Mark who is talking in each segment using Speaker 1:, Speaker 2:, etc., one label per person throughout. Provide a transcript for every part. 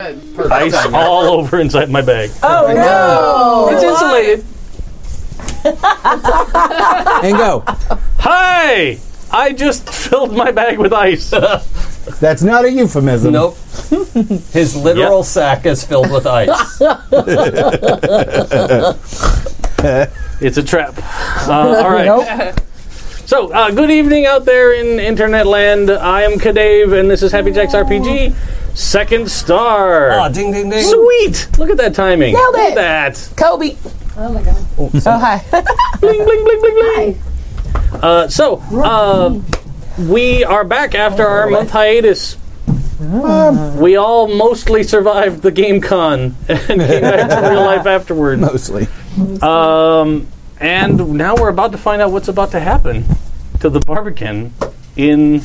Speaker 1: ice all over inside my bag.
Speaker 2: Oh no!
Speaker 3: It's insulated.
Speaker 4: and go.
Speaker 1: Hi! I just filled my bag with ice.
Speaker 4: That's not a euphemism.
Speaker 5: Nope. His literal sack is filled with ice.
Speaker 1: it's a trap. Uh, all right. So, uh, good evening out there in internet land. I am Kadave, and this is Happy Jacks RPG. Second star.
Speaker 5: Ah, ding, ding, ding.
Speaker 1: Sweet! Look at that timing.
Speaker 2: Nailed
Speaker 1: Look at
Speaker 2: it.
Speaker 1: that.
Speaker 2: Kobe.
Speaker 6: Oh my god.
Speaker 2: Oh hi.
Speaker 1: Bling, bling, bling, bling, bling. Uh, so, uh, we are back after
Speaker 6: Oh,
Speaker 1: our month hiatus.
Speaker 2: Um.
Speaker 1: We all mostly survived the game con and came back to real life afterward.
Speaker 4: Mostly.
Speaker 1: Um, and now we're about to find out what's about to happen to the Barbican in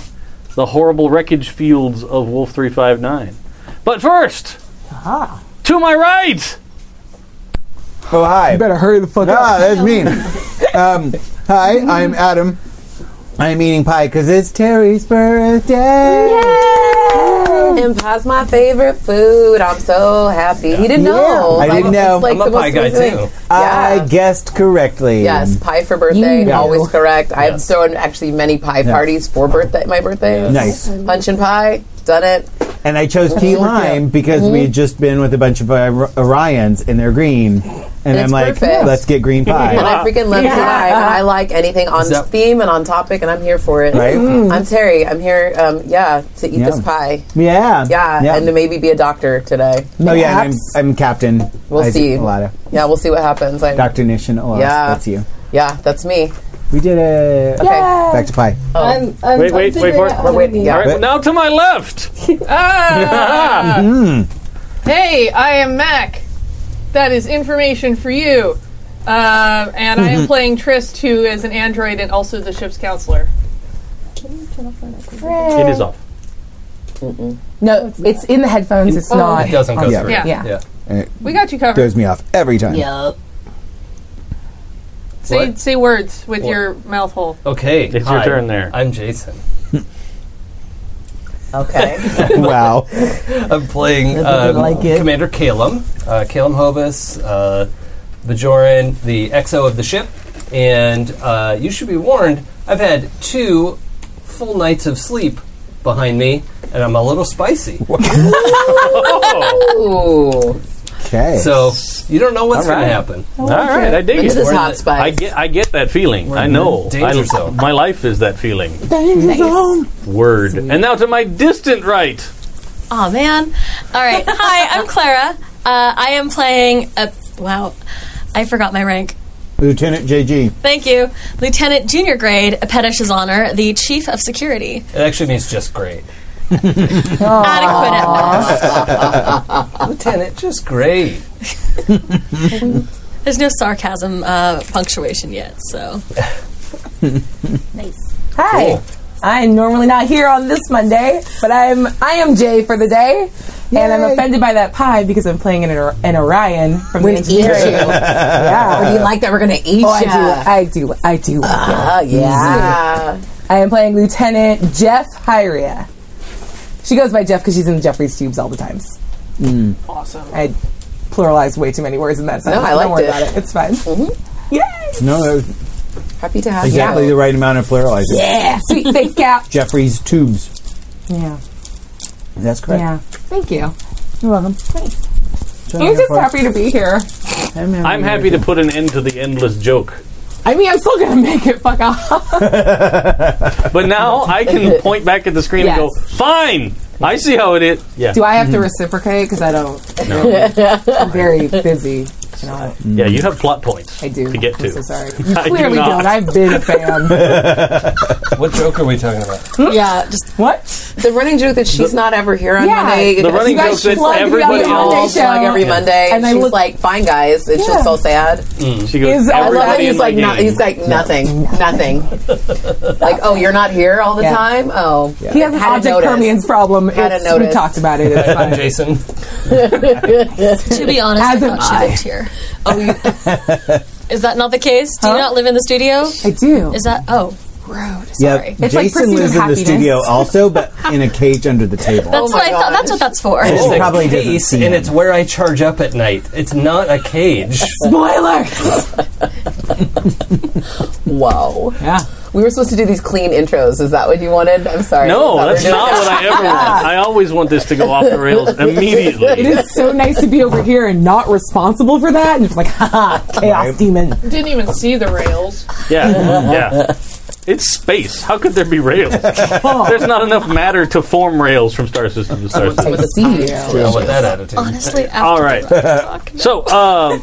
Speaker 1: the horrible wreckage fields of Wolf 359. But first, to my right,
Speaker 4: Oh, hi.
Speaker 2: Better hurry the fuck
Speaker 4: Ah,
Speaker 2: up.
Speaker 4: that's mean. um, hi, I'm Adam. I'm eating pie because it's Terry's birthday.
Speaker 6: And pie's my favorite food. I'm so happy. He didn't
Speaker 4: Yeah,
Speaker 6: know.
Speaker 4: I didn't know.
Speaker 6: it's like
Speaker 5: I'm a
Speaker 6: the most
Speaker 5: pie guy,
Speaker 6: amazing-
Speaker 5: too.
Speaker 4: I
Speaker 6: Yeah.
Speaker 4: guessed correctly.
Speaker 6: Yes, pie for birthday,
Speaker 2: You know.
Speaker 6: always correct. I've
Speaker 5: Yes.
Speaker 6: thrown actually many pie parties for birthday, my birthday.
Speaker 4: Nice.
Speaker 6: Punch and pie, done it.
Speaker 4: And I chose key lime because
Speaker 6: Mm-hmm.
Speaker 4: we had just been with a bunch of Ir- Orions and they're green. And I'm
Speaker 6: it's
Speaker 4: like,
Speaker 6: perfect.
Speaker 4: let's get green
Speaker 6: And
Speaker 4: pie.
Speaker 6: I freaking love yeah. And I like anything on
Speaker 5: that-
Speaker 6: theme and on topic, and I'm here for it. Mm.
Speaker 4: Right?
Speaker 6: I'm Terry. I'm here, um, yeah, to eat this
Speaker 4: Yeah.
Speaker 6: pie.
Speaker 4: yeah.
Speaker 6: Yeah, and to maybe be a doctor today.
Speaker 4: oh, yeah. And
Speaker 2: Perhaps.
Speaker 4: I'm, I'm Captain.
Speaker 6: We'll
Speaker 4: Isaac
Speaker 6: see.
Speaker 4: Alada.
Speaker 6: Yeah, we'll see what happens. I,
Speaker 4: Dr. Nishan Alada.
Speaker 6: Yeah.
Speaker 4: That's you.
Speaker 6: Yeah, that's me.
Speaker 4: We did a.
Speaker 6: Okay.
Speaker 4: Back to pie.
Speaker 6: Oh.
Speaker 3: I'm, I'm,
Speaker 1: Wait,
Speaker 3: I'm
Speaker 1: wait, wait
Speaker 3: figuring
Speaker 1: for it.
Speaker 3: out
Speaker 6: We're
Speaker 3: how
Speaker 6: waiting,
Speaker 3: many-
Speaker 6: yeah.
Speaker 1: all right,
Speaker 4: But-
Speaker 1: now to my left.
Speaker 3: Ah! Hey, I am Mac. That is information for you. Um, and I
Speaker 5: Mm-hmm.
Speaker 3: am playing Trist, who is an android and also the ship's counselor.
Speaker 1: It is off.
Speaker 2: No, it's in the headphones. It's not.
Speaker 5: It doesn't go
Speaker 4: Yeah.
Speaker 5: through.
Speaker 3: Yeah.
Speaker 5: yeah.
Speaker 3: We got you covered.
Speaker 4: Throws me off every time.
Speaker 3: Say,
Speaker 5: What?
Speaker 3: say words with
Speaker 5: What?
Speaker 3: your mouth hole.
Speaker 5: Okay.
Speaker 1: It's your
Speaker 5: hi,
Speaker 1: turn there.
Speaker 5: I'm Jason.
Speaker 6: Okay.
Speaker 4: Wow.
Speaker 5: I'm playing
Speaker 2: Doesn't
Speaker 5: um,
Speaker 2: like it.
Speaker 5: Commander Kalem, uh, Kalem Hobus, uh, Bajoran, the XO of the ship, and uh, you should be warned. I've had two full nights of sleep behind me, and I'm a little spicy.
Speaker 6: Ooh.
Speaker 4: Okay.
Speaker 5: So you don't know what's
Speaker 1: All right.
Speaker 5: going to happen.
Speaker 1: All right, I dig
Speaker 6: This
Speaker 1: it.
Speaker 6: is
Speaker 5: We're
Speaker 6: hot
Speaker 5: the-
Speaker 6: spice.
Speaker 1: I get, I get that feeling. I know.
Speaker 5: the danger
Speaker 1: I,
Speaker 5: zone.
Speaker 1: My life is that feeling. Word. And now to my distant right.
Speaker 7: Oh man! All right, hi, I'm Clara. Uh, I am playing a wow. I forgot my rank.
Speaker 4: Lieutenant JG.
Speaker 7: Thank you, Lieutenant Junior Grade Apetish Honor, the Chief of Security.
Speaker 5: It actually means just great.
Speaker 7: Adequate at best.
Speaker 5: Lieutenant, just great.
Speaker 7: There's no sarcasm uh, punctuation yet, so
Speaker 2: Hi.
Speaker 5: Cool.
Speaker 2: I'm normally not here on this Monday, but I'm I am Jay for the day, and I'm offended by that pie because I'm playing an, Or- an Orion from the
Speaker 6: We're gonna eat you.
Speaker 2: engineering.
Speaker 6: Or do you like that we're gonna eat
Speaker 2: Oh, I
Speaker 6: you?
Speaker 2: do, I do, I do.
Speaker 6: Oh, yeah.
Speaker 2: I am playing Lieutenant Jeff Hyria. She goes by Jeff because she's in the Jeffrey's tubes all the times.
Speaker 3: Awesome.
Speaker 2: I pluralized way too many words in that sentence.
Speaker 6: I
Speaker 2: but
Speaker 6: liked
Speaker 2: Don't worry
Speaker 6: it.
Speaker 2: about it. It's fine. Yay!
Speaker 4: No, that was
Speaker 6: Happy to have
Speaker 4: exactly
Speaker 6: you.
Speaker 4: the right amount of pluralizing.
Speaker 2: Yeah, sweet thanks, Cap.
Speaker 4: Jeffrey's tubes.
Speaker 2: Yeah,
Speaker 4: That's correct.
Speaker 2: yeah. Thank you.
Speaker 4: You're welcome.
Speaker 2: I'm just happy to be here.
Speaker 1: I'm happy to put an end to the endless joke.
Speaker 2: I mean, I'm still gonna make it. Fuck off.
Speaker 1: But now I can point back at the screen and go, fine, I see how it is. Yeah.
Speaker 2: Do I have to reciprocate? Because I don't. I'm very busy. You know,
Speaker 1: Yeah, you have plot points
Speaker 2: I do.
Speaker 1: to get
Speaker 2: I'm
Speaker 1: to.
Speaker 2: so sorry.
Speaker 1: I do
Speaker 2: Clearly
Speaker 1: not.
Speaker 2: don't. I've been a fan.
Speaker 5: What joke are we talking about?
Speaker 2: Mm-hmm.
Speaker 6: Yeah, just
Speaker 2: what?
Speaker 6: the running joke that she's not ever here on
Speaker 2: Yeah.
Speaker 6: Monday.
Speaker 2: The
Speaker 1: The running
Speaker 2: You guys
Speaker 1: joke that
Speaker 2: plug the
Speaker 1: everybody
Speaker 2: other
Speaker 6: I'll
Speaker 2: Monday
Speaker 1: else,
Speaker 2: show.
Speaker 6: plug every
Speaker 2: Yeah.
Speaker 6: Monday.
Speaker 2: And I
Speaker 6: she's
Speaker 2: look-
Speaker 6: like, "Fine, guys." It's
Speaker 2: Yeah.
Speaker 6: just so sad.
Speaker 1: she goes,
Speaker 2: Is- I
Speaker 6: I
Speaker 2: Everybody
Speaker 6: love that
Speaker 1: everybody
Speaker 6: he's
Speaker 1: in my
Speaker 6: like, no,
Speaker 1: game.
Speaker 6: he's like nothing, nothing. like, oh, you're not here all the
Speaker 2: Yeah.
Speaker 6: time. Oh,
Speaker 2: He has an
Speaker 6: Hadn't
Speaker 2: object
Speaker 6: noticed.
Speaker 2: Permian's problem.
Speaker 6: Hadn't
Speaker 2: It's- we
Speaker 6: noticed.
Speaker 2: talked about it. It's
Speaker 5: I'm
Speaker 2: fine.
Speaker 5: Jason.
Speaker 7: to be honest,
Speaker 2: As
Speaker 7: I
Speaker 2: am
Speaker 7: thought she
Speaker 2: I.
Speaker 7: lived here. Oh, you- is that not the case? Do you not live in the studio?
Speaker 2: I do.
Speaker 7: Is that oh? rude. Sorry.
Speaker 6: Oh
Speaker 2: It's like
Speaker 4: Jason
Speaker 2: Pursuit
Speaker 4: lives in the
Speaker 2: of happiness.
Speaker 4: studio also, but in a cage under the table.
Speaker 7: That's
Speaker 6: my
Speaker 7: what I thought.
Speaker 6: God. Oh.
Speaker 7: That's what that's for.
Speaker 4: It is
Speaker 5: It's a
Speaker 4: Oh, probably doesn't
Speaker 5: case,
Speaker 4: see
Speaker 5: and
Speaker 4: him.
Speaker 5: it's where I charge up at night. It's not a cage.
Speaker 2: Spoiler.
Speaker 6: Whoa.
Speaker 2: Yeah.
Speaker 6: We were supposed to do these clean intros. Is that what you wanted? I'm sorry.
Speaker 1: No,
Speaker 6: I thought we
Speaker 1: that's
Speaker 6: were doing
Speaker 1: not what I ever want. I always want this to go off the rails
Speaker 2: It
Speaker 1: immediately.
Speaker 2: is so nice to be over here and not responsible for that, and just like, haha, chaos
Speaker 4: Right.
Speaker 2: demon.
Speaker 3: Didn't even see the rails.
Speaker 1: Yeah, yeah. It's space. How could there be rails? There's not enough matter to form rails from star system to star system.
Speaker 6: With the seeds.
Speaker 5: I want that attitude.
Speaker 7: Honestly, after
Speaker 1: All right. So, um,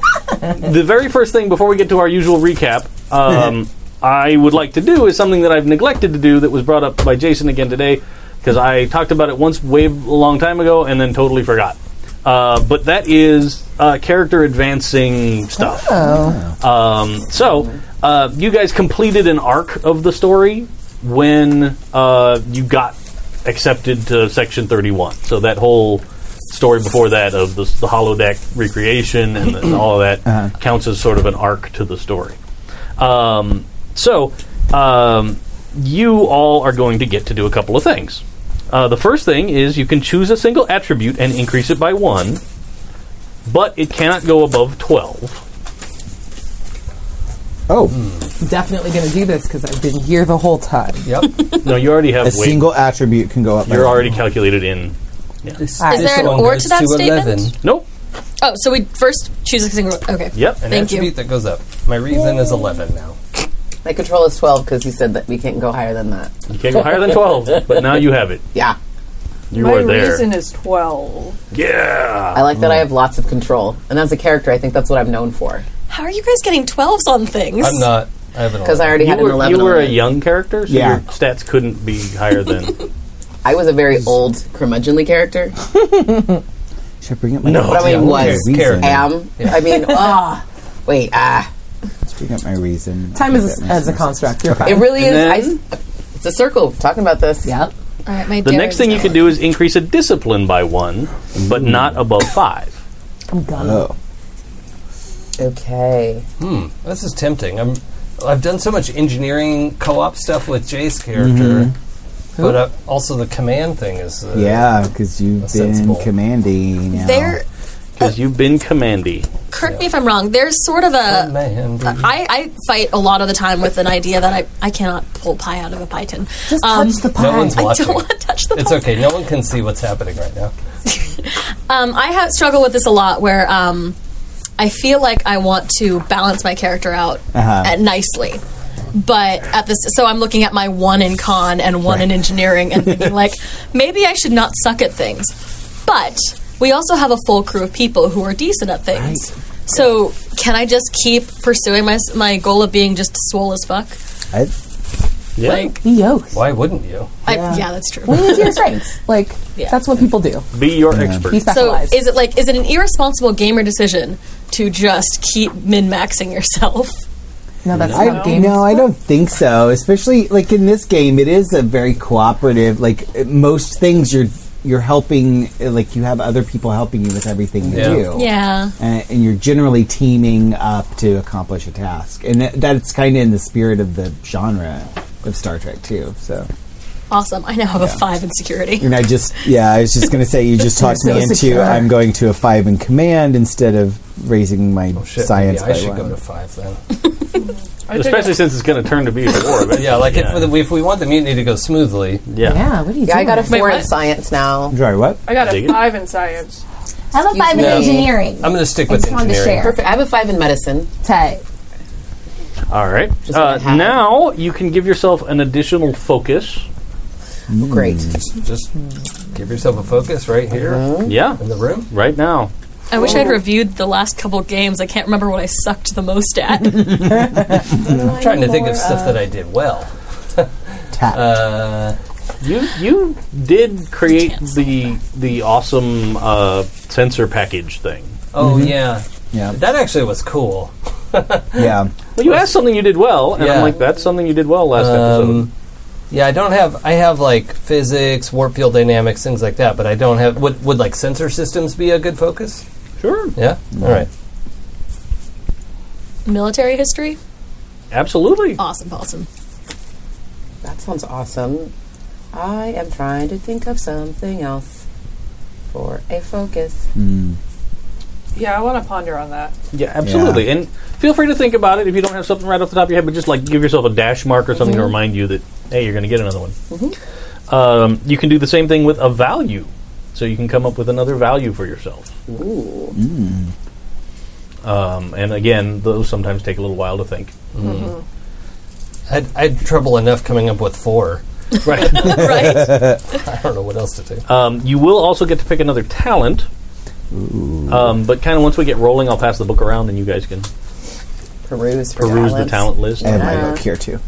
Speaker 1: the very first thing before we get to our usual recap, um, I would like to do is something that I've neglected to do that was brought up by Jason again today because I talked about it once way a long time ago and then totally forgot. Uh, but that is uh, character advancing stuff. Um, so, uh, you guys completed an arc of the story when uh, you got accepted to Section 31. So, that whole story before that of the, the holodeck recreation and, and all of that counts as sort of an arc to the story. Um, so, um, you all are going to get to do a couple of things. Uh, the first thing is you can choose a single attribute and increase it by one, but it cannot go above 12. Hmm.
Speaker 4: Oh,
Speaker 2: Definitely gonna do this because I've been here the whole time.
Speaker 5: Yep.
Speaker 1: No, you already have
Speaker 4: a
Speaker 1: weight.
Speaker 4: single attribute can go up. by
Speaker 1: You're
Speaker 4: one.
Speaker 1: already calculated in.
Speaker 5: This-
Speaker 2: Is
Speaker 5: this
Speaker 7: there an
Speaker 5: one
Speaker 7: or
Speaker 5: goes
Speaker 7: to that statement?
Speaker 5: 11.
Speaker 1: Nope.
Speaker 7: Oh, so we first choose a single. Okay.
Speaker 1: Yep.
Speaker 5: An
Speaker 7: Thank you.
Speaker 5: attribute that goes up. My reason is 11 now.
Speaker 6: My control is 12 because he said that we can't go higher than that.
Speaker 1: You can't go higher than 12, but now you have it.
Speaker 6: Yeah.
Speaker 1: You
Speaker 3: My
Speaker 1: are there.
Speaker 3: reason is 12.
Speaker 1: yeah.
Speaker 6: I like that I have lots of control. And as a character, I think that's what I'm known for.
Speaker 7: How are you guys getting twelves on things?
Speaker 5: I'm not. I have an
Speaker 6: Because I
Speaker 5: 11.
Speaker 6: already
Speaker 1: You
Speaker 6: had an
Speaker 1: were,
Speaker 6: 11.
Speaker 1: you were
Speaker 6: on
Speaker 1: a
Speaker 6: it.
Speaker 1: young character, so
Speaker 4: Yeah.
Speaker 1: your stats couldn't be higher than.
Speaker 6: I was a very old, curmudgeonly character.
Speaker 4: Should I bring up my
Speaker 1: No.
Speaker 6: But I mean,
Speaker 5: Yeah,
Speaker 6: was.
Speaker 5: okay.
Speaker 4: reason?
Speaker 6: Am. I mean, ah. Wait, ah.
Speaker 4: Let's bring up my reason.
Speaker 2: Time is
Speaker 4: That
Speaker 2: a,
Speaker 4: makes
Speaker 2: as a
Speaker 4: more
Speaker 2: construct. You're
Speaker 6: It
Speaker 2: fine.
Speaker 6: really is.
Speaker 1: And
Speaker 6: I s it's a circle. Talking about this.
Speaker 2: Yep.
Speaker 7: All right, my
Speaker 1: The next thing you can do is increase a discipline by one, but not above five.
Speaker 2: I'm gonna.
Speaker 4: sense. Oh,
Speaker 6: Okay.
Speaker 5: This is tempting. I'm. I've done so much engineering co-op stuff with Jay's character, but uh, also the command thing is. Uh,
Speaker 4: Mm-hmm. yeah, because you've been
Speaker 5: That's sensible.
Speaker 4: commanding. Now.
Speaker 7: There,
Speaker 1: Because you've been commandy.
Speaker 7: correct me if I'm wrong. There's sort of a.
Speaker 5: Man,
Speaker 7: Uh, I, I fight a lot of the time with an idea that I, I cannot pull pie out of a pie tin.
Speaker 2: Just
Speaker 7: Um,
Speaker 2: touch the pie.
Speaker 5: no one's
Speaker 7: I
Speaker 5: watching.
Speaker 7: don't want to touch the
Speaker 5: It's okay. No one can see what's happening right now.
Speaker 7: Um, I have struggle with this a lot, where um, I feel like I want to balance my character out
Speaker 4: Uh-huh.
Speaker 7: uh, nicely, but at this, so I'm looking at my one in con and one in engineering, and thinking like maybe I should not suck at things, but we also have a full crew of people who are decent at things. So can I just keep pursuing my s- my goal of being just swole as fuck?
Speaker 4: I,
Speaker 1: Yeah.
Speaker 7: Like,
Speaker 2: Yokes.
Speaker 5: Why wouldn't you?
Speaker 7: I, yeah, that's true.
Speaker 2: Lean into your strengths. Like
Speaker 7: Yeah.
Speaker 2: that's what people do.
Speaker 1: Be your expert.
Speaker 2: Be
Speaker 7: So
Speaker 2: specialized.
Speaker 7: is it like is it an irresponsible gamer decision to just keep min maxing yourself?
Speaker 2: no, that's
Speaker 4: I
Speaker 2: not game.
Speaker 4: no, I don't think so. Especially like in this game, it is a very cooperative. Like uh, most things, you're you're helping. uh, Like you have other people helping you with everything you
Speaker 5: Yeah.
Speaker 4: do.
Speaker 7: Yeah.
Speaker 4: and, and you're generally teaming up to accomplish a task, and that, that's kind of in the spirit of the genre of Star Trek too. So,
Speaker 7: Awesome. I now have a five in security.
Speaker 4: and I just yeah, I was just going to say you just talked
Speaker 2: You're
Speaker 4: me
Speaker 2: so
Speaker 4: into
Speaker 2: secure.
Speaker 4: I'm going to a five in command instead of raising my
Speaker 5: Oh, Shit,
Speaker 4: science
Speaker 5: maybe I
Speaker 4: by
Speaker 5: should
Speaker 4: one.
Speaker 5: go to five then.
Speaker 3: I took
Speaker 1: Especially since it's going to turn to be a war. But
Speaker 5: yeah, like
Speaker 1: yeah.
Speaker 5: If, if we want the mutiny to go smoothly,
Speaker 1: yeah.
Speaker 2: Yeah. What do you
Speaker 6: Yeah, I got a
Speaker 2: doing?
Speaker 6: four in
Speaker 3: what?
Speaker 6: science now.
Speaker 4: Sorry, what?
Speaker 3: a- I got
Speaker 1: Dig
Speaker 3: a
Speaker 1: it.
Speaker 3: five in science.
Speaker 8: I have a five in
Speaker 6: No.
Speaker 8: engineering.
Speaker 5: I'm going to stick with
Speaker 8: just wanted to
Speaker 5: engineering.
Speaker 8: share.
Speaker 6: Perfect. I have a five in medicine.
Speaker 8: Tight.
Speaker 1: All right.
Speaker 6: Just
Speaker 1: Uh,
Speaker 6: like I have.
Speaker 1: now you can give yourself an additional focus.
Speaker 6: Great.
Speaker 5: Just give yourself a focus right here
Speaker 6: Mm-hmm.
Speaker 1: Yeah.
Speaker 5: in the room.
Speaker 1: Right now.
Speaker 7: I wish I'd reviewed the last couple games. I can't remember what I sucked the most at.
Speaker 5: I'm trying to think of stuff
Speaker 7: uh,
Speaker 5: that I did well.
Speaker 4: Tap.
Speaker 5: Uh,
Speaker 1: You you did create the the awesome uh, sensor package thing.
Speaker 5: oh yeah,
Speaker 4: yeah,
Speaker 5: that actually was cool.
Speaker 4: yeah.
Speaker 1: Well, you asked something you did well, and
Speaker 5: Yeah.
Speaker 1: I'm like, that's something you did well last episode.
Speaker 5: Um, yeah, I don't have. I have like physics, warp field dynamics, things like that. But I don't have. Would, would like sensor systems be a good focus?
Speaker 1: Sure,
Speaker 5: Yeah. All right.
Speaker 7: Military history?
Speaker 1: absolutely.
Speaker 7: Oh. Awesome, awesome.
Speaker 6: That sounds awesome. I am trying to think of something else for a focus.
Speaker 3: Yeah, I want to ponder on that.
Speaker 1: Yeah, absolutely. And feel free to think about it if you don't have something right off the top of your head, but just like give yourself a dash mark or something to remind you that hey, you're going to get another one. Um, you can do the same thing with a value, so you can come up with another value for yourself.
Speaker 6: Ooh.
Speaker 1: Um, and again, those sometimes take a little while to think.
Speaker 5: I'd, I had trouble enough coming up with four.
Speaker 1: Right.
Speaker 7: right?
Speaker 5: I don't know what else to do.
Speaker 1: Um, you will also get to pick another talent. Um, but kind of once we get rolling, I'll pass the book around and you guys can
Speaker 6: Peruse, for
Speaker 1: peruse the
Speaker 6: talents.
Speaker 1: talent list.
Speaker 4: I have my
Speaker 6: Yeah.
Speaker 4: book here too.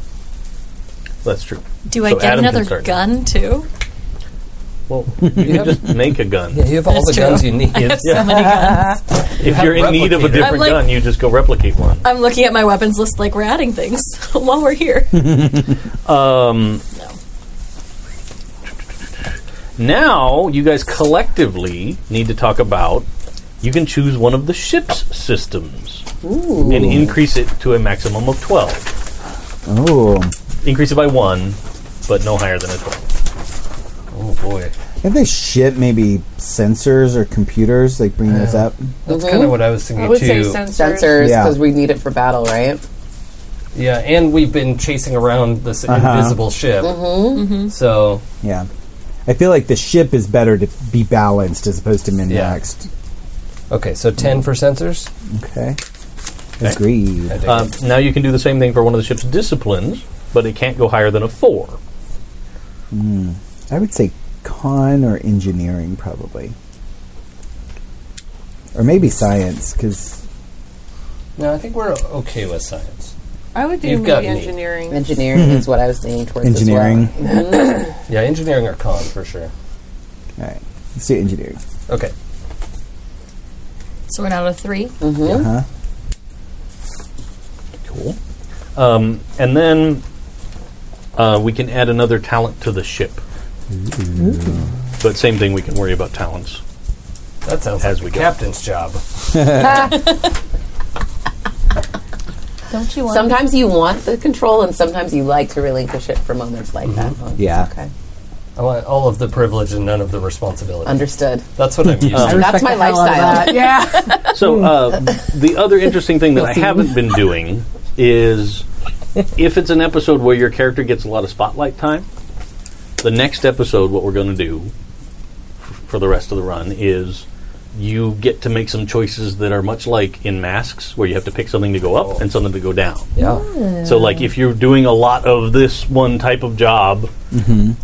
Speaker 1: That's true.
Speaker 7: Do I
Speaker 1: So
Speaker 7: get
Speaker 1: Adam can
Speaker 7: another
Speaker 1: start.
Speaker 7: gun too?
Speaker 1: Well, you can just make a gun.
Speaker 5: Yeah, you have all
Speaker 7: That's
Speaker 5: the
Speaker 7: true.
Speaker 5: guns you need.
Speaker 7: I have so many guns.
Speaker 1: If you're in need of a
Speaker 5: Replicator.
Speaker 1: different
Speaker 7: I'm like-
Speaker 1: gun, you just go replicate one.
Speaker 7: I'm looking at my weapons list like we're adding things while we're here.
Speaker 1: Hmm. Um, Now you guys collectively need to talk about. You can choose one of the ship's systems and increase it to a maximum of twelve.
Speaker 4: Oh,
Speaker 1: Increase it by one, but no higher than a twelve.
Speaker 5: Oh boy,
Speaker 4: have they ship maybe sensors or computers? Like bring those up.
Speaker 5: that's kind of what I was thinking
Speaker 3: I would
Speaker 5: too.
Speaker 3: say sensors.
Speaker 6: Sensors,
Speaker 4: Yeah.
Speaker 6: because we need it for battle, right?
Speaker 5: Yeah, and we've been chasing around this
Speaker 1: Uh-huh.
Speaker 5: invisible ship. Mm-hmm. So
Speaker 4: Yeah, I feel like the ship is better to be balanced as opposed to min
Speaker 5: Yeah.
Speaker 4: maxed.
Speaker 5: okay, so ten for sensors.
Speaker 4: Okay, agreed.
Speaker 1: Um, now you can do the same thing for one of the ship's disciplines, but it can't go higher than a four.
Speaker 4: I would say con or engineering probably, or maybe science because
Speaker 5: no, I think we're okay with science.
Speaker 3: I would do
Speaker 5: You've
Speaker 3: maybe
Speaker 5: got me.
Speaker 3: engineering.
Speaker 6: Engineering is what I was leaning towards. as well.
Speaker 4: engineering.
Speaker 5: Yeah, engineering or con for sure.
Speaker 4: All right, let's do engineering.
Speaker 5: Okay,
Speaker 7: So we're down to three.
Speaker 1: Mm-hmm.
Speaker 4: Uh huh.
Speaker 1: Cool. Um, and then uh, we can add another talent to the ship. But same thing, we can worry about talents.
Speaker 5: that sounds
Speaker 1: As
Speaker 5: like
Speaker 1: we
Speaker 5: the
Speaker 1: go.
Speaker 5: captain's job.
Speaker 7: Don't you want?
Speaker 6: Sometimes you want the control, and sometimes you like to relinquish it for moments like that.
Speaker 4: Mm-hmm. Yeah.
Speaker 6: Okay.
Speaker 5: I want all of the privilege and none of the responsibility.
Speaker 6: Understood.
Speaker 5: That's what I'm used
Speaker 1: Uh-huh.
Speaker 5: to.
Speaker 6: That's my lifestyle.
Speaker 2: yeah.
Speaker 1: So uh, the other interesting thing that I haven't been doing is if it's an episode where your character gets a lot of spotlight time, the next episode, what we're going to do f- for the rest of the run is you get to make some choices that are much like in masks where you have to pick something to go up and something to go down.
Speaker 5: Yeah,
Speaker 1: So, like, if you're doing a lot of this one type of job,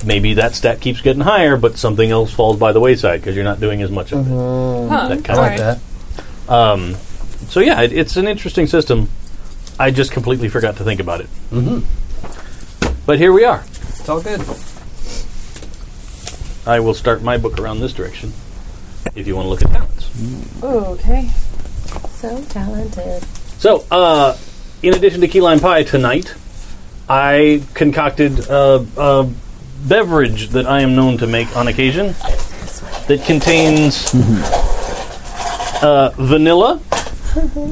Speaker 1: maybe that stat keeps getting higher, but something else falls by the wayside because you're not doing as much of it.
Speaker 3: Huh.
Speaker 1: That
Speaker 5: I
Speaker 1: kind
Speaker 5: like
Speaker 1: of.
Speaker 5: that.
Speaker 1: So, yeah, it, it's an interesting system. I just completely forgot to think about it. Mm-hmm.
Speaker 6: Mm-hmm.
Speaker 1: But here we are.
Speaker 5: It's all good.
Speaker 1: I will start my book around this direction. If you want to look at talents.
Speaker 3: Oh, okay.
Speaker 6: So talented.
Speaker 1: So, uh, in addition to key lime pie tonight, I concocted uh, a beverage that I am known to make on occasion that contains
Speaker 6: Mm-hmm.
Speaker 1: uh, vanilla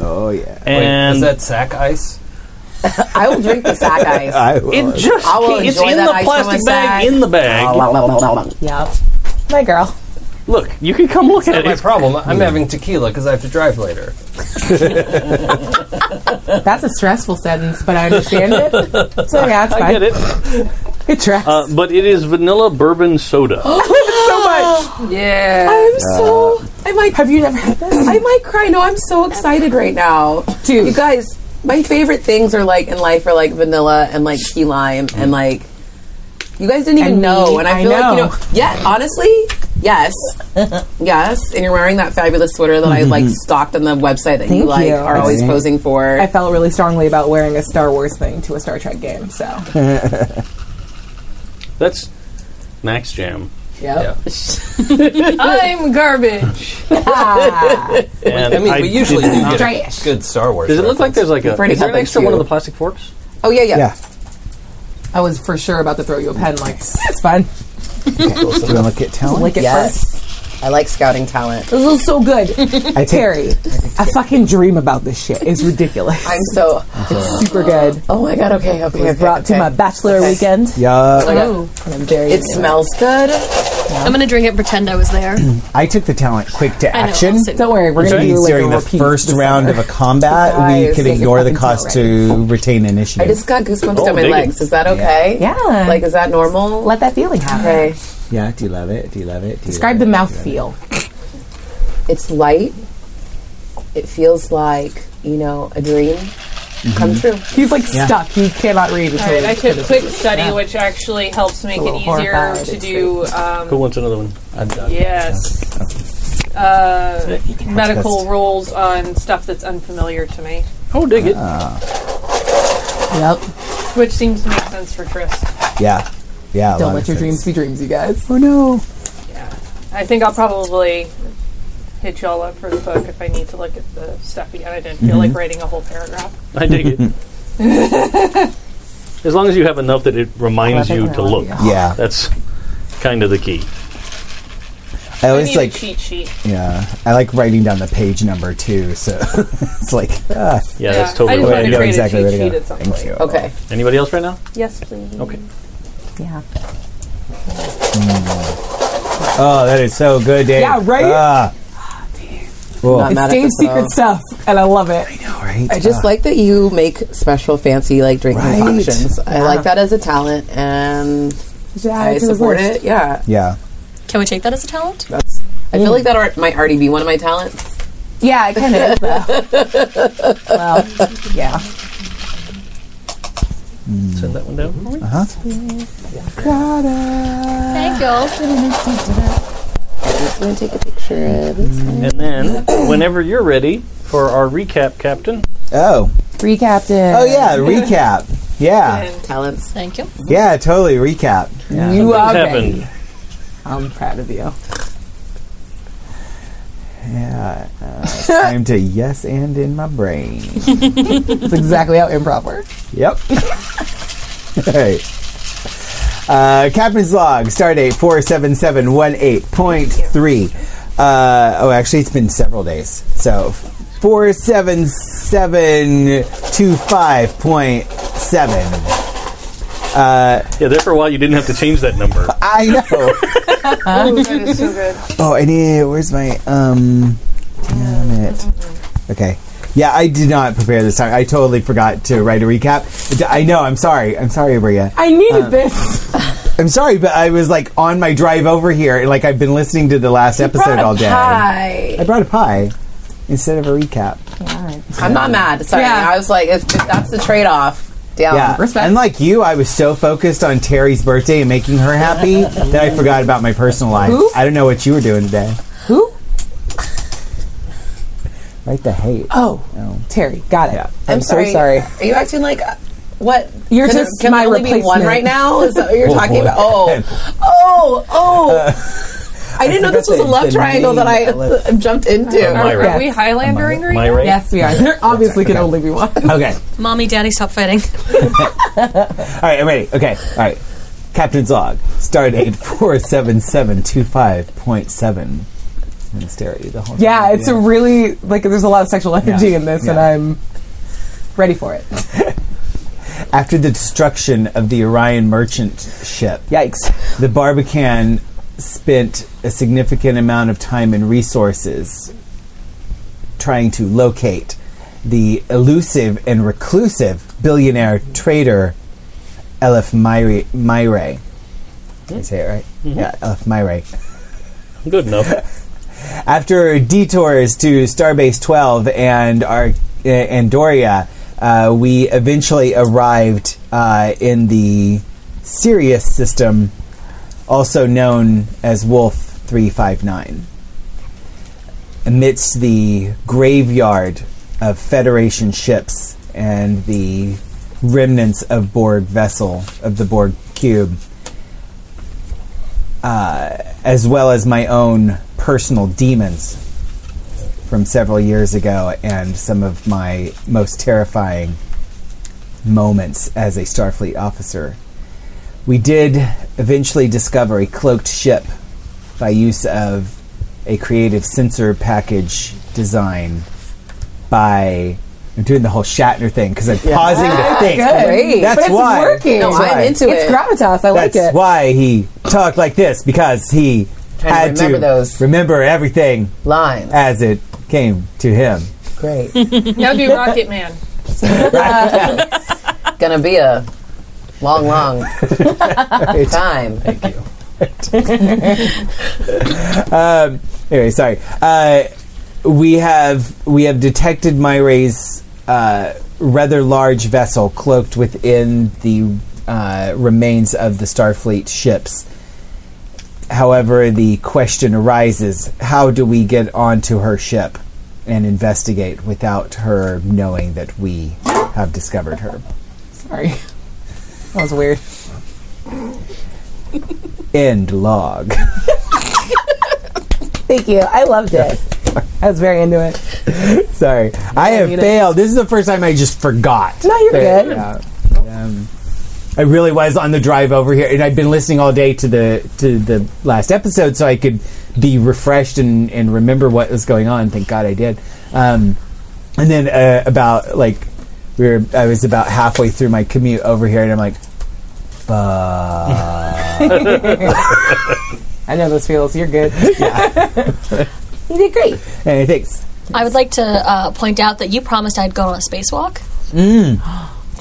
Speaker 4: Oh yeah.
Speaker 1: and
Speaker 5: Wait, is that sack ice?
Speaker 6: I will drink the sack ice.
Speaker 4: I will.
Speaker 1: it just
Speaker 6: I will
Speaker 1: ca- it's
Speaker 6: enjoy
Speaker 1: in
Speaker 6: that
Speaker 1: the
Speaker 6: ice from
Speaker 1: plastic
Speaker 6: a
Speaker 1: bag
Speaker 6: sack.
Speaker 1: in the bag.
Speaker 2: Yep. My girl.
Speaker 1: Look, you can come look at
Speaker 5: Not
Speaker 1: it.
Speaker 5: my
Speaker 1: It's-
Speaker 5: problem. I'm having tequila because I have to drive later.
Speaker 2: That's a stressful sentence, but I understand it. So yeah, it's fine.
Speaker 1: I get it,
Speaker 2: It tracks.
Speaker 1: uh, but it is vanilla bourbon soda.
Speaker 2: so much.
Speaker 6: Yeah.
Speaker 2: I'm so. I might. Have you never had this?
Speaker 6: I might cry. No, I'm so excited right now.
Speaker 2: Dude.
Speaker 6: You guys, my favorite things are like in life are like vanilla and like key lime and like you guys didn't even
Speaker 2: And
Speaker 6: know.
Speaker 2: me,
Speaker 6: and I
Speaker 2: I
Speaker 6: feel like you
Speaker 2: know.
Speaker 6: know Yeah, honestly, yes. yes. And you're wearing that fabulous sweater that I like stalked on the website that you
Speaker 2: Mm-hmm. Thank
Speaker 6: like
Speaker 2: you.
Speaker 6: are always
Speaker 4: Thank you.
Speaker 6: posing for.
Speaker 2: I felt really strongly about wearing a Star Wars thing to a Star Trek game. So
Speaker 1: That's Max Jam.
Speaker 5: Yeah.
Speaker 2: yep.
Speaker 3: I'm garbage.
Speaker 1: And
Speaker 5: I mean, we usually
Speaker 1: did
Speaker 5: do
Speaker 1: not-
Speaker 5: get
Speaker 2: Trash.
Speaker 5: a good Star Wars.
Speaker 1: Does it look like there's like a?
Speaker 6: Pretty
Speaker 1: Is there an
Speaker 6: helping
Speaker 1: extra one
Speaker 6: too.
Speaker 1: of the plastic forks?
Speaker 6: oh yeah, yeah.
Speaker 4: Yeah.
Speaker 2: I was for sure about to throw you a pen. Like it's fine.
Speaker 4: Do you want to look at talent?
Speaker 2: Lick it
Speaker 6: Yes.
Speaker 2: first.
Speaker 6: I like scouting talent.
Speaker 2: This is so good.
Speaker 4: I take
Speaker 2: Terry, I fucking dream about this shit. It's ridiculous.
Speaker 6: I'm so.
Speaker 2: it's super good.
Speaker 6: Oh my god. Okay. Okay.
Speaker 2: I
Speaker 6: okay,
Speaker 2: was brought to
Speaker 6: okay.
Speaker 2: my bachelor
Speaker 6: Okay.
Speaker 2: weekend.
Speaker 6: Oh
Speaker 4: Yeah,
Speaker 6: my God.
Speaker 2: And I'm very
Speaker 6: It smells good.
Speaker 7: I'm gonna drink it and pretend I was there.
Speaker 4: I took the talent quick to
Speaker 7: I know, I'll
Speaker 4: action.
Speaker 7: sit-
Speaker 2: Don't worry, we're gonna do like
Speaker 4: during
Speaker 2: a
Speaker 4: the
Speaker 2: repeat
Speaker 4: first
Speaker 2: this
Speaker 4: round
Speaker 2: summer.
Speaker 4: of a combat, we
Speaker 6: Guys,
Speaker 4: can
Speaker 6: get your
Speaker 4: ignore the
Speaker 2: fucking
Speaker 4: cost
Speaker 2: talent
Speaker 4: to retain
Speaker 6: I
Speaker 4: initiative.
Speaker 6: just got goosebumps
Speaker 1: Oh,
Speaker 6: down my
Speaker 1: dig it.
Speaker 6: legs. Is that okay?
Speaker 2: Yeah.
Speaker 6: Like, is that normal?
Speaker 2: Let that feeling happen.
Speaker 6: okay.
Speaker 4: yeah, do you love it? Do you love it? Do you
Speaker 2: Describe the
Speaker 4: love it?
Speaker 2: mouth feel.
Speaker 6: It's light. It feels like you know a dream
Speaker 4: Mm-hmm.
Speaker 6: come true.
Speaker 2: He's like stuck. He cannot read.
Speaker 3: All right, I took quick study, which actually helps make it
Speaker 2: little
Speaker 3: easier
Speaker 2: horrified,
Speaker 3: to
Speaker 2: it's
Speaker 3: do. Um,
Speaker 1: Who wants another one?
Speaker 5: I'm done.
Speaker 3: Yes. Uh, medical rules on stuff that's unfamiliar to me,
Speaker 1: Oh, dig it.
Speaker 2: Yep.
Speaker 3: which seems to make sense for Tris.
Speaker 4: Yeah, yeah. a
Speaker 2: Don't
Speaker 4: lot
Speaker 2: let
Speaker 4: of
Speaker 2: your
Speaker 4: things.
Speaker 2: dreams be dreams, you guys. Oh no.
Speaker 3: I think I'll probably hit y'all up for the book if I need to look at the stuff again. I didn't feel like
Speaker 1: Mm-hmm.
Speaker 3: writing a whole paragraph.
Speaker 1: I dig it. as long as you have enough that it reminds you to look.
Speaker 4: Yeah,
Speaker 1: That's kind of the key.
Speaker 4: I
Speaker 3: I
Speaker 4: always
Speaker 3: need
Speaker 4: like.
Speaker 3: a cheat sheet.
Speaker 4: Yeah, I like writing down the page number too. So it's like ah,
Speaker 1: Yeah,
Speaker 3: Yeah,
Speaker 1: that's totally
Speaker 3: I just
Speaker 1: what
Speaker 4: where
Speaker 1: I
Speaker 3: wanted
Speaker 4: to
Speaker 1: do.
Speaker 4: go
Speaker 3: create a
Speaker 4: exactly
Speaker 3: cheat
Speaker 4: where to
Speaker 3: sheet
Speaker 4: go.
Speaker 3: at some
Speaker 4: Thank
Speaker 3: point.
Speaker 4: you.
Speaker 6: Okay.
Speaker 1: Anybody else right now?
Speaker 3: Yes, please.
Speaker 1: Okay.
Speaker 2: Yeah.
Speaker 4: Oh, that is so good, Dave.
Speaker 2: Yeah, right?
Speaker 4: Ah. Cool.
Speaker 6: Not mad
Speaker 2: It's
Speaker 6: at
Speaker 2: Dave's secret
Speaker 6: myself.
Speaker 2: stuff, and I love it.
Speaker 4: All right.
Speaker 6: I just
Speaker 4: Ah.
Speaker 6: like that you make special, fancy like drink
Speaker 4: Right.
Speaker 6: concoctions. I
Speaker 2: Yeah.
Speaker 6: like that as a talent, and
Speaker 2: Yeah,
Speaker 6: I
Speaker 2: to the
Speaker 6: support
Speaker 2: list.
Speaker 6: it. Yeah,
Speaker 4: Yeah.
Speaker 7: Can we take that as a talent?
Speaker 6: that's. I feel like that ar- might already be one of my talents.
Speaker 2: Yeah, it kind of is. Though. well, yeah.
Speaker 1: Send that one down.
Speaker 4: Uh-huh.
Speaker 7: Thank you.
Speaker 6: I'm just gonna take a picture of this.
Speaker 1: And then, whenever you're ready for our recap, Captain,
Speaker 4: Oh.
Speaker 2: Recap it.
Speaker 4: Oh yeah. Recap. Yeah.
Speaker 3: And
Speaker 6: talents.
Speaker 7: Thank you.
Speaker 4: Yeah. Totally. Recap.
Speaker 2: You
Speaker 1: what's
Speaker 2: are
Speaker 1: happened?
Speaker 2: ready. I'm proud of you.
Speaker 4: Yeah. Uh, time to yes and in my brain.
Speaker 2: That's exactly how improv works.
Speaker 4: Yep. All right. Uh, Captain's log. Stardate four seven seven one eight point three. Uh, oh, actually, it's been several days. So four seven seven two five point seven.
Speaker 1: Yeah, there for a while you didn't have to change that number.
Speaker 4: I know.
Speaker 3: oh, that is so good.
Speaker 4: Oh, I need. Where's my um? Damn it. Okay. Yeah, I did not prepare this time. I totally forgot to write a recap. D- I know. I'm sorry. I'm sorry, Bria.
Speaker 2: I needed this.
Speaker 4: I'm sorry, but I was like on my drive over here, and like I've been listening to the last episode all day.
Speaker 6: Hi.
Speaker 4: I brought a pie instead of a recap.
Speaker 6: I'm not mad. Sorry,
Speaker 2: Yeah.
Speaker 6: I was like, it's, that's the trade-off. Down.
Speaker 4: Yeah.
Speaker 2: Oh, respect.
Speaker 4: And like you, I was so focused on Terry's birthday and making her happy that I forgot about my personal life.
Speaker 2: Who?
Speaker 4: I don't know what you were doing today.
Speaker 2: Who?
Speaker 4: Right the hate.
Speaker 2: Oh,
Speaker 4: Oh.
Speaker 2: Terry. Got it.
Speaker 4: Yeah.
Speaker 2: I'm, so sorry.
Speaker 6: Are you acting like uh, what?
Speaker 2: You're
Speaker 6: can there-
Speaker 2: just
Speaker 6: can
Speaker 2: my
Speaker 6: there only be one
Speaker 2: replacement.
Speaker 6: right now. Is that what you're
Speaker 4: Oh,
Speaker 6: talking
Speaker 4: boy.
Speaker 6: about? Oh, oh, oh! I didn't know this was
Speaker 4: forgot
Speaker 6: a
Speaker 4: the-
Speaker 6: love
Speaker 4: the
Speaker 6: triangle that I
Speaker 4: name. Let's-
Speaker 6: uh, jumped into.
Speaker 1: Am I
Speaker 3: Are,
Speaker 1: right?
Speaker 3: we Highlandering right
Speaker 1: Am I
Speaker 3: now?
Speaker 1: right?
Speaker 2: Yes, we are. There obviously can
Speaker 4: Okay.
Speaker 2: only be one.
Speaker 4: Okay.
Speaker 7: Mommy, daddy, stop fighting.
Speaker 4: All right, I'm ready. Okay, all right. Captain's log. Stardate four seven seven two five point seven. And stare at you the whole
Speaker 2: Yeah,
Speaker 4: time.
Speaker 2: it's a really like. There's a lot of sexual energy
Speaker 4: Yeah.
Speaker 2: in this, and
Speaker 4: Yeah.
Speaker 2: I'm ready for it.
Speaker 4: after the destruction of the Orion merchant ship.
Speaker 2: Yikes.
Speaker 4: The Barbican spent a significant amount of time and resources trying to locate the elusive and reclusive billionaire trader Elif Myre. Myre. Did I say it right?
Speaker 2: Mm-hmm.
Speaker 4: Yeah, Elif Myre.
Speaker 1: Good enough.
Speaker 4: after detours to Starbase 12 and our uh, and Doria, uh, we eventually arrived uh, in the Sirius system, also known as Wolf 359, amidst the graveyard of Federation ships and the remnants of Borg vessel of the Borg cube as well as my own personal demons from several years ago and some of my most terrifying moments as a Starfleet officer. We did eventually discover a cloaked ship by use of a creative sensor package design by. I'm doing the whole Shatner thing because I'm pausing to think.
Speaker 2: Good.
Speaker 4: That's
Speaker 2: but it's
Speaker 4: why.
Speaker 2: working.
Speaker 6: No,
Speaker 4: That's
Speaker 6: I'm
Speaker 4: why.
Speaker 6: into
Speaker 2: it's
Speaker 6: it.
Speaker 2: gravitas. I like
Speaker 4: That's
Speaker 2: it.
Speaker 4: why he talked like this because he
Speaker 6: Trying to
Speaker 4: had
Speaker 6: remember those.
Speaker 4: remember everything
Speaker 6: Lines.
Speaker 4: as it came to him.
Speaker 6: Great.
Speaker 3: Now do Rocket Man.
Speaker 6: Gonna be a long, long time.
Speaker 4: Um, anyway, sorry. Uh, we have we have detected Myray's uh, rather large vessel cloaked within the uh, remains of the Starfleet ships. However, the question arises: How do we get onto her ship and investigate without her knowing that we have discovered her?
Speaker 2: Sorry. That was weird.
Speaker 4: End log.
Speaker 2: Thank you. I loved it. I was very into it.
Speaker 4: sorry, I have
Speaker 2: you know-
Speaker 4: failed. This is the first time I just forgot.
Speaker 2: No, you're
Speaker 4: But,
Speaker 2: good.
Speaker 4: yeah. Um, I really was on the drive over here, and I've been listening all day to the to the last episode, so I could be refreshed and, and remember what was going on. Thank God I did. Um, and then uh, about like we were, I was about halfway through my commute over here, and I'm like, "Fuck."
Speaker 2: I know those feels. You're good. you did great.
Speaker 4: Hey, thanks.
Speaker 7: I would like to uh, point out that you promised I'd go on a spacewalk.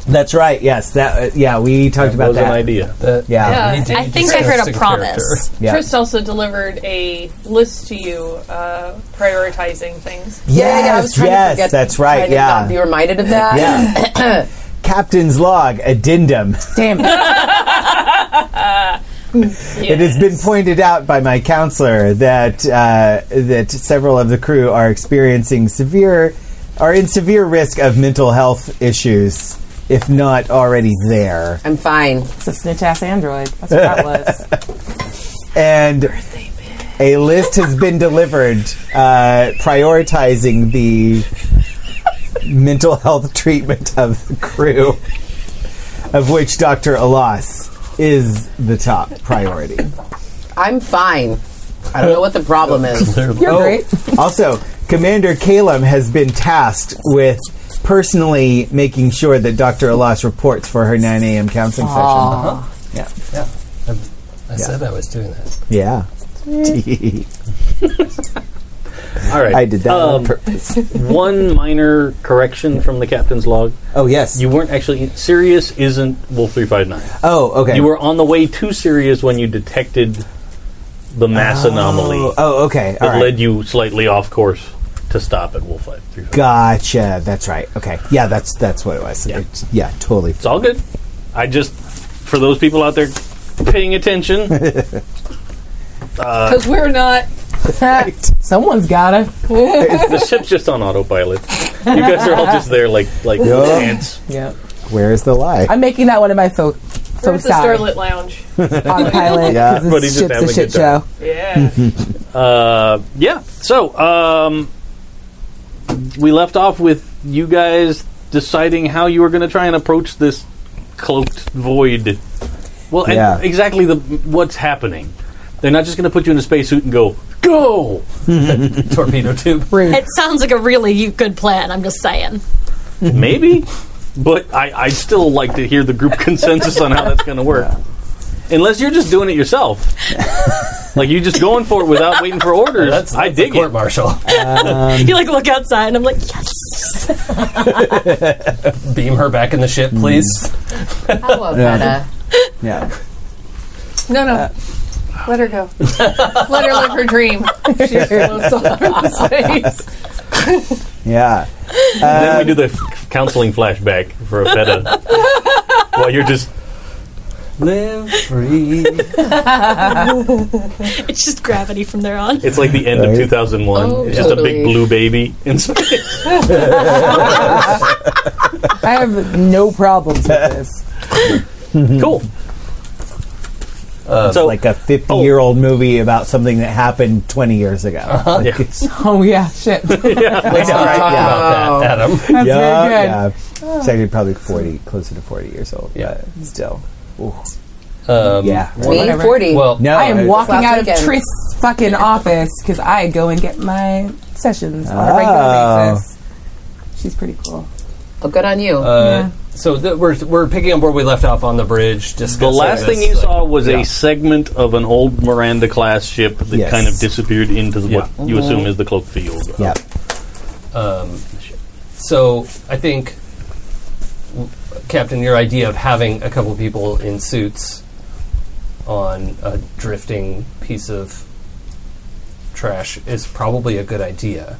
Speaker 4: That's right. Yes, that. Uh, yeah, we talked
Speaker 1: That
Speaker 4: about
Speaker 1: was
Speaker 4: that.
Speaker 1: an idea.
Speaker 5: That-
Speaker 4: Yeah.
Speaker 3: Yeah.
Speaker 5: You did
Speaker 7: I think I
Speaker 5: discuss
Speaker 7: heard
Speaker 5: the
Speaker 7: a
Speaker 5: character.
Speaker 7: promise.
Speaker 4: Yeah.
Speaker 3: Trist also delivered a list to you uh, prioritizing things.
Speaker 4: Yes,
Speaker 6: yeah, I was trying
Speaker 4: yes,
Speaker 6: to forget.
Speaker 4: that's
Speaker 6: trying
Speaker 4: right.
Speaker 6: to
Speaker 4: Yeah,
Speaker 6: not be reminded of that.
Speaker 4: Yeah. Captain's log addendum.
Speaker 2: Damn it.
Speaker 4: It has been pointed out by my counselor that uh, that several of the crew are experiencing severe, are in severe risk of mental health issues, if not already there.
Speaker 6: I'm fine.
Speaker 2: It's a snitch ass android. That's what that was.
Speaker 4: And a list has been delivered uh, prioritizing the mental health treatment of the crew, of which Dr. Alas is the top priority.
Speaker 6: I'm fine. I don't know what the problem is.
Speaker 2: You're great.
Speaker 4: Oh, Also, Commander Kalem has been tasked with personally making sure that Dr. Alas reports for her 9 a.m. counseling
Speaker 2: Uh-huh.
Speaker 5: Yeah. I, I said I was doing that.
Speaker 4: session. Yeah.
Speaker 1: All right.
Speaker 4: I did that on
Speaker 1: Um,
Speaker 4: purpose.
Speaker 1: one minor correction from the captain's log.
Speaker 4: Oh, yes.
Speaker 1: You weren't actually Sirius. Isn't Wolf three five nine?
Speaker 4: oh, okay.
Speaker 1: You were on the way to Sirius when you detected the mass anomaly
Speaker 4: Oh,
Speaker 1: that
Speaker 4: oh, okay. All right.
Speaker 1: led you slightly off course to stop at Wolf five three five.
Speaker 4: Gotcha. That's right. Okay. Yeah, that's that's what it was.
Speaker 1: Yeah.
Speaker 4: It's- yeah totally.
Speaker 1: It's all good. I just for those people out there paying attention,
Speaker 3: Because we're not.
Speaker 2: Someone's gotta.
Speaker 1: the ship's just on autopilot. You guys are all just there like like
Speaker 4: Yeah.
Speaker 1: ants.
Speaker 2: Yeah.
Speaker 4: Where is the lie?
Speaker 2: I'm making that one of my folk.
Speaker 3: We're
Speaker 2: So
Speaker 3: at the
Speaker 2: sorry.
Speaker 3: Starlit Lounge.
Speaker 2: On pilot.
Speaker 4: Yeah.
Speaker 2: Yeah.
Speaker 1: But he's
Speaker 2: This
Speaker 1: just
Speaker 2: ship's
Speaker 1: having a
Speaker 2: a shit
Speaker 1: good time.
Speaker 2: show.
Speaker 3: Yeah.
Speaker 1: Uh, yeah. So um, we left off with you guys deciding how you were going to try and approach this cloaked void. Well, and
Speaker 4: Yeah.
Speaker 1: exactly the what's happening. They're not just going to put you in a spacesuit and go go.
Speaker 5: Torpedo tube.
Speaker 2: Rude.
Speaker 7: It sounds like a really good plan. I'm just saying.
Speaker 1: Maybe, but I I still like to hear the group consensus on how that's going to work. Unless you're just doing it yourself, like you're just going for it without waiting for orders.
Speaker 5: That's, that's
Speaker 1: I dig
Speaker 5: court
Speaker 1: it.
Speaker 5: martial.
Speaker 7: you like look outside, and I'm like, yes.
Speaker 5: Beam her back in the ship, please.
Speaker 6: I love that.
Speaker 4: Um, yeah.
Speaker 3: No, no. Let her go. Let her live her dream. She's loves all over the space.
Speaker 4: Yeah.
Speaker 1: then we do the f- counseling flashback for a feta. While you're just
Speaker 5: Live free.
Speaker 7: It's just gravity from there on.
Speaker 1: It's like the end
Speaker 4: Right.
Speaker 1: of 2001.
Speaker 6: Oh,
Speaker 1: it's just a
Speaker 6: totally.
Speaker 1: big blue baby in space.
Speaker 2: I have no problems with this.
Speaker 1: cool. so,
Speaker 4: Hmm. Uh, Like a 50 year old movie about something that happened 20 years ago. Like,
Speaker 1: Uh-huh. yeah.
Speaker 2: Oh yeah, shit. That's
Speaker 5: Let's not talk about that, Adam.
Speaker 2: very good. Oh.
Speaker 4: yeah. It's actually probably 40, closer to 40 years old.
Speaker 5: Yeah.
Speaker 4: But still. Ooh.
Speaker 5: Um,
Speaker 4: Yeah.
Speaker 5: one-
Speaker 6: Me,
Speaker 2: Whatever.
Speaker 6: 40.
Speaker 5: Well,
Speaker 4: No, uh,
Speaker 2: I am
Speaker 4: it's-
Speaker 2: walking
Speaker 6: Last
Speaker 2: out
Speaker 6: weekend.
Speaker 2: of Trist's fucking office because I go and get my sessions on a
Speaker 4: Oh.
Speaker 2: regular basis. She's pretty cool.
Speaker 6: Oh, good on you.
Speaker 5: Uh, So th- we're we're picking up where we left off on the bridge.
Speaker 1: The
Speaker 5: discussing
Speaker 1: last
Speaker 5: this,
Speaker 1: thing you
Speaker 5: like-
Speaker 1: saw was
Speaker 5: Yeah.
Speaker 1: a segment of an old Miranda class ship that
Speaker 4: Yes.
Speaker 1: kind of disappeared into the, what you assume is the cloak field. Uh,
Speaker 4: Yeah.
Speaker 5: So I think, w- Captain, your idea of having a couple people in suits on a drifting piece of trash is probably a good idea.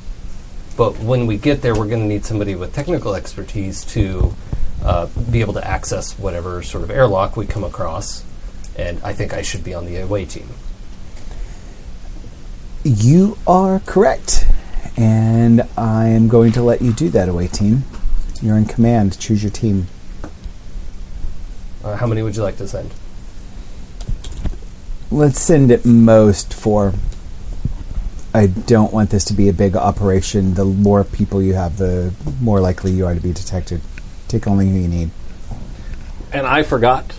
Speaker 5: But when we get there, we're going to need somebody with technical expertise to uh, be able to access whatever sort of airlock we come across. And I think I should be on the away team.
Speaker 4: You are correct. And I am going to let you do that away, team. You're in command. Choose your team.
Speaker 5: Uh, how many would you like to send?
Speaker 4: Let's send at most four. I don't want this to be a big operation. The more people you have, the more likely you are to be detected. Take only who you need.
Speaker 1: And I forgot.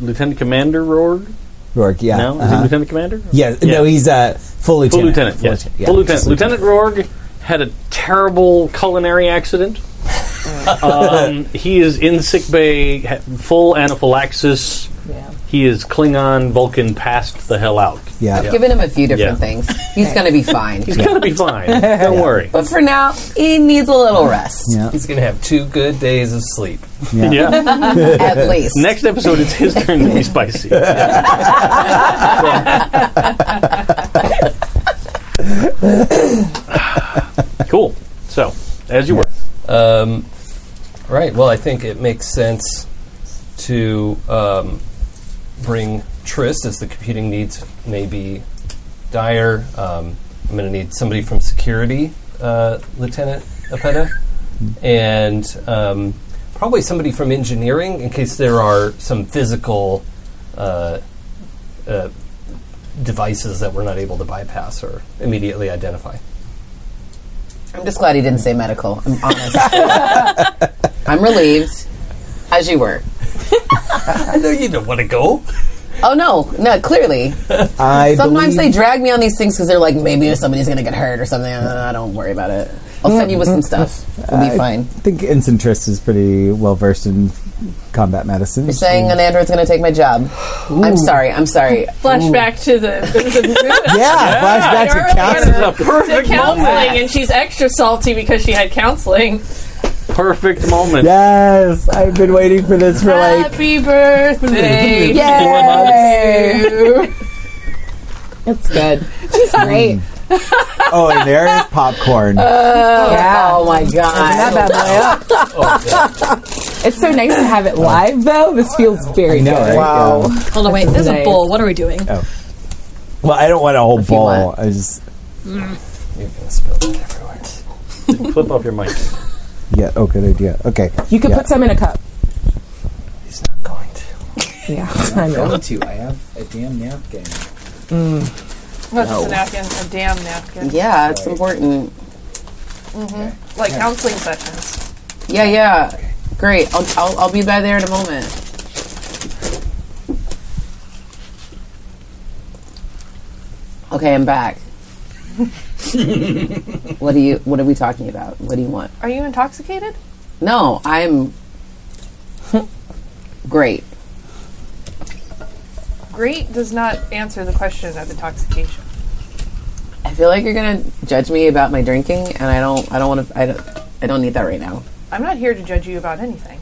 Speaker 1: Lieutenant Commander Rorg?
Speaker 4: Rourke, yeah.
Speaker 1: No? Is he
Speaker 4: uh-huh.
Speaker 1: Lieutenant Commander?
Speaker 4: Yeah, no, he's uh, full
Speaker 1: Full
Speaker 4: lieutenant.
Speaker 1: lieutenant, yes.
Speaker 4: yeah,
Speaker 1: Full
Speaker 4: just
Speaker 1: lieutenant. Lieutenant Rorg had a terrible culinary accident. um, he is in sick bay, ha- full anaphylaxis.
Speaker 2: Yeah.
Speaker 1: He is Klingon Vulcan passed the hell out.
Speaker 4: Yeah.
Speaker 6: I've given him a few different
Speaker 1: Yeah.
Speaker 6: things. He's going to be fine.
Speaker 1: He's gonna be fine. Don't worry.
Speaker 6: But for now, he needs a little rest.
Speaker 4: Yeah.
Speaker 5: He's going to have two good days of sleep.
Speaker 4: Yeah.
Speaker 1: Yeah.
Speaker 6: At least.
Speaker 1: Next episode, it's his turn to be spicy. cool. So, as you were.
Speaker 5: Um, right. Well, I think it makes sense to um, bring Trist as the computing needs may be dire. Um, I'm going to need somebody from security, uh, Lieutenant Apeta, and um, probably somebody from engineering in case there are some physical uh, uh, devices that we're not able to bypass or immediately identify.
Speaker 6: I'm just glad he didn't say medical. I'm honest. I'm relieved, as you were.
Speaker 5: I know you don't want to go.
Speaker 6: Oh no, no, clearly.
Speaker 4: I
Speaker 6: Sometimes they
Speaker 4: believe-
Speaker 6: drag me on these things because they're like, maybe somebody's going to get hurt or something. I don't worry about it. I'll send you with some stuff. We'll be fine.
Speaker 4: I think Ensign Trist is pretty well versed in combat medicine.
Speaker 6: You're saying an android's going to take my job. I'm sorry. I'm sorry.
Speaker 3: Flashback to the, the,
Speaker 4: Yeah, flashback to
Speaker 3: Alright.
Speaker 4: counseling.
Speaker 1: It's a
Speaker 3: the
Speaker 1: perfect,
Speaker 3: counseling, and she's extra salty because she had counseling.
Speaker 1: perfect moment.
Speaker 4: Yes, I've been waiting for this for like.
Speaker 3: Happy birthday!
Speaker 2: Yay!
Speaker 6: It's good. She's
Speaker 4: Mm.
Speaker 6: great.
Speaker 4: Oh, and there is popcorn.
Speaker 6: Uh, Oh my god.
Speaker 2: Not that way up. It's so nice to have it live though. This feels very
Speaker 4: I know,
Speaker 2: good.
Speaker 4: right? Wow.
Speaker 7: Hold on, wait. There's a
Speaker 2: Nice.
Speaker 7: bowl. What are we doing?
Speaker 4: Well, I don't want a whole
Speaker 6: you
Speaker 4: bowl.
Speaker 6: want.
Speaker 4: I just
Speaker 5: You're going to spill it
Speaker 8: Mm.
Speaker 5: everywhere.
Speaker 1: Flip off your mic.
Speaker 4: yeah. Oh, good idea. Okay.
Speaker 2: You can
Speaker 4: Yeah.
Speaker 2: put some in a cup.
Speaker 5: He's not going to.
Speaker 2: Yeah, I know.
Speaker 8: to. I have a damn napkin.
Speaker 3: What's a napkin? A damn napkin.
Speaker 6: Yeah, it's important.
Speaker 3: Like counseling sessions.
Speaker 6: Yeah, yeah. Great. I'll, I'll, I'll be by there in a moment. Okay, I'm back. what do you? What are we talking about? What do you want?
Speaker 3: Are you intoxicated?
Speaker 6: No, I'm great.
Speaker 3: Great does not answer the question of intoxication.
Speaker 6: I feel like you're gonna judge me about my drinking, and I don't. I don't want to. I don't. I don't need that right now.
Speaker 3: I'm not here to judge you about anything.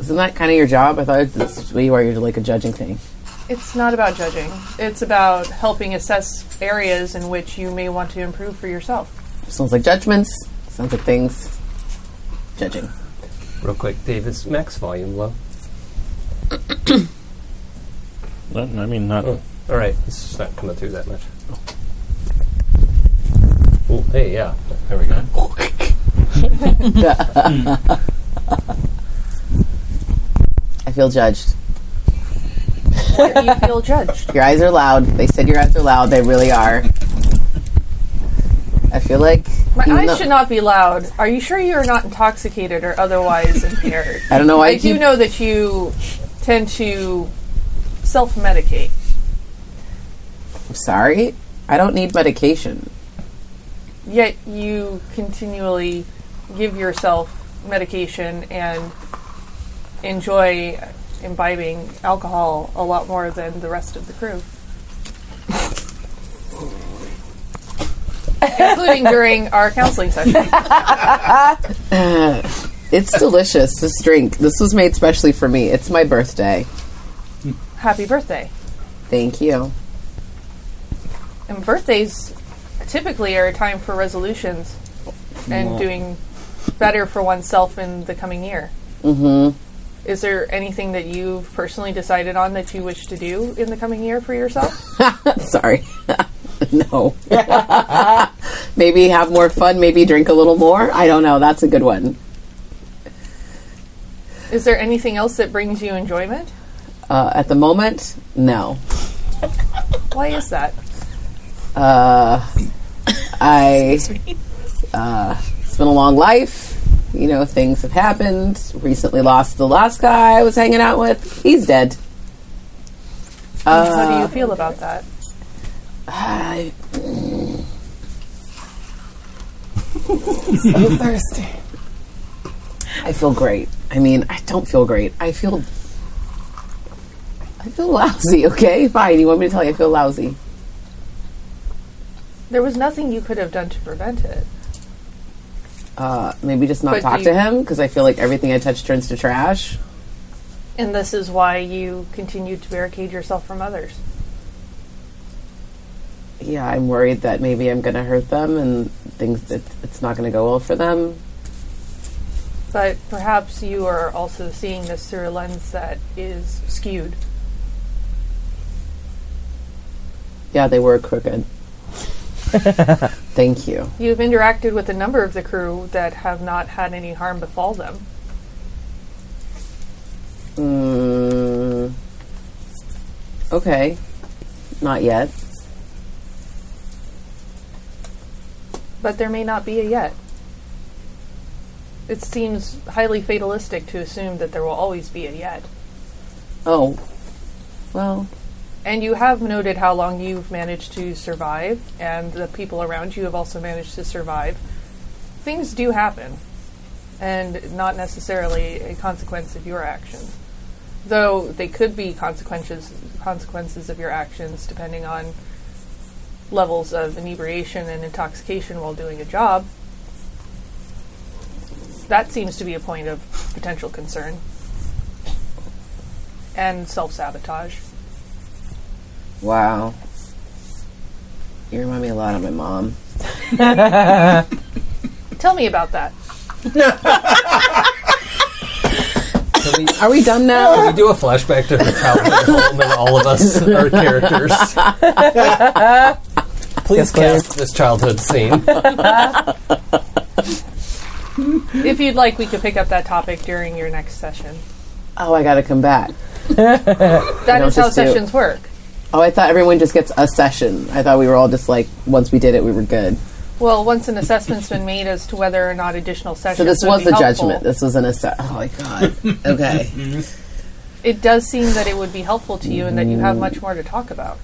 Speaker 6: Isn't that kind of your job? I thought that's what you are. You're like a judging thing.
Speaker 3: It's not about judging. It's about helping assess areas in which you may want to improve for yourself.
Speaker 6: Sounds like judgments. Sounds like things. Judging.
Speaker 5: Real quick, Davis, max volume low.
Speaker 1: I mean, not.
Speaker 5: All right, it's just not coming through that much. Oh, hey, yeah, there we go.
Speaker 6: I feel judged.
Speaker 3: Why do you feel judged?
Speaker 6: Your eyes are loud. They said your eyes are loud. They really are. I feel like
Speaker 3: My
Speaker 6: even
Speaker 3: eyes
Speaker 6: though-
Speaker 3: should not be loud. Are you sure you are not intoxicated or otherwise impaired?
Speaker 6: I don't know why
Speaker 3: I
Speaker 6: you keep
Speaker 3: do know that you tend to self medicate.
Speaker 6: I'm sorry. I don't need medication.
Speaker 3: Yet you continually give yourself medication and enjoy imbibing alcohol a lot more than the rest of the crew. Including during our counseling session.
Speaker 6: It's delicious, this drink. This was made specially for me. It's my birthday.
Speaker 3: Happy birthday.
Speaker 6: Thank you.
Speaker 3: And birthdays typically are a time for resolutions and doing better for oneself in the coming year. Mm-hmm. Is there anything that you've personally decided on that you wish to do in the coming year for yourself?
Speaker 6: Sorry. no. maybe have more fun, maybe drink a little more. I don't know. That's a good one.
Speaker 3: Is there anything else that brings you enjoyment?
Speaker 6: Uh, at the moment, no.
Speaker 3: Why is that?
Speaker 6: I. Uh, it's been a long life. You know, things have happened. Recently lost the last guy I was hanging out with. He's dead.
Speaker 3: How do you feel about that?
Speaker 6: I,
Speaker 2: So thirsty.
Speaker 6: I feel great. I mean, I don't feel great. I feel. I feel lousy, okay? Fine. You want me to tell you I feel lousy?
Speaker 3: There was nothing you could have done to prevent it.
Speaker 6: Uh, maybe just not
Speaker 3: But
Speaker 6: talk
Speaker 3: you-
Speaker 6: to him because I feel like everything I touch turns to trash.
Speaker 3: And this is why you continue to barricade yourself from others.
Speaker 6: yeah, I'm worried that maybe I'm going to hurt them and things that it's not going to go well for them.
Speaker 3: But perhaps you are also seeing this through a lens that is skewed.
Speaker 6: Yeah, they were crooked. Thank you.
Speaker 3: You've interacted with a number of the crew that have not had any harm befall them.
Speaker 6: Mm, okay, not yet.
Speaker 3: But there may not be a yet. It seems highly fatalistic to assume that there will always be a yet.
Speaker 6: Oh, well,
Speaker 3: And you have noted how long you've managed to survive, and the people around you have also managed to survive. Things do happen, and not necessarily a consequence of your actions. Though they could be consequences consequences of your actions depending on levels of inebriation and intoxication while doing a job. That seems to be a point of potential concern. And self sabotage.
Speaker 6: wow. You remind me a lot of my mom.
Speaker 3: Tell me about that.
Speaker 5: Can we,
Speaker 6: Are we done now?
Speaker 5: can we do a flashback to her childhood home and all of us, our characters? Please cast this childhood scene.
Speaker 3: If you'd like, we could pick up that topic during your next session.
Speaker 6: oh, I got to come back.
Speaker 3: That
Speaker 6: know,
Speaker 3: is how
Speaker 6: just do-
Speaker 3: sessions work.
Speaker 6: Oh, I thought everyone just gets a session. I thought we were all just like, once we did it, we were good.
Speaker 3: Well, once an assessment's been made as to whether or not additional sessions.
Speaker 6: So this
Speaker 3: would
Speaker 6: was a
Speaker 3: be helpful,
Speaker 6: judgment. This was an assess. Oh my god. Okay.
Speaker 3: It does seem that it would be helpful to you, and that you have much more to talk about.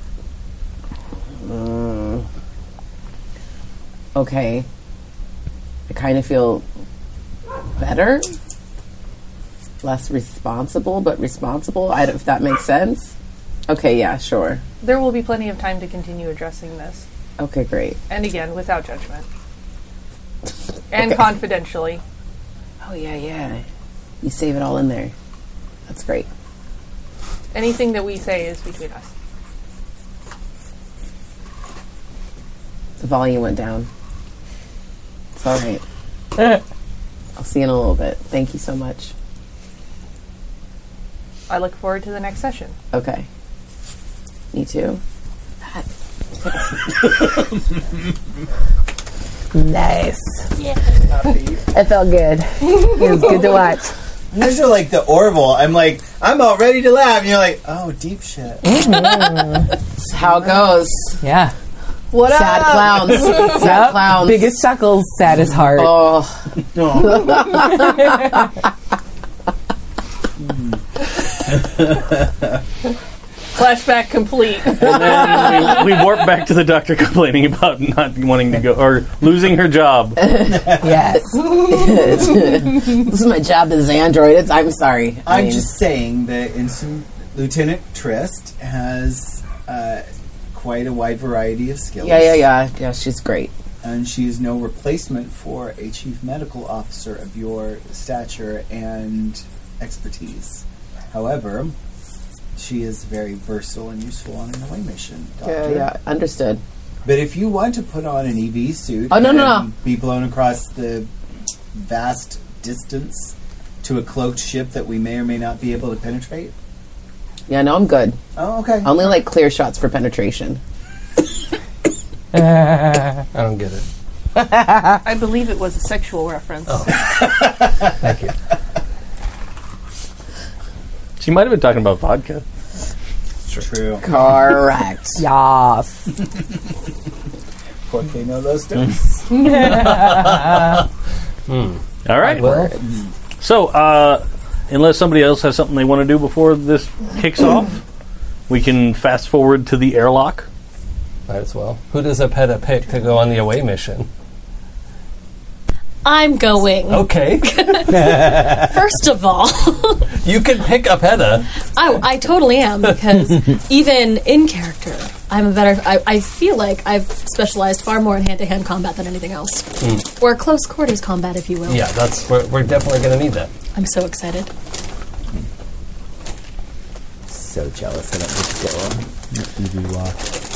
Speaker 6: okay, I kind of feel better, less responsible, but responsible. I, if that makes sense. Okay, yeah, sure.
Speaker 3: There will be plenty of time to continue addressing this,
Speaker 6: Okay, great.
Speaker 3: and again, without judgment and confidentially.
Speaker 6: Oh yeah, yeah. You save it all in there. That's great.
Speaker 3: Anything that we say is between us.
Speaker 6: The volume went down. It's all right. I'll see you in a little bit. Thank you so much.
Speaker 3: I look forward to the next session.
Speaker 6: Okay. Me too.
Speaker 2: Nice. Yeah. It felt good. It was good to watch.
Speaker 4: Those are like the Orville. I'm like, I'm all ready to laugh. And you're like, oh, deep shit.
Speaker 6: That's how it goes.
Speaker 2: Yeah.
Speaker 3: What
Speaker 6: Sad
Speaker 3: up?
Speaker 6: clowns. Sad clowns.
Speaker 2: Biggest chuckles, saddest heart.
Speaker 6: Oh.
Speaker 3: Flashback complete.
Speaker 1: And then we, we warp back to the doctor complaining about not wanting to go or losing her job.
Speaker 2: Yes.
Speaker 6: this is my job as Android. It's, I'm sorry. I
Speaker 8: I'm
Speaker 6: mean,
Speaker 8: just saying that Ensign Lieutenant Trist has uh, quite a wide variety of skills.
Speaker 6: Yeah, yeah, yeah. Yeah, she's great.
Speaker 8: And she is no replacement for a chief medical officer of your stature and expertise. However, she is very versatile and useful on an away mission. Doctor.
Speaker 6: Yeah, yeah. Understood.
Speaker 8: But if you want to put on an EV suit
Speaker 6: Oh, no, no,
Speaker 8: and
Speaker 6: no.
Speaker 8: be blown across the vast distance to a cloaked ship that we may or may not be able to penetrate,
Speaker 6: Yeah, no, I'm good.
Speaker 8: oh, okay.
Speaker 6: Only like clear shots for penetration.
Speaker 5: I don't get it.
Speaker 3: I believe it was a sexual reference.
Speaker 5: Thank you.
Speaker 1: She might have been talking about vodka.
Speaker 8: True.
Speaker 6: Correct.
Speaker 2: Yes.
Speaker 8: Porque they know those things.
Speaker 1: All right.
Speaker 5: Well,
Speaker 1: So, uh, unless somebody else has something they want to do before this kicks off, we can fast forward to the airlock.
Speaker 5: might as well. Who does a peta pick to go on the away mission?
Speaker 7: I'm going.
Speaker 5: Okay,
Speaker 7: First of all,
Speaker 5: you can pick a peta.
Speaker 7: I, I totally am because even in character, I'm a better. I, I feel like I've specialized far more in hand-to-hand combat than anything else, or close quarters combat, if you will.
Speaker 5: Yeah, that's we're, we're definitely going to need that.
Speaker 7: I'm so excited.
Speaker 4: So jealous I don't get to go on.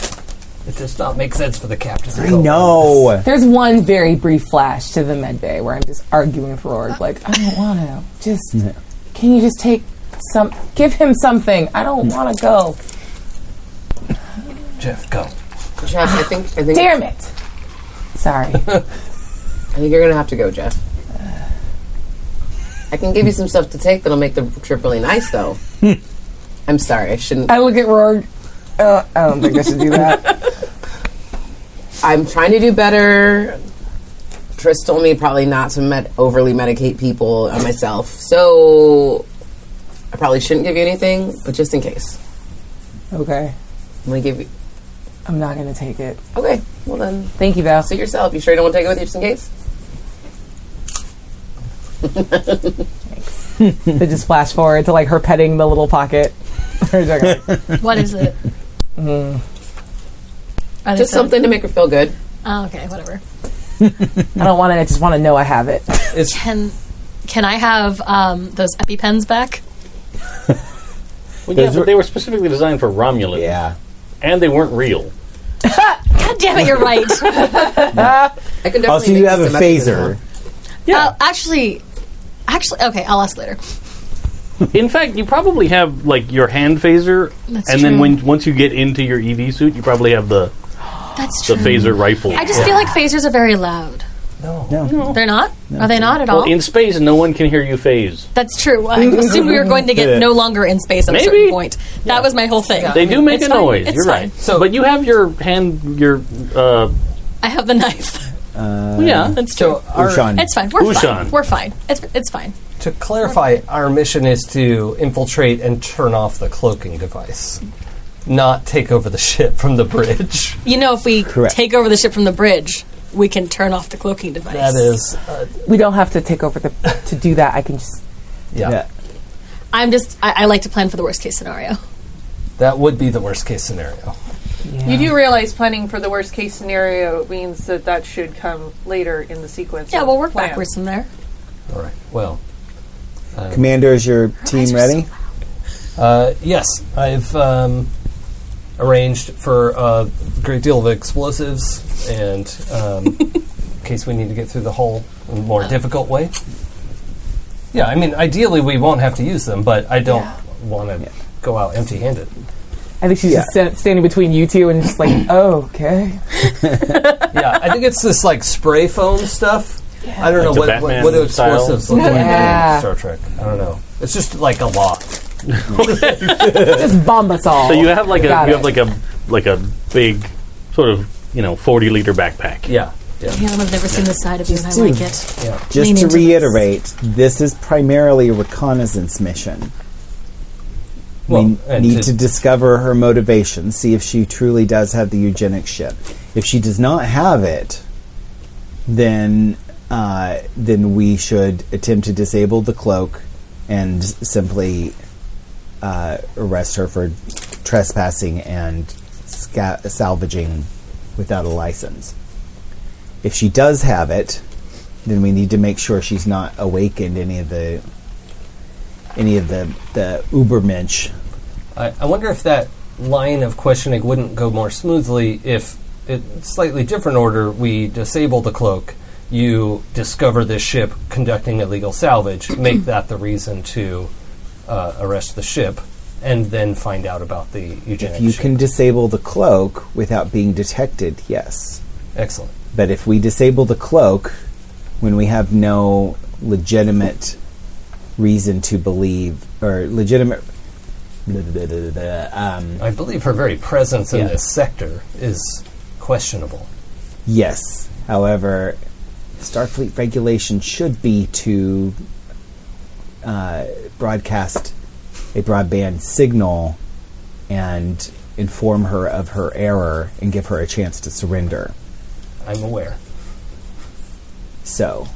Speaker 5: It does not make sense for the captain. to
Speaker 4: I
Speaker 5: go.
Speaker 4: know.
Speaker 2: There's one very brief flash to the med bay where I'm just arguing for Ord, like, I don't want to. Just, can you just take some, give him something? I don't want to go.
Speaker 5: Jeff, go.
Speaker 6: Jeff, I think I think
Speaker 2: Damn it. Sorry.
Speaker 6: I think you're gonna have to go, Jeff. I can give you some stuff to take that'll make the trip really nice, though. I'm sorry, I shouldn't.
Speaker 2: I look at Roar. Uh, I don't think I should do that.
Speaker 6: I'm trying to do better. Tris told me probably not to med- overly medicate people and myself, so I probably shouldn't give you anything. But just in case,
Speaker 2: okay.
Speaker 6: I'm gonna give you.
Speaker 2: I'm not going to take it.
Speaker 6: Okay, well then,
Speaker 2: Thank you, though.
Speaker 6: suit yourself. You sure you don't want to take it with you just in case?
Speaker 2: They just flash forward to like her petting the little pocket. Her jacket, like,
Speaker 7: What is it? Are
Speaker 6: Just
Speaker 7: they done?
Speaker 6: something to make her feel good.
Speaker 7: Oh, okay, whatever.
Speaker 2: I don't want it. I just want to know I have it.
Speaker 7: Can can I have um, those EpiPens back?
Speaker 1: Well, yeah,
Speaker 4: Those
Speaker 1: but
Speaker 4: were-
Speaker 1: they were specifically designed for Romulans,
Speaker 4: Yeah.
Speaker 1: and they weren't real.
Speaker 7: God damn it, you're right.
Speaker 6: I can definitely.
Speaker 4: Also,
Speaker 6: make
Speaker 4: you have a
Speaker 6: some messages
Speaker 4: phaser.
Speaker 7: Uh, actually, actually, okay, I'll ask later.
Speaker 1: In fact, you probably have like your hand phaser,
Speaker 7: That's
Speaker 1: and then
Speaker 7: true.
Speaker 1: when once you get into your EV suit, you probably have the
Speaker 7: That's
Speaker 1: the
Speaker 7: true.
Speaker 1: phaser rifle.
Speaker 7: I just feel like phasers are very loud.
Speaker 4: No.
Speaker 7: They're not? Are they not at all?
Speaker 1: well, in space, no one can hear you phase.
Speaker 7: That's true. I assumed we were going to get no longer in space at a
Speaker 1: Maybe.
Speaker 7: certain point. That was my whole thing.
Speaker 1: They do make
Speaker 7: It's
Speaker 1: a
Speaker 7: fine.
Speaker 1: noise.
Speaker 7: It's
Speaker 1: You're
Speaker 7: fine.
Speaker 1: right. So, but you have your hand, your uh, um,
Speaker 7: I have the knife.
Speaker 1: yeah.
Speaker 7: That's true.
Speaker 5: Our-
Speaker 4: Ushan.
Speaker 7: it's fine. We're
Speaker 1: Ushan.
Speaker 7: fine. We're fine. It's it's fine.
Speaker 5: to clarify, our mission is to infiltrate and turn off the cloaking device, not take over the ship from the bridge.
Speaker 7: You know, if we
Speaker 4: Correct.
Speaker 7: take over the ship from the bridge, we can turn off the cloaking device.
Speaker 5: That is, uh,
Speaker 2: We don't have to take over the to do that. I can just.
Speaker 5: yeah,
Speaker 4: Yeah.
Speaker 7: I'm just. I, I like to plan for the worst case scenario.
Speaker 5: that would be the worst case scenario.
Speaker 2: Yeah.
Speaker 3: You do realize planning for the worst case scenario means that that should come later in the sequence.
Speaker 7: Yeah,
Speaker 3: of
Speaker 7: we'll work
Speaker 3: plan.
Speaker 7: backwards from there.
Speaker 5: All right. Well,
Speaker 4: Commander, is your team ready?
Speaker 5: uh, yes, I've um, arranged for a great deal of explosives, and um, in case we need to get through the hole in a more difficult way. Yeah, I mean, ideally we won't have to use them, but I don't want to go out empty-handed.
Speaker 2: I think she's just sta- standing between you two and just like, oh, okay.
Speaker 5: yeah, I think it's this like spray foam stuff. I
Speaker 1: Like the
Speaker 5: don't know what, what,
Speaker 1: Batman
Speaker 5: what do explosives
Speaker 1: style?
Speaker 5: look like
Speaker 2: Yeah.
Speaker 5: in Star Trek. I don't know. It's just like a lot.
Speaker 2: Just bomb us all.
Speaker 1: So you have like a
Speaker 2: Got
Speaker 1: you
Speaker 2: it.
Speaker 1: have like a like a big sort of you know forty liter backpack.
Speaker 5: Yeah, yeah.
Speaker 7: Yeah, I've never seen the side of you, and I like it.
Speaker 4: Just
Speaker 7: Lean
Speaker 4: to
Speaker 7: into this.
Speaker 4: reiterate, this is primarily a reconnaissance mission.
Speaker 5: Well,
Speaker 4: we
Speaker 5: and
Speaker 4: need
Speaker 5: to-
Speaker 4: to discover her motivation, see if she truly does have the eugenic ship. If she does not have it, then uh, then we should attempt to disable the cloak and simply uh, arrest her for trespassing and sca- salvaging without a license. If she does have it, then we need to make sure she's not awakened any of the any of the the Ubermensch
Speaker 5: I, I wonder if that line of questioning wouldn't go more smoothly if, in slightly different order, we disable the cloak, you discover this ship conducting illegal salvage, make that the reason to uh, arrest the ship, and then find out about the eugenic
Speaker 4: If you
Speaker 5: ship.
Speaker 4: can disable the cloak without being detected, yes.
Speaker 5: Excellent.
Speaker 4: But if we disable the cloak when we have no legitimate reason to believe or legitimate um,
Speaker 5: I believe her very presence in
Speaker 4: Yeah.
Speaker 5: this sector is questionable.
Speaker 4: yes. However, Starfleet regulation should be to uh, broadcast a broadband signal and inform her of her error and give her a chance to surrender.
Speaker 5: I'm aware.
Speaker 4: So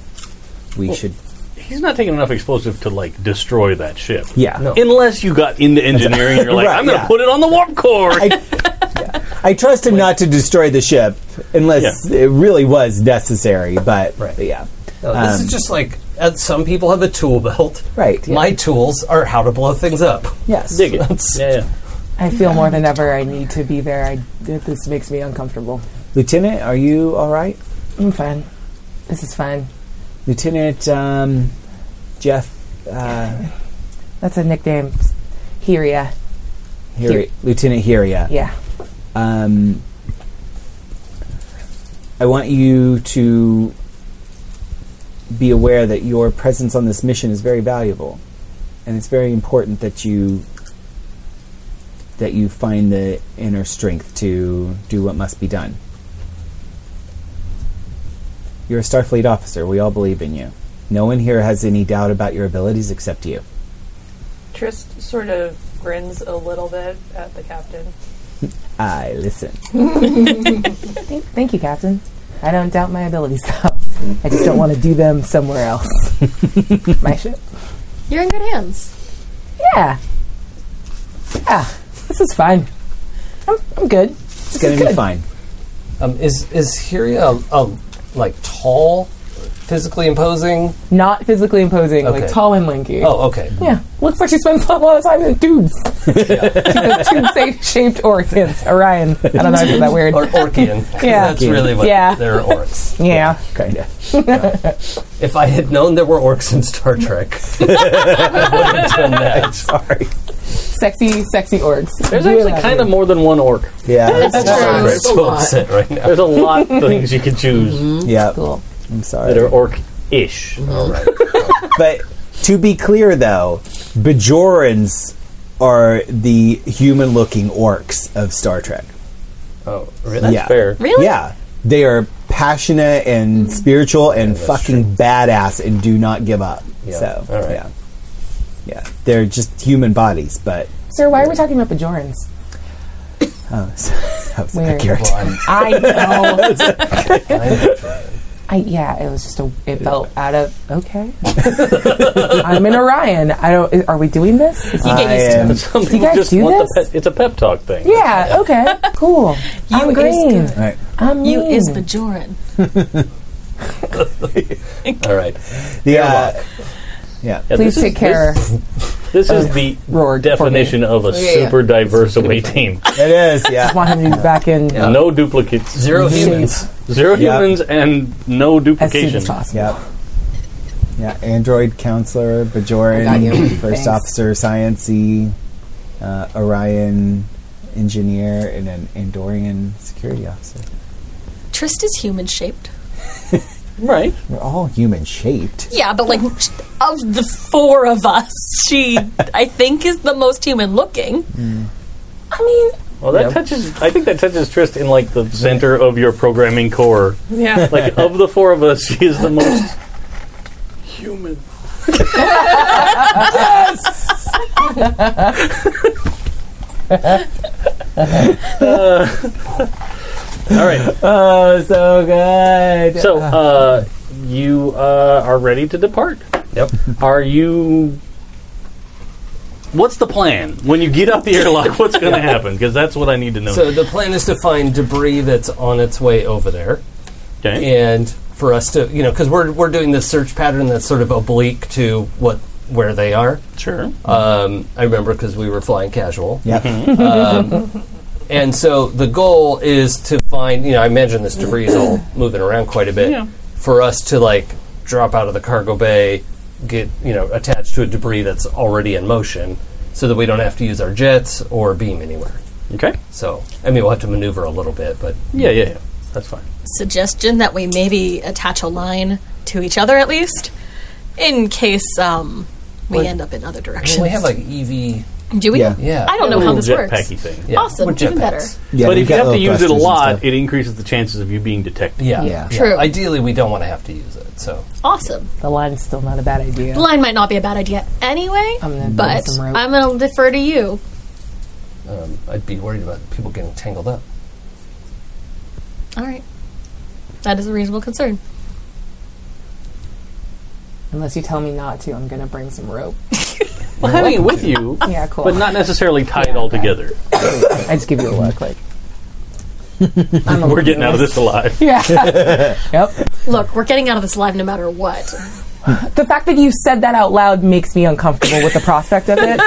Speaker 4: we should.
Speaker 1: He's not taking enough explosive to like destroy that ship.
Speaker 4: Yeah.
Speaker 5: No.
Speaker 1: Unless you got into engineering, and you're like,
Speaker 4: Right,
Speaker 1: I'm going to
Speaker 4: yeah.
Speaker 1: put it on the warp core.
Speaker 4: I, I trust him not to destroy the ship unless
Speaker 1: Yeah.
Speaker 4: it really was necessary, but
Speaker 5: Right.
Speaker 4: yeah.
Speaker 5: No, this
Speaker 4: Um,
Speaker 5: is just like uh, some people have a tool belt.
Speaker 4: Right, yeah.
Speaker 5: My tools are how to blow things up.
Speaker 4: Yes.
Speaker 1: Dig it.
Speaker 5: That's-
Speaker 1: Yeah, yeah.
Speaker 2: I feel more than ever I need to be there. I, this makes me uncomfortable.
Speaker 4: Lieutenant, are you all right?
Speaker 2: I'm fine. This is fine.
Speaker 4: Lieutenant um, Jeff uh,
Speaker 2: That's a nickname. Here, yeah.
Speaker 4: Hiri- Lieutenant Hiria.
Speaker 2: Yeah.
Speaker 4: Um, I want you to be aware that your presence on this mission is very valuable, and it's very important that you that you find the inner strength to do what must be done. You're a Starfleet officer. We all believe in you. No one here has any doubt about your abilities except you.
Speaker 3: Trist sort of grins a little bit at the captain.
Speaker 4: I listen.
Speaker 2: Thank, thank you, Captain. I don't doubt my abilities, though. I just don't want to do them somewhere else. my ship?
Speaker 7: You're in good hands.
Speaker 2: Yeah. Yeah. This is fine. I'm, I'm good.
Speaker 4: It's going to be
Speaker 2: good.
Speaker 4: fine.
Speaker 5: Um, is is Hyria a, a like tall, physically imposing?
Speaker 2: Not physically imposing,
Speaker 5: Okay.
Speaker 2: like tall and lanky.
Speaker 5: Oh, okay.
Speaker 2: Yeah. Looks like she spends a lot of time in tubes. She's a tube shaped orchid. Orion. I don't know if it's that weird.
Speaker 5: Or Orcian. 'cause
Speaker 2: Yeah.
Speaker 5: that's really what
Speaker 2: Yeah.
Speaker 5: they're orcs.
Speaker 2: yeah.
Speaker 4: Kind of.
Speaker 5: If I had known there were orcs in Star Trek, I would have done that.
Speaker 4: Sorry.
Speaker 2: Sexy, sexy orgs.
Speaker 1: There's actually kind of more than one orc.
Speaker 4: Yeah.
Speaker 5: I'm
Speaker 6: That's a
Speaker 5: so
Speaker 6: lot.
Speaker 5: upset right now.
Speaker 1: There's a lot of things you can
Speaker 2: Mm-hmm.
Speaker 1: choose
Speaker 4: yeah.
Speaker 2: cool.
Speaker 4: I'm sorry.
Speaker 1: that are orc-ish.
Speaker 2: Mm-hmm.
Speaker 4: But to be clear, though, Bajorans are the human-looking orcs of Star Trek.
Speaker 5: Oh, really?
Speaker 4: yeah,
Speaker 1: Fair.
Speaker 7: Really? Hmm.
Speaker 4: Yeah, they are passionate and spiritual and fucking badass and do not give up.
Speaker 5: Yeah,
Speaker 4: So,
Speaker 5: all right.
Speaker 4: yeah, yeah, they're just human bodies, but
Speaker 2: Sir, why are we talking about Bajorans?
Speaker 4: oh, so, that was
Speaker 2: Weird.
Speaker 4: accurate.
Speaker 5: Well, I'm,
Speaker 2: I know.
Speaker 5: I'm
Speaker 2: I, yeah, it was just a. It felt out of okay. I'm in Orion. I don't. Are we doing this? Is-
Speaker 7: You
Speaker 4: I
Speaker 7: get used to it.
Speaker 4: am-
Speaker 1: Some
Speaker 2: You
Speaker 1: people
Speaker 2: guys
Speaker 1: just
Speaker 2: do
Speaker 1: want the
Speaker 2: this?
Speaker 1: pet. It's a pep talk thing.
Speaker 2: yeah. Okay. Cool. I'm
Speaker 7: is
Speaker 2: green.
Speaker 7: good.
Speaker 4: all right.
Speaker 2: I'm
Speaker 7: You
Speaker 2: mean.
Speaker 7: is Bajoran.
Speaker 5: all right.
Speaker 4: The, uh, yeah,
Speaker 1: Yeah, this
Speaker 2: Please take
Speaker 1: is,
Speaker 2: care.
Speaker 1: This, this is the
Speaker 2: Roar for
Speaker 1: definition of a
Speaker 6: Oh, Yeah, yeah.
Speaker 1: super diverse away team.
Speaker 4: it is.
Speaker 2: I
Speaker 4: Yeah,
Speaker 2: want him to be back in
Speaker 1: No duplicates.
Speaker 5: Zero humans.
Speaker 1: Zero
Speaker 4: Yeah.
Speaker 1: humans and no
Speaker 2: as soon as
Speaker 1: duplication.
Speaker 2: possible.
Speaker 4: Yep. Yeah, android counselor,
Speaker 6: I got you.
Speaker 4: Bajoran, first
Speaker 2: Thanks.
Speaker 4: officer, sciency, uh, Orion engineer, and an Andorian security officer.
Speaker 7: Trist is human shaped.
Speaker 1: Right.
Speaker 4: We're all human shaped.
Speaker 7: Yeah, but like of the four of us, she I think is the most human looking.
Speaker 5: Mm.
Speaker 2: I mean,
Speaker 1: Well, that touches. I think that touches Trist in like the center of your programming core.
Speaker 3: Yeah.
Speaker 1: Like of the four of us, she is the most human. Uh, All right.
Speaker 4: Oh, so good.
Speaker 1: So uh, you uh, are ready to depart.
Speaker 5: Yep.
Speaker 1: Are you? What's the plan when you get out the airlock? What's going to happen? Because that's what I need to know.
Speaker 5: So the plan is to find debris that's on its way over there,
Speaker 1: okay.
Speaker 5: and for us to, you know, because we're we're doing this search pattern that's sort of oblique to what where they are.
Speaker 1: Sure.
Speaker 5: Um, I remember because we were flying casual.
Speaker 4: Yep.
Speaker 5: And so the goal is to find, you know, I imagine this debris is all moving around quite a bit.
Speaker 1: Yeah.
Speaker 5: For us to, like, drop out of the cargo bay, get, you know, attached to a debris that's already in motion so that we don't have to use our jets or beam anywhere.
Speaker 1: Okay.
Speaker 5: So, I mean, we'll have to maneuver a little bit, but
Speaker 1: Yeah, yeah, yeah. That's fine.
Speaker 7: suggestion that we maybe attach a line to each other at least, in case um, we
Speaker 5: Well,
Speaker 7: end up in other
Speaker 5: I mean,
Speaker 7: directions.
Speaker 5: we have, like, E EV.
Speaker 7: Do we?
Speaker 4: Yeah.
Speaker 5: Yeah.
Speaker 7: I don't know how
Speaker 1: Little
Speaker 7: this
Speaker 1: jet
Speaker 7: works.
Speaker 1: packy thing.
Speaker 5: Yeah,
Speaker 7: Awesome,
Speaker 5: with jetpacks.
Speaker 7: even better.
Speaker 4: Yeah,
Speaker 1: but
Speaker 4: you've
Speaker 1: if you
Speaker 4: got
Speaker 1: have to
Speaker 4: little
Speaker 1: use it a
Speaker 4: thrusters and
Speaker 1: lot,
Speaker 4: stuff.
Speaker 1: it increases the chances of you being detected.
Speaker 5: Yeah.
Speaker 4: Yeah.
Speaker 7: True.
Speaker 5: Ideally, we don't want to have to use it, so.
Speaker 7: Awesome.
Speaker 2: The line's still not a bad idea.
Speaker 7: The line might not be a bad idea anyway,
Speaker 2: I'm gonna do
Speaker 7: but
Speaker 2: some rope.
Speaker 7: I'm going to defer to you.
Speaker 5: Um, I'd be worried about people getting tangled up.
Speaker 7: All right. That is a reasonable concern.
Speaker 2: Unless you tell me not to, I'm gonna bring some rope.
Speaker 1: Well, having it with you,
Speaker 2: Yeah, cool.
Speaker 1: but not necessarily tie it all together.
Speaker 2: I just give you a look, like I'm a
Speaker 1: We're getting out of this alive.
Speaker 2: Yeah. yep.
Speaker 7: Look, we're getting out of this alive no matter what.
Speaker 2: The fact that you said that out loud makes me uncomfortable with the prospect of it.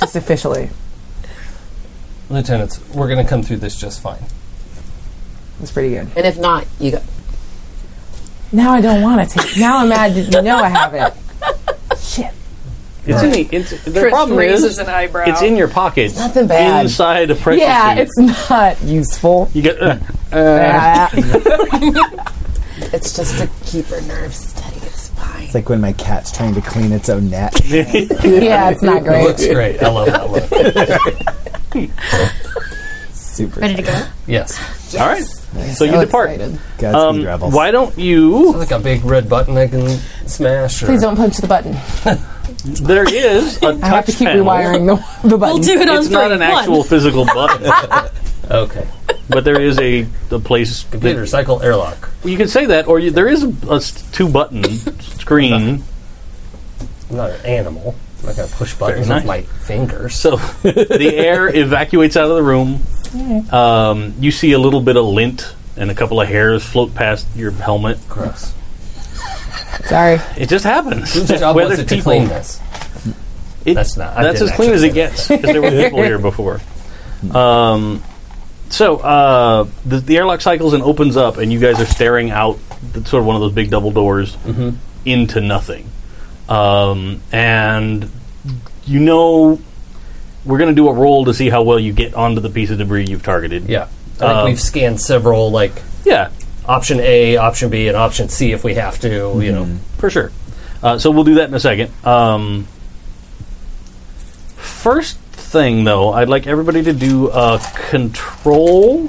Speaker 2: just officially,
Speaker 5: Lieutenants, we're going to come through this just fine.
Speaker 2: it's pretty good.
Speaker 6: And if not, you got.
Speaker 2: Now I don't want to take. Now I'm mad. that You know I have it. Shit.
Speaker 1: It's in the. It's, the
Speaker 3: Tris
Speaker 1: problem
Speaker 3: raises
Speaker 1: is
Speaker 3: an eyebrow.
Speaker 1: it's in your pocket. It's
Speaker 6: nothing bad.
Speaker 1: Inside a pressure
Speaker 2: Yeah,
Speaker 1: suit.
Speaker 2: it's not useful.
Speaker 1: you get. Uh,
Speaker 2: Ah.
Speaker 6: It's just to keep her nerves steady. It's fine.
Speaker 4: It's like when my cat's trying to clean its own net.
Speaker 2: yeah, it's not
Speaker 5: It
Speaker 2: great.
Speaker 5: looks great. I love that look.
Speaker 4: Super.
Speaker 7: Ready to go?
Speaker 5: Yes.
Speaker 1: all right. So you depart.
Speaker 2: excited.
Speaker 4: Godspeed,
Speaker 1: Um,
Speaker 4: rebels.
Speaker 1: why don't you?
Speaker 5: like a big red button I can smash. Or
Speaker 2: Please don't punch the button.
Speaker 1: There is a touch
Speaker 2: I have to keep
Speaker 1: panel.
Speaker 2: rewiring the, the button.
Speaker 7: We'll do it on
Speaker 1: It's not
Speaker 7: three.
Speaker 1: an actual
Speaker 7: One.
Speaker 1: physical button,
Speaker 5: Okay.
Speaker 1: but there is a the place. that-
Speaker 5: Computer cycle airlock.
Speaker 1: you can say that, or you, there is a, two button screen.
Speaker 5: I'm not an animal. I'm not gonna push buttons
Speaker 1: Very nice.
Speaker 5: with my fingers.
Speaker 1: So the air evacuates out of the room. Um, you see a little bit of lint and a couple of hairs float past your helmet.
Speaker 5: gross.
Speaker 2: Sorry.
Speaker 1: It just happens.
Speaker 5: Whose job
Speaker 1: Whether
Speaker 5: was it to
Speaker 1: people-
Speaker 5: clean this?
Speaker 1: It-
Speaker 5: That's not- I
Speaker 1: that's
Speaker 5: didn't
Speaker 1: as clean as it
Speaker 5: actually
Speaker 1: gets because there were people here before. Um, so uh, the, the airlock cycles and opens up, and you guys are staring out the, sort of one of those big double doors
Speaker 5: Mm-hmm.
Speaker 1: into nothing. Um, and you know we're going to do a roll to see how well you get onto the piece of debris you've targeted.
Speaker 5: Yeah. I think
Speaker 1: Um,
Speaker 5: we've scanned several like
Speaker 1: yeah,
Speaker 5: option A, option B, and option C if we have to. You know.
Speaker 1: for sure. Uh, so we'll do that in a second. Um, first thing, though, I'd like everybody to do a control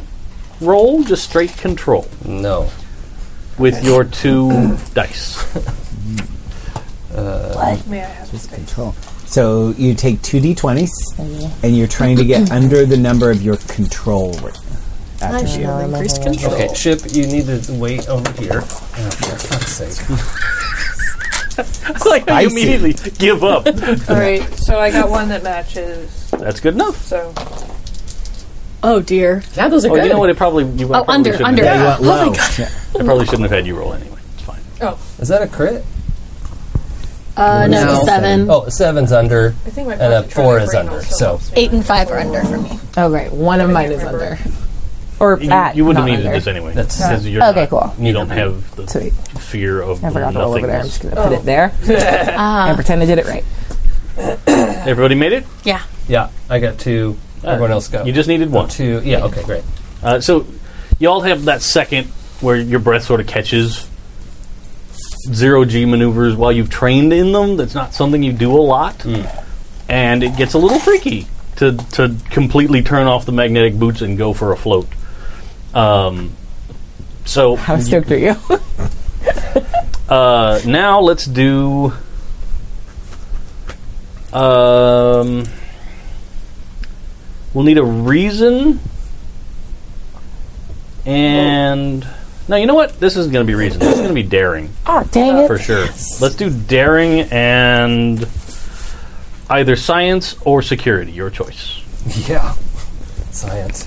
Speaker 1: roll, just straight control,
Speaker 5: No.
Speaker 1: with your two dice.
Speaker 3: May I have this?
Speaker 4: Control. So you take two d20s,
Speaker 1: Oh,
Speaker 4: and you're trying to get under the number of your control r-
Speaker 7: I should
Speaker 4: attribute.
Speaker 7: have increased control.
Speaker 5: Okay, ship, you need to wait over here. Oh, for fuck's sake.
Speaker 1: like how you
Speaker 4: Spicy.
Speaker 1: immediately give up.
Speaker 3: All right, so I got one that matches.
Speaker 1: That's good enough.
Speaker 3: So
Speaker 7: Oh, dear.
Speaker 6: Now those are
Speaker 1: Oh,
Speaker 6: good.
Speaker 1: you know what? It probably you
Speaker 7: Oh,
Speaker 1: probably
Speaker 7: under,
Speaker 1: shouldn't
Speaker 7: under.
Speaker 1: Have,
Speaker 4: Yeah,
Speaker 7: oh,
Speaker 4: low.
Speaker 7: my God.
Speaker 1: I probably shouldn't have had you roll anyway. It's fine.
Speaker 3: oh,
Speaker 5: Is that a crit?
Speaker 7: Uh, no,
Speaker 6: No.
Speaker 7: seven.
Speaker 5: Oh, seven's under.
Speaker 3: I think my
Speaker 5: And a Uh, four is under, so-
Speaker 7: Eight and five are under for me.
Speaker 2: Oh, great. One of mine is under. Or
Speaker 1: You,
Speaker 2: at.
Speaker 1: you wouldn't
Speaker 2: not
Speaker 1: have needed
Speaker 2: under.
Speaker 1: this anyway.
Speaker 5: That's-
Speaker 1: because you're
Speaker 2: Okay,
Speaker 1: not-
Speaker 2: cool.
Speaker 1: You don't have the
Speaker 2: Sweet.
Speaker 1: fear of
Speaker 2: I forgot to roll over there. I'm
Speaker 1: nothingness.
Speaker 2: just going to put it there and
Speaker 7: Ah,
Speaker 2: pretend I did it right.
Speaker 1: Everybody made it.
Speaker 7: yeah.
Speaker 5: Yeah, I got two. Everyone else got
Speaker 1: You just needed one.
Speaker 5: two. Yeah. Okay. Great.
Speaker 1: Uh, so you all have that second where your breath sort of catches zero G maneuvers while you've trained in them. That's not something you do a lot, and it gets a little freaky to to completely turn off the magnetic boots and go for a float. Um, so
Speaker 2: How stoked are you?
Speaker 1: uh, now let's do Um, we'll need a reason. And no, you know what? This isn't going to be reason. This is going to be daring
Speaker 2: Oh, dang it.
Speaker 1: for sure. Let's do daring and either science or security, your choice.
Speaker 5: Yeah. Science.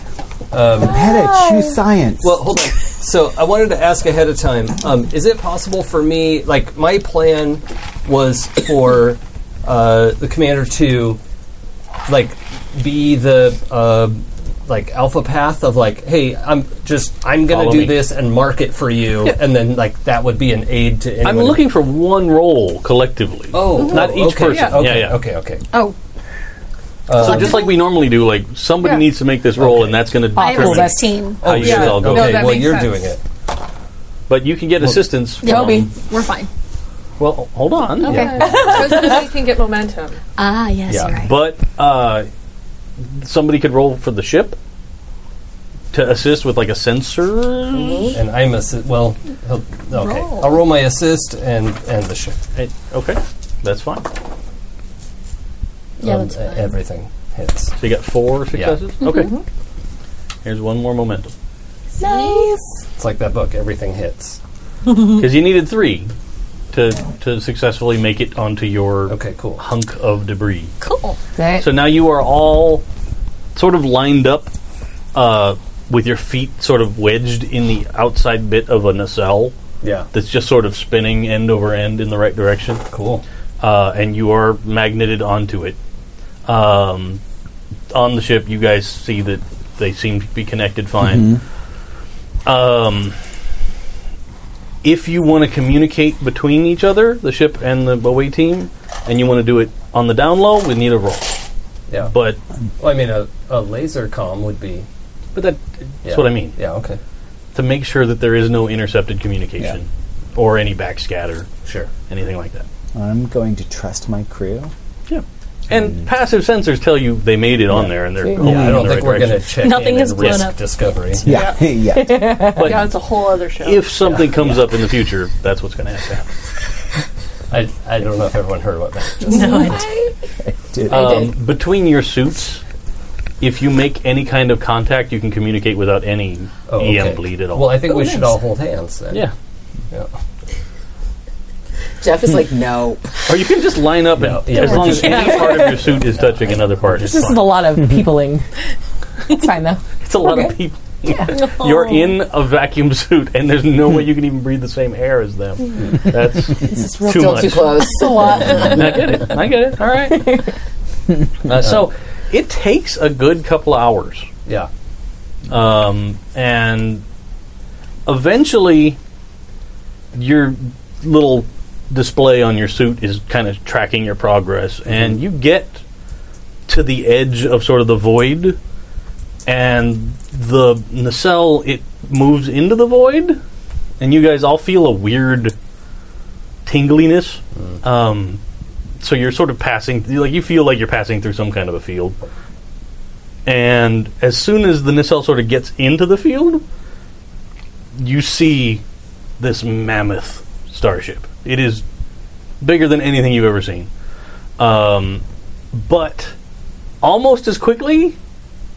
Speaker 4: Hedda, choose science.
Speaker 5: Well, hold on. So I wanted to ask ahead of time. Um, is it possible for me? Like my plan was for uh, the commander to like be the uh, like alpha path of like, hey, I'm just I'm gonna
Speaker 1: Follow
Speaker 5: do
Speaker 1: me.
Speaker 5: this and mark it for you, and then like that would be an aid to anyone.
Speaker 1: I'm looking for one role collectively.
Speaker 5: Oh,
Speaker 1: Not
Speaker 5: oh,
Speaker 1: each
Speaker 5: okay,
Speaker 1: person.
Speaker 5: Okay,
Speaker 1: Yeah, yeah.
Speaker 5: okay, okay.
Speaker 7: Oh,
Speaker 1: so just like we normally do, like somebody
Speaker 3: Yeah.
Speaker 1: needs to make this role, and that's going to
Speaker 7: I have a
Speaker 1: determine
Speaker 7: 16.
Speaker 1: how you
Speaker 3: yeah.
Speaker 1: guys all go.
Speaker 3: No,
Speaker 5: Oh, okay,
Speaker 3: that
Speaker 5: well,
Speaker 3: makes
Speaker 5: you're
Speaker 3: sense.
Speaker 5: doing it.
Speaker 1: But you can get assistance. From,
Speaker 2: Toby.
Speaker 7: We're fine.
Speaker 1: Well, hold on.
Speaker 7: Okay.
Speaker 3: Just so that we can get momentum.
Speaker 7: Ah, yes,
Speaker 1: Yeah,
Speaker 7: you're right.
Speaker 1: but uh, somebody could roll for the ship to assist with like a sensor.
Speaker 5: And I'm a well. he'll- Okay,
Speaker 7: Roll.
Speaker 5: I'll roll my assist and and the ship.
Speaker 1: Eh, Okay, that's fine.
Speaker 7: yeah,
Speaker 5: Um,
Speaker 7: that's
Speaker 5: e-
Speaker 7: fine.
Speaker 5: everything hits.
Speaker 1: So you got four successes. Okay, here's one more momentum
Speaker 2: Nice.
Speaker 5: It's like that book, everything hits.
Speaker 1: because you needed three to to successfully make it onto your
Speaker 5: Okay, cool.
Speaker 1: hunk of debris.
Speaker 7: cool.
Speaker 2: Dang.
Speaker 1: So now you are all sort of lined up uh, with your feet sort of wedged in the outside bit of a nacelle
Speaker 5: Yeah,
Speaker 1: that's just sort of spinning end over end in the right direction.
Speaker 5: cool.
Speaker 1: uh, and you are magneted onto it. Um, on the ship, you guys see that they seem to be connected fine. Um, if you want to communicate between each other, the ship and the Bowie team, and you want to do it on the down low, we need a roll.
Speaker 5: Yeah,
Speaker 1: But
Speaker 5: well, I mean, a, a laser comm would be.
Speaker 1: but that,
Speaker 5: Yeah.
Speaker 1: that's what I mean.
Speaker 5: Yeah, okay,
Speaker 1: To make sure that there is no intercepted communication or any backscatter,
Speaker 5: sure.
Speaker 1: anything like that.
Speaker 4: I'm going to trust my crew.
Speaker 1: Yeah. And passive sensors tell you they made it on there, and they're hopefully
Speaker 5: Mm-hmm. Yeah, I
Speaker 1: in
Speaker 5: don't
Speaker 1: the right
Speaker 5: think we're going
Speaker 1: direction.
Speaker 5: to check
Speaker 7: Nothing
Speaker 5: in
Speaker 7: is
Speaker 5: and
Speaker 7: blown
Speaker 5: risk
Speaker 7: up.
Speaker 5: discovery.
Speaker 4: Yeah, yeah.
Speaker 1: But
Speaker 3: Yeah, it's a whole other show.
Speaker 1: if something comes up in the future, that's what's going to have to happen.
Speaker 5: I, I don't know if everyone heard about that.
Speaker 7: No, I
Speaker 4: Dude,
Speaker 1: Um, between your suits, if you make any kind of contact, you can communicate without any
Speaker 5: Oh,
Speaker 1: EM
Speaker 5: okay.
Speaker 1: bleed at all.
Speaker 5: Well, I think we
Speaker 7: nice.
Speaker 5: should all hold hands then.
Speaker 1: Oh, yeah.
Speaker 5: Yeah.
Speaker 6: Jeff is like, no.
Speaker 1: Or you can just line up
Speaker 5: No,
Speaker 1: and
Speaker 5: yeah.
Speaker 1: as long as any part of your suit is touching another part. It's,
Speaker 2: This is
Speaker 1: fine.
Speaker 2: a lot of peopling. it's fine, though.
Speaker 1: it's a lot
Speaker 2: okay.
Speaker 1: of people. You're in
Speaker 5: Oh.
Speaker 1: a vacuum suit, and there's no way you can even breathe the same air as them.
Speaker 5: Hmm.
Speaker 1: That's too
Speaker 6: Still
Speaker 1: much.
Speaker 6: too close.
Speaker 2: It's a lot.
Speaker 1: I get it. I get it. All right. Uh, so it takes a good couple hours
Speaker 5: Yeah.
Speaker 1: um, and eventually your little display on your suit is kind of tracking your progress and you get to the edge of sort of the void and the nacelle it moves into the void and you guys all feel a weird tingliness um, so you're sort of passing like you feel like you're passing through some kind of a field and as soon as the nacelle sort of gets into the field, you see this mammoth starship. It is bigger than anything you've ever seen. Um, but almost as quickly,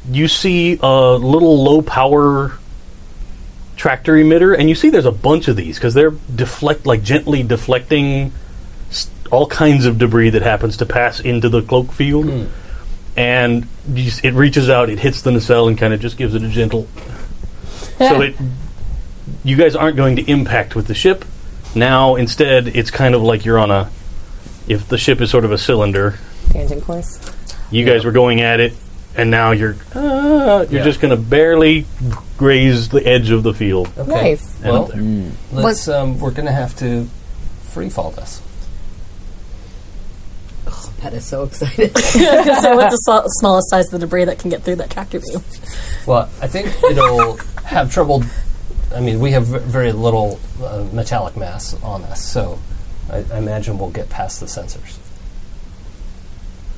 Speaker 1: you see a little low power tractor emitter, and you see there's a bunch of these because they're deflect like gently deflecting s all kinds of debris that happens to pass into the cloak field and you s- it reaches out, it hits the nacelle, and kind of just gives it a gentle. so it, you guys aren't going to impact with the ship. Now, instead, it's kind of like you're on a. If the ship is sort of a cylinder,
Speaker 2: Tangent course.
Speaker 1: you guys were going at it, and now you're uh, you're
Speaker 5: Yeah.
Speaker 1: just going to barely graze the edge of the field.
Speaker 5: Okay.
Speaker 2: Nice.
Speaker 1: and up
Speaker 5: Well,
Speaker 1: there.
Speaker 5: let's. Um, we're going to have to free fall this.
Speaker 6: That is so excited.
Speaker 7: so what's the so- smallest size of the debris that can get through that tractor beam?
Speaker 5: Well, I think it'll have trouble. I mean, we have v- very little uh, metallic mass on us, so I, I imagine we'll get past the sensors.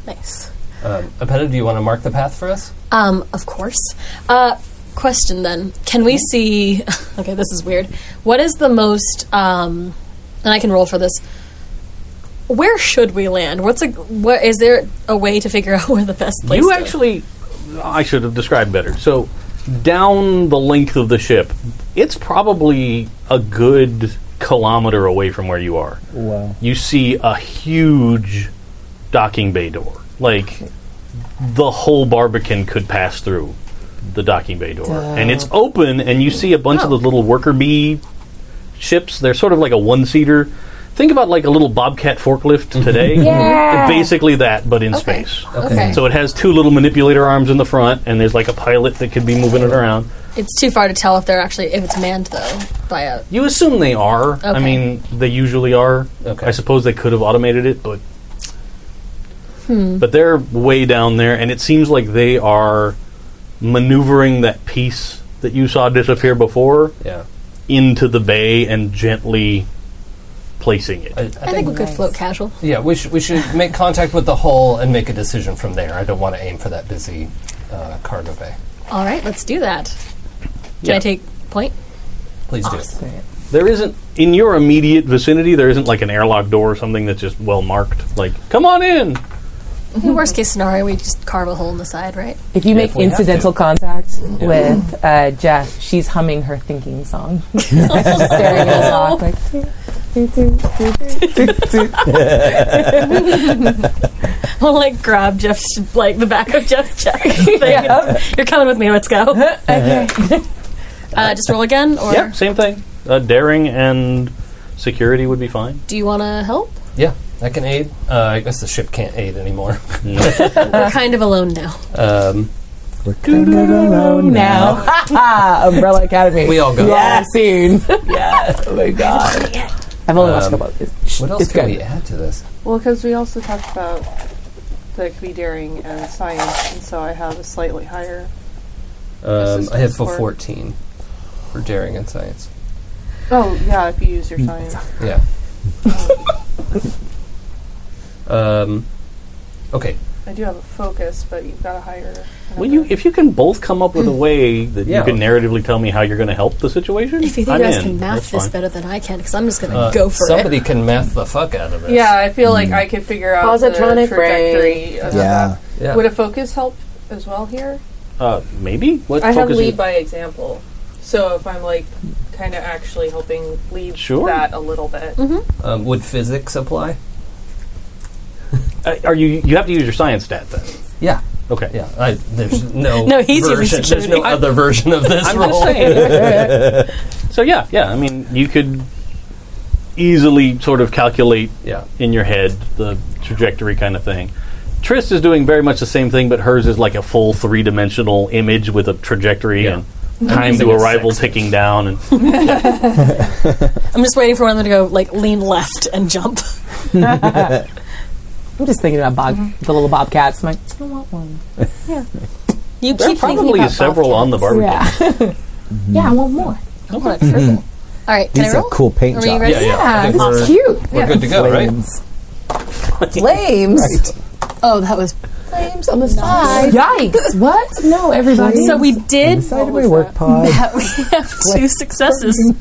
Speaker 7: Nice.
Speaker 5: Um, Apetta, do you want to mark the path for us?
Speaker 7: Um, of course. Uh, question then: Can we see? Okay, this is weird. What is the most? Um, and I can roll for this. where should we land? What's a what is there a way to figure out where the best place?
Speaker 1: You
Speaker 7: to-
Speaker 1: actually, I should have described better. So, down the length of the ship, it's probably a good kilometer away from where you are.
Speaker 4: Wow.
Speaker 1: You see a huge docking bay door. Like, the whole Barbican could pass through the docking bay door. And it's open, and you see a bunch of the little worker bee ships. They're sort of like a one seater. Think about like a little Bobcat forklift today.
Speaker 2: Yeah.
Speaker 1: Basically that, but in
Speaker 3: Okay.
Speaker 1: space.
Speaker 3: Okay.
Speaker 1: So it has two little manipulator arms in the front, and there's like a pilot that could be moving it around.
Speaker 7: It's too far to tell if they're actually if it's manned though by a.
Speaker 1: You assume they are. I
Speaker 7: Okay.
Speaker 1: mean, they usually are.
Speaker 5: Okay.
Speaker 1: I suppose they could have automated it, but but they're way down there, and it seems like they are maneuvering that piece that you saw disappear before
Speaker 5: Yeah.
Speaker 1: into the bay and gently placing it.
Speaker 5: I, I
Speaker 7: I
Speaker 5: think,
Speaker 7: think we could float casual.
Speaker 5: yeah, we, sh- we should make contact with the hull and make a decision from there. I don't want to aim for that busy uh, cargo bay.
Speaker 7: All right, let's do that. Can
Speaker 1: Yeah.
Speaker 7: I take point?
Speaker 5: Please do.
Speaker 1: There isn't in your immediate vicinity. There isn't like an airlock door or something that's just well marked. Like, come on in.
Speaker 7: In worst case scenario, we just carve a hole in the side, right?
Speaker 2: If you make
Speaker 5: we have to.
Speaker 2: incidental contact with uh, Jeff, she's humming her thinking song. she's staring at the clock like. "Doo, doo, doo, doo, doo."
Speaker 7: I'll like grab Jeff's like the back of Jeff's check. You're coming with me. Let's go. okay. uh, just roll again, or
Speaker 1: Yep, same thing. Uh, daring and security would be fine.
Speaker 7: do you want to help?
Speaker 5: Yeah, I can aid. Uh, I guess the ship can't aid anymore.
Speaker 7: We're kind of alone now.
Speaker 5: Um,
Speaker 4: We're kind of alone now.
Speaker 2: Ah, Umbrella Academy.
Speaker 5: we all go.
Speaker 2: yeah, soon. yeah. Oh my god. I've only watched a couple. It's,
Speaker 5: What else
Speaker 2: it's
Speaker 5: can
Speaker 2: good.
Speaker 5: we add to this?
Speaker 3: Well, because we also talked about that it could be daring and science, and so I have a slightly higher.
Speaker 5: Um, I have full
Speaker 3: Assistance for-
Speaker 5: 14 for daring and science.
Speaker 3: Oh yeah, if you use
Speaker 5: Mm.
Speaker 3: your science.
Speaker 5: Yeah. um, okay.
Speaker 3: I do have a focus, but you've got a higher.
Speaker 1: Well, you, if you can both come up with a way that
Speaker 5: Yeah.
Speaker 1: you can narratively tell me how you're going to help the situation,
Speaker 7: If you think
Speaker 1: I'm
Speaker 7: you guys
Speaker 1: in.
Speaker 7: can math
Speaker 1: That's
Speaker 7: this
Speaker 1: fine.
Speaker 7: better than I can, because I'm just gonna
Speaker 5: Uh,
Speaker 7: go for
Speaker 5: somebody
Speaker 7: it.
Speaker 5: can math the fuck out of this.
Speaker 3: yeah, I feel like I could figure out the
Speaker 6: Positronic
Speaker 3: trajectory. Of
Speaker 4: Yeah.
Speaker 5: Yeah.
Speaker 3: That. Would a focus help as well here?
Speaker 1: Uh, maybe. What
Speaker 3: I have
Speaker 1: focus is-
Speaker 3: lead by example, so if I'm like kind of actually helping lead
Speaker 1: Sure.
Speaker 3: that a little bit.
Speaker 5: Um, would physics apply?
Speaker 1: Uh, are you? You have to use your science stat then.
Speaker 5: Yeah.
Speaker 1: Okay.
Speaker 5: Yeah. I, there's no.
Speaker 7: No, he's using
Speaker 5: version- There's no
Speaker 7: security.
Speaker 5: other version of this
Speaker 1: I'm just
Speaker 5: role.
Speaker 1: saying. so yeah, yeah. I mean, you could easily sort of calculate
Speaker 5: Yeah.
Speaker 1: in your head the trajectory kind of thing. Trist is doing very much the same thing, but hers is like a full three dimensional image with a trajectory
Speaker 5: Yeah.
Speaker 1: and time to
Speaker 5: using a
Speaker 1: arrival
Speaker 5: sextant.
Speaker 1: ticking down. And
Speaker 7: I'm just waiting for one of them to go like lean left and jump.
Speaker 2: I'm just thinking about Bob, the little Bobcats. I'm like, I want one.
Speaker 7: You
Speaker 1: there
Speaker 7: keep thinking
Speaker 1: probably
Speaker 7: about
Speaker 1: several on the barbecue.
Speaker 2: Yeah. yeah, I want more.
Speaker 7: I want a purple. All right, can
Speaker 4: These
Speaker 7: I
Speaker 4: are
Speaker 7: roll?
Speaker 4: cool paint
Speaker 7: Are we
Speaker 4: jobs.
Speaker 7: ready?
Speaker 5: Yeah, yeah. I
Speaker 2: Yeah,
Speaker 5: think
Speaker 2: this
Speaker 5: we're,
Speaker 2: is cute.
Speaker 5: we're good to go, right?
Speaker 4: Flames.
Speaker 6: Flames.
Speaker 7: Oh, that was
Speaker 6: Flames on the side.
Speaker 2: Yikes! What? No, everybody.
Speaker 7: so. We did.
Speaker 4: Side of my work pod.
Speaker 7: we have two successes.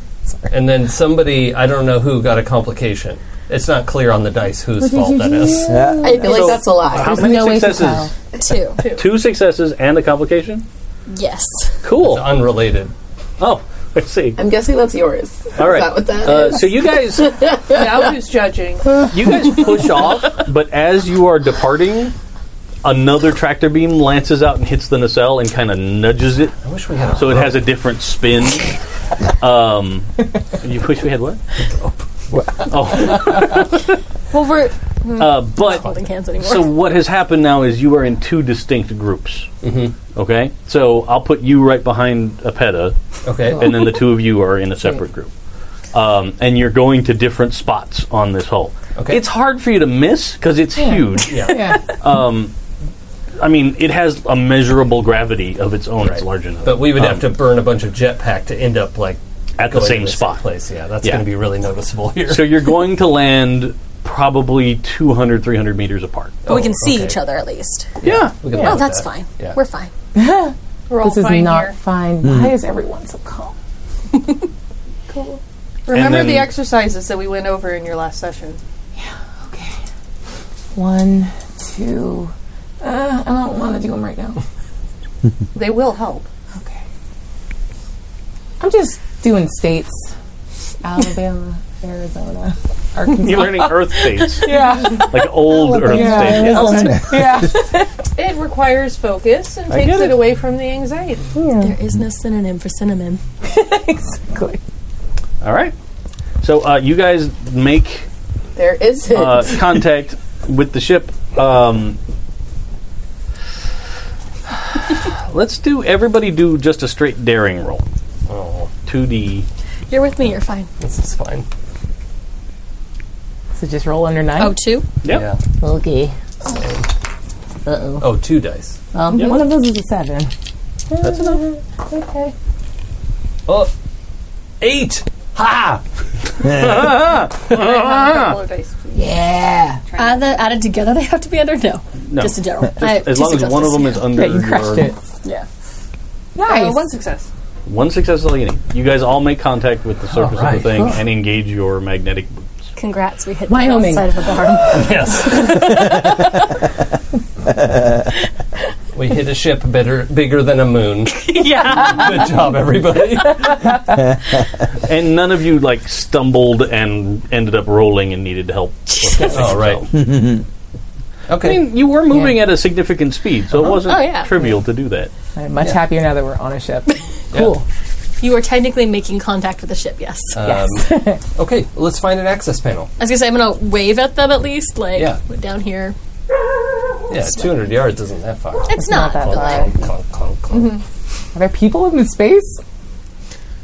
Speaker 5: And then somebody, I don't know who, got a complication. It's not clear on the dice whose fault that is.
Speaker 4: Yeah.
Speaker 6: I feel like that's a lot.
Speaker 1: How
Speaker 2: There's
Speaker 1: many
Speaker 2: no way to tell.
Speaker 1: successes?
Speaker 7: Two.
Speaker 1: Two successes and a complication.
Speaker 7: Yes.
Speaker 1: Cool.
Speaker 5: It's unrelated.
Speaker 1: Oh, I see.
Speaker 6: I'm guessing that's yours.
Speaker 1: All right.
Speaker 6: Is that what that
Speaker 1: uh,
Speaker 6: is?
Speaker 1: So you guys,
Speaker 3: now who's judging?
Speaker 1: you guys push off, but as you are departing, another tractor beam lances out and hits the nacelle and kind of nudges it,
Speaker 5: I wish we had a
Speaker 1: so it has a different spin. Um, you wish we had what? Oh,
Speaker 7: Well, we're
Speaker 1: uh, but
Speaker 7: holding hands anymore.
Speaker 1: so what has happened now is you are in two distinct groups. Mm-hmm. Okay, so I'll put you right behind Apeta,
Speaker 5: Okay.
Speaker 1: and then the two of you are in a separate group. Um, and you're going to different spots on this hole.
Speaker 5: Okay.
Speaker 1: It's hard for you to miss because it's huge.
Speaker 5: yeah.
Speaker 1: I mean, it has a measurable gravity of its own. It's
Speaker 5: Right.
Speaker 1: large enough.
Speaker 5: But we would have to
Speaker 1: Um,
Speaker 5: burn a bunch of jetpack to end up like
Speaker 1: at the
Speaker 5: going
Speaker 1: same
Speaker 5: to
Speaker 1: spot.
Speaker 5: place. Yeah, that's
Speaker 1: Yeah.
Speaker 5: going to be really noticeable here.
Speaker 1: So you're going to land probably 200, 300 meters apart.
Speaker 7: but we can see
Speaker 5: okay.
Speaker 7: each other at least.
Speaker 1: Yeah.
Speaker 5: We can
Speaker 7: Oh,
Speaker 5: live with
Speaker 7: that's
Speaker 5: that.
Speaker 7: fine.
Speaker 5: Yeah.
Speaker 7: We're fine.
Speaker 3: We're all
Speaker 2: This is
Speaker 3: fine
Speaker 2: not
Speaker 3: here.
Speaker 2: fine. Why is everyone so calm?
Speaker 3: Remember
Speaker 1: then-
Speaker 3: the exercises that we went over in your last session.
Speaker 2: Okay. One, two. Uh, I don't want to do them right now.
Speaker 3: They will help.
Speaker 2: Okay. I'm just doing states. Alabama, Arizona, Arkansas.
Speaker 1: You're learning Earth states,
Speaker 2: Yeah.
Speaker 1: like old Earth states.
Speaker 4: Yeah,
Speaker 1: Yeah.
Speaker 4: that's kinda-
Speaker 2: Yeah.
Speaker 3: It requires focus and
Speaker 1: I
Speaker 3: takes
Speaker 1: get
Speaker 3: it.
Speaker 1: it.
Speaker 3: away from the anxiety.
Speaker 7: There is no synonym for cinnamon.
Speaker 2: exactly.
Speaker 1: All right. So uh, you guys make
Speaker 6: There isn't.
Speaker 1: uh, contact with the ship. Um, let's do everybody do just a straight daring roll.
Speaker 5: Oh,
Speaker 1: Two D.
Speaker 7: You're with me. You're fine.
Speaker 5: this is fine.
Speaker 2: So just roll under nine.
Speaker 7: Oh, two.
Speaker 1: Yep.
Speaker 5: Yeah.
Speaker 2: Okay. Uh oh.
Speaker 5: Oh, two dice.
Speaker 2: Um,
Speaker 1: Yeah.
Speaker 2: One of those is a seven.
Speaker 1: That's enough.
Speaker 2: Okay.
Speaker 5: Oh, eight. Ha!
Speaker 3: Double dice, please.
Speaker 2: Yeah.
Speaker 7: Add the, added together, they have to be under. No,
Speaker 1: No.
Speaker 7: just in general. I-
Speaker 1: As
Speaker 7: two
Speaker 1: long as one of
Speaker 7: successes.
Speaker 1: them is under
Speaker 2: Yeah, you crushed
Speaker 1: your-
Speaker 2: it.
Speaker 7: Yeah.
Speaker 2: Nice.
Speaker 3: Uh, one success.
Speaker 1: One success is all you need. You guys all make contact with the surface
Speaker 5: All
Speaker 1: of
Speaker 5: right.
Speaker 1: the thing and engage your magnetic boots.
Speaker 7: Congrats, we hit
Speaker 2: Wyoming.
Speaker 7: the outside of a barn.
Speaker 5: Yes. we hit a ship better, bigger than a moon.
Speaker 7: yeah.
Speaker 5: Good job, everybody.
Speaker 1: And none of you like stumbled and ended up rolling and needed help.
Speaker 5: All right.
Speaker 1: I
Speaker 5: Okay.
Speaker 1: mean, you were moving at a significant speed, so it wasn't
Speaker 7: Oh, yeah.
Speaker 1: trivial to do that.
Speaker 2: I'm much happier now that we're on a ship. cool.
Speaker 7: You are technically making contact with the ship. Yes.
Speaker 1: Uh,
Speaker 5: Um, okay, let's find an access panel.
Speaker 7: I was gonna say I'm gonna wave at them at least, like
Speaker 5: Yeah.
Speaker 7: down here.
Speaker 5: Yeah, 200 yards isn't that far.
Speaker 7: It's, not,
Speaker 2: that
Speaker 7: but, like,
Speaker 5: Clunk, clunk, clunk, clunk.
Speaker 2: Are there people in the space?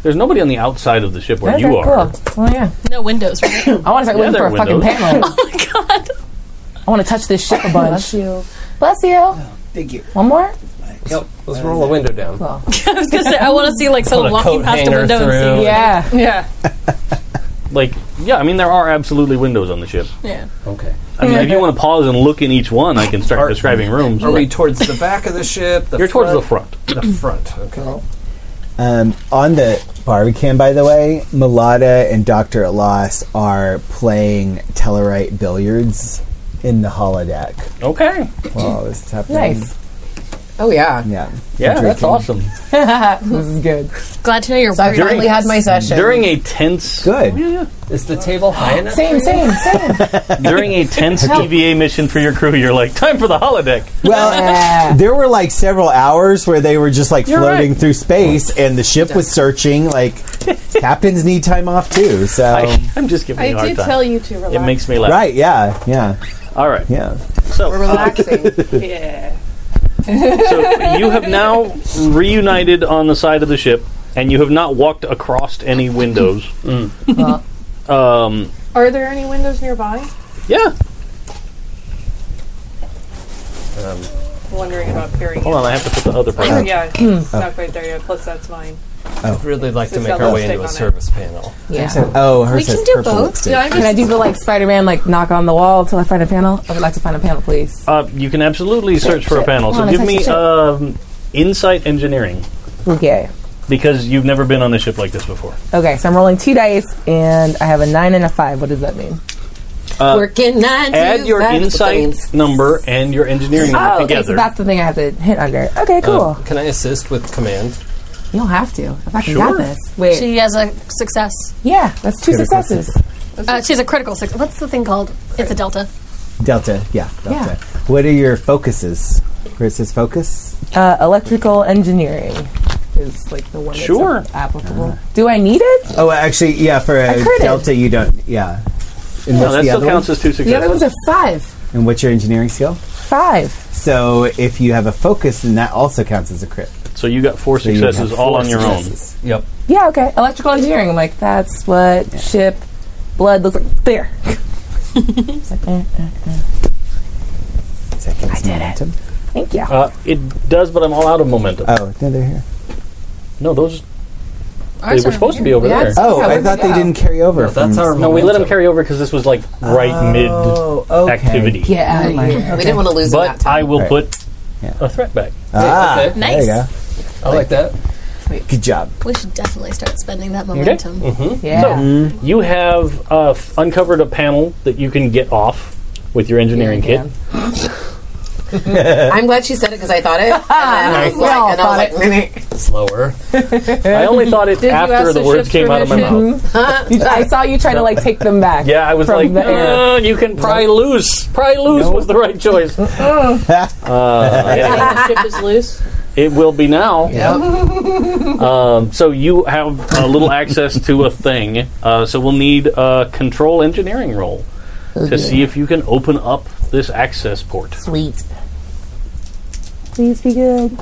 Speaker 1: There's nobody on the outside of the ship where
Speaker 2: Okay,
Speaker 1: you are.
Speaker 2: Cool. Oh yeah.
Speaker 7: no windows. Right?
Speaker 2: I want to start
Speaker 1: Yeah, there
Speaker 2: looking for
Speaker 1: are
Speaker 2: a fucking
Speaker 1: windows.
Speaker 2: panel.
Speaker 7: oh my god.
Speaker 2: I want to touch this ship a bunch. Bless you. Bless you.
Speaker 8: Thank you.
Speaker 2: One more.
Speaker 5: Yep, let's roll a window down.
Speaker 7: I was gonna say I want to see like
Speaker 5: Put
Speaker 7: someone
Speaker 5: a
Speaker 7: walking
Speaker 5: coat
Speaker 7: past a
Speaker 5: hanger
Speaker 7: window and
Speaker 1: Oh,
Speaker 5: through.
Speaker 2: Yeah.
Speaker 3: Yeah.
Speaker 1: Like, yeah, I mean, there are absolutely windows on the ship.
Speaker 7: see. Yeah.
Speaker 5: Okay.
Speaker 1: I mean, if you want to pause and look in each one, I can start
Speaker 5: Are-
Speaker 1: describing rooms.
Speaker 5: Are we towards the back of the ship? The
Speaker 1: You're towards the
Speaker 5: front?
Speaker 1: front.
Speaker 5: the front. Okay.
Speaker 4: Um, on the Barbican, by the way, Mulata and Dr. Alas are playing Tellarite billiards in the holodeck
Speaker 1: Okay.
Speaker 4: while this is happening.
Speaker 2: Nice.
Speaker 6: oh yeah.
Speaker 4: Yeah.
Speaker 1: Yeah, that's awesome.
Speaker 2: This is good.
Speaker 7: Glad to know you're.
Speaker 6: I
Speaker 7: worried.
Speaker 1: During-
Speaker 6: finally had my session.
Speaker 1: During a tense,
Speaker 4: Good.
Speaker 1: Yeah,
Speaker 5: Is the table high enough?
Speaker 2: Same. Same. Same.
Speaker 1: yeah. during a tense EVA mission for your crew, you're like, time for the holodeck.
Speaker 4: Well, there were like several hours where they were just like floating through space and the ship was searching. Like, captains need time off too. So,
Speaker 1: I, am Um, just giving
Speaker 3: I
Speaker 1: you a hard
Speaker 3: did
Speaker 1: time.
Speaker 3: tell you to relax.
Speaker 1: it makes me laugh.
Speaker 4: right. Yeah. Yeah.
Speaker 1: All right.
Speaker 4: Yeah.
Speaker 1: So,
Speaker 6: We're relaxing.
Speaker 3: yeah.
Speaker 1: so you have now reunited on the side of the ship, and you have not walked across any windows. um,
Speaker 3: Are there any windows nearby?
Speaker 1: yeah.
Speaker 3: I'm wondering about carrying.
Speaker 1: Hold on, I have to put the other part.
Speaker 3: it.
Speaker 1: on.
Speaker 3: Yeah, it's not quite there yet. Plus, that's mine.
Speaker 5: I'd really like to
Speaker 3: It's
Speaker 5: make
Speaker 3: got
Speaker 5: our way
Speaker 3: lipstick
Speaker 5: into a
Speaker 3: on it.
Speaker 5: service panel.
Speaker 2: Yeah.
Speaker 4: Oh, her
Speaker 7: We
Speaker 4: says
Speaker 7: can do
Speaker 4: purple
Speaker 7: both.
Speaker 4: lipstick.
Speaker 3: Yeah, I'm
Speaker 2: Can
Speaker 3: just
Speaker 2: I do the like Spider-Man, like knock on the wall till I find a panel? I would like to find a panel, please.
Speaker 1: Uh, you can absolutely search for a panel.
Speaker 2: Come
Speaker 1: So
Speaker 2: on,
Speaker 1: give
Speaker 2: let's
Speaker 1: me
Speaker 2: search
Speaker 1: um, insight engineering
Speaker 2: Okay.
Speaker 1: because you've never been on a ship like this before.
Speaker 2: Okay. So I'm rolling two dice, and I have a nine and a five. What does that mean?
Speaker 6: Working nine to
Speaker 1: uh, Add your
Speaker 6: five.
Speaker 1: insight number and your engineering number
Speaker 2: Oh, okay. So
Speaker 1: together. Oh.
Speaker 2: that's the thing I have to hit under. Okay. Cool.
Speaker 5: Uh, can I assist with command?
Speaker 2: you don't have to. I fucking
Speaker 1: Sure.
Speaker 2: got this. Wait.
Speaker 7: She has a success.
Speaker 2: yeah. That's two
Speaker 4: Critical
Speaker 2: successes.
Speaker 7: Uh, she has a critical success. What's the thing called? It's a delta.
Speaker 4: Delta. Yeah. Delta.
Speaker 2: Yeah.
Speaker 4: What are your focuses? Where it says focus?
Speaker 2: Uh, electrical engineering is like the one that's
Speaker 1: Sure. Uh-huh.
Speaker 2: applicable. Do I need it?
Speaker 4: Oh, actually, yeah. For a
Speaker 2: critted.
Speaker 4: Delta, you don't. Yeah. And
Speaker 1: no,
Speaker 4: what's
Speaker 1: that
Speaker 4: the
Speaker 1: still
Speaker 4: other
Speaker 1: counts as two
Speaker 2: The other one's
Speaker 1: successes.
Speaker 2: a five.
Speaker 4: one? And what's your engineering skill?
Speaker 2: Five.
Speaker 4: So if you have a focus, then that also counts as a crit.
Speaker 1: So you got four
Speaker 4: So you have
Speaker 1: successes all
Speaker 4: four
Speaker 1: on your
Speaker 4: successes.
Speaker 5: Yep.
Speaker 2: Yeah. Okay. Electrical engineering. I'm like, that's what ship blood looks like. There.
Speaker 4: Second I did momentum. it.
Speaker 2: Thank you.
Speaker 1: own. Uh, it does, but I'm all out of momentum.
Speaker 4: Oh, no, they're here.
Speaker 1: no, those
Speaker 7: Ours
Speaker 1: they
Speaker 7: are
Speaker 1: were supposed to be
Speaker 7: here.
Speaker 1: over
Speaker 2: Yeah,
Speaker 1: there.
Speaker 2: it's-
Speaker 4: Oh,
Speaker 2: Yeah,
Speaker 4: I
Speaker 2: where'd
Speaker 4: thought
Speaker 2: they
Speaker 4: they
Speaker 2: go?
Speaker 4: didn't carry over.
Speaker 5: No, that's
Speaker 4: from-
Speaker 5: our.
Speaker 1: Mm. No, we let them
Speaker 5: momentum.
Speaker 1: carry over because this was like right
Speaker 4: Oh, okay.
Speaker 1: mid activity.
Speaker 2: Get
Speaker 6: Oh
Speaker 2: out of here.
Speaker 6: We didn't want to lose him that
Speaker 1: But I
Speaker 6: time.
Speaker 1: will
Speaker 4: Right.
Speaker 1: put
Speaker 4: Yeah.
Speaker 1: a threat back.
Speaker 4: Ah,
Speaker 5: Okay.
Speaker 4: There you go.
Speaker 7: Nice.
Speaker 5: I like that.
Speaker 4: Good job.
Speaker 7: We should definitely start spending that momentum.
Speaker 2: Yeah.
Speaker 1: You have uh, f- uncovered a panel that you can get off with your engineering
Speaker 2: Yeah.
Speaker 1: kit.
Speaker 6: I'm glad she said it because I thought it. And then I was
Speaker 2: We all
Speaker 6: like, and I was
Speaker 2: thought
Speaker 6: like, "Mm, meh,
Speaker 5: Slower.
Speaker 1: I only thought it
Speaker 3: Did you
Speaker 1: after
Speaker 3: ask
Speaker 1: the
Speaker 3: the
Speaker 1: words
Speaker 3: ship's
Speaker 1: came out of my
Speaker 3: permission?
Speaker 1: mouth.
Speaker 2: You- I saw you try to like take them back.
Speaker 1: Yeah, I was
Speaker 2: from
Speaker 1: like,
Speaker 2: the air.
Speaker 1: "Uh, you can pry loose. Pry loose was the right choice. Uh, yeah.
Speaker 3: The ship is loose.
Speaker 1: It will be now. um, so you have a little access to a thing. Uh, so we'll need a control engineering roll to see if you can open up this access port.
Speaker 2: Sweet. Please be good.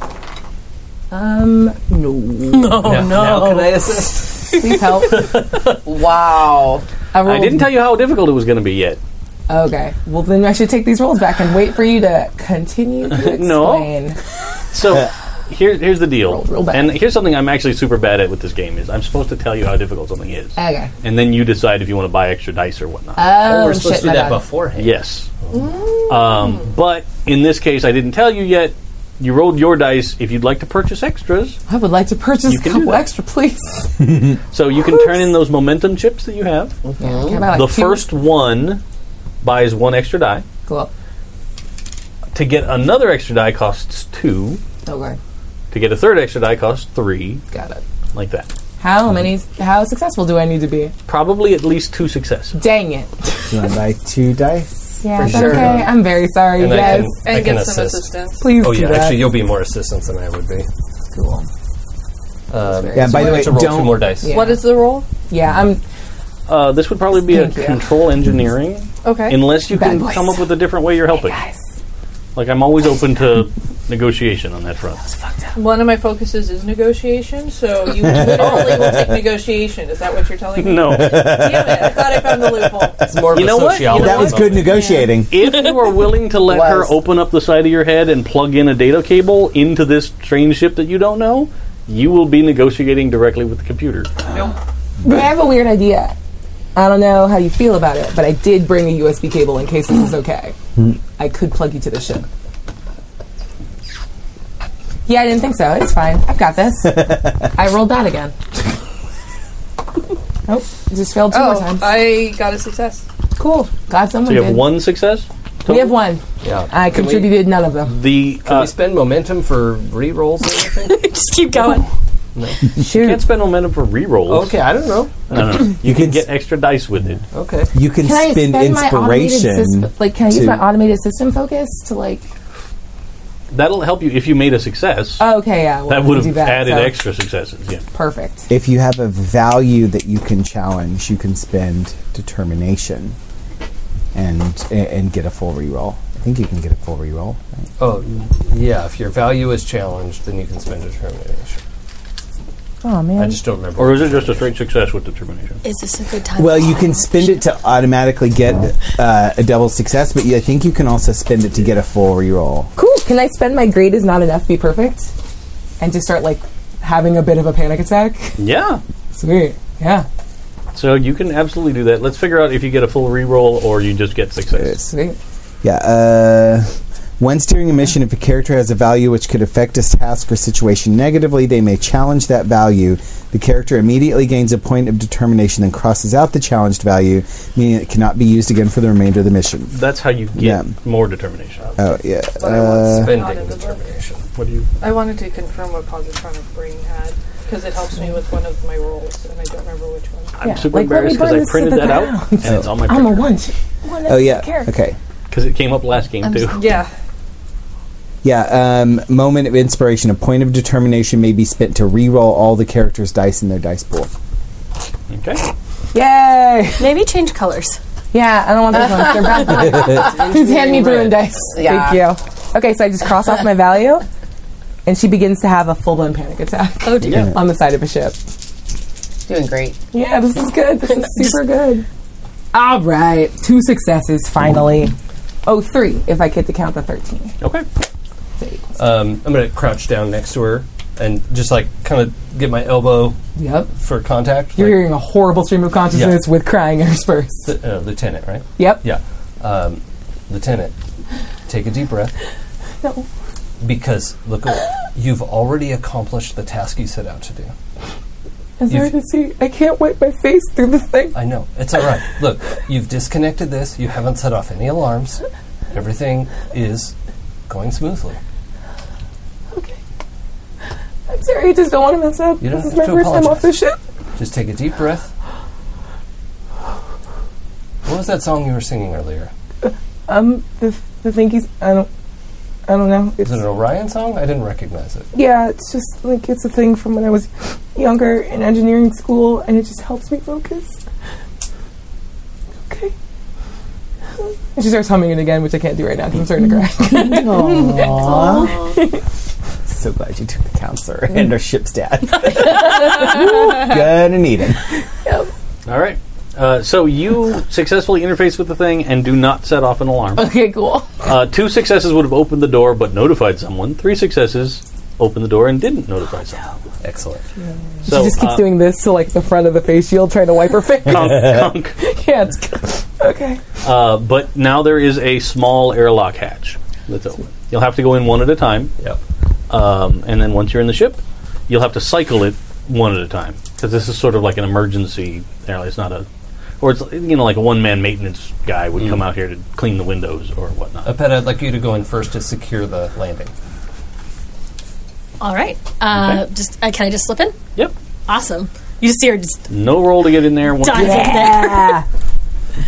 Speaker 2: Um, no.
Speaker 5: Oh no! Now can I assist?
Speaker 2: Please help.
Speaker 6: wow.
Speaker 1: I didn't tell you how difficult it was going to be yet.
Speaker 2: Okay. Well, then I should take these rolls back and wait for you to continue to
Speaker 1: No.
Speaker 2: explain.
Speaker 1: So here, here's the deal.
Speaker 2: Roll- roll back.
Speaker 1: and here's something I'm actually super bad at with this game is I'm supposed to tell you how difficult something is.
Speaker 2: Okay.
Speaker 1: And then you decide if you want to buy extra dice or whatnot.
Speaker 2: Oh,
Speaker 5: we're supposed
Speaker 2: shit,
Speaker 5: to
Speaker 2: my
Speaker 5: do that
Speaker 2: bad.
Speaker 5: beforehand.
Speaker 1: Yes. Um, but in this case, I didn't tell you yet. You rolled your dice. If you'd like to purchase extras,
Speaker 2: I would like to purchase
Speaker 1: You can
Speaker 2: a
Speaker 1: do
Speaker 2: couple
Speaker 1: that.
Speaker 2: extra, please.
Speaker 1: so you can turn in those momentum chips that you have.
Speaker 2: Can I buy, like,
Speaker 1: the
Speaker 2: two?
Speaker 1: first one buys one extra die.
Speaker 2: Cool.
Speaker 1: To get another extra die costs two.
Speaker 2: Okay.
Speaker 1: To get a third extra die costs three,
Speaker 2: Got it.
Speaker 1: like that.
Speaker 2: How many? How successful do I need to be?
Speaker 1: Probably at least two successes.
Speaker 2: Dang it.
Speaker 4: Do you want to buy two dice?
Speaker 2: Yeah, it's
Speaker 6: sure.
Speaker 2: okay. I'm very sorry.
Speaker 5: And I
Speaker 2: yes.
Speaker 5: can, I
Speaker 3: And
Speaker 5: can
Speaker 3: get some
Speaker 5: assist.
Speaker 3: assistance.
Speaker 2: Please
Speaker 5: Oh
Speaker 2: do
Speaker 5: yeah,
Speaker 2: that.
Speaker 5: actually, you'll be more assistance than I would be.
Speaker 2: cool.
Speaker 5: Um,
Speaker 4: Yeah, and by the way,
Speaker 5: to roll two
Speaker 4: don't.
Speaker 5: more dice.
Speaker 2: Yeah.
Speaker 3: What is the roll?
Speaker 2: Yeah, I'm.
Speaker 1: Uh, this would probably be a
Speaker 2: Thank you.
Speaker 1: control engineering,
Speaker 3: Okay.
Speaker 1: unless you
Speaker 2: Bad
Speaker 1: can
Speaker 2: boys.
Speaker 1: come up with a different way you're helping.
Speaker 2: Guys,
Speaker 1: Like I'm always open to negotiation on that front.
Speaker 3: One of my focuses is negotiation, so you literally will take negotiation. Is that what you're telling me?
Speaker 1: No.
Speaker 3: Damn it! I thought I found the loophole.
Speaker 5: It's more of
Speaker 1: You
Speaker 5: a
Speaker 1: know what? You know
Speaker 5: sociology
Speaker 4: That was good
Speaker 5: moment.
Speaker 4: negotiating.
Speaker 1: if you are willing to let her
Speaker 6: Was.
Speaker 1: open up the side of your head and plug in a data cable into this strange ship that you don't know, you will be negotiating directly with the computer.
Speaker 2: I have a weird idea. I don't know how you feel about it, but I did bring a USB cable in case this is okay. I could plug you to the ship. Yeah, I didn't think so. It's fine. I've got this. I rolled that again. nope, just failed two more
Speaker 3: Oh,
Speaker 2: times.
Speaker 3: I got a success.
Speaker 2: cool. Glad someone
Speaker 1: So you have
Speaker 2: did.
Speaker 1: one success.
Speaker 2: we have one.
Speaker 5: Yeah.
Speaker 2: I
Speaker 5: Can we-
Speaker 2: contributed none of them.
Speaker 1: The
Speaker 5: Uh, Can
Speaker 1: uh,
Speaker 5: we spend momentum for re-rolls or anything?
Speaker 7: Just keep going.
Speaker 1: you can't spend momentum for rerolls.
Speaker 5: okay, I don't know.
Speaker 1: No, no, no.
Speaker 4: You can
Speaker 1: Get extra dice with it.
Speaker 5: Okay.
Speaker 4: you can,
Speaker 2: Can I
Speaker 4: spend
Speaker 2: spend my automated
Speaker 4: inspiration.
Speaker 2: system? Like, can I use
Speaker 4: to-
Speaker 2: my automated system focus to like?
Speaker 1: That'll help you if you made a success.
Speaker 2: Oh, okay, yeah. well,
Speaker 1: that
Speaker 2: we
Speaker 1: would
Speaker 2: do
Speaker 1: have
Speaker 2: that,
Speaker 1: added
Speaker 2: so
Speaker 1: extra successes. Yeah.
Speaker 2: Perfect.
Speaker 4: if you have a value that you can challenge, you can spend determination and and get a full reroll. I think you can get a full reroll. Right?
Speaker 5: Oh, yeah. If your value is challenged, then you can spend determination.
Speaker 2: Oh man.
Speaker 5: I just don't remember.
Speaker 1: Or is it just a straight success with determination?
Speaker 7: Is this a good time?
Speaker 4: Well, you can spend it to automatically get uh, a double success, but you, I think you can also spend it to get a full reroll.
Speaker 2: cool. Can I spend my grade is not enough, be perfect, and just start like having a bit of a panic attack?
Speaker 1: Yeah.
Speaker 2: Sweet. Yeah.
Speaker 1: So you can absolutely do that. Let's figure out if you get a full reroll or you just get success.
Speaker 2: Sweet.
Speaker 4: Yeah. Uh, once during a mission, if a character has a value which could affect a task or situation negatively, they may challenge that value. The character immediately gains a point of determination and crosses out the challenged value, meaning it cannot be used again for the remainder of the mission.
Speaker 1: That's how you get
Speaker 4: Yeah.
Speaker 1: more determination.
Speaker 4: Oh yeah.
Speaker 3: But I want
Speaker 1: Uh,
Speaker 3: not
Speaker 5: spending
Speaker 3: in the book.
Speaker 5: determination.
Speaker 1: What do you?
Speaker 3: I wanted to confirm what positronic brain had because it helps me with one of my rolls, and I don't remember which one.
Speaker 1: I'm
Speaker 2: Yeah,
Speaker 1: super
Speaker 2: like, let me
Speaker 1: embarrassed because
Speaker 2: burn
Speaker 1: I
Speaker 2: this to
Speaker 1: printed
Speaker 2: the
Speaker 1: that out
Speaker 2: ground.
Speaker 1: and it's on my
Speaker 2: I'm a
Speaker 1: printer
Speaker 2: one. one
Speaker 4: Oh yeah.
Speaker 2: Character.
Speaker 4: Okay.
Speaker 1: because it came up last game too.
Speaker 3: Yeah,
Speaker 4: Yeah. Um, moment of inspiration. A point of determination may be spent to reroll all the characters' dice in their dice pool.
Speaker 1: Okay,
Speaker 2: Yay.
Speaker 7: Maybe change colors.
Speaker 2: Yeah. I don't want those ones. They're brown. Please hand me blue and dice.
Speaker 6: Yeah.
Speaker 2: Thank you. Okay, so I just cross off my value, and she begins to have a full blown panic attack. Oh
Speaker 1: dear.
Speaker 2: On the side of a ship.
Speaker 6: Doing great.
Speaker 2: Yeah, this is good. This is super good. All right, two successes finally. Oh, three if I get to count the thirteen.
Speaker 1: okay.
Speaker 5: Um, I'm going to crouch down next to her and just like kind of get my elbow
Speaker 2: Yep.
Speaker 5: for contact.
Speaker 2: You're
Speaker 5: like
Speaker 2: hearing a horrible stream of consciousness with crying interspersed.
Speaker 5: the, uh, lieutenant, right?
Speaker 2: Yep.
Speaker 5: Yeah. Um, Lieutenant, take a deep breath.
Speaker 2: No.
Speaker 5: Because, look, you've already accomplished the task you set out to do.
Speaker 2: It's
Speaker 5: You've-
Speaker 2: hard to see. I can't wipe my face through the thing.
Speaker 5: I know. It's all right. Look, you've disconnected this. You haven't set off any alarms. Everything is going smoothly.
Speaker 2: I'm sorry, I just don't want to mess up.
Speaker 5: You don't
Speaker 2: this is
Speaker 5: have to
Speaker 2: my first time off
Speaker 5: apologize.
Speaker 2: the ship.
Speaker 5: Just take a deep breath. What was that song you were singing earlier?
Speaker 2: Um, the the thinkies. I don't. I don't know. It's
Speaker 5: Is it an Orion song? I didn't recognize it.
Speaker 2: yeah. It's just like it's a thing from when I was younger in engineering school, and it just helps me focus. Okay. And she starts humming it again, which I can't do right now because I'm starting to cry.
Speaker 4: So glad you took the counselor and our ship's dad. Gonna need him.
Speaker 1: All right. Uh, so you successfully interface with the thing and do not set off an alarm.
Speaker 2: okay, cool.
Speaker 1: Uh, two successes would have opened the door but notified someone. Three successes opened the door and didn't notify someone.
Speaker 5: Excellent.
Speaker 1: So
Speaker 2: she just keeps
Speaker 1: uh,
Speaker 2: doing this to like the front of the face shield, trying to wipe her face.
Speaker 1: conk, conk.
Speaker 2: yeah. It's, okay.
Speaker 1: Uh, but now there is a small airlock hatch that's open. You'll have to go in one at a time.
Speaker 5: Yep.
Speaker 1: Um, and then once you're in the ship, you'll have to cycle it one at a time because this is sort of like an emergency. airline. It's not a, or it's you know like a one-man maintenance guy would come out here to clean the windows or whatnot.
Speaker 5: Apet, I'd like you to go in first to secure the landing.
Speaker 7: All right. Uh, Just uh, can I just slip in?
Speaker 1: Yep.
Speaker 7: Awesome. You just see her just
Speaker 1: No roll to get in there. One,
Speaker 7: dive in there.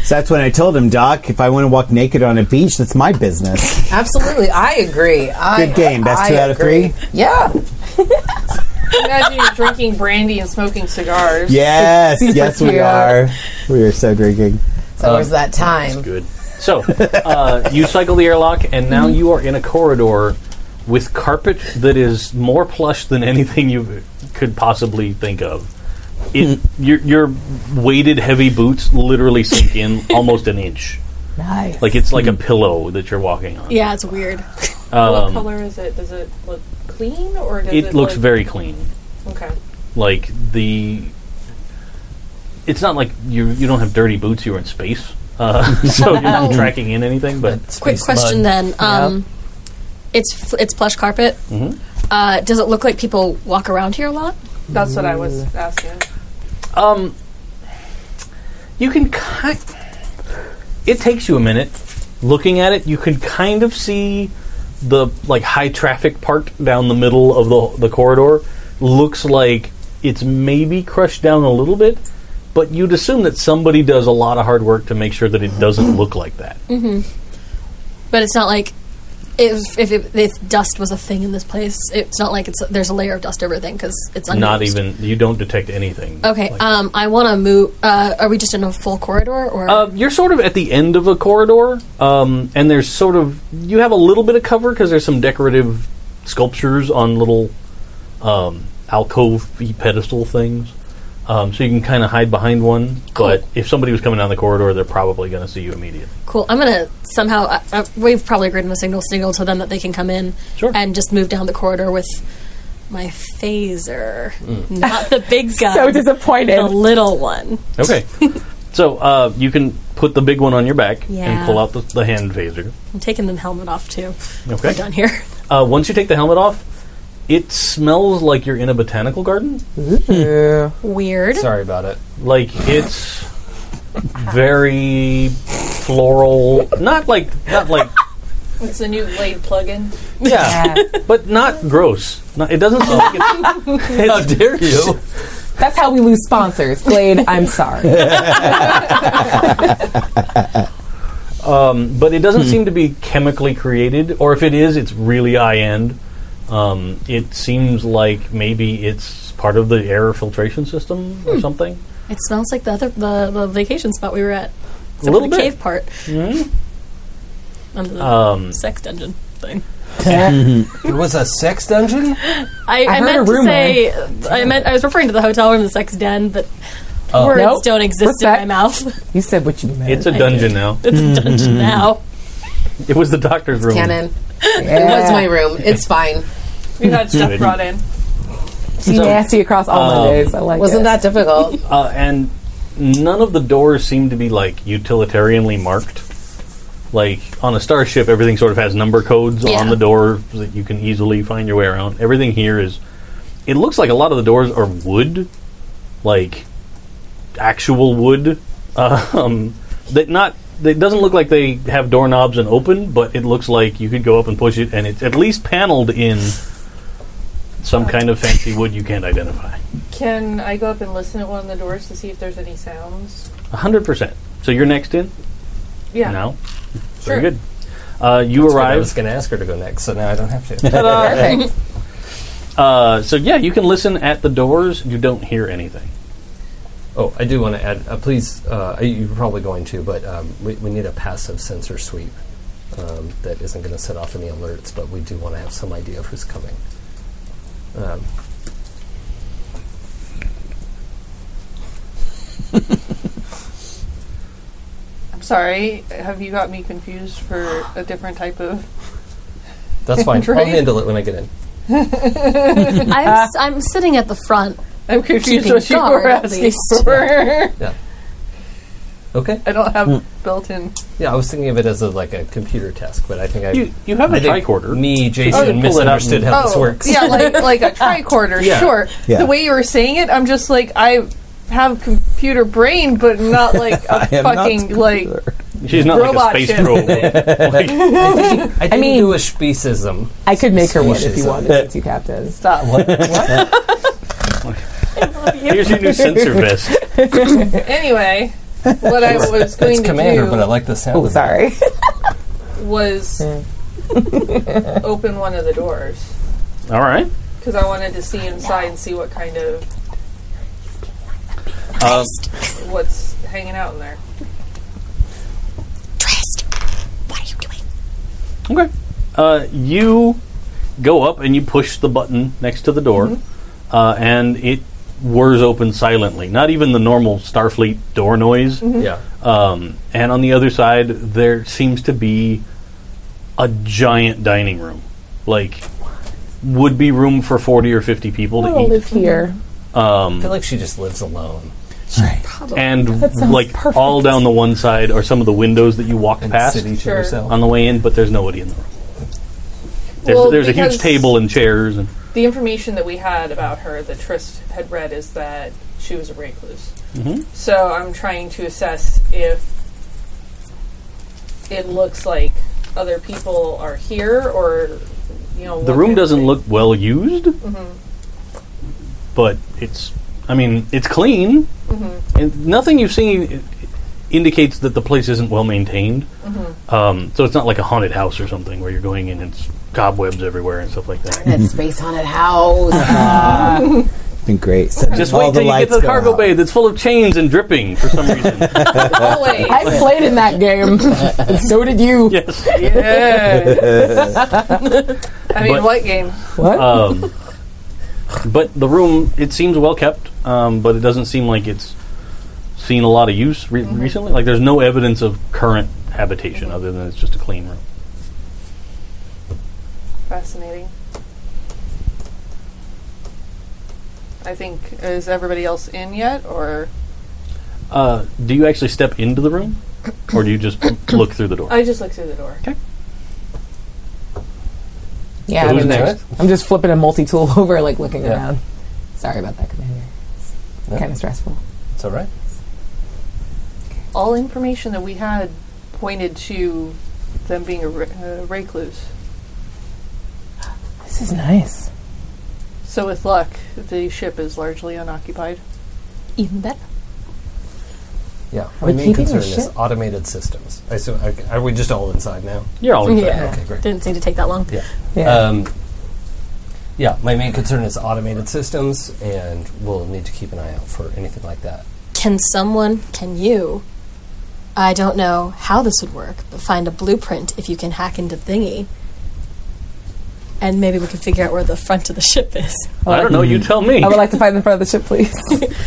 Speaker 4: So that's when I told him, Doc, if I want to walk naked on a beach, that's my business.
Speaker 6: Absolutely, I agree. I,
Speaker 4: Good game. That's
Speaker 6: I
Speaker 4: two out of
Speaker 6: agree.
Speaker 4: three.
Speaker 6: Yeah,
Speaker 3: Imagine you're drinking brandy and smoking cigars.
Speaker 4: Yes,
Speaker 2: Super
Speaker 4: yes, we
Speaker 2: cute.
Speaker 4: are. We are so drinking.
Speaker 1: Uh,
Speaker 6: so there's that time.
Speaker 1: Good. So uh, you cycle the airlock, and now you are in a corridor with carpet that is more plush than anything you could possibly think of. It, your, your weighted heavy boots literally sink in almost an inch.
Speaker 2: Nice.
Speaker 1: Like it's like a pillow that you're walking on.
Speaker 7: Yeah, it's weird.
Speaker 3: What
Speaker 1: Um,
Speaker 3: color is it? Does it look clean or does it?
Speaker 1: it, looks
Speaker 3: look-
Speaker 1: very clean.
Speaker 3: okay.
Speaker 1: Like the, it's not like you you don't have dirty boots. You were in space, uh, so you're not tracking in anything. But
Speaker 7: Quick
Speaker 5: Space
Speaker 7: question
Speaker 5: mud.
Speaker 7: then. Um, It's f- it's plush carpet.
Speaker 1: Mm-hmm.
Speaker 7: Uh, does it look like people walk around here a lot?
Speaker 3: That's what I
Speaker 7: Mm.
Speaker 3: was asking.
Speaker 1: Um, you can kind. It takes you a minute looking at it. You can kind of see the like high traffic part down the middle of the the corridor. Looks like it's maybe crushed down a little bit, but you'd assume that somebody does a lot of hard work to make sure that it doesn't look like that.
Speaker 7: But it's not like if if, if, if dust was a thing in this place, it's not like it's there's a layer of dust over everything because it's unnoticed.
Speaker 1: Not even you don't detect anything.
Speaker 7: Okay.
Speaker 1: like
Speaker 7: um, I want to move. Uh, are we just in a full corridor or?
Speaker 1: Uh, you're sort of at the end of a corridor, um, and there's sort of you have a little bit of cover because there's some decorative sculptures on little um, alcove pedestal things, um, so you can kind of hide behind one. But if somebody was coming down the corridor, they're probably going to see you immediately.
Speaker 7: Cool. I'm gonna somehow. Uh, uh, we've probably agreed on a signal signal to them that they can come in
Speaker 1: Sure.
Speaker 7: and just move down the corridor with my phaser,
Speaker 1: Mm.
Speaker 7: not the big gun.
Speaker 2: So disappointed.
Speaker 7: the little one.
Speaker 1: Okay, so uh, you can put the big one on your back and
Speaker 7: Yeah.
Speaker 1: pull out the, the hand phaser.
Speaker 7: I'm taking the helmet off too.
Speaker 1: Okay.
Speaker 7: We're done here.
Speaker 1: Uh, once you take the helmet off, it smells like you're in a botanical garden.
Speaker 2: Yeah.
Speaker 7: Weird.
Speaker 5: Sorry about it.
Speaker 1: like it's very floral not like not like
Speaker 3: It's the new Glade plug-in.
Speaker 1: yeah but not gross not, it doesn't seem like it's,
Speaker 5: How dare you?
Speaker 2: That's how we lose sponsors. Glade, I'm sorry.
Speaker 1: um, but it doesn't seem to be chemically created or if it is it's really high end um, it seems like maybe it's part of the air filtration system or something
Speaker 7: It smells like the other the, the vacation spot we were at. Except for
Speaker 1: little
Speaker 7: the
Speaker 1: bit.
Speaker 7: cave part. Under the
Speaker 1: Um,
Speaker 7: sex dungeon thing.
Speaker 5: There was a sex dungeon?
Speaker 7: I, I,
Speaker 2: heard a
Speaker 7: meant to
Speaker 2: rumor.
Speaker 7: say I meant I was referring to the hotel room, the sex den, but words
Speaker 2: Nope.
Speaker 7: don't exist
Speaker 2: Respect.
Speaker 7: in my mouth.
Speaker 2: you said what you meant.
Speaker 1: it's a dungeon now
Speaker 7: it's a dungeon now.
Speaker 1: it was the doctor's room
Speaker 6: Canon. It was my room. It's fine.
Speaker 3: We've had stuff
Speaker 1: Good.
Speaker 3: brought in.
Speaker 2: She's nasty across all Mondays. I like
Speaker 6: Wasn't
Speaker 2: it.
Speaker 6: that difficult?
Speaker 1: uh, and none of the doors seem to be like utilitarianly marked. Like on a starship, everything sort of has number codes
Speaker 7: Yeah.
Speaker 1: on the door so that you can easily find your way around. Everything here is. It looks like a lot of the doors are wood, like actual wood. Um, that not it doesn't look like they have doorknobs and open, but it looks like you could go up and push it, and it's at least paneled in some kind of fancy wood you can't identify.
Speaker 3: Can I go up and listen at one of the doors to see if there's any sounds?
Speaker 1: hundred percent. So you're next in.
Speaker 3: Yeah.
Speaker 1: No. Very
Speaker 3: Sure.
Speaker 1: good. Uh, you
Speaker 5: That's what I was
Speaker 1: arrive.
Speaker 5: going to ask her to go next, so now I don't have to.
Speaker 2: Perfect.
Speaker 1: Uh, so yeah, you can listen at the doors. You don't hear anything.
Speaker 5: oh, I do want to add. Uh, please, uh, you- you're probably going to, but um, we, we need a passive sensor sweep um, that isn't going to set off any alerts, but we do want to have some idea of who's coming. Um,
Speaker 3: I'm sorry. Have you got me confused for a different type of?
Speaker 5: that's fine. I'll
Speaker 3: Right?
Speaker 5: handle it when I get in.
Speaker 7: I'm, s- I'm sitting at the front.
Speaker 3: I'm confused
Speaker 7: Keeping
Speaker 3: what you
Speaker 7: guard,
Speaker 3: were
Speaker 7: at
Speaker 3: asking
Speaker 7: least.
Speaker 3: for.
Speaker 5: Okay.
Speaker 3: I don't
Speaker 1: Hmm.
Speaker 3: have built-in.
Speaker 5: Yeah, I was thinking of it as a, like a computer task, but I think I
Speaker 1: You you have a
Speaker 5: I think
Speaker 1: tricorder.
Speaker 5: Me,
Speaker 1: Oh, you
Speaker 5: Jason,
Speaker 1: pull it up Oh.
Speaker 5: misunderstood
Speaker 1: and-
Speaker 5: how this works.
Speaker 3: Oh, yeah, like like a tricorder.
Speaker 5: Yeah.
Speaker 3: Sure.
Speaker 4: Yeah.
Speaker 3: The way you were saying it, I'm just like I have computer brain, but not like a
Speaker 4: am not
Speaker 3: fucking like.
Speaker 1: She's not
Speaker 3: Robot
Speaker 1: like a space
Speaker 3: ship.
Speaker 1: probe. Like,
Speaker 5: I didn't
Speaker 2: mean-
Speaker 5: do a specism.
Speaker 2: I could make her one if you
Speaker 5: Species.
Speaker 2: wanted to, two captains.
Speaker 3: Stop.
Speaker 1: here's your new sensor vest.
Speaker 3: Anyway, what I was
Speaker 5: It's
Speaker 3: going to
Speaker 5: commander, but I
Speaker 3: do
Speaker 5: like the sound.
Speaker 2: Oh,
Speaker 5: of it.
Speaker 2: sorry.
Speaker 3: was open one of the doors
Speaker 1: All right.
Speaker 3: because I wanted to see inside and see what kind of
Speaker 1: Um,
Speaker 3: what's hanging out in there.
Speaker 7: Trist, what are you doing?
Speaker 1: Okay. Uh, you go up and you push the button next to the door,
Speaker 3: Mm-hmm.
Speaker 1: uh, and it whirs open silently. Not even the normal Starfleet door noise.
Speaker 5: Yeah.
Speaker 1: Um, and on the other side, there seems to be a giant dining room, like would be room for forty or fifty people to eat.
Speaker 2: here.
Speaker 5: I feel like she just lives alone.
Speaker 1: and like all down the one side are some of the windows that you walk
Speaker 5: And
Speaker 1: past Um,
Speaker 5: city to
Speaker 3: Sure.
Speaker 5: herself.
Speaker 1: on the way in, but there's nobody in the room. There's,
Speaker 3: Well,
Speaker 1: there's a
Speaker 3: because-
Speaker 1: huge table and chairs, and
Speaker 3: The information that we had about her that Trist had read is that she was a recluse.
Speaker 1: Mm-hmm.
Speaker 3: So I'm trying to assess if it looks like other people are here or you know
Speaker 1: the
Speaker 3: what
Speaker 1: room
Speaker 3: they're
Speaker 1: doesn't
Speaker 3: doing.
Speaker 1: look well used,
Speaker 4: Mm-hmm.
Speaker 1: but it's I mean it's clean,
Speaker 4: Mm-hmm.
Speaker 1: and nothing you've seen indicates that the place isn't well maintained.
Speaker 4: Mm-hmm.
Speaker 1: Um, so it's not like a haunted house or something where you're going in and it's cobwebs everywhere and stuff like that.
Speaker 6: That space haunted house.
Speaker 4: Been great. Suddenly
Speaker 1: Just
Speaker 4: all
Speaker 1: wait till you get
Speaker 4: lights
Speaker 1: to the
Speaker 4: go
Speaker 1: cargo
Speaker 4: out.
Speaker 1: bay that's full of chains and dripping for some reason.
Speaker 3: Oh wait.
Speaker 2: I played in that game, and so did you.
Speaker 1: yes.
Speaker 3: Yeah. I mean,
Speaker 1: But-
Speaker 3: what game?
Speaker 2: What?
Speaker 1: Um, but the room, it seems well kept, um, but it doesn't seem like it's seen a lot of use re- recently. Like, there's no evidence of current habitation other than it's just a clean room.
Speaker 3: Fascinating. I think is everybody else in yet, or
Speaker 1: Uh, do you actually step into the room, or do you just look through the door?
Speaker 3: I just looked through the door.
Speaker 2: yeah,
Speaker 1: Who's
Speaker 2: I'm, in there.
Speaker 1: next?
Speaker 2: I'm just flipping a multi-tool over, like looking
Speaker 5: Yeah.
Speaker 2: around. Sorry about that, Commander. It's
Speaker 5: Yeah.
Speaker 2: kind of stressful.
Speaker 5: It's all right.
Speaker 3: All information that we had pointed to them being a, re- a recluse.
Speaker 2: This is nice.
Speaker 3: So with luck, the ship is largely unoccupied.
Speaker 7: Even better.
Speaker 5: Yeah.
Speaker 2: Are
Speaker 5: My
Speaker 2: we
Speaker 5: main
Speaker 2: keeping
Speaker 5: concern
Speaker 2: our
Speaker 5: is
Speaker 2: ship?
Speaker 5: automated systems. I assume, are, are we just all inside now?
Speaker 1: You're all inside.
Speaker 2: Yeah.
Speaker 5: Okay, great.
Speaker 7: Didn't seem to take that long.
Speaker 2: Yeah.
Speaker 5: Um, yeah, my main concern is automated systems, and we'll need to keep an eye out for anything like that.
Speaker 7: Can someone, can you, I don't know how this would work, but find a blueprint if you can hack into Thingy? And maybe we can figure out where the front of the ship is.
Speaker 1: I don't know. You tell me.
Speaker 2: I would like to find the front of the ship, please.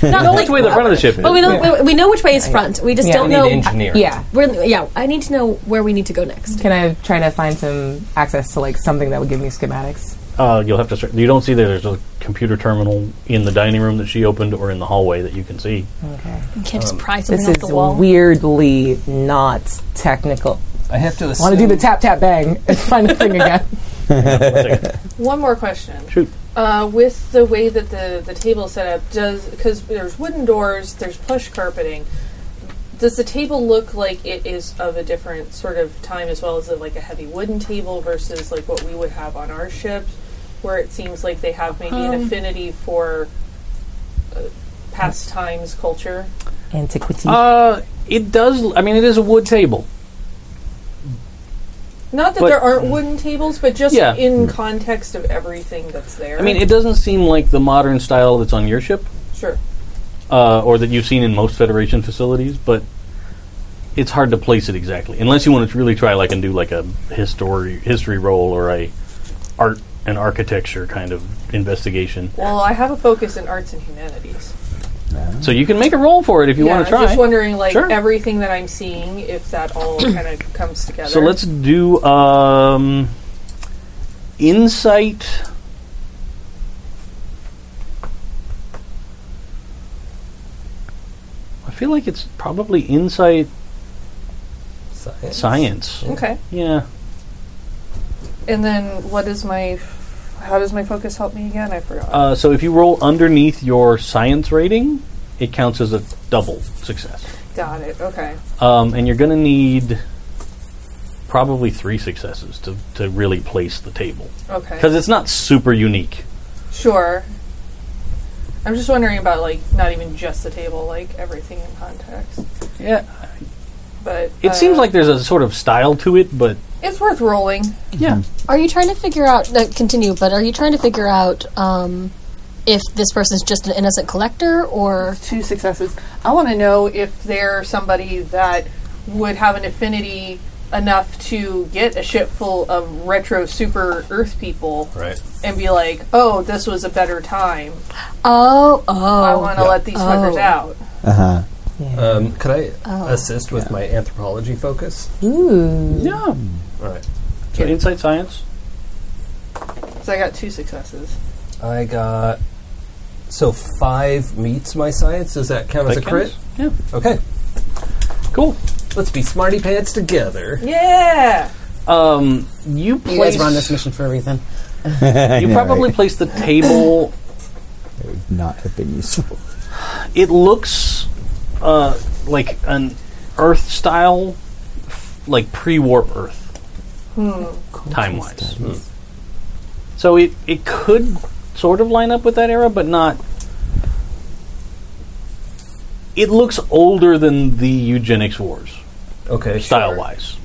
Speaker 7: Not
Speaker 1: Which way the front of the ship is?
Speaker 7: But we know we, we know which way is front. We just
Speaker 2: Yeah.
Speaker 7: don't
Speaker 5: We need
Speaker 7: know.
Speaker 5: an engineer.
Speaker 2: Oh, yeah.
Speaker 7: We're, yeah, I need to know where we need to go next.
Speaker 2: Can I try to find some access to like something that would give me schematics?
Speaker 1: Uh, you'll have to. Start, you don't see that there's a computer terminal in the dining room that she opened, or in the hallway that you can see.
Speaker 2: Okay.
Speaker 7: You can't just pry something
Speaker 2: Mm-hmm. Um, This
Speaker 7: off
Speaker 2: is
Speaker 7: the wall.
Speaker 2: weirdly not technical.
Speaker 5: I have to assume.
Speaker 2: Want to do the tap tap bang and find a thing again?
Speaker 3: One more question.
Speaker 1: Shoot.
Speaker 3: Uh, with the way that the the table is set up, does because there's wooden doors, there's plush carpeting. Does the table look like it is of a different sort of time as well? Is it like a heavy wooden table versus like what we would have on our ships, where it seems like they have maybe an affinity for uh, past times culture?
Speaker 2: Antiquity.
Speaker 1: Uh, it does. I mean, it is a wood table.
Speaker 3: Not that
Speaker 1: But-
Speaker 3: there aren't wooden tables, but just
Speaker 1: Yeah.
Speaker 3: in context of everything that's there.
Speaker 1: I mean, it doesn't seem like the modern style that's on your ship,
Speaker 3: sure.
Speaker 1: uh, or that you've seen in most Federation facilities, but it's hard to place it exactly, unless you want to really try like and do like a history history roll or a art and architecture kind of investigation.
Speaker 3: Well, I have a focus in arts and humanities.
Speaker 1: So you can make a roll for it if you
Speaker 3: yeah,
Speaker 1: want to try.
Speaker 3: I'm just wondering, like
Speaker 1: Sure.
Speaker 3: everything that I'm seeing, if that all kind of comes together.
Speaker 1: So let's do um, insight. I feel like it's probably insight
Speaker 5: Science.
Speaker 1: science.
Speaker 3: Okay,
Speaker 1: Yeah.
Speaker 3: and then what is my? How does my focus help me again? I forgot.
Speaker 1: Uh, so if you roll underneath your science rating, it counts as a double success.
Speaker 3: Got it. Okay.
Speaker 1: Um, and you're going to need probably three successes to, to really place the table. Because
Speaker 3: Okay.
Speaker 1: it's not super unique.
Speaker 3: Sure. I'm just wondering about like not even just the table, like everything in context.
Speaker 1: Yeah.
Speaker 3: But
Speaker 1: It seems
Speaker 3: uh,
Speaker 1: like there's a sort of style to it, but
Speaker 3: it's worth rolling.
Speaker 1: yeah.
Speaker 7: Are you trying to figure out? Uh, continue, but are you trying to figure out um, if this person's just an innocent collector or?
Speaker 3: two successes. I want to know if they're somebody that would have an affinity enough to get a ship full of retro super Earth people
Speaker 5: Right.
Speaker 3: and be like, "Oh, this was a better time.
Speaker 7: Oh, oh.
Speaker 3: I want to let these fuckers
Speaker 7: Oh.
Speaker 3: out."
Speaker 4: Uh huh.
Speaker 5: Um, could I
Speaker 7: Oh.
Speaker 5: assist with my anthropology focus? Mm-hmm.
Speaker 2: Ooh.
Speaker 1: Yeah.
Speaker 5: All right.
Speaker 1: So insight science.
Speaker 3: So I got two successes.
Speaker 5: I got so five meets my science. Does that count as a
Speaker 1: That counts.
Speaker 5: crit?
Speaker 1: Yeah.
Speaker 5: Okay.
Speaker 1: Cool.
Speaker 5: Let's be smarty pants together.
Speaker 3: Yeah.
Speaker 1: Um, you
Speaker 6: You
Speaker 1: place,
Speaker 6: guys were on this mission for a reason.
Speaker 1: you probably place the table
Speaker 4: would not have been useful.
Speaker 1: it looks uh, like an Earth style, like pre warp Earth, time wise. So it, it could sort of line up with that era, but not. It looks older than the eugenics wars,
Speaker 5: Okay.
Speaker 1: style wise.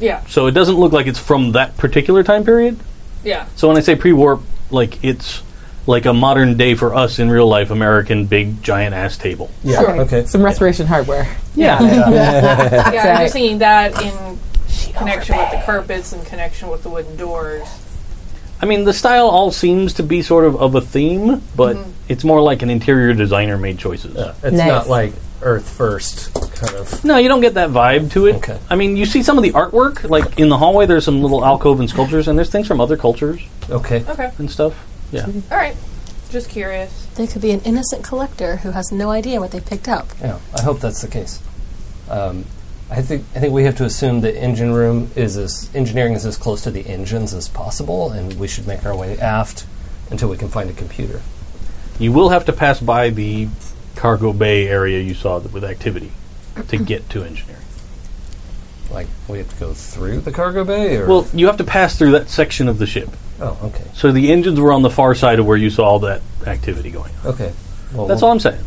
Speaker 3: Yeah.
Speaker 1: So it doesn't look like it's from that particular time period.
Speaker 3: Yeah.
Speaker 1: So when I say pre warp, like it's like a modern day for us in real life American big giant ass table.
Speaker 5: Yeah.
Speaker 2: Sure.
Speaker 5: Okay.
Speaker 2: Some restoration hardware.
Speaker 3: Yeah. I'm
Speaker 2: Right.
Speaker 3: just seeing that in connection with the carpets and connection with the wooden doors.
Speaker 1: I mean, the style all seems to be sort of of a theme, but it's more like an interior designer made choices.
Speaker 5: Yeah, It's
Speaker 2: Nice.
Speaker 5: not like Earth first kind of.
Speaker 1: No, you don't get that vibe to it.
Speaker 5: Okay.
Speaker 1: I mean, you see some of the artwork, like in the hallway. There's some little alcove and sculptures, and there's things from other cultures
Speaker 5: Okay.
Speaker 3: Okay.
Speaker 1: and stuff. Yeah,
Speaker 3: All right. Just curious.
Speaker 7: They could be an innocent collector who has no idea what they picked up.
Speaker 5: Yeah. I hope that's the case. Um, I think I think we have to assume the engine room is as engineering is as close to the engines as possible, and we should make our way aft until we can find a computer.
Speaker 1: you will have to pass by the cargo bay area you saw th- with activity to get to engineering.
Speaker 5: Like we have to go through the cargo bay, or
Speaker 1: Well, you have to pass through that section of the ship.
Speaker 5: oh, okay,
Speaker 1: So the engines were on the far side of where you saw all that activity going on.
Speaker 5: okay. Well,
Speaker 1: That's
Speaker 5: we'll
Speaker 1: all I'm saying.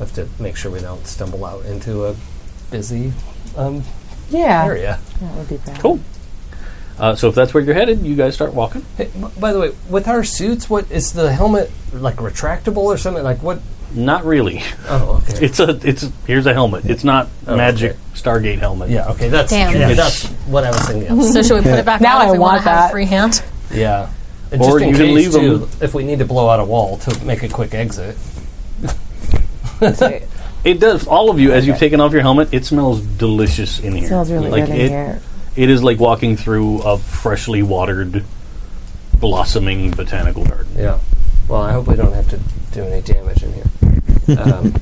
Speaker 5: Have to make sure we don't stumble out into a busy um,
Speaker 2: Yeah.
Speaker 5: area.
Speaker 2: That would be bad.
Speaker 1: Cool. Uh, so if that's where you're headed, you guys start walking.
Speaker 5: Hey, b- by the way, with our suits, what is the helmet like retractable or something? Like what?
Speaker 1: Not really.
Speaker 5: Oh, okay.
Speaker 1: It's a it's here's a helmet. It's not
Speaker 5: Oh,
Speaker 1: magic
Speaker 5: okay.
Speaker 1: Stargate helmet.
Speaker 5: yeah, okay. That's
Speaker 7: Damn.
Speaker 5: yeah, that's what I was thinking. Of.
Speaker 7: So should we put it back
Speaker 2: Now
Speaker 7: on if
Speaker 2: I
Speaker 7: we
Speaker 2: want
Speaker 7: want to have
Speaker 2: that.
Speaker 7: free hand?
Speaker 5: yeah. And
Speaker 1: Or
Speaker 5: just in
Speaker 1: you can
Speaker 5: case,
Speaker 1: leave
Speaker 5: too,
Speaker 1: 'em.
Speaker 5: if we need to blow out a wall to make a quick exit.
Speaker 1: It does all of you as you've taken off your helmet, it smells delicious in here.
Speaker 2: Smells really
Speaker 1: like
Speaker 2: good in
Speaker 1: it,
Speaker 2: here.
Speaker 1: It is like walking through a freshly watered blossoming botanical garden.
Speaker 5: Yeah. Well, I hope we don't have to do any damage in here. Um,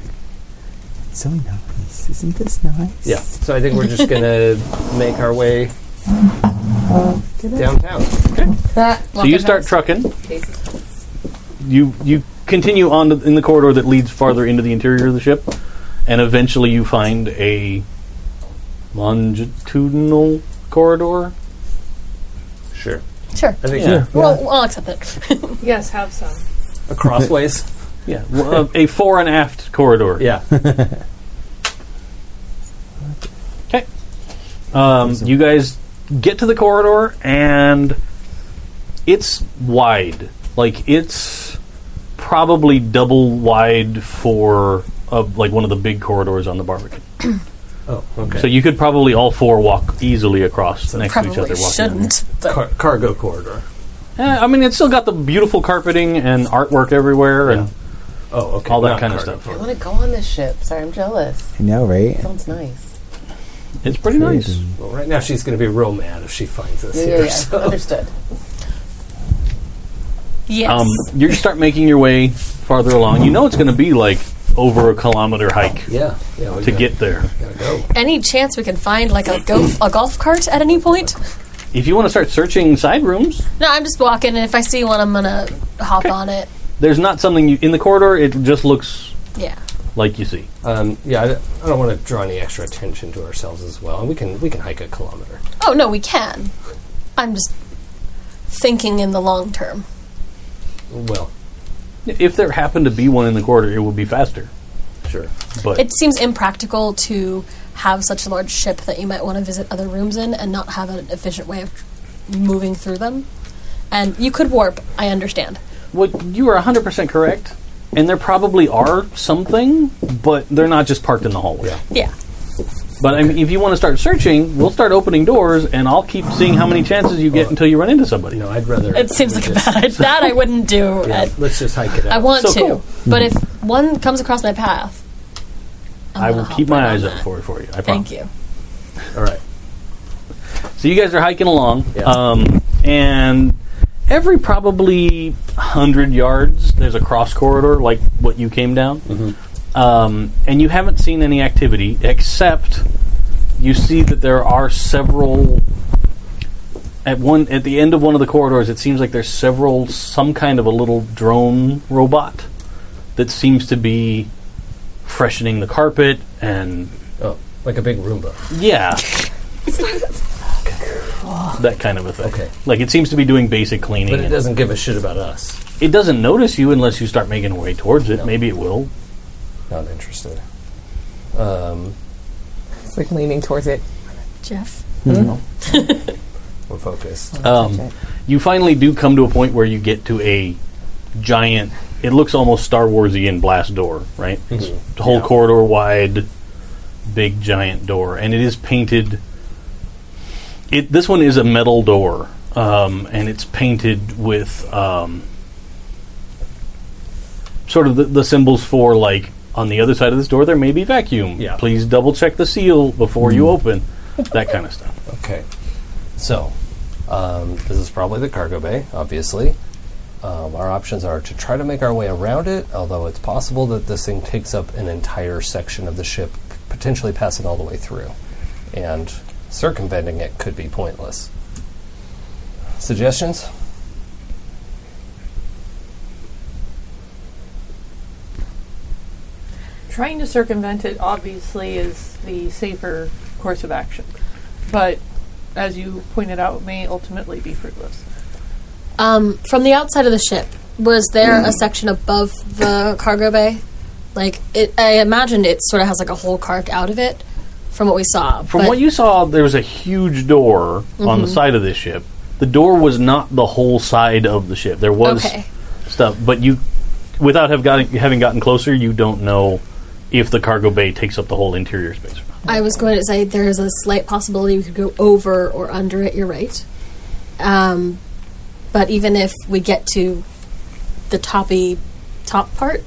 Speaker 4: So nice, isn't this nice?
Speaker 5: yeah. So I think we're just gonna make our way downtown.
Speaker 1: So you start trucking. you you continue on to, in the corridor that leads farther into the interior of the ship, and eventually you find a longitudinal corridor.
Speaker 5: Sure.
Speaker 7: Sure.
Speaker 5: I think
Speaker 1: Yeah.
Speaker 7: Well, I'll accept that.
Speaker 3: Yes, have some.
Speaker 5: a crossways.
Speaker 1: Yeah, well, a, a fore and aft corridor.
Speaker 5: yeah.
Speaker 1: Um, you guys get to the corridor, and it's wide. Like it's probably double wide for uh, like one of the big corridors on the Barbican.
Speaker 5: Oh, okay.
Speaker 1: So you could probably all four walk easily across next to each other.
Speaker 7: Probably
Speaker 1: Walking
Speaker 7: shouldn't. But
Speaker 5: Car- cargo corridor.
Speaker 1: down. Eh, I mean, it's still got the beautiful carpeting and artwork everywhere, and
Speaker 5: Oh, okay.
Speaker 1: All that
Speaker 5: Not
Speaker 1: kind of
Speaker 5: cargo
Speaker 1: stuff.
Speaker 6: I
Speaker 5: corridor.
Speaker 6: want to go on this ship. Sorry, I'm jealous.
Speaker 4: I know, right?
Speaker 6: Sounds nice.
Speaker 1: it's pretty nice.
Speaker 5: Well, right now she's going to be real mad if she finds us
Speaker 6: Yeah,
Speaker 5: here.
Speaker 6: yeah, yeah.
Speaker 5: so-
Speaker 6: Understood.
Speaker 7: yes.
Speaker 1: Um, you start making your way farther along. You know it's going to be like over a kilometer hike
Speaker 5: yeah. yeah we
Speaker 1: to
Speaker 5: gotta-
Speaker 1: get there.
Speaker 5: gotta go.
Speaker 7: any chance we can find like a golf a golf cart at any point?
Speaker 1: If you want to start searching side rooms,
Speaker 7: No, I'm just walking, and if I see one, I'm gonna hop on it.
Speaker 1: there's not something you, in the corridor. It just looks
Speaker 7: Yeah.
Speaker 1: like you see.
Speaker 5: Um, yeah, I, I don't want to draw any extra attention to ourselves as well. And we can we can hike a kilometer.
Speaker 7: Oh no, we can. I'm just thinking in the long term.
Speaker 5: Well,
Speaker 1: If there happened to be one in the corridor, it would be faster.
Speaker 5: sure.
Speaker 1: But
Speaker 7: It seems impractical to have such a large ship that you might want to visit other rooms in and not have an efficient way of moving through them. And you could warp. I understand.
Speaker 1: what you are 100% correct, and there probably are something, but they're not just parked in the hallway.
Speaker 5: Yeah.
Speaker 7: Yeah.
Speaker 1: But I mean, if you want to start searching, we'll start opening doors, and I'll keep seeing how many chances you get until you run into somebody.
Speaker 5: No, I'd rather.
Speaker 7: It seems
Speaker 5: we
Speaker 7: like a
Speaker 5: just-
Speaker 7: bad idea. That I wouldn't do.
Speaker 5: Yeah,
Speaker 7: I,
Speaker 5: let's just hike it out.
Speaker 7: I want
Speaker 1: So
Speaker 7: to,
Speaker 1: cool. Hmm.
Speaker 7: but if one comes across my path, I'm
Speaker 1: I
Speaker 7: gonna
Speaker 1: will
Speaker 7: hop
Speaker 1: keep my
Speaker 7: right on
Speaker 1: eyes
Speaker 7: that.
Speaker 1: open for it for you. I promise.
Speaker 7: Thank you.
Speaker 5: All right.
Speaker 1: So you guys are hiking along,
Speaker 5: Yeah.
Speaker 1: um, and every probably hundred yards, there's a cross corridor like what you came down, um, and you haven't seen any activity except you see that there are several. At one at the end of one of the corridors, it seems like there's several some kind of a little drone robot that seems to be freshening the carpet and
Speaker 5: Oh, like a big Roomba.
Speaker 1: yeah. that kind of a thing.
Speaker 5: Okay.
Speaker 1: Like it seems to be doing basic cleaning.
Speaker 5: But it
Speaker 1: and-
Speaker 5: doesn't give a shit about us.
Speaker 1: it doesn't notice you unless you start making your way towards it. Maybe it will.
Speaker 5: Not interested. Um,
Speaker 2: It's like leaning towards it.
Speaker 7: Jeff.
Speaker 5: we're focused.
Speaker 1: Um, you finally do come to a point where you get to a giant. It looks almost Star Warsy in blast door, right? It's
Speaker 5: Mhm.
Speaker 1: the whole
Speaker 5: Yeah.
Speaker 1: corridor wide, big giant door, and it is painted. It this one is a metal door, um, and it's painted with um, sort of the, the symbols for like on the other side of this door there may be vacuum.
Speaker 5: Yeah. Mm.
Speaker 1: Please double check the seal before you open. That kind of stuff.
Speaker 5: Okay. So, um, this is probably the cargo bay, obviously. Um, our options are to try to make our way around it, although it's possible that this thing takes up an entire section of the ship, p- potentially passing all the way through. And circumventing it could be pointless. Suggestions?
Speaker 3: Trying to circumvent it obviously is the safer course of action, but as you pointed out, may ultimately be fruitless.
Speaker 7: Um, from the outside of the ship, was there a section above the cargo bay? Like, it, I imagined it sort of has like a hole carved out of it from what we saw.
Speaker 1: From
Speaker 7: but
Speaker 1: what you saw, there was a huge door on
Speaker 2: Mm-hmm.
Speaker 1: the side of this ship. The door was not the whole side of the ship. There was
Speaker 7: Okay.
Speaker 1: stuff, but you, without have gotten, having gotten closer, you don't know if the cargo bay takes up the whole interior space. or not.
Speaker 7: I was going to say there is a slight possibility we could go over or under it, you're right. Um, but even if we get to the toppy top part,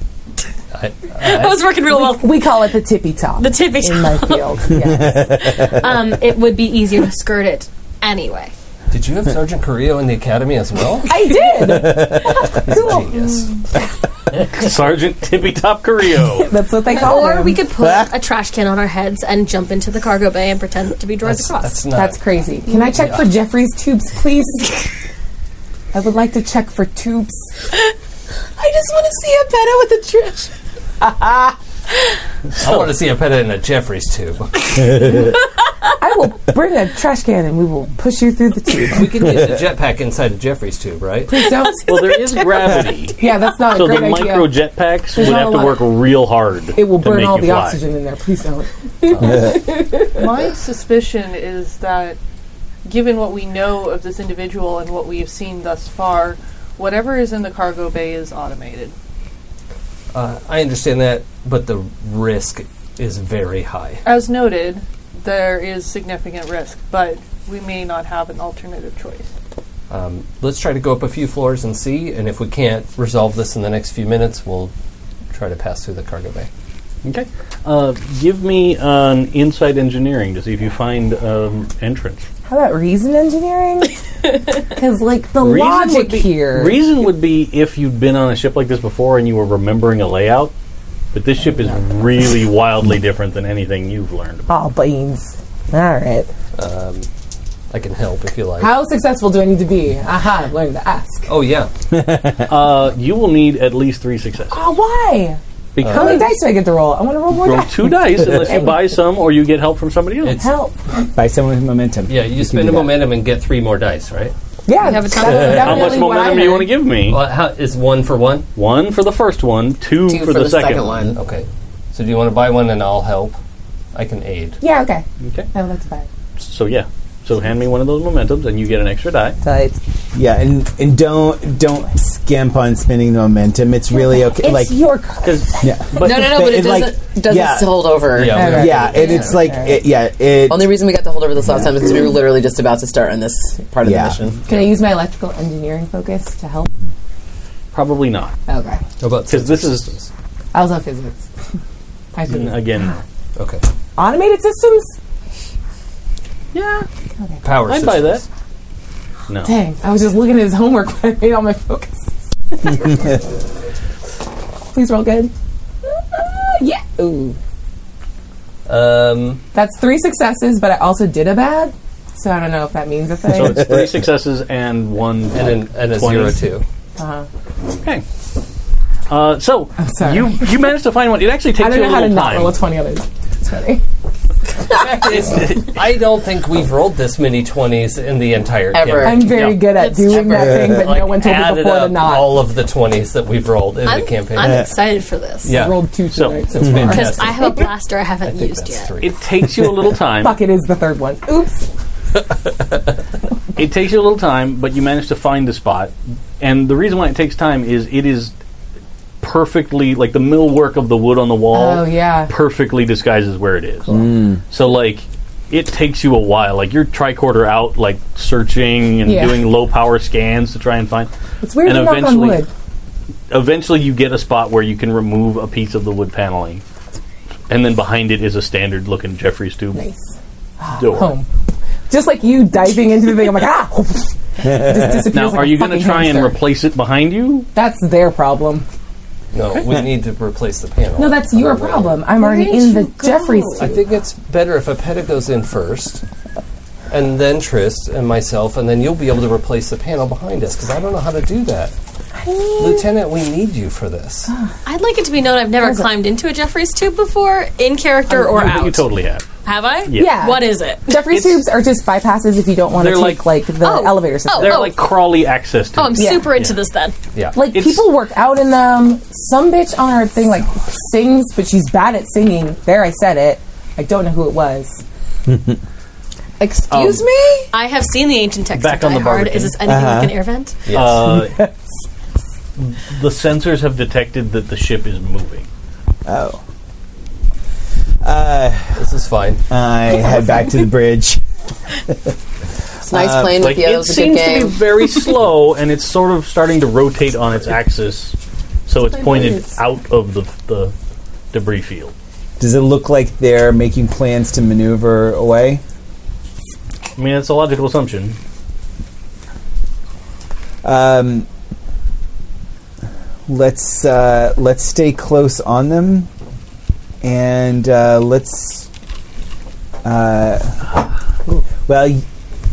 Speaker 5: I, Uh,
Speaker 7: I was working real well.
Speaker 2: We call it the tippy top.
Speaker 7: The tippy
Speaker 2: in my field. Yes.
Speaker 7: Um, it would be easier to skirt it anyway.
Speaker 5: did you have Sergeant Carrillo in the academy as well?
Speaker 2: I mm, did.
Speaker 5: Genius.
Speaker 1: Sergeant Tippy Top Carrillo.
Speaker 2: That's what they call
Speaker 7: Or
Speaker 2: him.
Speaker 7: we could put a trash can on our heads and jump into the cargo bay and pretend to be droids
Speaker 5: That's,
Speaker 7: across.
Speaker 5: that's not.
Speaker 2: That's crazy. Can I check for Jeffrey's tubes, please? I would like to check for tubes.
Speaker 7: I
Speaker 2: just want to see a peta with a trash.
Speaker 5: I want to see a peta in a Jeffrey's tube.
Speaker 2: I will bring a trash can and we will push you through the tube.
Speaker 5: we can get the jetpack inside a Jeffrey's tube, right?
Speaker 2: Please don't.
Speaker 1: Well, there is gravity.
Speaker 2: Yeah, that's not
Speaker 1: So
Speaker 2: a
Speaker 1: the
Speaker 2: great idea.
Speaker 1: micro jetpacks
Speaker 2: There's
Speaker 1: would
Speaker 2: not
Speaker 1: have
Speaker 2: a
Speaker 1: to
Speaker 2: lot.
Speaker 1: work real hard.
Speaker 2: it will
Speaker 1: to
Speaker 2: burn
Speaker 1: make
Speaker 2: all
Speaker 1: you
Speaker 2: the
Speaker 1: fly.
Speaker 2: oxygen in there. Please don't.
Speaker 3: My suspicion is that, given what we know of this individual and what we have seen thus far, whatever is in the cargo bay is automated.
Speaker 5: Uh, I understand that, but the risk is very high.
Speaker 3: As noted, there is significant risk, but we may not have an alternative choice.
Speaker 5: Um, let's try to go up a few floors and see, and if we can't resolve this in the next few minutes, we'll try to pass through the cargo bay.
Speaker 1: Okay. Uh, give me an inside engineering to see if you find um, entrance.
Speaker 2: How about reason engineering? Because like the
Speaker 1: would
Speaker 2: logic
Speaker 1: be,
Speaker 2: here.
Speaker 1: Reason would be if you'd been on a ship like this before and you were remembering a layout. But this ship is really wildly different than anything you've learned. about.
Speaker 2: all Oh, beans. All right.
Speaker 5: Um, I can help if you like.
Speaker 2: How successful do I need to be? Aha! I've learned to ask.
Speaker 5: Oh yeah,
Speaker 1: Uh, you will need at least three successes
Speaker 2: Oh, why? How many
Speaker 1: because
Speaker 2: dice do I get to roll? I want to roll more
Speaker 1: Uh, roll
Speaker 2: dice.
Speaker 1: two dice unless you buy some or you get help from somebody else.
Speaker 5: It's-
Speaker 2: Help!
Speaker 4: By someone with momentum.
Speaker 5: yeah. You
Speaker 4: can
Speaker 5: spend
Speaker 4: do
Speaker 5: a
Speaker 4: that.
Speaker 5: momentum and get three more dice, right?
Speaker 2: Yeah,
Speaker 7: You have a
Speaker 2: that's
Speaker 7: ton of-
Speaker 1: How
Speaker 2: definitely
Speaker 1: much
Speaker 2: what I
Speaker 1: momentum do you
Speaker 2: heard.
Speaker 1: want to give me?
Speaker 5: Well, how, is one for one?
Speaker 1: One for the first one, two,
Speaker 6: Two for, the, second, one.
Speaker 5: Okay. So do you want to buy one and I'll help? I can aid.
Speaker 2: Yeah, okay.
Speaker 1: Okay.
Speaker 2: I would like to buy it.
Speaker 1: So yeah. So hand me one of those momentums and you get an extra die.
Speaker 2: But
Speaker 4: Yeah, and and don't don't skimp on spending the momentum. It's really okay.
Speaker 2: it's
Speaker 4: like
Speaker 2: your card.
Speaker 4: yeah,
Speaker 1: But-
Speaker 6: No, no, no. But it
Speaker 4: it, like-
Speaker 6: doesn't doesn't
Speaker 4: yeah.
Speaker 6: hold over.
Speaker 5: Yeah. we-
Speaker 2: Okay.
Speaker 4: yeah, and it's like it, yeah, it
Speaker 6: Only reason we got to hold over this last time is 'cause we were literally just about to start on this part of
Speaker 4: Yeah.
Speaker 6: the mission.
Speaker 2: Can I use my electrical engineering focus to help?
Speaker 1: Probably not.
Speaker 2: Okay.
Speaker 5: How about
Speaker 1: Because this is-
Speaker 2: I also have physics. I should.
Speaker 1: Again,
Speaker 5: okay.
Speaker 2: Automated systems?
Speaker 5: Power.
Speaker 1: I'd buy that.
Speaker 5: systems.
Speaker 2: Dang, I was just looking at his homework when I made all my focus. Please roll good. Uh, yeah. Ooh.
Speaker 5: Um,
Speaker 2: That's three successes, but I also did a bad, so I don't know if that means a
Speaker 1: So
Speaker 2: thing.
Speaker 1: it's three successes and one.
Speaker 5: and, an, and a
Speaker 1: 20.
Speaker 5: zero two.
Speaker 2: Uh,
Speaker 1: Okay. Uh, so
Speaker 2: sorry.
Speaker 1: you you managed to find one. It actually
Speaker 2: I
Speaker 1: takes
Speaker 2: don't
Speaker 1: you a
Speaker 2: know how to
Speaker 1: little
Speaker 2: not
Speaker 1: time.
Speaker 2: roll a 20 on this. It's funny.
Speaker 5: I don't think we've rolled this many twenties in the entire
Speaker 6: Ever.
Speaker 5: campaign.
Speaker 2: I'm very
Speaker 1: Yeah.
Speaker 2: good at
Speaker 7: It's
Speaker 2: doing that thing, but
Speaker 5: Like,
Speaker 2: no one told me
Speaker 5: added
Speaker 2: before to
Speaker 5: up
Speaker 2: not.
Speaker 5: all of the twenties that we've rolled in
Speaker 7: I'm,
Speaker 5: the campaign.
Speaker 7: I'm excited for this.
Speaker 5: yeah,
Speaker 2: I rolled two
Speaker 1: So-
Speaker 2: tonight so, far.
Speaker 7: Because
Speaker 5: fantastic.
Speaker 7: I have a blaster I haven't
Speaker 5: think
Speaker 7: used
Speaker 5: that's
Speaker 7: yet.
Speaker 5: three.
Speaker 1: It takes you a little time.
Speaker 2: Fuck, it is the third one. Oops.
Speaker 1: it takes you a little time, but you manage to find the spot. And the reason why it takes time is it is perfectly like the millwork of the wood on the wall.
Speaker 2: Oh, yeah.
Speaker 1: perfectly disguises where it is. So like it takes you a while. Like you're tricorder out, like searching and
Speaker 2: Yeah.
Speaker 1: doing low power scans to try and find.
Speaker 2: It's weird
Speaker 1: And
Speaker 2: to knock on
Speaker 1: eventually-
Speaker 2: wood.
Speaker 1: Eventually, you get a spot where you can remove a piece of the wood paneling, and then behind it is a standard looking Jeffrey's tube
Speaker 2: Nice.
Speaker 1: door.
Speaker 2: Home. Just like you diving into the thing, I'm like, ah! It just disappears
Speaker 1: Now,
Speaker 2: like
Speaker 1: are
Speaker 2: a
Speaker 1: you going to
Speaker 2: fucking
Speaker 1: try and
Speaker 2: hamster.
Speaker 1: replace it behind you?
Speaker 2: That's their problem.
Speaker 5: No, we need to replace the panel.
Speaker 2: No, that's your
Speaker 5: Otherwise-
Speaker 2: problem. I'm already in the Jeffrey's
Speaker 5: I think it's better if a peta goes in first, and then Trist and myself, and then you'll be able to replace the panel behind us because I don't know how to do that. Lieutenant, we need you for this.
Speaker 2: Ah,
Speaker 7: I'd like it to be known I've never climbed into a Jeffrey's tube before, in character or
Speaker 1: I think
Speaker 7: out.
Speaker 1: You totally have.
Speaker 7: Have I?
Speaker 2: Yeah.
Speaker 7: What is it?
Speaker 2: Jeffrey's tubes are just bypasses if you don't want to
Speaker 1: They're
Speaker 2: take like,
Speaker 1: like-
Speaker 2: the
Speaker 7: Oh.
Speaker 2: elevator system.
Speaker 1: They're
Speaker 7: Oh.
Speaker 1: like crawly access to.
Speaker 7: Oh, I'm super into this then.
Speaker 5: Yeah.
Speaker 2: Like
Speaker 1: It's-
Speaker 2: people work out in them. Some bitch on her thing like sings, but she's bad at singing. There, I said it. I don't know who it was. Oh.
Speaker 6: Excuse me.
Speaker 7: I have seen the ancient text
Speaker 1: Back
Speaker 7: of
Speaker 1: on
Speaker 7: Die
Speaker 1: the
Speaker 7: Hard.
Speaker 1: Barbican.
Speaker 7: Is this anything like an air vent?
Speaker 1: Uh, the sensors have detected that the ship is moving.
Speaker 4: oh. Uh,
Speaker 5: this is fine.
Speaker 4: I head back to the bridge.
Speaker 6: It's nice playing with
Speaker 1: Like
Speaker 6: you. It
Speaker 1: it
Speaker 6: was a good
Speaker 1: seems to be
Speaker 6: game.
Speaker 1: very slow, and it's sort of starting to rotate on its axis, so it's pointed out of the, the debris field.
Speaker 4: Does it look like they're making plans to maneuver away?
Speaker 1: I mean, it's a logical assumption.
Speaker 4: Um, let's uh, let's stay close on them, and uh, let's. Uh, well, y-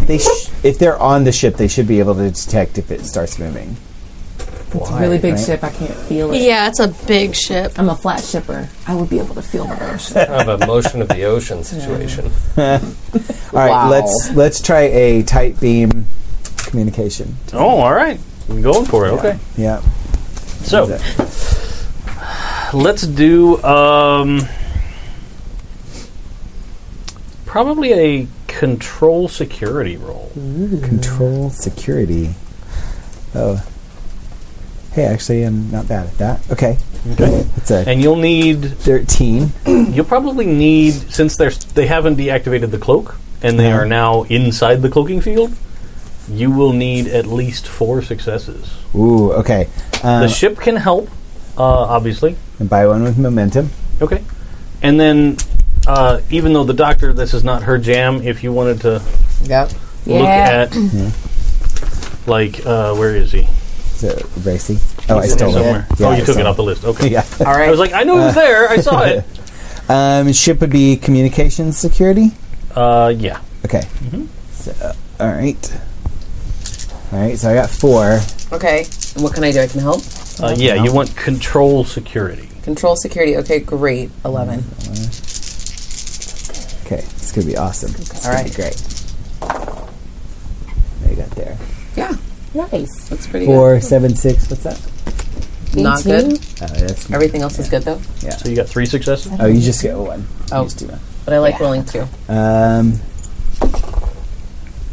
Speaker 4: they sh- if they're on the ship, they should be able to detect if it starts moving.
Speaker 2: It's a really big ship. I can't feel it.
Speaker 7: Yeah, it's a big ship.
Speaker 2: I'm a flat shipper. I would be able to feel my own ship.
Speaker 5: Kind of a motion of the ocean situation.
Speaker 4: All right,
Speaker 6: Wow.
Speaker 4: let's let's try a tight beam communication.
Speaker 1: Oh, all right. I'm going for it. Okay.
Speaker 4: Yeah.
Speaker 1: So let's do um, probably a control security roll.
Speaker 4: Control security. Oh. Hey, actually, I'm not bad at that. Okay. Okay. It's a
Speaker 1: And you'll need
Speaker 4: 13.
Speaker 1: You'll probably need since they're they haven't deactivated the cloak and they
Speaker 4: Uh-huh.
Speaker 1: are now inside the cloaking field. You will need at least four successes.
Speaker 4: Ooh, okay.
Speaker 1: the
Speaker 4: Um,
Speaker 1: ship can help, uh, obviously.
Speaker 4: and buy one with momentum.
Speaker 1: Okay, and then uh, even though the doctor, this is not her jam. If you wanted to
Speaker 6: Yep.
Speaker 1: look at, like, uh, where is he?
Speaker 4: Is it racy? Oh, I
Speaker 1: He's in there
Speaker 4: stole it.
Speaker 1: somewhere.
Speaker 4: Yeah,
Speaker 1: oh, you
Speaker 4: I
Speaker 1: took it
Speaker 4: stole
Speaker 1: off the list. Okay.
Speaker 4: Yeah. Uh.
Speaker 6: All right.
Speaker 1: I was like, I knew he was there. I saw it.
Speaker 4: Um, ship would be communications security.
Speaker 1: Uh, yeah.
Speaker 4: Okay.
Speaker 1: Mm-hmm.
Speaker 4: So, all right. All right. So I got four.
Speaker 6: okay. What can I do? I can help.
Speaker 1: Uh, yeah. You want control security.
Speaker 6: Control security. Okay, great. 11.
Speaker 4: Okay. This could be awesome. This
Speaker 6: All
Speaker 4: could
Speaker 6: right.
Speaker 4: be great. What you got there?
Speaker 6: Yeah.
Speaker 2: Nice.
Speaker 6: Looks pretty
Speaker 4: Four, seven, six. What's that?
Speaker 6: good. Not good.
Speaker 4: Oh, that's
Speaker 6: Everything else is good though.
Speaker 1: So you got three successes.
Speaker 4: Oh, you just get one.
Speaker 6: Oh.
Speaker 4: You just do one.
Speaker 6: But I like rolling two.
Speaker 4: Um,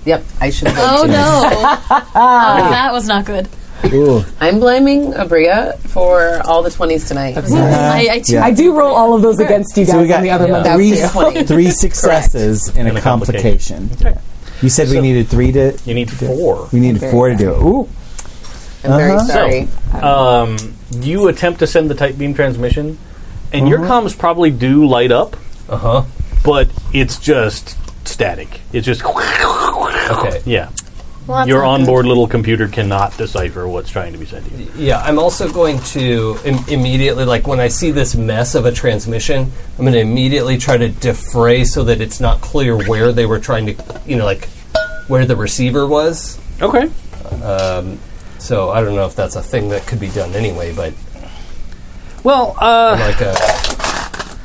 Speaker 6: Yep. I should. have rolled
Speaker 7: Oh
Speaker 6: two.
Speaker 7: no, Uh, that was not good.
Speaker 4: ooh,
Speaker 6: I'm blaming Abria for all the 20s tonight.
Speaker 7: I, I too-
Speaker 4: yeah.
Speaker 2: I do roll all of those against you guys
Speaker 4: So we got
Speaker 2: on the other
Speaker 4: yeah.
Speaker 2: one.
Speaker 6: That's
Speaker 4: three,
Speaker 6: the 20.
Speaker 4: three successes and,
Speaker 1: And
Speaker 4: a
Speaker 1: a complication.
Speaker 4: complication. Yeah. You said we needed three to.
Speaker 1: You need four.
Speaker 4: We needed
Speaker 2: very
Speaker 4: four to do it. Ooh,
Speaker 6: I'm very
Speaker 4: Uh-huh.
Speaker 6: sorry.
Speaker 1: um, you attempt to send the tight beam transmission, and your comms probably do light up,
Speaker 5: Uh huh.
Speaker 1: but it's just static. It's just
Speaker 5: Okay.
Speaker 1: yeah.
Speaker 7: well, that's
Speaker 1: your
Speaker 7: not good.
Speaker 1: onboard little computer cannot decipher what's trying to be sent to you.
Speaker 5: Yeah, I'm also going to Im- immediately, like, when I see this mess of a transmission, I'm going to immediately try to defray so that it's not clear where they were trying to, you know, like, where the receiver was.
Speaker 1: Okay.
Speaker 5: Um, so I don't know if that's a thing that could be done anyway, but
Speaker 1: Well, uh,
Speaker 5: like, uh,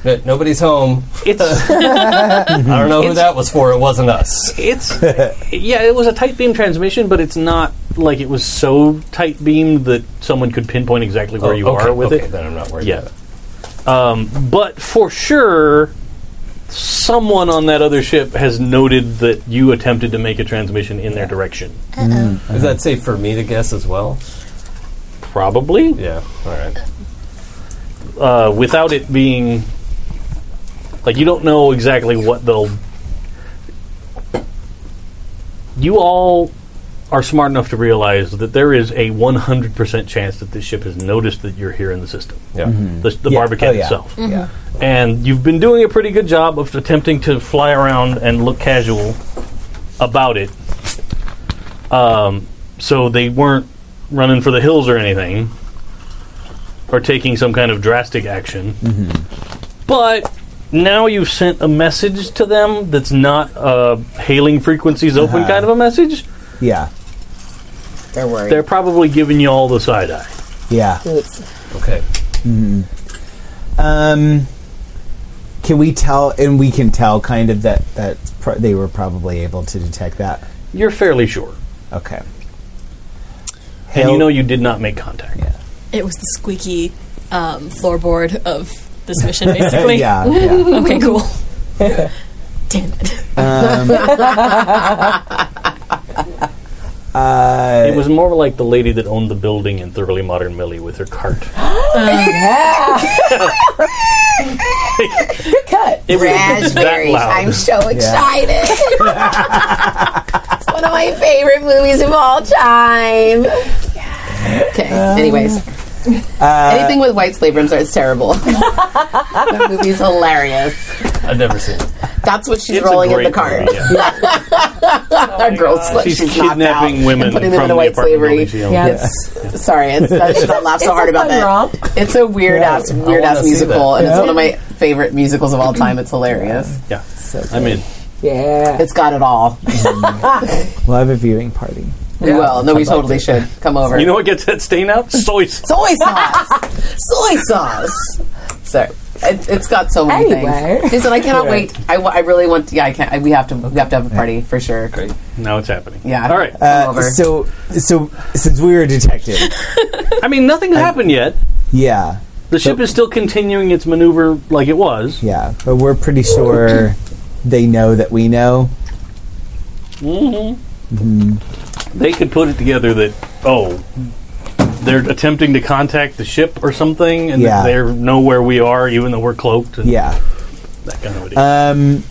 Speaker 5: no- nobody's home.
Speaker 1: it's
Speaker 5: I don't know who
Speaker 1: It's-
Speaker 5: that was for. It wasn't us.
Speaker 1: it's yeah, it was a tight beam transmission, but it's not like it was so tight beamed that someone could pinpoint exactly where
Speaker 5: Oh,
Speaker 1: you
Speaker 5: okay,
Speaker 1: are with
Speaker 5: okay,
Speaker 1: it.
Speaker 5: Then I'm not worried.
Speaker 1: Yeah. Um, but for sure, someone on that other ship has noted that you attempted to make a transmission in their direction.
Speaker 5: Is that safe for me to guess as well?
Speaker 1: Probably.
Speaker 5: Yeah. All right.
Speaker 1: Uh, without it being. Like, you don't know exactly what they'll. You all are smart enough to realize that there is a 100% chance that this ship has noticed that you're here in the system.
Speaker 5: Yeah.
Speaker 1: The, the
Speaker 4: Yeah.
Speaker 1: Barbican
Speaker 4: Oh, yeah.
Speaker 1: itself.
Speaker 4: yeah.
Speaker 1: and you've been doing a pretty good job of attempting to fly around and look casual about it. Um, so they weren't running for the hills or anything, or taking some kind of drastic action.
Speaker 4: Mm-hmm.
Speaker 1: But now you've sent a message to them that's not a hailing frequencies open
Speaker 4: Uh-huh.
Speaker 1: kind of a message.
Speaker 4: Yeah.
Speaker 6: They're worried.
Speaker 1: They're probably giving you all the side eye.
Speaker 4: Yeah.
Speaker 5: Okay.
Speaker 4: Um, can we tell? And we can tell kind of that that pro- they were probably able to detect that.
Speaker 1: You're fairly sure,
Speaker 4: Okay.
Speaker 1: and
Speaker 4: Hail- Uh,
Speaker 1: you know you did not make contact.
Speaker 7: It was the squeaky um, floorboard of this mission, basically.
Speaker 4: yeah. yeah.
Speaker 7: Okay, cool. Damn it.
Speaker 4: Uh,
Speaker 1: It was more like the lady that owned the building in Thoroughly Modern Millie with her cart.
Speaker 2: Cut.
Speaker 1: It was that
Speaker 6: Raspberries.
Speaker 1: loud.
Speaker 6: I'm so excited. it's one of my favorite movies of all time. Okay. Anyways. Uh, Anything with white slave rooms is terrible. that movie's hilarious.
Speaker 5: I've never seen it.
Speaker 6: That's what she's
Speaker 1: It's a
Speaker 6: rolling in
Speaker 1: great
Speaker 6: the cart.
Speaker 1: movie, yeah.
Speaker 6: Our girl slut.
Speaker 1: She's
Speaker 6: She's, knocked
Speaker 1: kidnapping
Speaker 6: out
Speaker 1: women
Speaker 6: and putting
Speaker 1: from
Speaker 6: them in
Speaker 1: the
Speaker 6: a white
Speaker 1: apartment
Speaker 6: slavery.
Speaker 1: building she owns.
Speaker 2: Yeah.
Speaker 6: It's, sorry, it's, I should not laugh so hard about that. It's a weird ass, weird
Speaker 5: wanna
Speaker 6: ass
Speaker 5: see
Speaker 6: musical,
Speaker 5: that.
Speaker 6: and it's one of my favorite musicals of all time. It's hilarious.
Speaker 1: Yeah. I'm in.
Speaker 2: Yeah.
Speaker 6: It's got it all.
Speaker 4: We'll have a viewing party.
Speaker 6: We will. No, we totally should. Come over.
Speaker 1: You know what gets that stain out? Soy sauce.
Speaker 6: soy sauce. soy sauce. Sorry. It, it's got so many
Speaker 2: Anyway.
Speaker 6: things. Jason, I cannot wait. I, wa- I really want. To, yeah, I can't. I, we have to. We have to have a party for sure.
Speaker 5: Great.
Speaker 1: Now it's happening.
Speaker 6: Yeah.
Speaker 1: All right.
Speaker 6: Come
Speaker 4: Uh,
Speaker 6: over.
Speaker 4: so, so since we were a detective,
Speaker 1: I mean, nothing happened yet.
Speaker 4: yeah,
Speaker 1: The ship is still continuing its maneuver like it was.
Speaker 4: yeah, but we're pretty sure they know that we know.
Speaker 1: They could put it together that oh, they're attempting to contact the ship or something, and
Speaker 4: Yeah.
Speaker 1: that they know where we are, even though we're cloaked. And
Speaker 4: Yeah.
Speaker 1: That kind of a deal.
Speaker 4: Um,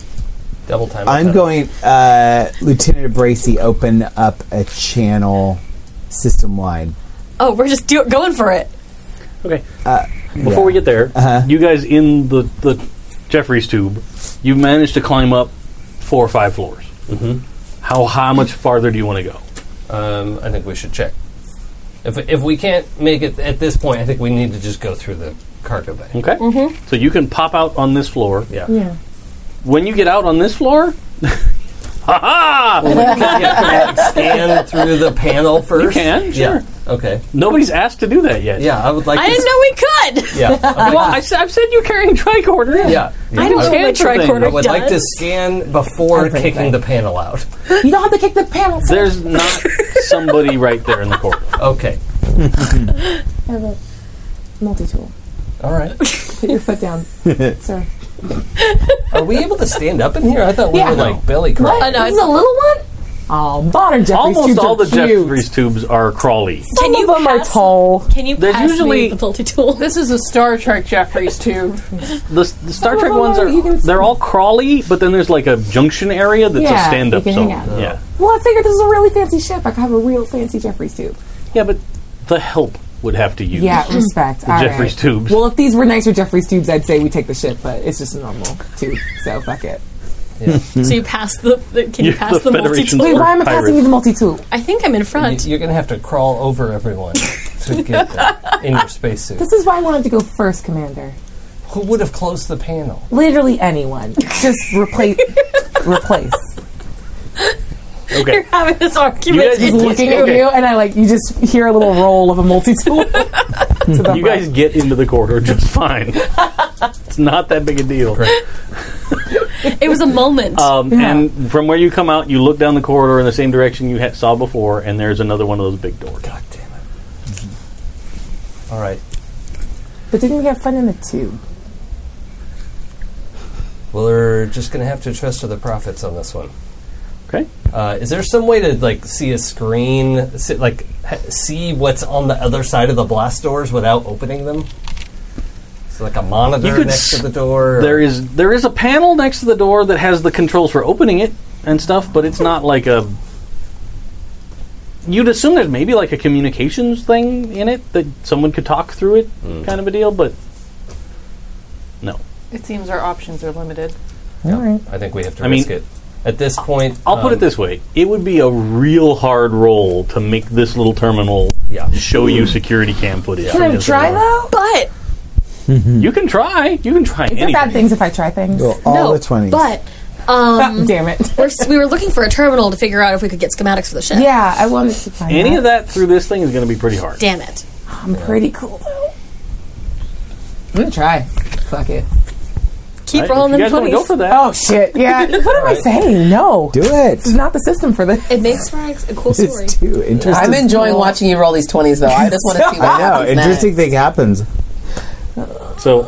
Speaker 5: Double time.
Speaker 4: I'm
Speaker 5: attack.
Speaker 4: going. Uh, Lieutenant Bracy, open up a channel system wide.
Speaker 7: Oh, we're just do- going for it.
Speaker 1: okay. Before we get there,
Speaker 4: uh, Uh-huh.
Speaker 1: you guys in the the Jeffrey's tube, you managed to climb up four or five floors. Mm-hmm.
Speaker 5: Mhm.
Speaker 1: How how much farther do you want to go?
Speaker 5: Um, I think we should check. If, if we can't make it at this point, I think we need to just go through the cargo bay.
Speaker 7: Mm.
Speaker 1: Okay. So you can pop out on this floor.
Speaker 5: Yeah.
Speaker 1: When you get out on this floor, ha ha!
Speaker 5: Scan through the panel first.
Speaker 1: can,
Speaker 5: Yeah.
Speaker 1: sure.
Speaker 5: Okay.
Speaker 1: Nobody's asked to do that yet.
Speaker 5: Yeah, I would like.
Speaker 7: I
Speaker 5: to
Speaker 7: didn't
Speaker 5: s-
Speaker 7: know we could.
Speaker 5: Yeah. I
Speaker 1: Well,
Speaker 5: would-
Speaker 1: I, have said you're carrying tricorder.
Speaker 5: yeah. yeah.
Speaker 7: I don't know
Speaker 1: Scan
Speaker 7: what
Speaker 1: for things.
Speaker 5: I
Speaker 7: tricorder
Speaker 5: would
Speaker 7: does.
Speaker 5: like to scan before
Speaker 2: Everything.
Speaker 5: kicking the panel out.
Speaker 2: You don't have to kick the panel.
Speaker 1: There's not somebody right there in the corridor.
Speaker 5: Okay.
Speaker 2: Multi tool.
Speaker 5: All right.
Speaker 2: Put your foot down, sir.
Speaker 5: Are we able to stand up in here? I thought we
Speaker 2: Yeah.
Speaker 5: were like belly crawling.
Speaker 7: Oh, no,
Speaker 2: this
Speaker 7: it's-
Speaker 2: is a little one. Oh, modern Jeffrey's
Speaker 1: Almost
Speaker 2: tubes
Speaker 1: all
Speaker 2: are
Speaker 1: the
Speaker 2: cute.
Speaker 1: Jeffries tubes are crawly.
Speaker 2: Some
Speaker 7: Can you
Speaker 2: of them are
Speaker 7: pass-
Speaker 2: tall.
Speaker 7: Can you
Speaker 1: There's
Speaker 7: pass
Speaker 1: usually-
Speaker 7: me the multi tool?
Speaker 3: This is a Star Trek Jeffries tube.
Speaker 1: The, the Star
Speaker 2: Some
Speaker 1: Trek
Speaker 2: of them
Speaker 1: ones
Speaker 2: are- you
Speaker 1: are
Speaker 2: can-
Speaker 1: they're all crawly, but then there's like a junction area that's
Speaker 2: Yeah,
Speaker 1: a stand-up
Speaker 2: you can
Speaker 1: zone.
Speaker 2: hang out.
Speaker 1: Yeah,
Speaker 2: Well, I figured this is a really fancy ship. I could have a real fancy Jeffrey's tube.
Speaker 1: yeah, but the help would have to use
Speaker 2: Yeah, respect. All right.
Speaker 1: Jeffrey's tubes.
Speaker 2: Well, if these were nicer Jeffrey's tubes, I'd say we take the ship, but it's just a normal tube, so fuck it.
Speaker 7: So you pass the. the can you
Speaker 1: You're
Speaker 7: pass
Speaker 1: the
Speaker 7: the, multi
Speaker 1: Federation's
Speaker 7: tool?
Speaker 2: Wait,
Speaker 1: Or
Speaker 2: why am I
Speaker 1: pirates.
Speaker 2: passing you the multi tool?
Speaker 7: I think I'm in
Speaker 5: You-
Speaker 7: front.
Speaker 5: You're going to have to crawl over everyone to get there in your spacesuit.
Speaker 2: This is why I wanted to go first, Commander.
Speaker 5: Who would have closed the panel?
Speaker 2: Literally anyone. Just replace. replace.
Speaker 1: okay,
Speaker 7: having this
Speaker 1: You
Speaker 7: argument.
Speaker 1: guys-
Speaker 2: Just looking at
Speaker 1: Okay.
Speaker 2: you, and I like, you just hear a little roll of a multi tool.
Speaker 1: you guys get into the corridor just fine. it's not that big a deal.
Speaker 7: it was a moment.
Speaker 1: Um, And from where you come out, you look down the corridor in the same direction you ha- saw before, and there's another one of those big doors.
Speaker 5: God damn it. All right.
Speaker 2: But didn't we have fun in the tube?
Speaker 5: We're just going to have to trust to the profits on this one.
Speaker 1: Okay.
Speaker 5: Uh, is there some way to like see a screen, see, like ha- see what's on the other side of the blast doors without opening them? So like a monitor
Speaker 1: You could
Speaker 5: next
Speaker 1: s-
Speaker 5: to the door. or-
Speaker 1: There is there is a panel next to the door that has the controls for opening it and stuff, but it's not like a. You'd assume there's maybe like a communications thing in it that someone could talk through it,
Speaker 5: Hmm.
Speaker 1: kind of a deal, but no.
Speaker 3: It seems our options are limited.
Speaker 5: Yeah, I think we have to
Speaker 1: I mean-
Speaker 5: risk it. At this point,
Speaker 1: I'll put
Speaker 5: um,
Speaker 1: it this way: it would be a real hard roll to make this little terminal
Speaker 5: Yeah.
Speaker 1: show you security cam footage.
Speaker 2: Can I try, though?
Speaker 7: but
Speaker 1: You can try. You can try
Speaker 2: Is
Speaker 1: anything.
Speaker 2: it bad things if I try things?
Speaker 4: Well, all
Speaker 7: no.
Speaker 4: the twenties.
Speaker 7: But Um,
Speaker 2: Oh, damn it.
Speaker 7: we're, s- we were looking for a terminal to figure out if we could get schematics for the ship.
Speaker 2: Yeah, I wanted to find
Speaker 1: Any
Speaker 2: out.
Speaker 1: of that through this thing is going to be pretty hard.
Speaker 7: Damn it.
Speaker 2: I'm pretty cool though. I'm gonna try. Fuck it.
Speaker 7: Keep
Speaker 1: Right?
Speaker 7: rolling
Speaker 1: If you
Speaker 7: them
Speaker 1: guys wanna
Speaker 7: 20s.
Speaker 1: go for that?
Speaker 2: Oh shit. Yeah. what am I saying? No.
Speaker 4: do it.
Speaker 2: This is not the system for this.
Speaker 7: It makes for a cool story.
Speaker 4: It's too interesting.
Speaker 6: I'm enjoying watching you roll these twenties, though. I just want to see what
Speaker 4: I know.
Speaker 6: happens
Speaker 4: Interesting thing happens.
Speaker 1: So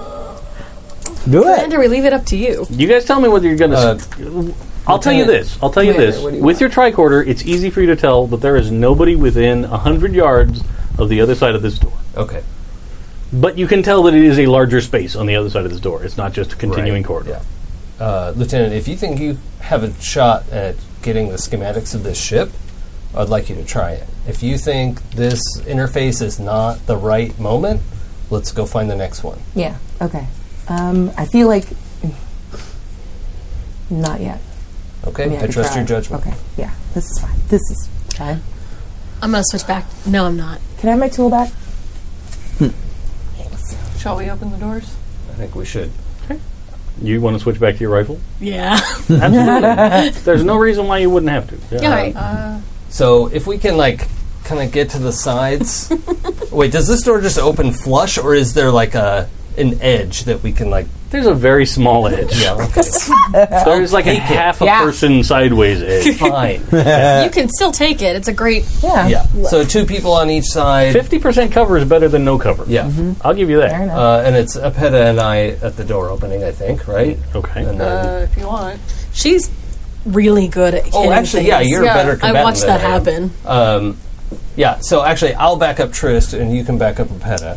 Speaker 4: Do it.
Speaker 7: Commander, we leave it up to you.
Speaker 1: you guys tell me whether you're going to.
Speaker 5: Uh,
Speaker 1: I'll tell you this. I'll tell you this.
Speaker 2: what do you
Speaker 1: With your tricorder, it's easy for you to tell that there is nobody within hundred yards of the other side of this door.
Speaker 5: okay.
Speaker 1: But you can tell that it is a larger space on the other side of this door. It's not just a continuing
Speaker 5: Right,
Speaker 1: corridor.
Speaker 5: Yeah. Uh, Lieutenant, if you think you have a shot at getting the schematics of this ship, I'd like you to try it. If you think this interface is not the right moment, let's go find the next one.
Speaker 2: Yeah. Okay. Um, I feel like not yet.
Speaker 5: Okay?
Speaker 2: mean,
Speaker 5: I
Speaker 2: could
Speaker 5: trust
Speaker 2: try.
Speaker 5: your judgment.
Speaker 2: Okay. Yeah. This is fine. This is fine.
Speaker 7: I'm going to switch back. No, I'm not.
Speaker 2: Can I have my tool back?
Speaker 3: Shall we open the doors?
Speaker 5: I think we should.
Speaker 1: You want to switch back to your rifle?
Speaker 7: Yeah.
Speaker 1: Absolutely. There's no reason why you wouldn't have to. Yeah.
Speaker 7: All right.
Speaker 3: Uh,
Speaker 5: So if we can like kind of get to the sides. Wait, does this door just open flush, or is there like a an edge that we can like?
Speaker 1: There's a very small edge.
Speaker 5: Yeah, okay,
Speaker 1: There's like a half a
Speaker 2: Yeah.
Speaker 1: person sideways edge.
Speaker 5: fine.
Speaker 7: You can still take it. It's a great.
Speaker 2: Yeah.
Speaker 5: Yeah. So two people on each side.
Speaker 1: Fifty percent cover is better than no cover.
Speaker 5: Yeah.
Speaker 2: Mm-hmm.
Speaker 1: I'll give you
Speaker 2: Fair
Speaker 1: that.
Speaker 2: enough.
Speaker 5: Uh, and it's Apeta and I at the door opening, I think, right?
Speaker 1: Okay.
Speaker 5: And then,
Speaker 3: Uh, if you want.
Speaker 7: She's really good at.
Speaker 5: oh,
Speaker 7: hitting
Speaker 5: actually, yeah,
Speaker 7: things.
Speaker 5: you're
Speaker 3: Yeah,
Speaker 5: a better
Speaker 7: I
Speaker 5: combatant
Speaker 7: watched
Speaker 5: than
Speaker 7: that
Speaker 5: I am.
Speaker 7: happen.
Speaker 5: Um, yeah, so actually, I'll back up Trist, and you can back up Apeta.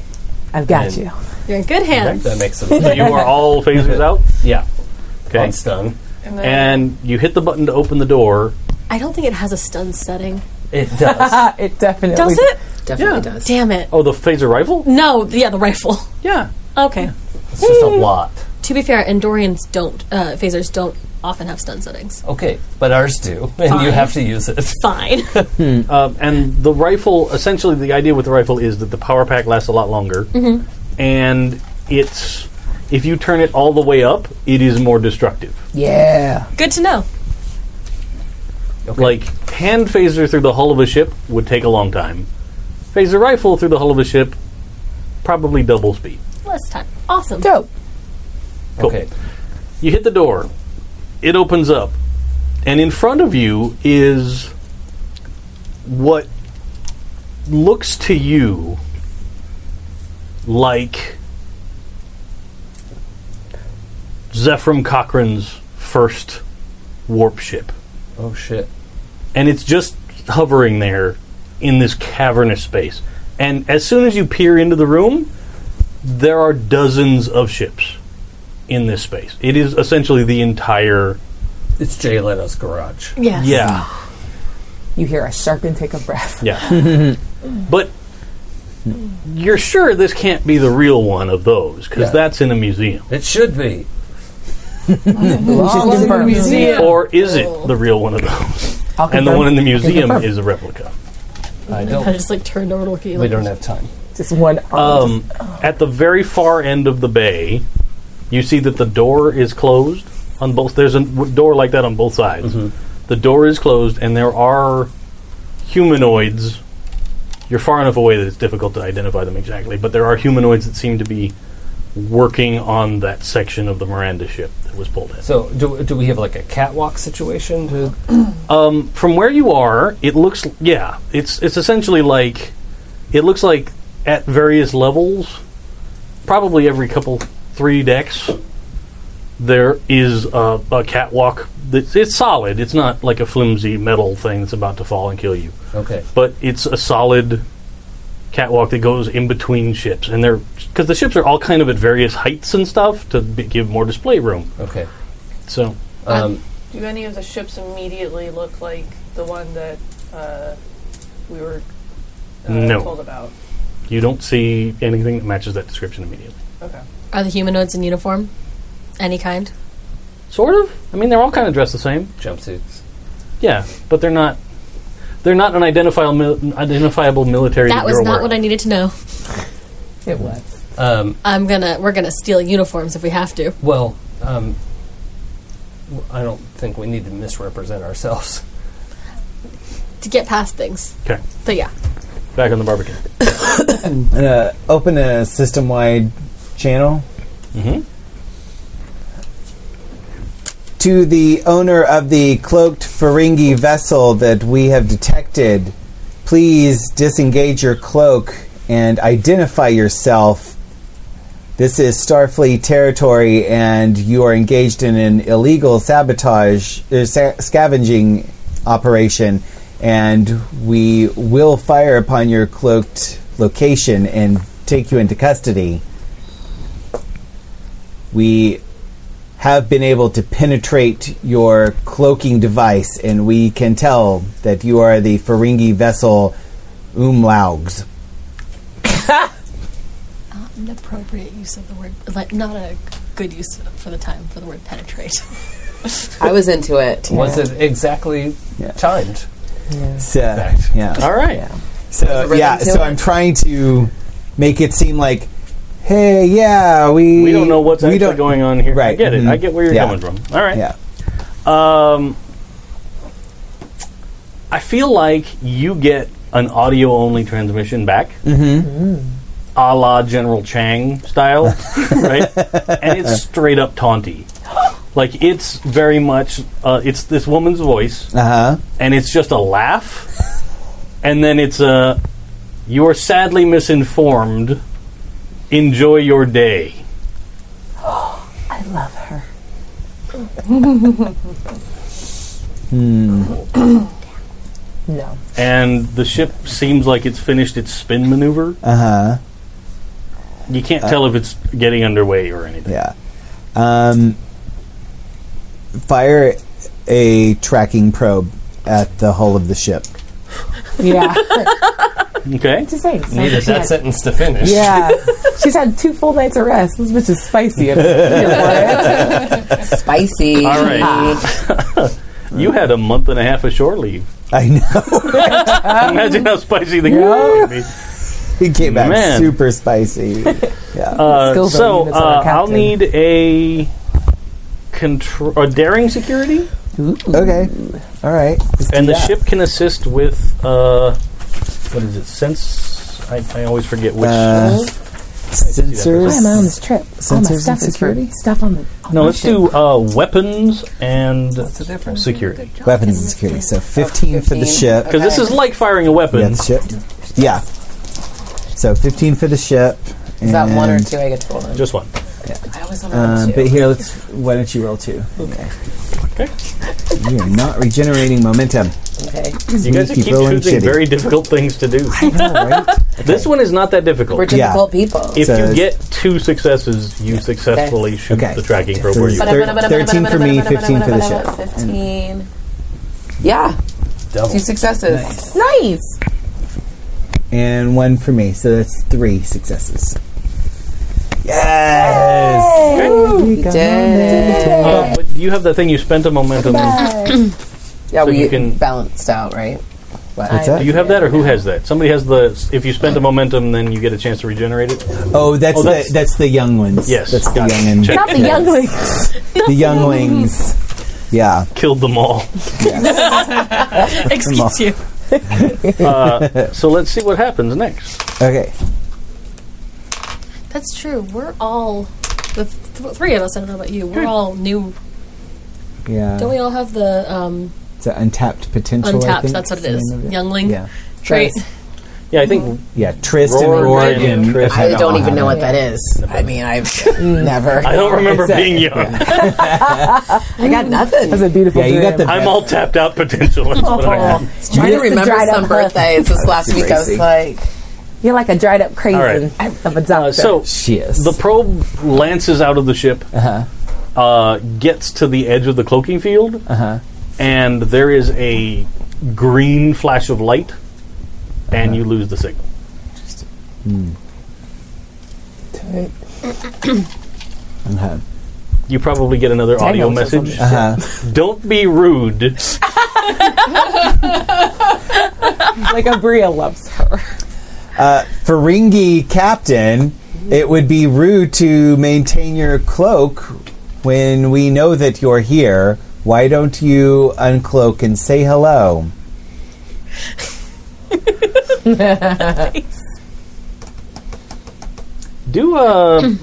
Speaker 2: I've got
Speaker 5: And-
Speaker 2: you.
Speaker 7: You're in good hands.
Speaker 5: That makes
Speaker 1: So
Speaker 5: sense.
Speaker 1: you are all phasers out.
Speaker 5: yeah,
Speaker 1: Okay.
Speaker 5: on stun.
Speaker 3: And then
Speaker 1: And you hit the button to open the door.
Speaker 7: I don't think it has a stun setting.
Speaker 5: It does.
Speaker 2: Ah, it definitely
Speaker 7: Does it?
Speaker 6: Definitely
Speaker 1: Yeah.
Speaker 6: does.
Speaker 7: Damn it.
Speaker 1: Oh, the phaser rifle?
Speaker 7: No. Yeah, the rifle.
Speaker 1: Yeah.
Speaker 7: Okay.
Speaker 5: it's just a lot.
Speaker 7: To be fair, Endorians don't. Uh, phasers don't often have stun settings.
Speaker 5: Okay, but ours do, and you
Speaker 7: Fine.
Speaker 5: have to use it.
Speaker 7: Fine.
Speaker 1: Um, and the rifle, essentially, the idea with the rifle is that the power pack lasts a lot longer, and it's if you turn it all the way up, it is more destructive.
Speaker 2: Yeah.
Speaker 7: good to know.
Speaker 1: Like hand phaser through the hull of a ship would take a long time. Phaser rifle through the hull of a ship, probably double speed.
Speaker 7: Less time. Awesome.
Speaker 2: Dope.
Speaker 1: Cool.
Speaker 5: Okay.
Speaker 1: You hit the door. It opens up. And in front of you is what looks to you like Zephram Cochrane's first warp ship.
Speaker 5: Oh shit.
Speaker 1: And it's just hovering there in this cavernous space. And as soon as you peer into the room, there are dozens of ships in this space. It is essentially the entire
Speaker 5: It's Jay Leno's garage.
Speaker 7: Yes.
Speaker 1: yeah,
Speaker 2: You hear a sharpen take a breath.
Speaker 1: yeah. but you're sure this can't be the real one of those because
Speaker 5: Yeah.
Speaker 1: that's in a museum,
Speaker 5: It should be.
Speaker 2: We should
Speaker 3: in the
Speaker 2: confirm.
Speaker 3: museum.
Speaker 1: or is it the real one of those?
Speaker 2: I'll
Speaker 1: And the
Speaker 2: confirm.
Speaker 1: one in the
Speaker 2: I can
Speaker 1: museum
Speaker 2: confirm.
Speaker 1: is a replica.
Speaker 5: I
Speaker 7: I
Speaker 5: don't.
Speaker 7: just like turned over to look at you.
Speaker 5: We
Speaker 7: Like,
Speaker 5: don't have time.
Speaker 2: just one. arm.
Speaker 1: Um, at the very far end of the bay, you see that the door is closed on both. There's a w- door like that on both sides. The door is closed, and there are humanoids. You're far enough away that it's difficult to identify them exactly, but there are humanoids that seem to be working on that section of the Miranda ship that was pulled in.
Speaker 5: So, do, do we have like a catwalk situation? To,
Speaker 1: Um, from where you are, it looks yeah, it's it's essentially like it looks like at various levels, probably every couple three decks, there is a, a catwalk. That's, it's solid. It's not like a flimsy metal thing that's about to fall and kill you,
Speaker 5: okay.
Speaker 1: but it's a solid catwalk that goes in between ships, and they're because the ships are all kind of at various heights and stuff to b- give more display room.
Speaker 5: Okay.
Speaker 1: So
Speaker 7: Uh,
Speaker 5: Um,
Speaker 3: do any of the ships immediately look like the one that uh, we were uh,
Speaker 1: No.
Speaker 3: told about?
Speaker 1: you don't see anything that matches that description immediately.
Speaker 3: Okay.
Speaker 7: Are the humanoids in uniform? Any kind?
Speaker 1: Sort of. I mean, they're all kind of dressed the same.
Speaker 5: jumpsuits.
Speaker 1: Yeah, but they're not. They're not an identifiable mil- identifiable military.
Speaker 7: That was
Speaker 1: you're aware
Speaker 7: not what
Speaker 1: of.
Speaker 7: I needed to know.
Speaker 2: it was.
Speaker 5: Um,
Speaker 7: I'm gonna. We're gonna steal uniforms if we have to.
Speaker 5: well, um, w- I don't think we need to misrepresent ourselves.
Speaker 7: to get past things.
Speaker 1: 'Kay.
Speaker 7: So yeah,
Speaker 1: Back on the barbecue.
Speaker 4: Uh, open a system wide channel
Speaker 1: Mhm.
Speaker 4: to the owner of the cloaked Ferengi vessel that we have detected. Please disengage your cloak and identify yourself. This is Starfleet territory, and you are engaged in an illegal sabotage, uh, sa- scavenging operation, and we will fire upon your cloaked location and take you into custody. We have been able to penetrate your cloaking device, and we can tell that you are the Ferengi vessel Umlaugs.
Speaker 7: not an appropriate use of the word. Like not a good use for the time for the word penetrate.
Speaker 6: I was into it.
Speaker 5: Was it exactly
Speaker 4: Yeah.
Speaker 5: timed?
Speaker 4: So,
Speaker 5: Fact.
Speaker 4: yeah.
Speaker 1: All right.
Speaker 4: So,
Speaker 6: rhythm
Speaker 4: yeah,
Speaker 6: to
Speaker 4: so
Speaker 6: it.
Speaker 4: I'm trying to make it seem like, hey, yeah, we
Speaker 1: We don't know what's
Speaker 4: we
Speaker 1: actually
Speaker 4: don't-
Speaker 1: going on here. I
Speaker 4: Right,
Speaker 1: get it.
Speaker 4: mhm.
Speaker 1: I get where you're
Speaker 4: Yeah.
Speaker 1: coming from. All right.
Speaker 4: Yeah,
Speaker 1: Um, I feel like you get an audio only transmission back. Mm-hmm. A la General Chang style, right? And it's straight up taunty. Like it's very much uh, it's this woman's voice,
Speaker 4: Uh huh.
Speaker 1: and it's just a laugh, and then it's a you are sadly misinformed. Enjoy your day.
Speaker 2: I love her. Hmm. no.
Speaker 1: and the ship seems like it's finished its spin maneuver.
Speaker 4: Uh huh.
Speaker 1: You can't tell if it's getting underway or anything.
Speaker 4: Yeah. Um, fire a tracking probe at the hull of the ship.
Speaker 2: Yeah.
Speaker 1: Okay.
Speaker 2: Just saying.
Speaker 5: Needed that sentence to finish.
Speaker 2: Yeah. She's had two full nights of rest. This bitch is spicy. I
Speaker 6: Spicy.
Speaker 1: All right. You had a month and a half of shore leave.
Speaker 4: I know.
Speaker 1: Imagine how spicy the yeah. would be.
Speaker 4: It came back
Speaker 1: Man.
Speaker 4: super spicy. Yeah.
Speaker 1: Uh,
Speaker 2: Skills
Speaker 1: so
Speaker 2: units on our
Speaker 1: uh, I'll
Speaker 2: captain.
Speaker 1: need a control, a daring security,
Speaker 4: okay. All right. Let's
Speaker 1: and the
Speaker 4: do that.
Speaker 1: ship can assist with uh, what is it? Sense. I, I always forget which.
Speaker 4: Uh,
Speaker 2: am on
Speaker 4: sensors.
Speaker 2: this trip.
Speaker 4: Sensors
Speaker 2: All my
Speaker 4: and
Speaker 2: stuff is
Speaker 4: security?
Speaker 2: free. Stuff on the. On
Speaker 1: no,
Speaker 2: my
Speaker 1: let's
Speaker 2: ship.
Speaker 1: do uh, weapons and
Speaker 5: What's the difference?
Speaker 1: security.
Speaker 4: Weapons and security. So 15, for the
Speaker 6: 15.
Speaker 4: ship.
Speaker 1: Because this is like firing a weapon.
Speaker 4: Yeah, the ship. Yeah. So 15 for the ship.
Speaker 6: Is that one or
Speaker 4: and-
Speaker 6: two I get to roll?
Speaker 1: Just uh, one.
Speaker 6: I always want
Speaker 4: Um,
Speaker 6: to
Speaker 4: but here, let's. Why don't you roll two? Okay.
Speaker 1: Okay.
Speaker 4: You are not regenerating momentum.
Speaker 6: Okay.
Speaker 1: You guys keep
Speaker 4: Keep rolling
Speaker 1: choosing
Speaker 4: shitty.
Speaker 1: very difficult things to do.
Speaker 4: I know, right?
Speaker 1: This one is not that
Speaker 6: We're
Speaker 1: difficult.
Speaker 4: Yeah.
Speaker 6: difficult people.
Speaker 1: If
Speaker 4: So-
Speaker 1: you get two successes, you successfully shoot
Speaker 4: Okay.
Speaker 1: the tracking probe where you
Speaker 4: Thir- 13 for me, 15 for the ship.
Speaker 6: 15. Yeah.
Speaker 5: Double.
Speaker 6: Two successes.
Speaker 2: Nice.
Speaker 4: And one for me. So that's three successes. Yes!
Speaker 6: You did.
Speaker 1: Uh, but do you have that thing you spent a momentum?
Speaker 6: Yeah,
Speaker 1: So
Speaker 6: we
Speaker 1: you can-
Speaker 6: balanced out, right?
Speaker 4: What's
Speaker 1: Do
Speaker 4: that?
Speaker 1: you have that, or who has that? Somebody has the. If you spend a momentum, then you get a chance to regenerate it.
Speaker 4: oh, that's,
Speaker 1: Oh, that's-
Speaker 4: the, that's the young ones.
Speaker 1: Yes,
Speaker 4: That's the
Speaker 1: got it.
Speaker 4: young and
Speaker 1: Check.
Speaker 2: Not the younglings.
Speaker 4: the younglings. Yeah.
Speaker 1: Killed them all.
Speaker 7: Excuse you.
Speaker 1: Uh, so let's see what happens next.
Speaker 4: Okay.
Speaker 7: That's true. We're all the th- three of us. I don't know about you. We're all new. Don't
Speaker 4: Yeah.
Speaker 7: we all have the um,
Speaker 4: It's an untapped potential. I
Speaker 7: untapped?
Speaker 4: think
Speaker 7: That's what it
Speaker 4: the
Speaker 7: is.
Speaker 4: name of
Speaker 7: Youngling
Speaker 4: Yeah.
Speaker 7: trait.
Speaker 1: Yeah, I think
Speaker 4: Yeah. Trist
Speaker 1: Roar
Speaker 4: and Roar
Speaker 1: and
Speaker 4: and
Speaker 1: Trist.
Speaker 6: I
Speaker 1: No,
Speaker 6: don't Mm. even know what that is. I mean, I've never.
Speaker 1: I don't remember
Speaker 4: Exactly.
Speaker 1: being young.
Speaker 6: I got nothing.
Speaker 2: That's a beautiful.
Speaker 4: Yeah, you got
Speaker 2: dream.
Speaker 4: the.
Speaker 1: I'm all tapped out potential. That's what I
Speaker 4: Oh.
Speaker 1: have.
Speaker 6: trying to
Speaker 2: Just the
Speaker 6: remember
Speaker 2: dried up
Speaker 6: some
Speaker 2: husk.
Speaker 6: birthdays. This last week, I was
Speaker 4: crazy.
Speaker 6: like,
Speaker 2: You're like a dried up crazy
Speaker 1: right.
Speaker 2: of a doctor.
Speaker 1: Uh, so
Speaker 4: She is.
Speaker 1: The probe lances out of the ship,
Speaker 4: Uh-huh.
Speaker 1: uh, gets to the edge of the cloaking field,
Speaker 4: Uh-huh.
Speaker 1: and there is a green flash of light, and you lose the signal.
Speaker 4: Uh-huh.
Speaker 1: You probably get another audio
Speaker 2: Daniel says
Speaker 1: message.
Speaker 4: Uh-huh.
Speaker 1: Don't be rude.
Speaker 2: like Abria loves her.
Speaker 4: Uh, Ferengi captain, it would be rude to maintain your cloak when we know that you're here. Why don't you uncloak and say hello?
Speaker 1: Do a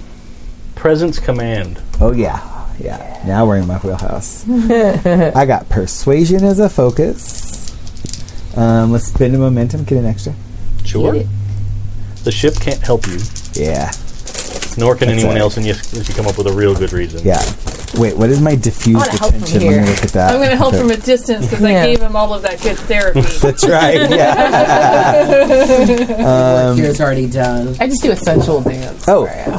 Speaker 1: presence command.
Speaker 4: Oh yeah, yeah. Now we're in my wheelhouse. I got persuasion as a focus. Um, let's spend a momentum, get an extra.
Speaker 1: Sure. The ship can't help you,
Speaker 4: Yeah,
Speaker 1: nor can anyone
Speaker 4: right.
Speaker 1: else, unless if you come up with a real good reason.
Speaker 4: yeah. Wait, what is my diffuse
Speaker 2: wanna help from
Speaker 4: attention? Let
Speaker 2: here.
Speaker 4: me look at that.
Speaker 3: I'm going to help from a distance because I
Speaker 2: Yeah.
Speaker 3: gave him all of that good therapy.
Speaker 4: That's right. Yeah.
Speaker 6: what yours already done.
Speaker 2: I just do a sensual dance.
Speaker 4: Oh, uh,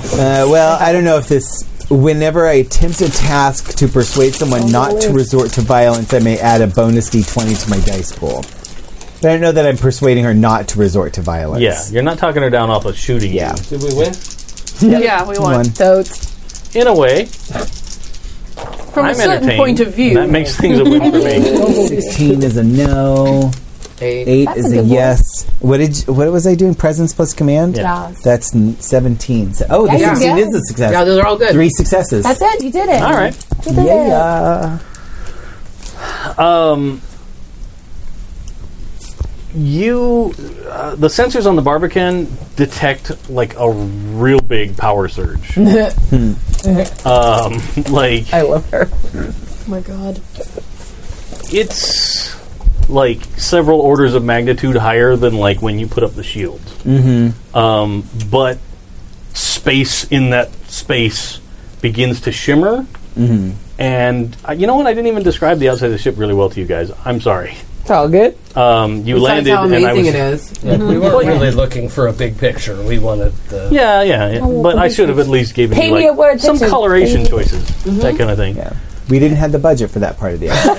Speaker 4: well, I don't know if this. Whenever I attempt a task to persuade
Speaker 2: Oh,
Speaker 4: someone not to resort to violence, I may add a bonus d20 to my dice pool. But I know that I'm persuading her not to resort to violence.
Speaker 1: Yeah, you're not talking her down off of shooting
Speaker 4: Yeah.
Speaker 5: Did we win?
Speaker 3: yeah, we won.
Speaker 4: One.
Speaker 2: So it's
Speaker 1: you. In a way,
Speaker 3: From
Speaker 1: I'm
Speaker 3: a certain
Speaker 1: entertained.
Speaker 3: point of view.
Speaker 1: That makes things a win for me.
Speaker 4: 16 is a no. 8, is
Speaker 2: Oh. a
Speaker 4: a,
Speaker 2: good one.
Speaker 4: yes. What did you, what was I doing? Presence plus command?
Speaker 1: Yeah.
Speaker 2: Yes.
Speaker 4: That's n- 17. So, oh, the
Speaker 2: Yeah.
Speaker 4: 16
Speaker 2: Yeah.
Speaker 4: is a success.
Speaker 6: Yeah, those are all good.
Speaker 4: Three successes.
Speaker 2: that's it. You did it.
Speaker 1: All right.
Speaker 2: You did
Speaker 4: yeah.
Speaker 1: Um, you uh, the sensors on the barbican detect like a real big power surge um, like
Speaker 2: I love her.
Speaker 7: Oh my god.
Speaker 1: it's like several orders of magnitude higher than like when you put up the shield mm-hmm. um, but space in that space begins to shimmer
Speaker 2: Mm-hmm.
Speaker 1: and uh, you know what i didn't even describe the outside of the ship really well to you guys i'm sorry
Speaker 2: It's all good.
Speaker 1: um, you
Speaker 6: Besides
Speaker 1: landed
Speaker 6: how
Speaker 1: and i
Speaker 6: amazing
Speaker 1: was
Speaker 6: it is.
Speaker 5: We weren't really looking for a big picture. We wanted the
Speaker 1: Yeah, yeah, yeah.
Speaker 6: Oh,
Speaker 1: but I should have at least given
Speaker 2: Pay
Speaker 1: you
Speaker 2: me a word
Speaker 1: like, some
Speaker 2: picture.
Speaker 1: coloration choices,
Speaker 6: Mm-hmm.
Speaker 1: that kind of thing.
Speaker 4: Yeah. We didn't have the budget for that part of the episode.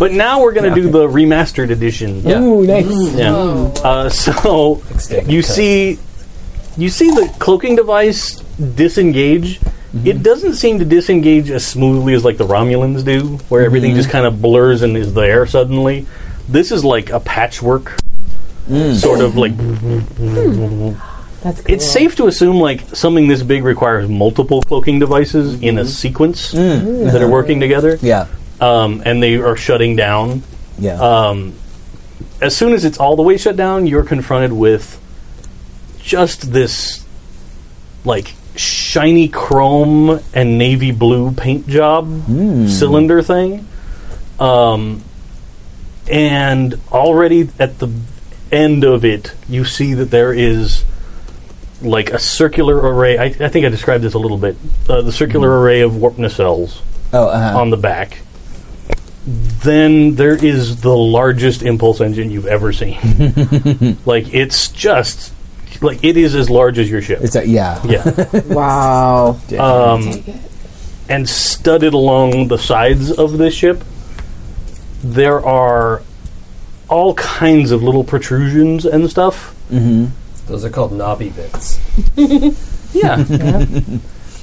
Speaker 1: But now we're going to do the remastered edition.
Speaker 5: Yeah.
Speaker 2: Ooh, Oh, nice.
Speaker 1: Yeah. Uh, so
Speaker 5: Extended
Speaker 1: you
Speaker 5: cut.
Speaker 1: see, you see the cloaking device disengage.
Speaker 5: Mm-hmm.
Speaker 1: It doesn't seem to disengage as smoothly as like the Romulans do, where everything
Speaker 5: Mm-hmm.
Speaker 1: just kind of blurs and is there suddenly. This is like a patchwork,
Speaker 5: Mm.
Speaker 1: sort of like
Speaker 2: That's cool.
Speaker 1: It's safe to assume like something this big requires multiple cloaking devices in
Speaker 5: Mm-hmm.
Speaker 1: a sequence
Speaker 5: Mm.
Speaker 1: that are
Speaker 2: Mm.
Speaker 1: working together,
Speaker 4: yeah.
Speaker 1: um, and they are shutting down.
Speaker 4: Yeah.
Speaker 1: Um, as soon as it's all the way shut down, you're confronted with just this like shiny chrome and navy blue paint job cylinder thing, um, and already at the end of it, you see that there is like a circular array. I, I think I described this a little bit. Uh, the circular array of warp nacelles
Speaker 4: oh, uh-huh.
Speaker 1: on the back. Then there is the largest impulse engine you've ever seen. like it's just like it is as large as your ship.
Speaker 4: it's a, yeah.
Speaker 1: yeah.
Speaker 6: Wow.
Speaker 5: Uh,
Speaker 1: Um, and studded along the sides of this ship, there are all kinds of little protrusions and stuff.
Speaker 5: Those are called knobby bits.
Speaker 1: Yeah.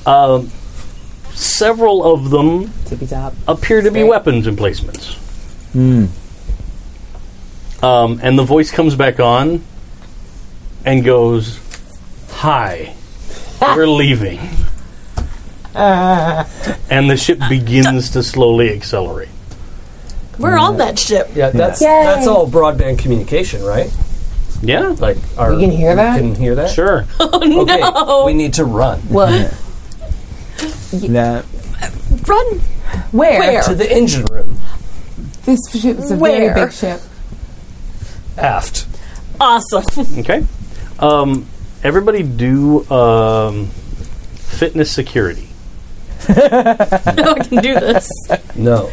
Speaker 1: um, several of them
Speaker 6: Tippy top.
Speaker 1: appear to be
Speaker 6: Right.
Speaker 1: weapons emplacements. Hmm. Um, and the voice comes back on and goes, Hi, we're leaving. and the ship begins to slowly accelerate.
Speaker 7: We're on that ship.
Speaker 5: Yeah, that's
Speaker 2: Yay.
Speaker 5: that's all broadband communication, right?
Speaker 1: Yeah,
Speaker 5: Like our,
Speaker 2: You can hear
Speaker 5: we
Speaker 2: that?
Speaker 5: Can hear that?
Speaker 1: sure.
Speaker 5: Okay, we need to run
Speaker 7: What?
Speaker 4: That-
Speaker 7: Run
Speaker 2: Where?
Speaker 7: Where?
Speaker 5: to the engine room
Speaker 2: This ship's a
Speaker 7: Where?
Speaker 2: very big ship.
Speaker 5: aft.
Speaker 7: awesome.
Speaker 1: Okay. Um, everybody do um, fitness security.
Speaker 7: now I can do this.
Speaker 5: No,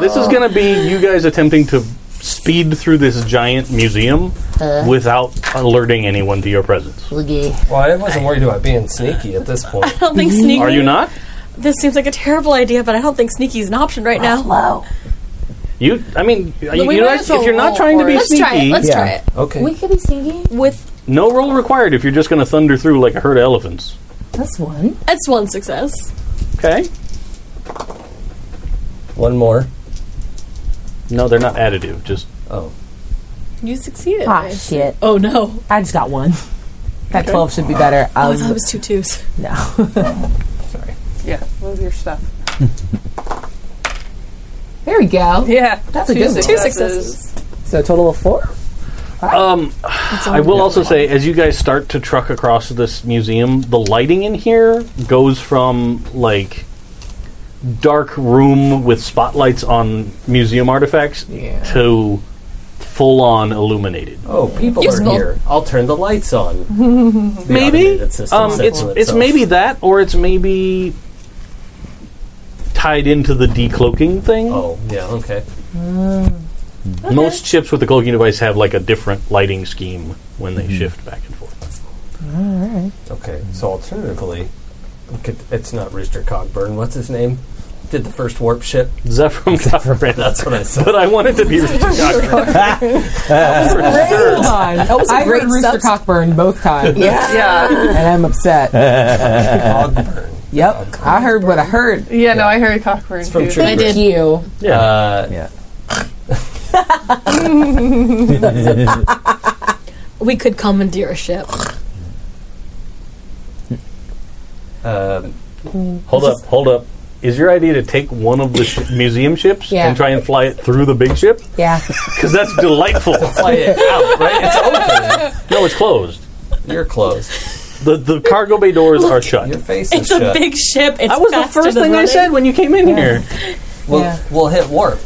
Speaker 1: This
Speaker 7: Oh.
Speaker 1: is going to be you guys attempting to speed through this giant museum
Speaker 7: Uh.
Speaker 1: without alerting anyone to your presence.
Speaker 5: well, I wasn't worried about being sneaky at this point.
Speaker 7: I don't think sneaky.
Speaker 1: Are you not?
Speaker 7: This seems like a terrible idea, but I don't think sneaky is an option right now.
Speaker 2: Hello.
Speaker 1: You, I mean, you,
Speaker 3: we
Speaker 1: you
Speaker 3: might
Speaker 1: guys,
Speaker 3: as well
Speaker 1: if you're not
Speaker 3: roll
Speaker 1: trying to
Speaker 3: for
Speaker 1: be
Speaker 3: it.
Speaker 7: Let's
Speaker 1: sneaky,
Speaker 7: try it. Let's
Speaker 4: Yeah.
Speaker 7: try it.
Speaker 5: Okay,
Speaker 2: We could be sneaky.
Speaker 7: With
Speaker 1: no roll required if you're just going to thunder through like a herd of elephants.
Speaker 2: That's one.
Speaker 7: that's one success.
Speaker 1: Okay.
Speaker 5: one more.
Speaker 1: No, they're not additive. Just
Speaker 5: Oh,
Speaker 7: You succeeded.
Speaker 2: Ah, shit.
Speaker 7: Oh no.
Speaker 2: I just got one. That 12 should be better.
Speaker 7: Oh, I
Speaker 2: Um,
Speaker 7: thought it was two twos.
Speaker 2: no.
Speaker 3: Yeah, move your stuff.
Speaker 2: there we go.
Speaker 3: Yeah,
Speaker 2: That's a good one.
Speaker 7: Two successes.
Speaker 2: So a total of four?
Speaker 1: um,
Speaker 7: That's
Speaker 1: I
Speaker 7: all.
Speaker 1: will also say, as you guys start to truck across this museum, the lighting in here goes from like dark room with spotlights on museum artifacts to full on illuminated.
Speaker 5: oh, people
Speaker 7: Useful.
Speaker 5: are here. I'll turn the lights on. The
Speaker 1: maybe
Speaker 5: automated system
Speaker 1: um,
Speaker 5: said
Speaker 1: it's
Speaker 5: to
Speaker 1: it's
Speaker 5: itself.
Speaker 1: maybe that or it's maybe tied into the decloaking thing
Speaker 5: Oh yeah, okay.
Speaker 1: most ships with the cloaking device have like a different lighting scheme when they shift back and forth
Speaker 5: Okay, so alternatively, we could- it's not Rooster Cogburn. What's his name? Did the first warp ship?
Speaker 1: Zephram Copperband.
Speaker 5: That's what I said.
Speaker 1: but I wanted to be
Speaker 2: Come on. I heard Rooster Cockburn both times. yeah. And I'm upset.
Speaker 5: Cogburn.
Speaker 2: Yep. I heard what I heard.
Speaker 3: Yeah, no, I heard Cockburn. It's
Speaker 5: from True
Speaker 7: I did.
Speaker 2: You.
Speaker 1: yeah
Speaker 5: Uh,
Speaker 4: yeah.
Speaker 7: We could commandeer a ship.
Speaker 5: um,
Speaker 1: hold up hold up Is your idea to take one of the sh- museum ships
Speaker 2: Yeah.
Speaker 1: and try and fly it through the big ship?
Speaker 2: Yeah.
Speaker 1: Because that's delightful.
Speaker 5: Fly it out, right? It's
Speaker 1: no, it's closed.
Speaker 5: open. You're closed.
Speaker 1: The the cargo bay doors are
Speaker 5: Your
Speaker 1: shut.
Speaker 5: face
Speaker 7: It's
Speaker 5: is
Speaker 7: a
Speaker 5: shut.
Speaker 7: big ship. It's
Speaker 1: That was the
Speaker 7: faster
Speaker 1: first
Speaker 7: than
Speaker 1: thing I
Speaker 7: running.
Speaker 1: said when you came in here.
Speaker 5: We'll,
Speaker 2: Yeah.
Speaker 5: we'll hit warp.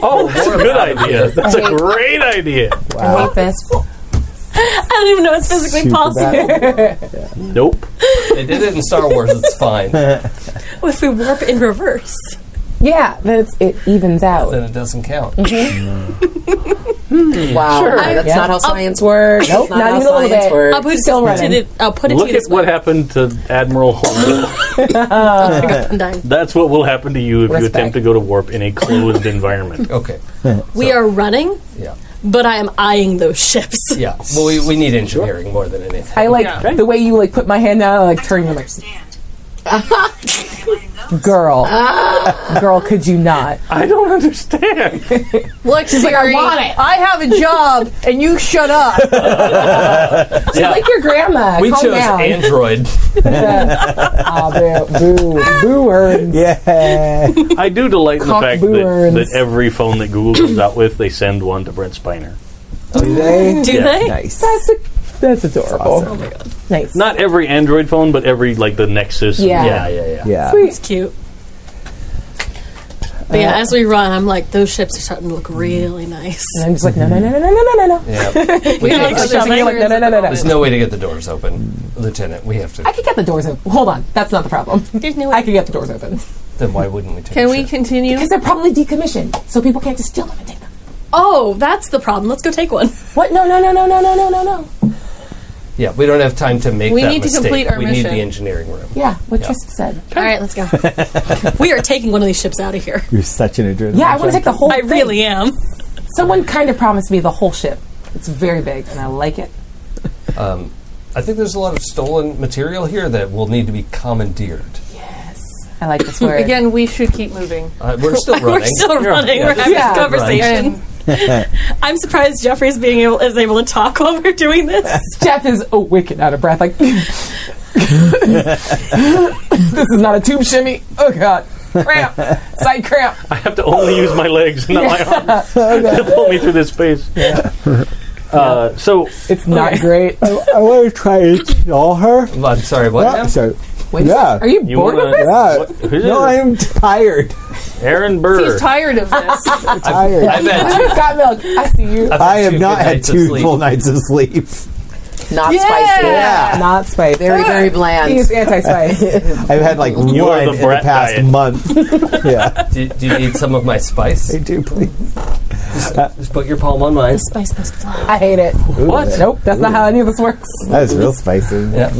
Speaker 1: Oh, that's a good
Speaker 5: out of
Speaker 1: idea. That's a
Speaker 2: Okay.
Speaker 1: great idea.
Speaker 2: I hate this.
Speaker 7: I don't even know it's physically
Speaker 4: Super
Speaker 7: possible.
Speaker 4: bad.
Speaker 1: Nope.
Speaker 5: They did it in Star Wars. It's fine. then
Speaker 7: if we warp in reverse.
Speaker 2: Yeah, then it's, it evens out.
Speaker 5: it doesn't count.
Speaker 6: Wow, that's
Speaker 2: Yeah.
Speaker 6: not how science works.
Speaker 2: Nope,
Speaker 6: That's not,
Speaker 2: not
Speaker 6: how
Speaker 2: even a little
Speaker 6: science
Speaker 2: bit.
Speaker 6: works.
Speaker 7: I'll put it,
Speaker 2: Still
Speaker 7: I'll put
Speaker 2: running.
Speaker 7: it, I'll put it to
Speaker 1: Look
Speaker 7: you
Speaker 1: at
Speaker 7: this
Speaker 1: what
Speaker 7: way.
Speaker 1: happened to Admiral Holmes.
Speaker 7: I'm dying.
Speaker 1: That's what will happen to you if you
Speaker 2: Respect.
Speaker 1: attempt to go to warp in a closed environment.
Speaker 5: Okay.
Speaker 7: We are running,
Speaker 5: Yeah.
Speaker 7: but I am eyeing those ships.
Speaker 5: Yeah. Well, we, we need engineering more than anything.
Speaker 2: I like
Speaker 3: Yeah.
Speaker 2: the way you like put my hand down. I like turn your like, girl, girl, could you not?
Speaker 1: I don't understand.
Speaker 3: Look, Siri,
Speaker 2: want it.
Speaker 3: I have a job, and you shut up.
Speaker 5: Yeah.
Speaker 2: Like your grandma.
Speaker 5: we
Speaker 2: calm
Speaker 5: chose
Speaker 2: down.
Speaker 5: Android.
Speaker 2: Aw, Ah, boo, boo, boo, earns.
Speaker 4: Yeah.
Speaker 1: I do delight in the fact that,
Speaker 2: Cockburns.
Speaker 1: that every phone that Google comes out with, they send one to Brent Spiner.
Speaker 4: Do they?
Speaker 7: Do
Speaker 1: Yeah.
Speaker 7: they?
Speaker 4: Nice.
Speaker 2: That's a, that's adorable.
Speaker 4: awesome.
Speaker 2: Nice.
Speaker 1: Not every Android phone, but every like the Nexus.
Speaker 2: Yeah.
Speaker 5: yeah, yeah, yeah.
Speaker 4: Yeah.
Speaker 2: Sweet.
Speaker 7: It's cute. But yeah, as we run, I'm like, those ships are starting to look really nice.
Speaker 2: And I'm just like no no no no no no no no.
Speaker 5: Yeah.
Speaker 3: We
Speaker 7: Yeah,
Speaker 3: have
Speaker 7: like
Speaker 3: other
Speaker 2: something like, no,
Speaker 3: fingers
Speaker 2: no,
Speaker 3: at the
Speaker 2: no, no,
Speaker 3: moment.
Speaker 5: There's no way to get the doors open, Lieutenant. We have
Speaker 2: I
Speaker 5: to.
Speaker 2: could get the doors open. Hold on, that's not the problem.
Speaker 7: There's no way.
Speaker 2: I could get the doors open
Speaker 5: Then why wouldn't we take?
Speaker 3: Can
Speaker 5: a
Speaker 3: we
Speaker 5: ship?
Speaker 3: continue?
Speaker 2: because they're probably decommissioned, so people can't just steal them and take them.
Speaker 7: Oh, that's the problem. Let's go take one.
Speaker 2: What? No no no no no no no no no.
Speaker 5: Yeah, we don't have time to make.
Speaker 3: We
Speaker 5: that
Speaker 3: need to
Speaker 5: mistake.
Speaker 3: complete our
Speaker 5: We need
Speaker 3: mission.
Speaker 5: the engineering room.
Speaker 2: Yeah, what Tristan said.
Speaker 7: All right, let's go. we are taking one of these ships out of here.
Speaker 4: You're such an adrenaline.
Speaker 2: Yeah, I want to take the whole.
Speaker 7: I
Speaker 2: thing.
Speaker 7: really am.
Speaker 2: Someone kind of promised me the whole ship. It's very big, and I like it.
Speaker 5: I think there's a lot of stolen material here that will need to be commandeered.
Speaker 2: I like this word.
Speaker 3: Again, we should keep moving.
Speaker 5: Uh, we're still running.
Speaker 7: We're still running. We're having
Speaker 2: Yeah.
Speaker 7: this conversation. I'm surprised Jeffrey's being able is able to talk while we're doing this.
Speaker 2: Jeff is a wicked out of breath. Like, this is not a tube shimmy. Oh god, cramp, side cramp.
Speaker 1: I have to only use my legs, not my arms, to pull me through this space. Uh, so
Speaker 2: It's not great.
Speaker 4: I want to try and kill her.
Speaker 5: I'm sorry. What? now?
Speaker 4: Yeah. So,
Speaker 2: Wait, a
Speaker 4: Yeah.
Speaker 2: second. are you,
Speaker 1: you
Speaker 2: bored
Speaker 1: wanna,
Speaker 2: with this?
Speaker 4: yeah.
Speaker 1: What- who's
Speaker 4: No,
Speaker 1: this?
Speaker 4: I'm tired.
Speaker 1: Aaron Burr.
Speaker 3: He's tired of this.
Speaker 4: Tired.
Speaker 5: I've had two,
Speaker 2: I've got milk. I see you.
Speaker 5: I've
Speaker 4: I
Speaker 5: two
Speaker 4: have
Speaker 5: good
Speaker 4: not had
Speaker 5: nights of
Speaker 4: two
Speaker 5: sleep.
Speaker 4: full nights of sleep.
Speaker 6: Not spicy.
Speaker 3: Yeah.
Speaker 2: Not spice.
Speaker 6: Very, very
Speaker 2: He
Speaker 6: bland.
Speaker 2: is anti-spice.
Speaker 4: I've had like one
Speaker 1: You're the
Speaker 4: in the
Speaker 1: brat
Speaker 4: past
Speaker 1: diet.
Speaker 4: month. yeah,
Speaker 5: Do, do you need some of my spice?
Speaker 4: I do. Please.
Speaker 5: Just put your palm on mine.
Speaker 7: Spice must fly.
Speaker 2: I hate it.
Speaker 4: What?
Speaker 2: Nope, that's not how any of this works.
Speaker 4: That was real spicy.
Speaker 5: Yeah.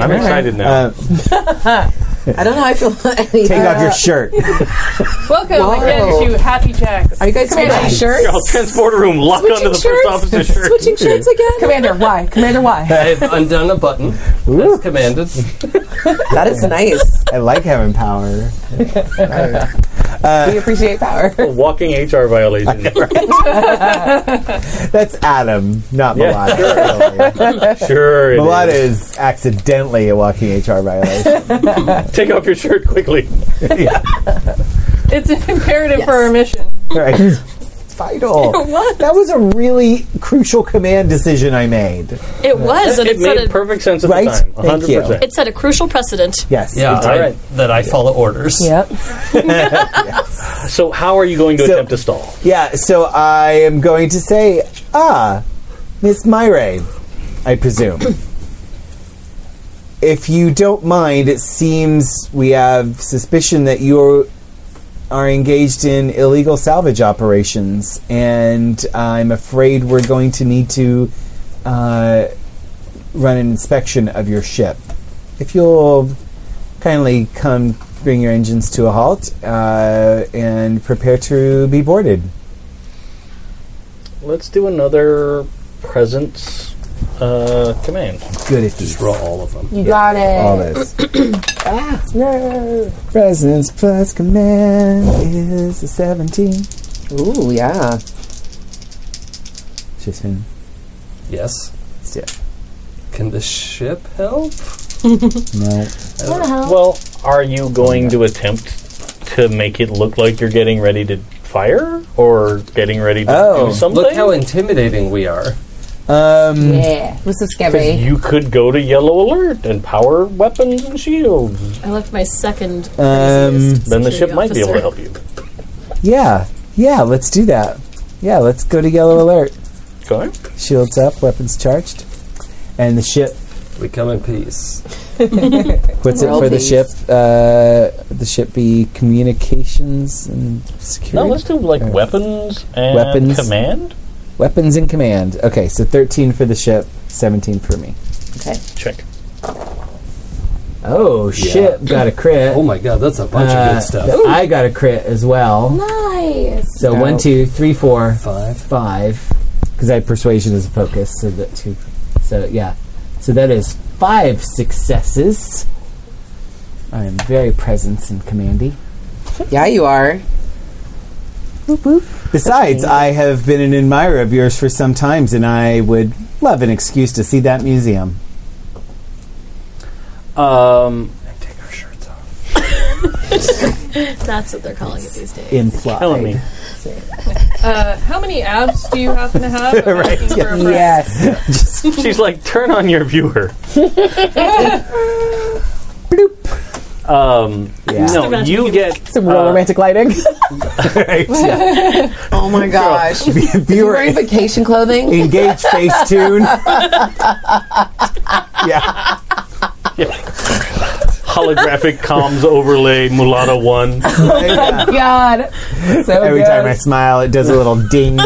Speaker 1: I'm excited now.
Speaker 4: Uh,
Speaker 6: I don't know. how I feel.
Speaker 4: take off your shirt.
Speaker 3: Welcome
Speaker 6: Whoa.
Speaker 3: again to Happy Jacks.
Speaker 6: Are you guys
Speaker 2: Commander,
Speaker 6: ready?
Speaker 2: shirts?
Speaker 1: Here, I'll transport a room, lock onto the first officer's shirt.
Speaker 6: Switching shirts again?
Speaker 2: Commander, why? Commander, why?
Speaker 5: I've undone a button. That's commanded.
Speaker 6: That is nice.
Speaker 4: I like having power.
Speaker 2: We appreciate power.
Speaker 1: A walking HR violation.
Speaker 4: That's Adam, not
Speaker 1: Yeah,
Speaker 4: Milad. really.
Speaker 1: sure. it
Speaker 4: Milad
Speaker 1: is.
Speaker 4: is accidentally a walking HR violation.
Speaker 1: Take off your shirt quickly.
Speaker 3: It's an imperative for our mission.
Speaker 4: right. Vital.
Speaker 7: was.
Speaker 4: That was a really crucial command decision I made.
Speaker 7: It was, and
Speaker 1: It
Speaker 7: it set,
Speaker 1: made
Speaker 7: a,
Speaker 1: perfect sense at
Speaker 4: Right?
Speaker 1: the time.
Speaker 4: Thank you.
Speaker 1: 100%.
Speaker 7: it set a crucial precedent.
Speaker 4: Yes.
Speaker 5: Yeah,
Speaker 4: it
Speaker 5: I-
Speaker 1: right.
Speaker 5: that I follow orders.
Speaker 2: Yep.
Speaker 1: So, how are you going to
Speaker 4: So-
Speaker 1: attempt to stall?
Speaker 4: Yeah, so I am going to say, ah, Miss Myre, I presume. if you don't mind, it seems we have suspicion that you are engaged in illegal salvage operations, and I'm afraid we're going to need to uh, run an inspection of your ship. If you'll kindly come bring your engines to a halt uh, and prepare to be boarded.
Speaker 1: Let's do another presence uh, command.
Speaker 4: Good at these.
Speaker 5: Just roll all of them.
Speaker 2: You got it.
Speaker 4: All this. Eh. Ah, No. Presence plus command is a 17.
Speaker 6: Ooh, yeah.
Speaker 4: She's been.
Speaker 5: Yes.
Speaker 4: Yeah.
Speaker 5: Can the ship help?
Speaker 4: No.
Speaker 1: Well, are you going to attempt to make it look like you're getting ready to fire or getting ready to
Speaker 4: Oh,
Speaker 1: do something?
Speaker 5: Look how intimidating we are.
Speaker 4: Um,
Speaker 2: Yeah, this is scary.
Speaker 1: you could go to yellow alert and power weapons and shields.
Speaker 7: I left my second.
Speaker 4: Um,
Speaker 1: Then the ship might be able to help you.
Speaker 4: yeah. Yeah, let's do that. Yeah, let's go to yellow alert.
Speaker 1: Okay.
Speaker 4: Shields up, weapons charged. And the ship
Speaker 5: We come in peace.
Speaker 4: What's it
Speaker 6: World
Speaker 4: for the
Speaker 6: peace.
Speaker 4: ship? Uh, the ship be communications and
Speaker 1: No,
Speaker 4: security.
Speaker 1: let's do like weapons and
Speaker 4: Weapons.
Speaker 1: command.
Speaker 4: Weapons and command. Okay, so 13 for the ship, 17 for me.
Speaker 1: Check.
Speaker 4: Oh, ship got a crit.
Speaker 5: Oh my god, that's a bunch of
Speaker 4: Uh,
Speaker 5: good stuff.
Speaker 4: th- I got a crit as well.
Speaker 2: Nice.
Speaker 4: So
Speaker 5: Now-
Speaker 4: one, two, three, four,
Speaker 5: Five.
Speaker 4: five. Because I had persuasion as a focus, so that two. So yeah, so that is five successes. I am very presence and commandy.
Speaker 6: Yeah, you are.
Speaker 4: Besides, I have been an admirer of yours for some times, and I would love an excuse to see that museum.
Speaker 1: Um,
Speaker 5: Take our shirts off.
Speaker 7: That's what they're calling it these days.
Speaker 4: Implied.
Speaker 1: tell me.
Speaker 3: Uh, how many abs do you happen to have? I'm asking for a friend.
Speaker 2: Yes.
Speaker 1: She's like, turn on your viewer. Um,
Speaker 4: Yeah.
Speaker 1: No, you get
Speaker 2: Some real
Speaker 1: uh,
Speaker 2: romantic lighting.
Speaker 6: Oh my gosh. You're
Speaker 4: Viewer,
Speaker 6: wearing vacation clothing?
Speaker 4: engage Facetune. yeah.
Speaker 1: holographic comms overlay Mulata One.
Speaker 4: Yeah.
Speaker 2: God. So
Speaker 4: Every
Speaker 2: good.
Speaker 4: time I smile, it does a little ding.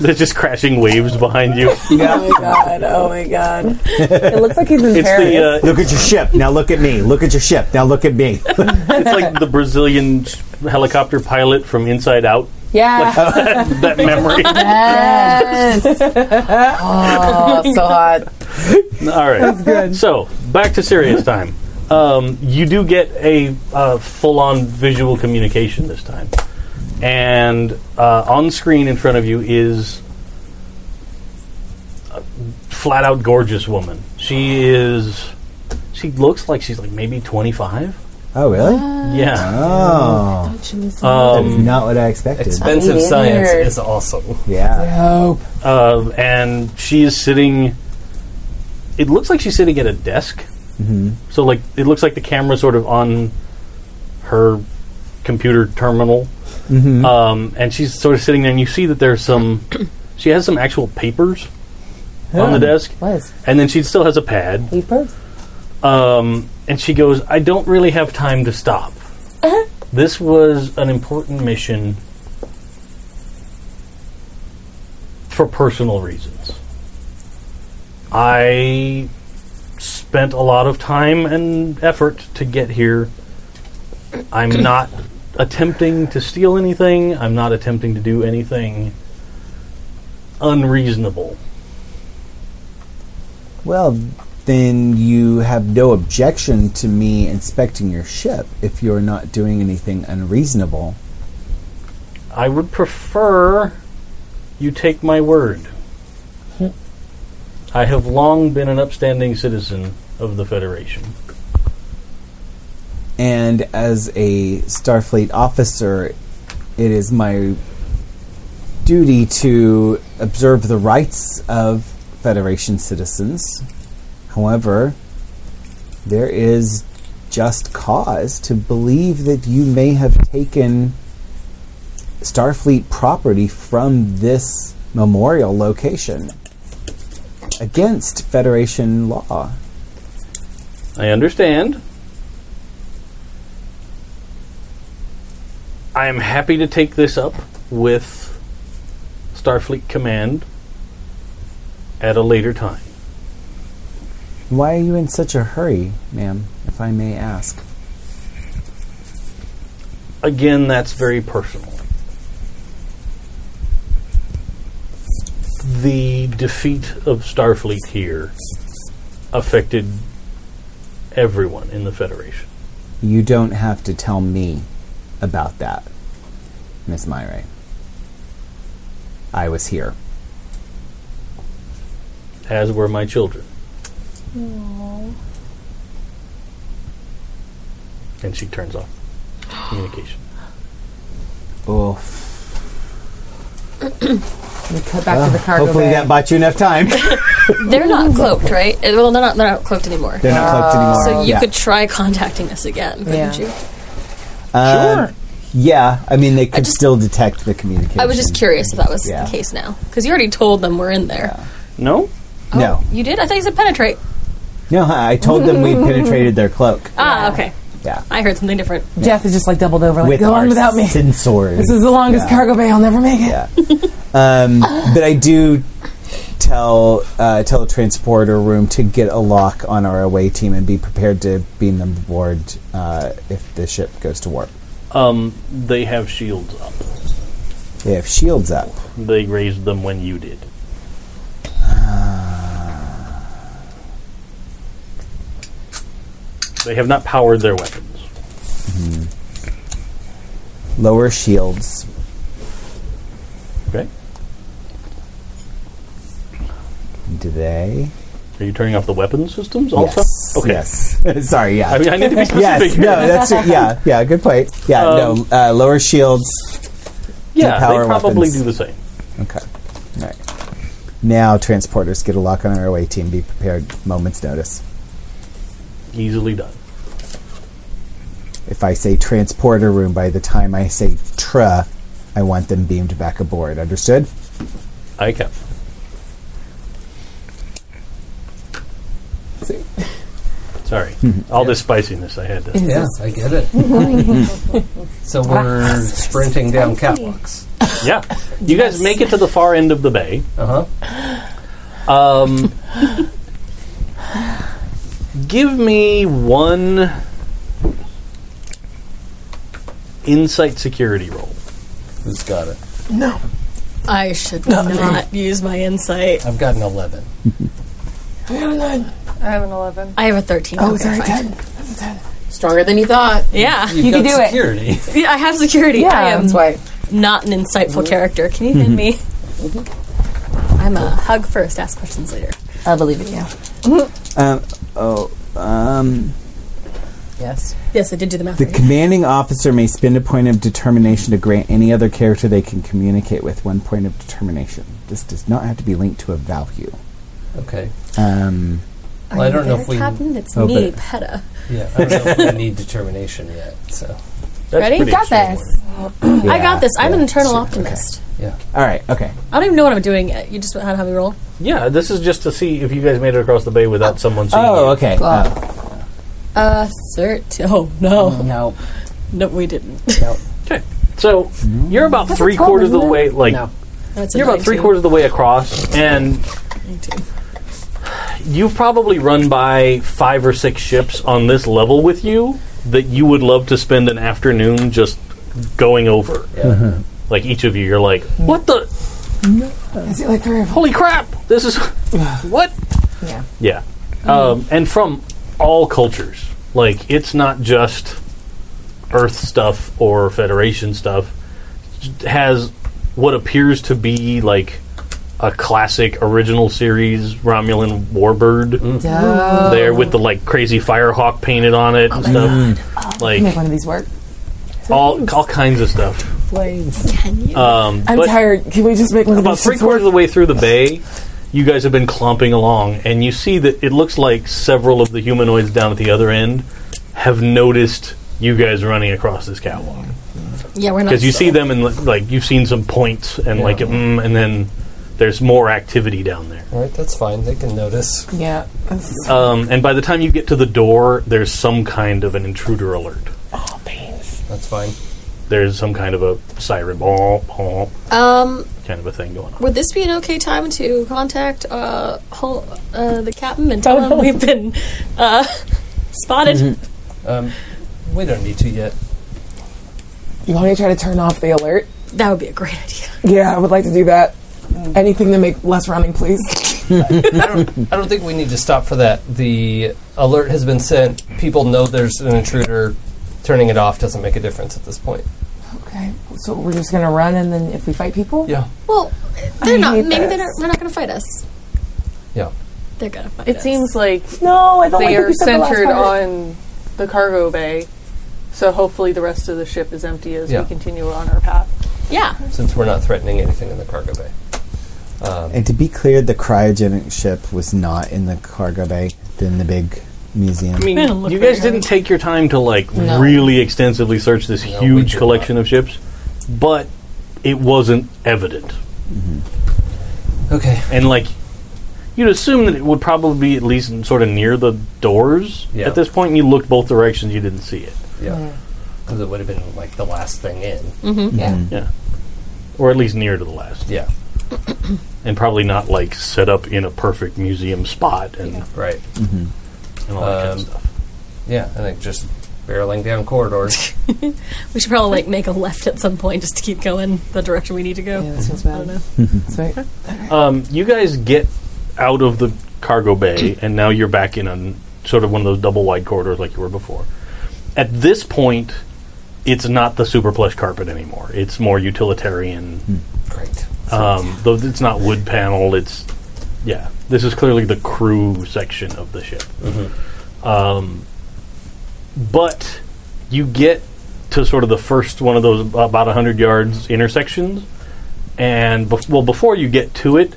Speaker 1: They're just crashing waves behind you.
Speaker 2: Oh my god. Oh my god. It looks like he's in
Speaker 1: It's
Speaker 2: Paris.
Speaker 1: the uh,
Speaker 4: Look at your ship. Now look at me. Look at your ship. Now look at me.
Speaker 1: it's like the Brazilian sh- helicopter pilot from Inside Out.
Speaker 2: yeah.
Speaker 1: That memory.
Speaker 6: Yes. oh, so hot.
Speaker 1: All right. So back to serious time. Um, you do get a uh, full-on visual communication this time, and uh, on screen in front of you is a flat-out gorgeous woman. She is. She looks like she's like maybe twenty-five.
Speaker 4: Oh really?
Speaker 1: Yeah.
Speaker 4: Oh,
Speaker 1: Um,
Speaker 4: that's not what I expected.
Speaker 5: Expensive
Speaker 6: Weird.
Speaker 5: science is awesome.
Speaker 4: Yeah.
Speaker 2: Dope.
Speaker 1: uh, and she is sitting. It looks like she's sitting at a desk. So like it looks like the camera sort of on her computer terminal, um, and she's sort of sitting there, and you see that there's some. she has some actual papers on the desk,
Speaker 2: What is
Speaker 1: and then she still has a pad.
Speaker 2: papers?
Speaker 1: Um, and she goes, I don't really have time to stop. This was an important mission for personal reasons. I spent a lot of time and effort to get here. I'm not attempting to steal anything, I'm not attempting to do anything unreasonable.
Speaker 4: Well, then you have no objection to me inspecting your ship if you're not doing anything unreasonable.
Speaker 1: I would prefer you take my word. I have long been an upstanding citizen of the Federation.
Speaker 4: And as a Starfleet officer, it is my duty to observe the rights of Federation citizens. However, there is just cause to believe that you may have taken Starfleet property from this memorial location against Federation law.
Speaker 1: I understand. I am happy to take this up with Starfleet Command at a later time.
Speaker 4: Why are you in such a hurry, ma'am, if I may ask?
Speaker 1: Again, that's very personal. The defeat of Starfleet here affected everyone in the Federation.
Speaker 4: You don't have to tell me about that, Miss Myre. I was here.
Speaker 1: as were my children. And she turns off communication.
Speaker 4: Oh,
Speaker 2: We cut back to the cargo
Speaker 4: hopefully
Speaker 2: bay.
Speaker 4: that bought you enough time.
Speaker 7: They're not cloaked, right? Uh, Well, they're not. They're not cloaked anymore.
Speaker 4: They're not cloaked anymore.
Speaker 7: So you
Speaker 4: yeah.
Speaker 7: could try contacting us again, couldn't
Speaker 2: Yeah.
Speaker 7: you?
Speaker 4: Um,
Speaker 1: Sure.
Speaker 4: Yeah, I mean they could
Speaker 7: just-
Speaker 4: still detect the communication.
Speaker 7: I was just curious if that was
Speaker 4: Yeah.
Speaker 7: the case now, because you already told them we're in there.
Speaker 1: No?
Speaker 7: Oh,
Speaker 4: No.
Speaker 7: you did. I thought you said penetrate.
Speaker 4: No, I I told them we penetrated their cloak.
Speaker 7: Ah, okay.
Speaker 4: Yeah.
Speaker 7: I heard something different.
Speaker 2: Jeff is just like doubled over, like
Speaker 4: With
Speaker 2: go
Speaker 4: our
Speaker 2: on without me.
Speaker 4: sensors.
Speaker 2: This is the longest
Speaker 4: Yeah.
Speaker 2: cargo bay. I'll never make it.
Speaker 4: Yeah. um, but I do tell uh, tell the transporter room to get a lock on our away team and be prepared to beam them aboard uh, if the ship goes to warp.
Speaker 1: Um, they have shields up.
Speaker 4: They have shields up.
Speaker 1: They raised them when you did.
Speaker 4: Ah.
Speaker 1: They have not powered their weapons.
Speaker 4: Lower shields.
Speaker 1: Okay?
Speaker 4: Do they?
Speaker 1: Are you turning off the weapon systems also?
Speaker 4: Yes.
Speaker 1: Okay.
Speaker 4: Yes. Sorry. Yeah.
Speaker 1: I mean, I need to be specific here.
Speaker 4: yes.
Speaker 1: Um,
Speaker 4: No. That's it. Yeah. Yeah. Good point. Yeah. no. Uh, lower shields.
Speaker 1: yeah,
Speaker 4: power
Speaker 1: they probably
Speaker 4: weapons.
Speaker 1: do the same.
Speaker 4: Okay. All right. Now transporters get a lock on our away team. Be prepared. Moments notice.
Speaker 1: Easily done.
Speaker 4: If I say transporter room, by the time I say tra, I want them beamed back aboard. Understood?
Speaker 1: I kept. Sorry. All this spiciness I had to.
Speaker 5: Yeah, I get it. so we're sprinting down catwalks.
Speaker 1: Yeah. You guys make it to the far end of the bay.
Speaker 5: Uh huh.
Speaker 1: Um, give me one insight security roll.
Speaker 5: Who's got it?
Speaker 7: I should not use my insight.
Speaker 5: I've got an eleven.
Speaker 3: I have an 11.
Speaker 7: I have a thirteen.
Speaker 2: Oh,
Speaker 7: okay,
Speaker 2: sorry,
Speaker 7: fine.
Speaker 2: Ted.
Speaker 6: Stronger than you thought.
Speaker 7: Yeah.
Speaker 5: You've
Speaker 2: can
Speaker 5: got
Speaker 2: do it.
Speaker 5: security.
Speaker 7: Yeah, Mm-hmm. I have security.
Speaker 2: Yeah,
Speaker 7: I am
Speaker 6: That's why.
Speaker 7: not an insightful character. Can you hit me? I'm a hug first, ask questions later. I believe in you.
Speaker 4: Um, oh. Um,
Speaker 6: Yes.
Speaker 7: Yes, I did do the math.
Speaker 4: the
Speaker 7: right.
Speaker 4: commanding officer may spend a point of determination to grant any other character they can communicate with one point of determination. This does not have to be linked to a value.
Speaker 5: Okay.
Speaker 4: Um,
Speaker 7: Are
Speaker 5: Well, I
Speaker 7: you
Speaker 5: don't know
Speaker 7: there,
Speaker 5: if we-
Speaker 7: Captain? It's
Speaker 4: Oh,
Speaker 7: me,
Speaker 4: but-
Speaker 7: Peta.
Speaker 5: Yeah. I don't know if we need determination yet. So
Speaker 1: That's
Speaker 7: Ready?
Speaker 1: pretty
Speaker 7: Got this.
Speaker 1: extraordinary.
Speaker 7: I got this. I'm
Speaker 4: yeah,
Speaker 7: an internal
Speaker 4: sure,
Speaker 7: optimist.
Speaker 5: yeah.
Speaker 4: okay. All right. Okay.
Speaker 7: I don't even know what I'm doing yet. You just had to have me roll.
Speaker 1: Yeah, this is just to see if you guys made it across the bay without someone seeing you.
Speaker 4: Oh. Okay. Oh,
Speaker 7: Uh, 13. Oh, no.
Speaker 4: no.
Speaker 7: No, we didn't.
Speaker 1: Okay. So you're about three
Speaker 2: problem,
Speaker 1: quarters of the
Speaker 2: isn't it?
Speaker 1: way, like
Speaker 6: No.
Speaker 7: No, it's a
Speaker 1: you're about three
Speaker 7: 19.
Speaker 1: quarters of the way across, and
Speaker 7: 19.
Speaker 1: you've probably run by five or six ships on this level with you that you would love to spend an afternoon just going over. Like each of you, you're like, what the
Speaker 2: Is it like three or four?
Speaker 1: holy crap? This is what?
Speaker 2: Yeah.
Speaker 1: Yeah. Um, and from all cultures, like it's not just Earth stuff or Federation stuff. It has what appears to be like a classic original series Romulan warbird there with the like crazy firehawk painted on it and stuff.
Speaker 2: Make
Speaker 1: Like
Speaker 2: one of these work.
Speaker 1: all all kinds of stuff.
Speaker 7: Can you?
Speaker 1: Um,
Speaker 2: I'm
Speaker 1: but-
Speaker 2: tired. Can we just make one of
Speaker 1: about
Speaker 2: these
Speaker 1: three
Speaker 2: ships
Speaker 1: quarters
Speaker 2: work?
Speaker 1: of the way through the bay, you guys have been clomping along, and you see that it looks like several of the humanoids down at the other end have noticed you guys running across this catwalk
Speaker 7: yeah, we're not.
Speaker 1: because you see them and li- like you've seen some points and like mm, and then there's more activity down there.
Speaker 5: All right. That's fine. They can notice.
Speaker 2: Yeah.
Speaker 1: Um, and by the time you get to the door, there's some kind of an intruder alert.
Speaker 5: That's fine.
Speaker 1: There's some kind of a siren, bonk, bonk,
Speaker 7: Um,
Speaker 1: kind of a thing going on.
Speaker 7: would this be an okay time to contact uh, Hol- uh the captain and tell him we've been uh, spotted?
Speaker 5: Um, we don't need to yet.
Speaker 2: You want me to try to turn off the alert?
Speaker 7: That would be a great idea. Mm.
Speaker 2: Yeah, I would like to do that. Anything to make less running, please.
Speaker 5: I don't, I don't think we need to stop for that. The alert has been sent. People know there's an intruder. Turning it off doesn't make a difference at this point.
Speaker 2: Okay. So we're just gonna run, and then if we fight people,
Speaker 5: Yeah.
Speaker 7: Well, they're not.
Speaker 2: hate
Speaker 7: Maybe
Speaker 2: this.
Speaker 7: they're not, they're not going to fight us.
Speaker 5: Yeah.
Speaker 7: They're gonna find
Speaker 3: It
Speaker 7: us.
Speaker 3: seems like
Speaker 2: No, I don't
Speaker 3: they
Speaker 2: like
Speaker 3: are
Speaker 2: you said the last
Speaker 3: centered
Speaker 2: part.
Speaker 3: on the cargo bay, so hopefully the rest of the ship is empty as
Speaker 5: Yeah.
Speaker 3: we continue on our path.
Speaker 7: yeah.
Speaker 5: since we're not threatening anything in the cargo bay.
Speaker 4: And to be clear, the cryogenic ship was not in the cargo bay, in the big museum.
Speaker 1: I mean,
Speaker 7: Yeah, look
Speaker 1: you
Speaker 7: very
Speaker 1: guys didn't take your time to like
Speaker 2: No.
Speaker 1: really extensively search this
Speaker 5: No, we
Speaker 1: huge
Speaker 5: did
Speaker 1: collection of ships, but it wasn't evident.
Speaker 5: Okay.
Speaker 1: And like, you'd assume that it would probably be at least sort of near the doors
Speaker 5: Yeah.
Speaker 1: at this point. And you looked both directions, you didn't see it,
Speaker 5: Yeah. Because it would have been like the last thing in.
Speaker 2: Yeah.
Speaker 1: or at least near to the last,
Speaker 5: Mm-hmm. Yeah.
Speaker 1: and probably not like set up in a perfect museum spot and,
Speaker 5: Right.
Speaker 1: and all that kind
Speaker 5: Um,
Speaker 1: of stuff.
Speaker 5: Yeah. I think just barreling down corridors.
Speaker 7: We should probably like make a left at some point just to keep going the direction we need to go.
Speaker 2: Yeah, that sounds
Speaker 7: I don't
Speaker 2: bad.
Speaker 7: know.
Speaker 2: Sweet.
Speaker 1: Um, you guys get out of the cargo bay, and now you're back in on sort of one of those double wide corridors like you were before. At this point, it's not the super plush carpet anymore. It's more utilitarian.
Speaker 5: Great.
Speaker 1: Um, though it's not wood panel. It's yeah. This is clearly the crew section of the ship. Um, but you get to sort of the first one of those ab- about hundred yards intersections, and bef- well, before you get to it,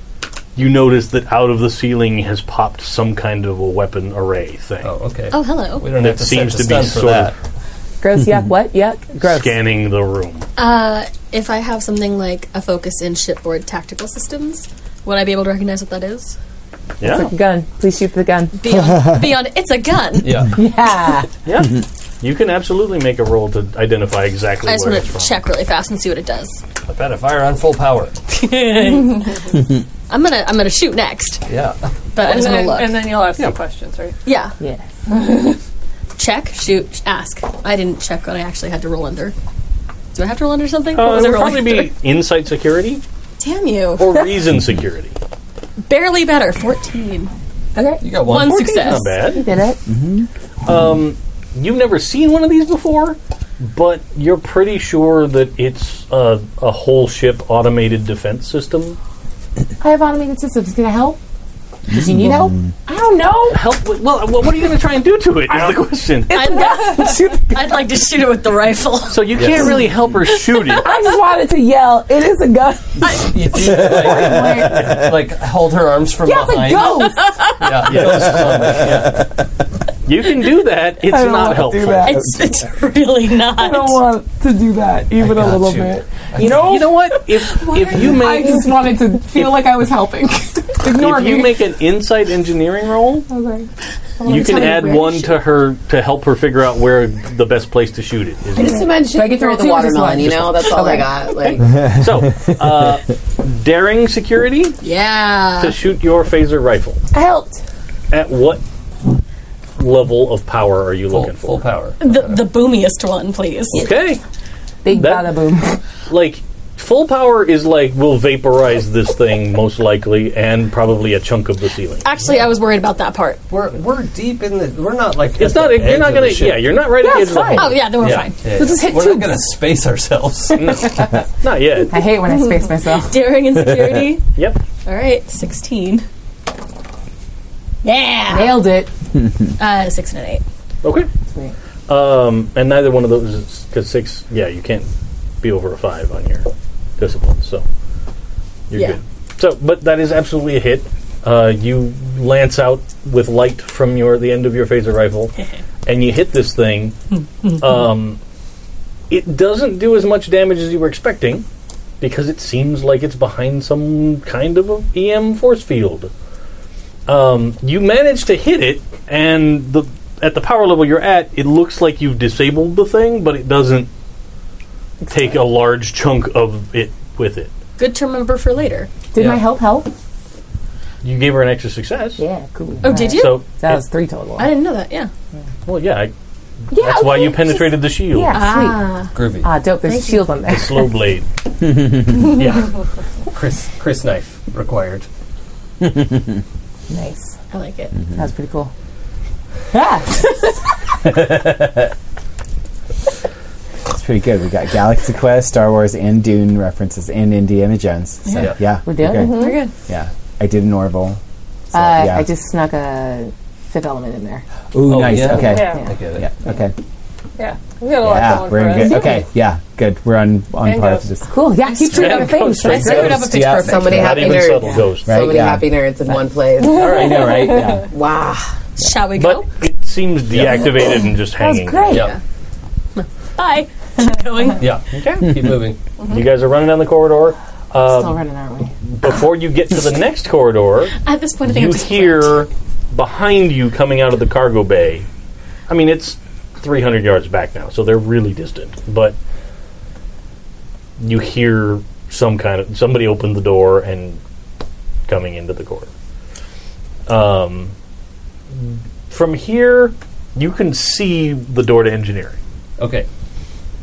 Speaker 1: you notice that out of the ceiling has popped some kind of a weapon array thing.
Speaker 5: Oh, okay.
Speaker 7: Oh, hello.
Speaker 5: We don't
Speaker 1: That
Speaker 5: have to
Speaker 1: seems
Speaker 5: set the
Speaker 1: to be
Speaker 5: stun for
Speaker 1: sort
Speaker 5: that.
Speaker 1: of-
Speaker 2: Gross.
Speaker 7: Mm-hmm.
Speaker 2: Yuck. What? Yuck. Gross.
Speaker 1: Scanning the room.
Speaker 7: Uh, if I have something like a focus in shipboard tactical systems, would I be able to recognize what that is?
Speaker 1: Yeah,
Speaker 2: Gun. Please shoot the gun.
Speaker 7: Beyond, beyond it's a gun.
Speaker 5: Yeah.
Speaker 2: Yeah.
Speaker 1: yeah. You can absolutely make a roll to identify exactly
Speaker 7: I just
Speaker 1: where
Speaker 7: want
Speaker 1: it's
Speaker 7: to
Speaker 1: from.
Speaker 7: check really fast and see what it dows.
Speaker 5: I've got a fire on full power.
Speaker 7: I'm gonna I'm gonna shoot next,
Speaker 5: Yeah.
Speaker 7: but I
Speaker 3: And then,
Speaker 7: just want to look.
Speaker 3: and then you'll ask some questions, right?
Speaker 7: yeah,
Speaker 2: yes.
Speaker 7: check, shoot, sh- ask. I didn't check what I actually had to roll under. Do I have to roll under something? What
Speaker 1: Uh,
Speaker 7: was
Speaker 1: it
Speaker 7: I
Speaker 1: would
Speaker 7: rolling
Speaker 1: probably be
Speaker 7: under?
Speaker 1: insight security
Speaker 7: Damn you!
Speaker 1: or reason security.
Speaker 7: Barely better. Fourteen.
Speaker 5: You got one.
Speaker 7: One success.
Speaker 1: Not bad.
Speaker 2: Did it?
Speaker 1: You've never seen one of these before, but you're pretty sure that it's a, a whole ship automated defense system.
Speaker 2: I have automated systems. Can I help? Does he need help? I don't know.
Speaker 1: Help! with- Well, what are you going to try and do to it? Is the question.
Speaker 7: I'd, I'd like to shoot it with the rifle.
Speaker 1: So you can't really help her shoot it.
Speaker 2: I just wanted to yell. It is a gun.
Speaker 5: You do, like, like, hold her arms from
Speaker 2: Yeah, it's a
Speaker 5: behind.
Speaker 2: ghost.
Speaker 5: Yeah.
Speaker 1: You can do that. It's
Speaker 2: don't
Speaker 1: not
Speaker 2: wanna
Speaker 1: helpful.
Speaker 2: do that.
Speaker 7: It's, it's really not.
Speaker 2: I don't want to do that even a
Speaker 5: got
Speaker 2: little
Speaker 5: you.
Speaker 2: bit.
Speaker 1: You know. You know what? If if you
Speaker 2: I
Speaker 1: make
Speaker 2: just wanted to feel like I was helping. Ignore
Speaker 1: if you
Speaker 2: me.
Speaker 1: make an insight engineering roll,
Speaker 2: okay.
Speaker 1: you can
Speaker 7: tell me
Speaker 1: add
Speaker 7: where
Speaker 1: one
Speaker 7: to
Speaker 1: to her to help her figure out where the best place to shoot it is.
Speaker 6: Just imagine
Speaker 2: Do I get to
Speaker 6: throw
Speaker 2: roll
Speaker 6: the
Speaker 2: two or just
Speaker 6: watermelon.
Speaker 2: one?
Speaker 6: You know, that's all I
Speaker 2: Okay.
Speaker 6: got. Like
Speaker 1: So, uh, daring security to
Speaker 7: Yeah.
Speaker 1: shoot your phaser rifle.
Speaker 2: I helped.
Speaker 1: At what level of power are you
Speaker 5: Full,
Speaker 1: looking
Speaker 5: full
Speaker 1: for?
Speaker 5: power.
Speaker 7: The, the boomiest one, please.
Speaker 1: Okay,
Speaker 2: Big
Speaker 1: That-
Speaker 2: bada boom.
Speaker 1: like full power is like we'll vaporize this thing most likely, and probably a chunk of the ceiling.
Speaker 7: Actually, I was worried about that part.
Speaker 5: We're we're deep in the. We're not like.
Speaker 1: It's not. You're not gonna. Yeah, you're not right at the edge
Speaker 2: That's
Speaker 1: of the
Speaker 2: fine.
Speaker 1: hole.
Speaker 7: Oh, yeah, then we're fine.
Speaker 5: We'll just hit we're not gonna space ourselves.
Speaker 1: Not yet.
Speaker 2: I hate when I space myself.
Speaker 7: Daring and security.
Speaker 1: Yep.
Speaker 7: All right, 16. Yeah!
Speaker 2: Nailed it.
Speaker 7: Uh, 6 and an 8.
Speaker 1: Okay.
Speaker 2: Sweet.
Speaker 1: Um, and neither one of those is because six. Yeah, you can't be over a five on your discipline, so you're
Speaker 7: Yeah.
Speaker 1: good. So, but that is absolutely a hit. Uh, you lance out with light from your the end of your phaser rifle, and you hit this thing. um, it doesn't do as much damage as you were expecting because it seems like it's behind some kind of a EM force field. Um, you manage to hit it, and the at the power level you're at, it looks like you've disabled the thing, but it doesn't take a large chunk of it with it.
Speaker 7: Good to remember for later.
Speaker 2: Did
Speaker 5: Yeah.
Speaker 2: my help help?
Speaker 1: You gave her an extra success,
Speaker 2: Yeah, cool.
Speaker 7: Oh, did you?
Speaker 1: so
Speaker 2: That was three total.
Speaker 7: I didn't know that, yeah.
Speaker 1: well, yeah. I,
Speaker 2: yeah,
Speaker 1: that's why
Speaker 2: okay.
Speaker 1: you penetrated the shield.
Speaker 2: Yeah, sweet.
Speaker 7: Ah.
Speaker 5: Groovy.
Speaker 2: Ah, dope. There's a shield on there.
Speaker 1: Slow blade. yeah.
Speaker 5: Chris Chris knife required.
Speaker 2: Nice.
Speaker 7: I like it.
Speaker 2: That was pretty cool. Yeah.
Speaker 4: It's pretty good. We got Galaxy Quest, Star Wars, and Dune references, and Indiana Jones. So,
Speaker 5: Yeah.
Speaker 4: yeah.
Speaker 2: We're doing
Speaker 4: okay.
Speaker 2: it. Mm-hmm.
Speaker 7: We're good.
Speaker 4: Yeah, I did an Orville. So,
Speaker 2: uh,
Speaker 4: yeah.
Speaker 2: I just snuck a fifth element in there.
Speaker 4: Ooh,
Speaker 5: Oh,
Speaker 4: nice.
Speaker 5: yeah.
Speaker 4: Okay.
Speaker 3: Yeah.
Speaker 5: I get it.
Speaker 4: Yeah. Okay.
Speaker 3: Yeah, we got a lot
Speaker 4: Yeah.
Speaker 3: going
Speaker 4: We're in
Speaker 3: for us.
Speaker 4: good. Okay. Yeah. Good. We're on on
Speaker 3: And
Speaker 4: par with
Speaker 3: ghosts.
Speaker 4: this.
Speaker 2: Cool. Yeah, keep
Speaker 1: straight
Speaker 2: shooting other
Speaker 1: up ghost,
Speaker 2: things.
Speaker 1: straight
Speaker 2: Right?
Speaker 1: up.
Speaker 7: Screwed up a pitch
Speaker 4: Yeah.
Speaker 7: perfect.
Speaker 6: So many
Speaker 1: Not
Speaker 6: happy
Speaker 1: even
Speaker 6: nerds.
Speaker 1: subtle ghost.
Speaker 6: So
Speaker 4: Right,
Speaker 6: many
Speaker 4: yeah.
Speaker 6: happy nerds in one place.
Speaker 4: All right. Yeah. Right. Yeah.
Speaker 6: Wow.
Speaker 7: Shall we
Speaker 1: But
Speaker 7: go?
Speaker 1: it seems deactivated and just
Speaker 2: That was
Speaker 1: hanging.
Speaker 2: great.
Speaker 5: Yeah.
Speaker 7: Bye. Keep going.
Speaker 5: Yeah. Keep moving.
Speaker 1: You guys are running down the corridor. Uh,
Speaker 2: Still running, aren't we?
Speaker 1: Before you get to the next corridor,
Speaker 7: At this point, I think
Speaker 1: you
Speaker 7: I'm just
Speaker 1: hear behind you coming out of the cargo bay. I mean, it's 300 yards back now, so they're really distant. But you hear some kind of somebody opened the door and coming into the corridor. Um, from here, you can see the door to engineering.
Speaker 5: Okay.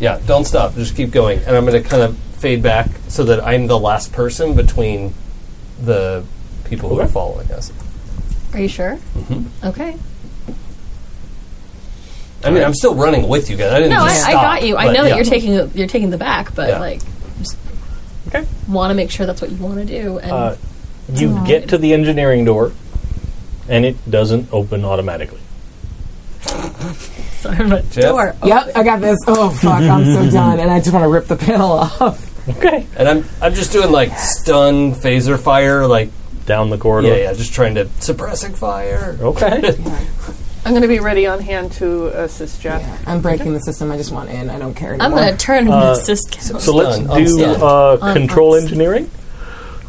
Speaker 5: Yeah, don't stop. Just keep going. And I'm going to kind of fade back so that I'm the last person between the people who are
Speaker 1: Okay.
Speaker 5: following us.
Speaker 7: Are you sure? Mm-hmm. Okay.
Speaker 5: I mean, I'm still running with you guys. I didn't
Speaker 7: No, I,
Speaker 5: just
Speaker 7: I
Speaker 5: stop,
Speaker 7: got you. I
Speaker 5: but
Speaker 7: know
Speaker 5: yeah.
Speaker 7: that you're taking the, you're taking the back, but
Speaker 5: Yeah.
Speaker 7: like, just
Speaker 1: Okay.
Speaker 7: want to make sure that's what you want to do. And
Speaker 1: Uh, You get to the engineering door, and it doesn't open automatically.
Speaker 7: sorry, I'm not
Speaker 5: Jeff?
Speaker 7: door.
Speaker 2: Yep, I got this. Oh fuck, I'm so done, and I just want to rip the panel off.
Speaker 1: Okay.
Speaker 5: And I'm I'm just doing like stun phaser fire, like
Speaker 1: Down the corridor.
Speaker 5: yeah, yeah, just trying to suppressing fire.
Speaker 1: Okay.
Speaker 3: I'm going to be ready on hand to assist Jeff.
Speaker 2: I'm breaking the system. I just want in. I don't care anymore.
Speaker 7: I'm gonna turn and assist Cal.
Speaker 1: So let's
Speaker 5: Stunned. I'm
Speaker 1: do
Speaker 5: stunned.
Speaker 1: uh, control
Speaker 7: I'm-
Speaker 1: engineering.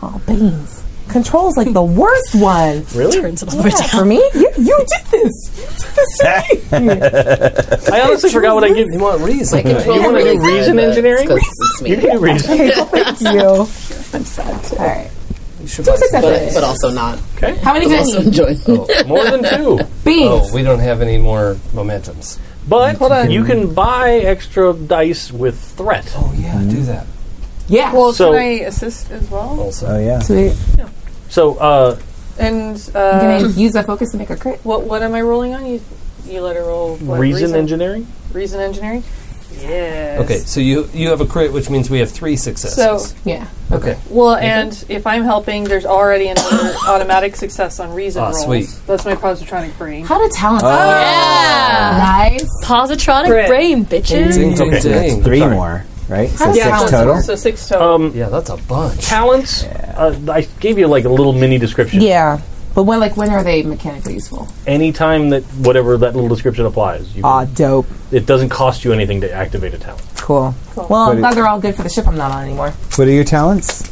Speaker 2: Oh, beans. Control's like the worst one.
Speaker 1: Really?
Speaker 7: turns it all the way
Speaker 2: Yeah,
Speaker 7: down.
Speaker 2: for me, you, you did this. You did this to me.
Speaker 1: I honestly forgot what I give. You want reason? you want to do reason engineering?
Speaker 6: It's
Speaker 1: You
Speaker 6: me.
Speaker 1: can do reason.
Speaker 2: Thank you. I'm sad. All right.
Speaker 5: You should buy some-
Speaker 6: But, but also not.
Speaker 1: Okay.
Speaker 2: How many
Speaker 6: But
Speaker 2: did you
Speaker 6: also
Speaker 2: need?
Speaker 6: enjoy.
Speaker 1: More than two.
Speaker 2: Beans.
Speaker 5: Oh, we don't have any more momentums.
Speaker 1: But you can buy extra dice with threat.
Speaker 5: Oh yeah, do that
Speaker 2: Yeah.
Speaker 3: Well,
Speaker 1: So-
Speaker 3: can I assist as well?
Speaker 5: also.
Speaker 4: Oh yeah.
Speaker 2: Sweet.
Speaker 1: So uh,
Speaker 3: And
Speaker 2: I'm
Speaker 3: uh,
Speaker 2: gonna use that focus to make a crit.
Speaker 3: what what am I rolling on? You you let her roll what,
Speaker 1: reason, engineering.
Speaker 3: reason engineering. Yes.
Speaker 5: Okay, so you you have a crit, which means we have three successes.
Speaker 3: So
Speaker 2: Yeah.
Speaker 5: okay,
Speaker 3: well, and if I'm helping, there's already another automatic success on reason
Speaker 5: Ah,
Speaker 3: rolls.
Speaker 5: sweet.
Speaker 3: That's my positronic brain.
Speaker 2: How do talents?
Speaker 7: Ah, Yeah.
Speaker 2: Nice.
Speaker 7: Positronic
Speaker 3: Crit.
Speaker 7: brain, bitches.
Speaker 5: ding ding
Speaker 1: Okay.
Speaker 5: ding.
Speaker 4: Three
Speaker 1: Sorry.
Speaker 4: more. Right. So
Speaker 2: Yeah,
Speaker 4: six
Speaker 2: that's
Speaker 4: total.
Speaker 3: So six total.
Speaker 1: Um,
Speaker 5: Yeah, that's a bunch.
Speaker 1: talents. Uh, I gave you like a little mini description.
Speaker 2: Yeah. But when, like, when are they mechanically useful?
Speaker 1: Anytime that whatever that little description applies, you can-
Speaker 2: dope.
Speaker 1: it doesn't cost you anything to activate a talent.
Speaker 2: Cool. Well,
Speaker 4: But
Speaker 2: I'm glad
Speaker 4: it-
Speaker 2: they're all good for the ship I'm not on anymore.
Speaker 4: What are your talents?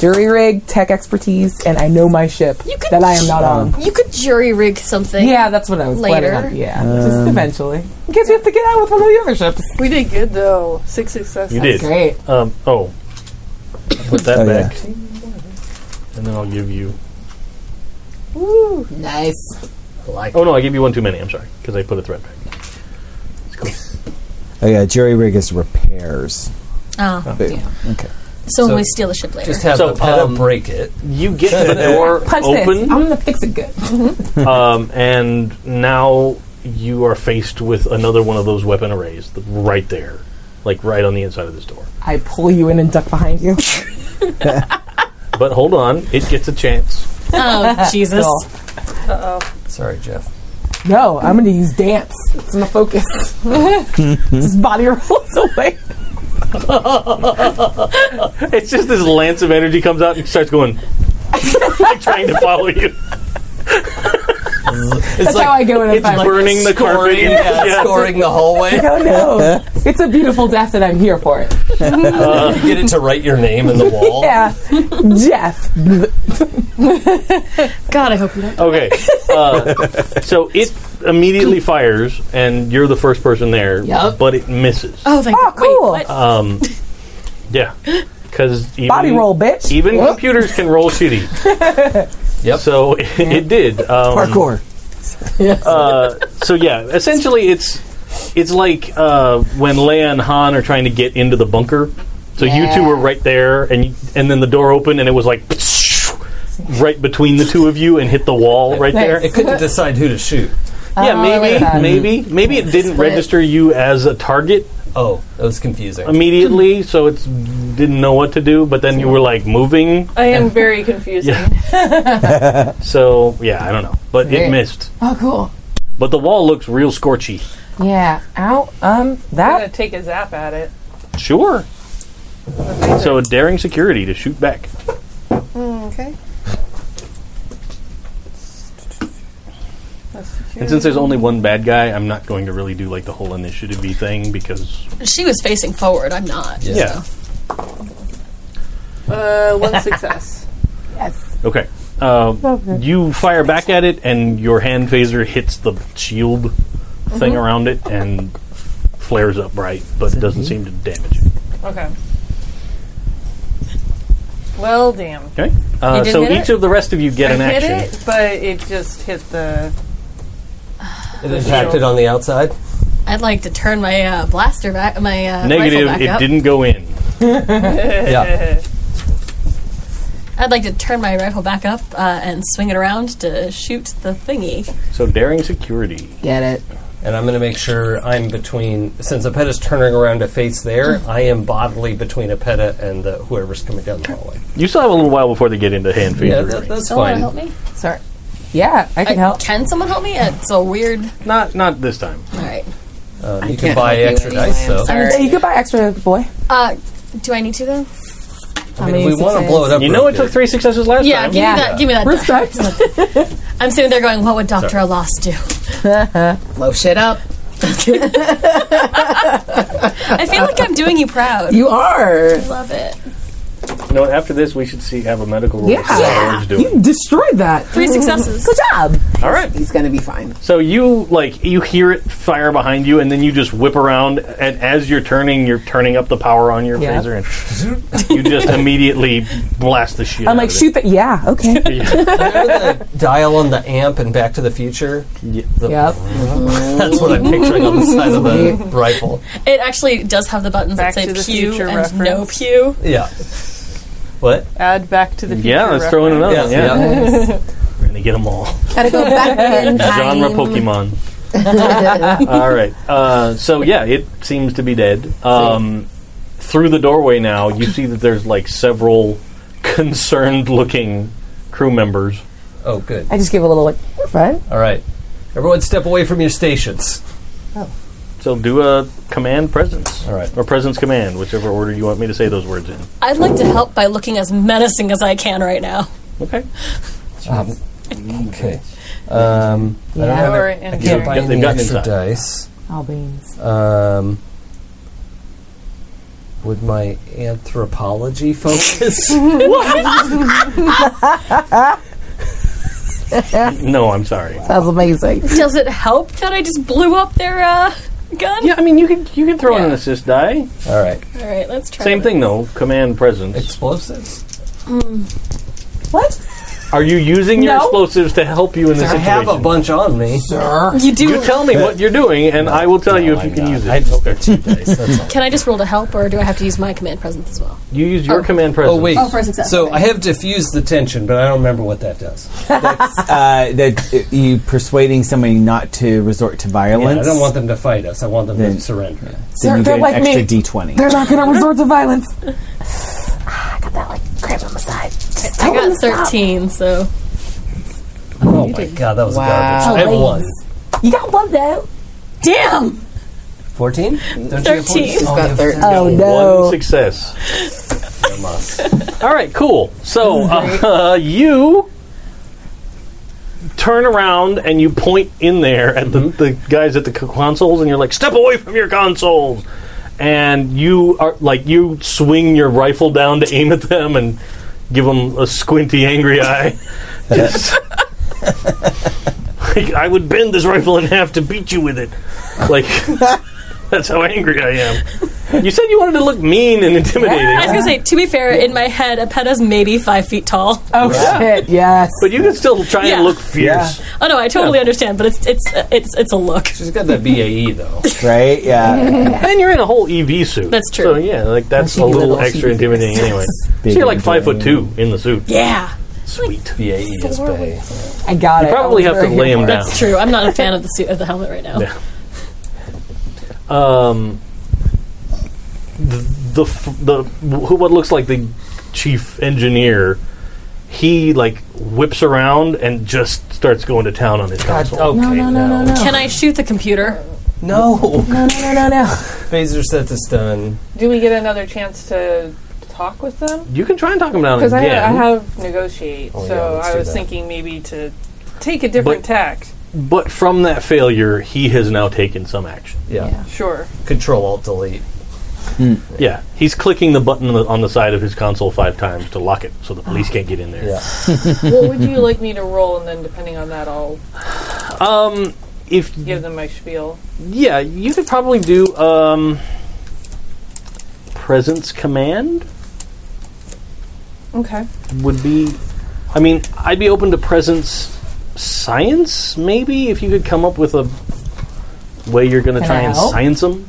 Speaker 2: Jury rig, tech expertise, and I know my ship
Speaker 7: You could
Speaker 2: that I am not on.
Speaker 7: You could jury rig something.
Speaker 2: Yeah, that's what I was planning
Speaker 7: Later.
Speaker 2: on. Yeah,
Speaker 1: Uh,
Speaker 2: just eventually. In case we have to get out with one of the other ships.
Speaker 3: we did good though. Six successes.
Speaker 1: You did.
Speaker 2: Great.
Speaker 1: Um, oh, put that
Speaker 4: Oh,
Speaker 1: back, and then I'll give you.
Speaker 2: Nice.
Speaker 1: Oh no, I gave you one too many. I'm sorry because I put a threat back.
Speaker 4: Oh yeah. Jury rig is repairs.
Speaker 7: Oh,
Speaker 4: Boom. Okay.
Speaker 7: so,
Speaker 5: So-
Speaker 7: when we steal the ship later.
Speaker 5: Just have
Speaker 1: So,
Speaker 5: the peta
Speaker 1: um,
Speaker 5: break it.
Speaker 1: You get the door
Speaker 2: Punch this. I'm
Speaker 1: open,
Speaker 2: gonna fix it good.
Speaker 1: um, and now you are faced with another one of those weapon arrays th- right there, like right on the inside of this door.
Speaker 2: I pull you in and duck behind you.
Speaker 1: But hold on, it gets a chance.
Speaker 7: oh, Jesus.
Speaker 2: Cool.
Speaker 5: Sorry, Jeff.
Speaker 2: No, I'm gonna use dance. It's my focus. This body rolls away.
Speaker 1: It's just this lance of energy comes out and starts going, like trying to follow you.
Speaker 2: That's how I go in and
Speaker 1: It's
Speaker 2: fight.
Speaker 1: burning the carpet.
Speaker 5: Scoring, yeah, scoring the hallway.
Speaker 2: Oh no! It's a beautiful death, and I'm here for it.
Speaker 5: You get it to write your name in the
Speaker 1: Oh.
Speaker 5: wall.
Speaker 2: Yeah, Jeff.
Speaker 7: God, I hope you don't.
Speaker 1: Okay. Uh, so it immediately fires, and you're the first person there,
Speaker 2: Yep.
Speaker 1: but it misses.
Speaker 7: Oh, thank
Speaker 2: Oh,
Speaker 7: God.
Speaker 2: cool.
Speaker 7: Wait, what?
Speaker 1: Yeah. Because
Speaker 2: Body roll, bitch.
Speaker 1: Um, Even computers can roll shitty.
Speaker 5: Yep.
Speaker 1: So it, it did. Um,
Speaker 4: Parkour.
Speaker 1: uh, so yeah, essentially it's it's like uh, when Leia and Han are trying to get into the bunker. So you two
Speaker 2: Yeah.
Speaker 1: were right there, and you, and then the door opened, and it was like right between the two of you, and hit the wall right there.
Speaker 5: It couldn't decide who to shoot.
Speaker 1: yeah,
Speaker 2: I like
Speaker 1: maybe,
Speaker 2: that.
Speaker 1: maybe, maybe it didn't register you as a target.
Speaker 5: Oh, that was confusing.
Speaker 1: immediately, so it's didn't know what to do. But then you were like moving,
Speaker 3: I am very confusing.
Speaker 1: Yeah. so yeah, I don't know. But it
Speaker 2: Great.
Speaker 1: missed.
Speaker 2: Oh, cool.
Speaker 1: But the wall looks real scorchy.
Speaker 2: Yeah. Ow. Um.
Speaker 3: I'm gonna
Speaker 2: That.
Speaker 3: take a zap at it.
Speaker 1: Sure. So daring security to shoot back.
Speaker 3: Okay.
Speaker 1: And since there's only one bad guy, I'm not going to really do like the whole initiative thing because
Speaker 7: She was facing forward. I'm not.
Speaker 1: yeah.
Speaker 3: Uh, one success.
Speaker 2: Yes.
Speaker 1: Okay. Uh, You fire back at it, and your hand phaser hits the shield thing around it and flares up bright, but it doesn't seem to damage it.
Speaker 3: Okay. Well, damn.
Speaker 1: Okay. Uh,
Speaker 7: did
Speaker 1: so
Speaker 7: hit
Speaker 1: each
Speaker 7: it?
Speaker 1: of the rest of you get
Speaker 3: I
Speaker 1: an
Speaker 3: hit
Speaker 1: action.
Speaker 3: it, but it just hit the.
Speaker 5: It impacted on the outside.
Speaker 7: I'd like to turn my uh, blaster back, my uh,
Speaker 1: Negative.
Speaker 7: rifle back
Speaker 1: It
Speaker 7: up.
Speaker 1: didn't go in.
Speaker 5: Yeah.
Speaker 7: I'd like to turn my rifle back up uh, and swing it around to shoot the thingy.
Speaker 1: So daring security.
Speaker 2: Get it.
Speaker 5: And I'm going to make sure I'm between. Since Apetta's turning around to face there, I am bodily between Apetta and the, whoever's coming down the hallway.
Speaker 1: You still have a little while before they get into hand phaser.
Speaker 5: Yeah,
Speaker 1: range.
Speaker 5: that, that's
Speaker 2: Oh,
Speaker 7: Someone
Speaker 5: fine.
Speaker 7: help me?
Speaker 2: Sorry. Yeah, I can
Speaker 7: I-
Speaker 2: help.
Speaker 7: Can someone help me? Uh, It's a weird.
Speaker 1: not not this time.
Speaker 7: All right.
Speaker 5: Um, you can
Speaker 6: can't
Speaker 5: buy
Speaker 6: help you
Speaker 5: extra
Speaker 6: anyway,
Speaker 5: dice,
Speaker 6: I'm
Speaker 5: though.
Speaker 6: sorry.
Speaker 2: Hey, you could buy extra, boy.
Speaker 7: Uh, do I need to though?
Speaker 5: I mean, if we want to blow it up.
Speaker 1: You
Speaker 5: real
Speaker 1: know it
Speaker 5: good.
Speaker 1: took three successes last
Speaker 7: Yeah,
Speaker 1: time.
Speaker 7: give me that. Give me that.
Speaker 2: Respect.
Speaker 7: I'm sitting there going, "What would Doctor Alas do?"
Speaker 6: Blow shit up.
Speaker 7: I feel like I'm doing you proud.
Speaker 6: You are.
Speaker 7: Love it.
Speaker 1: You know what? After this, we should see have a medical roll.
Speaker 2: Yeah.
Speaker 1: to see how Orange doing.
Speaker 2: you destroyed that.
Speaker 7: Three successes.
Speaker 2: Good job.
Speaker 1: All right.
Speaker 6: He's gonna be fine.
Speaker 1: So you like you hear it fire behind you, and then you just whip around, and as you're turning, you're turning up the power on your
Speaker 2: Yeah.
Speaker 1: phaser, and you just immediately blast the shit.
Speaker 2: I'm like, shoot that. Yeah. Okay.
Speaker 5: Remember the dial on the amp and Back to the Future? The-
Speaker 2: yep.
Speaker 5: That's what I'm picturing on the side of the rifle.
Speaker 7: It actually does have the buttons
Speaker 3: Back
Speaker 7: that
Speaker 3: to
Speaker 7: say
Speaker 3: the
Speaker 7: pew
Speaker 3: Future
Speaker 7: and
Speaker 3: reference.
Speaker 7: no pew.
Speaker 5: Yeah. What?
Speaker 3: Add back to the future.
Speaker 1: Yeah, let's throw in
Speaker 3: reference.
Speaker 1: another. Oh, Yeah,
Speaker 5: Yeah.
Speaker 1: we're gonna get them all.
Speaker 6: Gotta go back in time.
Speaker 1: Genre Pokemon. all right. Uh, so yeah, it seems to be dead. Um, through the doorway now, you see that there's like several concerned-looking crew members.
Speaker 5: Oh, good.
Speaker 2: I just give a little like, we're fine.
Speaker 5: All right. Everyone step away from your stations.
Speaker 1: So do a command presence.
Speaker 5: All right.
Speaker 1: Or presence command, whichever order you want me to say those words in.
Speaker 7: I'd like to help by looking as menacing as I can right now.
Speaker 1: Okay.
Speaker 5: Um, okay. Um, I don't
Speaker 2: Yeah.
Speaker 5: have
Speaker 3: Or
Speaker 5: it. I can't buy
Speaker 1: They've
Speaker 5: any
Speaker 1: gotten
Speaker 5: extra
Speaker 1: inside.
Speaker 5: dice.
Speaker 2: All beans.
Speaker 5: Um, would my anthropology focus?
Speaker 1: No, I'm sorry.
Speaker 2: That was amazing.
Speaker 7: Does it help that I just blew up their uh, gun?
Speaker 1: Yeah, I mean you could you could throw in an
Speaker 7: Yeah.
Speaker 1: assist die.
Speaker 5: All right.
Speaker 7: All right, let's try.
Speaker 1: Same
Speaker 7: this.
Speaker 1: thing though. Command presence.
Speaker 5: Explosives.
Speaker 2: What?
Speaker 1: Are you using your
Speaker 2: No.
Speaker 1: explosives to help you in this
Speaker 5: I
Speaker 1: situation?
Speaker 5: have a bunch on me.
Speaker 7: You do.
Speaker 1: You tell me what you're doing, and oh I will tell you if
Speaker 5: I'm
Speaker 1: you can
Speaker 5: not.
Speaker 1: use it.
Speaker 5: I just got two dice. That's all.
Speaker 7: can I just roll to help, or do I have to use my command presence as well?
Speaker 1: You use your command presence.
Speaker 5: Oh wait.
Speaker 7: Oh, for a success,
Speaker 5: So
Speaker 7: okay.
Speaker 5: I have diffused the tension, but I don't remember what that does.
Speaker 4: uh, that uh, you persuading somebody not to resort to
Speaker 5: Yeah, I
Speaker 4: violence.
Speaker 5: don't want them to fight us. I want them
Speaker 4: Then-
Speaker 5: to surrender.
Speaker 4: then
Speaker 2: They're-
Speaker 4: you
Speaker 2: they're
Speaker 4: get an
Speaker 2: like
Speaker 4: extra
Speaker 2: me.
Speaker 4: D20.
Speaker 2: They're not going to resort to violence. Ah, I got that like cramp on the side. Just
Speaker 7: I
Speaker 2: tell them
Speaker 7: got
Speaker 2: to stop.
Speaker 7: 13, so
Speaker 5: Oh my god, that was
Speaker 6: Wow.
Speaker 5: garbage. I have one.
Speaker 2: You got one though. Damn.
Speaker 5: 14? Don't you have
Speaker 7: 13.
Speaker 5: 14?
Speaker 7: He's
Speaker 5: Oh,
Speaker 6: got
Speaker 5: you have
Speaker 6: 13.
Speaker 2: Oh
Speaker 1: One
Speaker 2: no.
Speaker 1: success. Oh.
Speaker 5: from us.
Speaker 1: All right, cool. So uh, you turn around and you point in there at the, the guys at the c- consoles, and you're like, "Step away from your consoles!" And you are like, you swing your rifle down to aim at them and give them a squinty, angry eye. Just like I would bend this rifle in half to beat you with it. Like that's how angry I am. You said you wanted to look mean and intimidating.
Speaker 7: I was gonna say. To be fair, in my head, Apetta's maybe five feet tall.
Speaker 2: Oh shit. Yes.
Speaker 1: But you can still try
Speaker 7: Yeah.
Speaker 1: and look fierce.
Speaker 7: Oh no, I totally understand, but it's it's uh, it's it's a look.
Speaker 5: She's got that BAE though.
Speaker 4: Right? Yeah.
Speaker 1: And you're in a whole EV suit.
Speaker 7: That's true.
Speaker 1: So yeah, like that's a
Speaker 4: Well, she
Speaker 1: little
Speaker 4: did-
Speaker 1: extra intimidating anyway. So
Speaker 4: Big
Speaker 1: you're like five foot
Speaker 4: intimidating.
Speaker 1: two in the suit.
Speaker 7: Yeah,
Speaker 1: Sweet.
Speaker 5: BAE E is bay.
Speaker 2: I got it.
Speaker 1: Probably
Speaker 2: I was
Speaker 1: have to
Speaker 2: very
Speaker 1: lay him
Speaker 2: good.
Speaker 1: down.
Speaker 7: it's true. I'm not a fan of the suit of the helmet right now.
Speaker 1: Yeah. Um, the f- the who what looks like the chief engineer, he like whips around and just starts going to town on his console.
Speaker 5: Okay,
Speaker 2: No, no, no, no, no.
Speaker 7: Can I shoot the computer?
Speaker 5: No.
Speaker 2: No, no, no, no, no.
Speaker 5: Phaser set to stun.
Speaker 3: Do we get another chance to talk with them?
Speaker 1: You can try and talk him down
Speaker 3: Because
Speaker 1: again.
Speaker 3: I, ha- I have negotiate,
Speaker 5: Oh, yeah,
Speaker 3: so
Speaker 5: let's
Speaker 3: I
Speaker 5: do
Speaker 3: was
Speaker 5: that.
Speaker 3: thinking maybe to take a different
Speaker 1: But-
Speaker 3: tact.
Speaker 1: But from that failure, he has now taken some action.
Speaker 5: Yeah.
Speaker 3: Sure.
Speaker 5: Control Alt Delete.
Speaker 1: Yeah, he's clicking the button on the, on the side of his console five times to lock it, so the police can't get in there.
Speaker 5: Yeah.
Speaker 3: what would you like me to roll, and then depending on that, I'll
Speaker 1: Um, if
Speaker 3: give them my spiel.
Speaker 1: yeah, you could probably do um, presence command
Speaker 3: Okay.
Speaker 1: would be. I mean, I'd be open to presence science maybe if you could come up with a way you're going to
Speaker 2: Can
Speaker 1: try
Speaker 2: I
Speaker 1: and
Speaker 2: help?
Speaker 1: science them.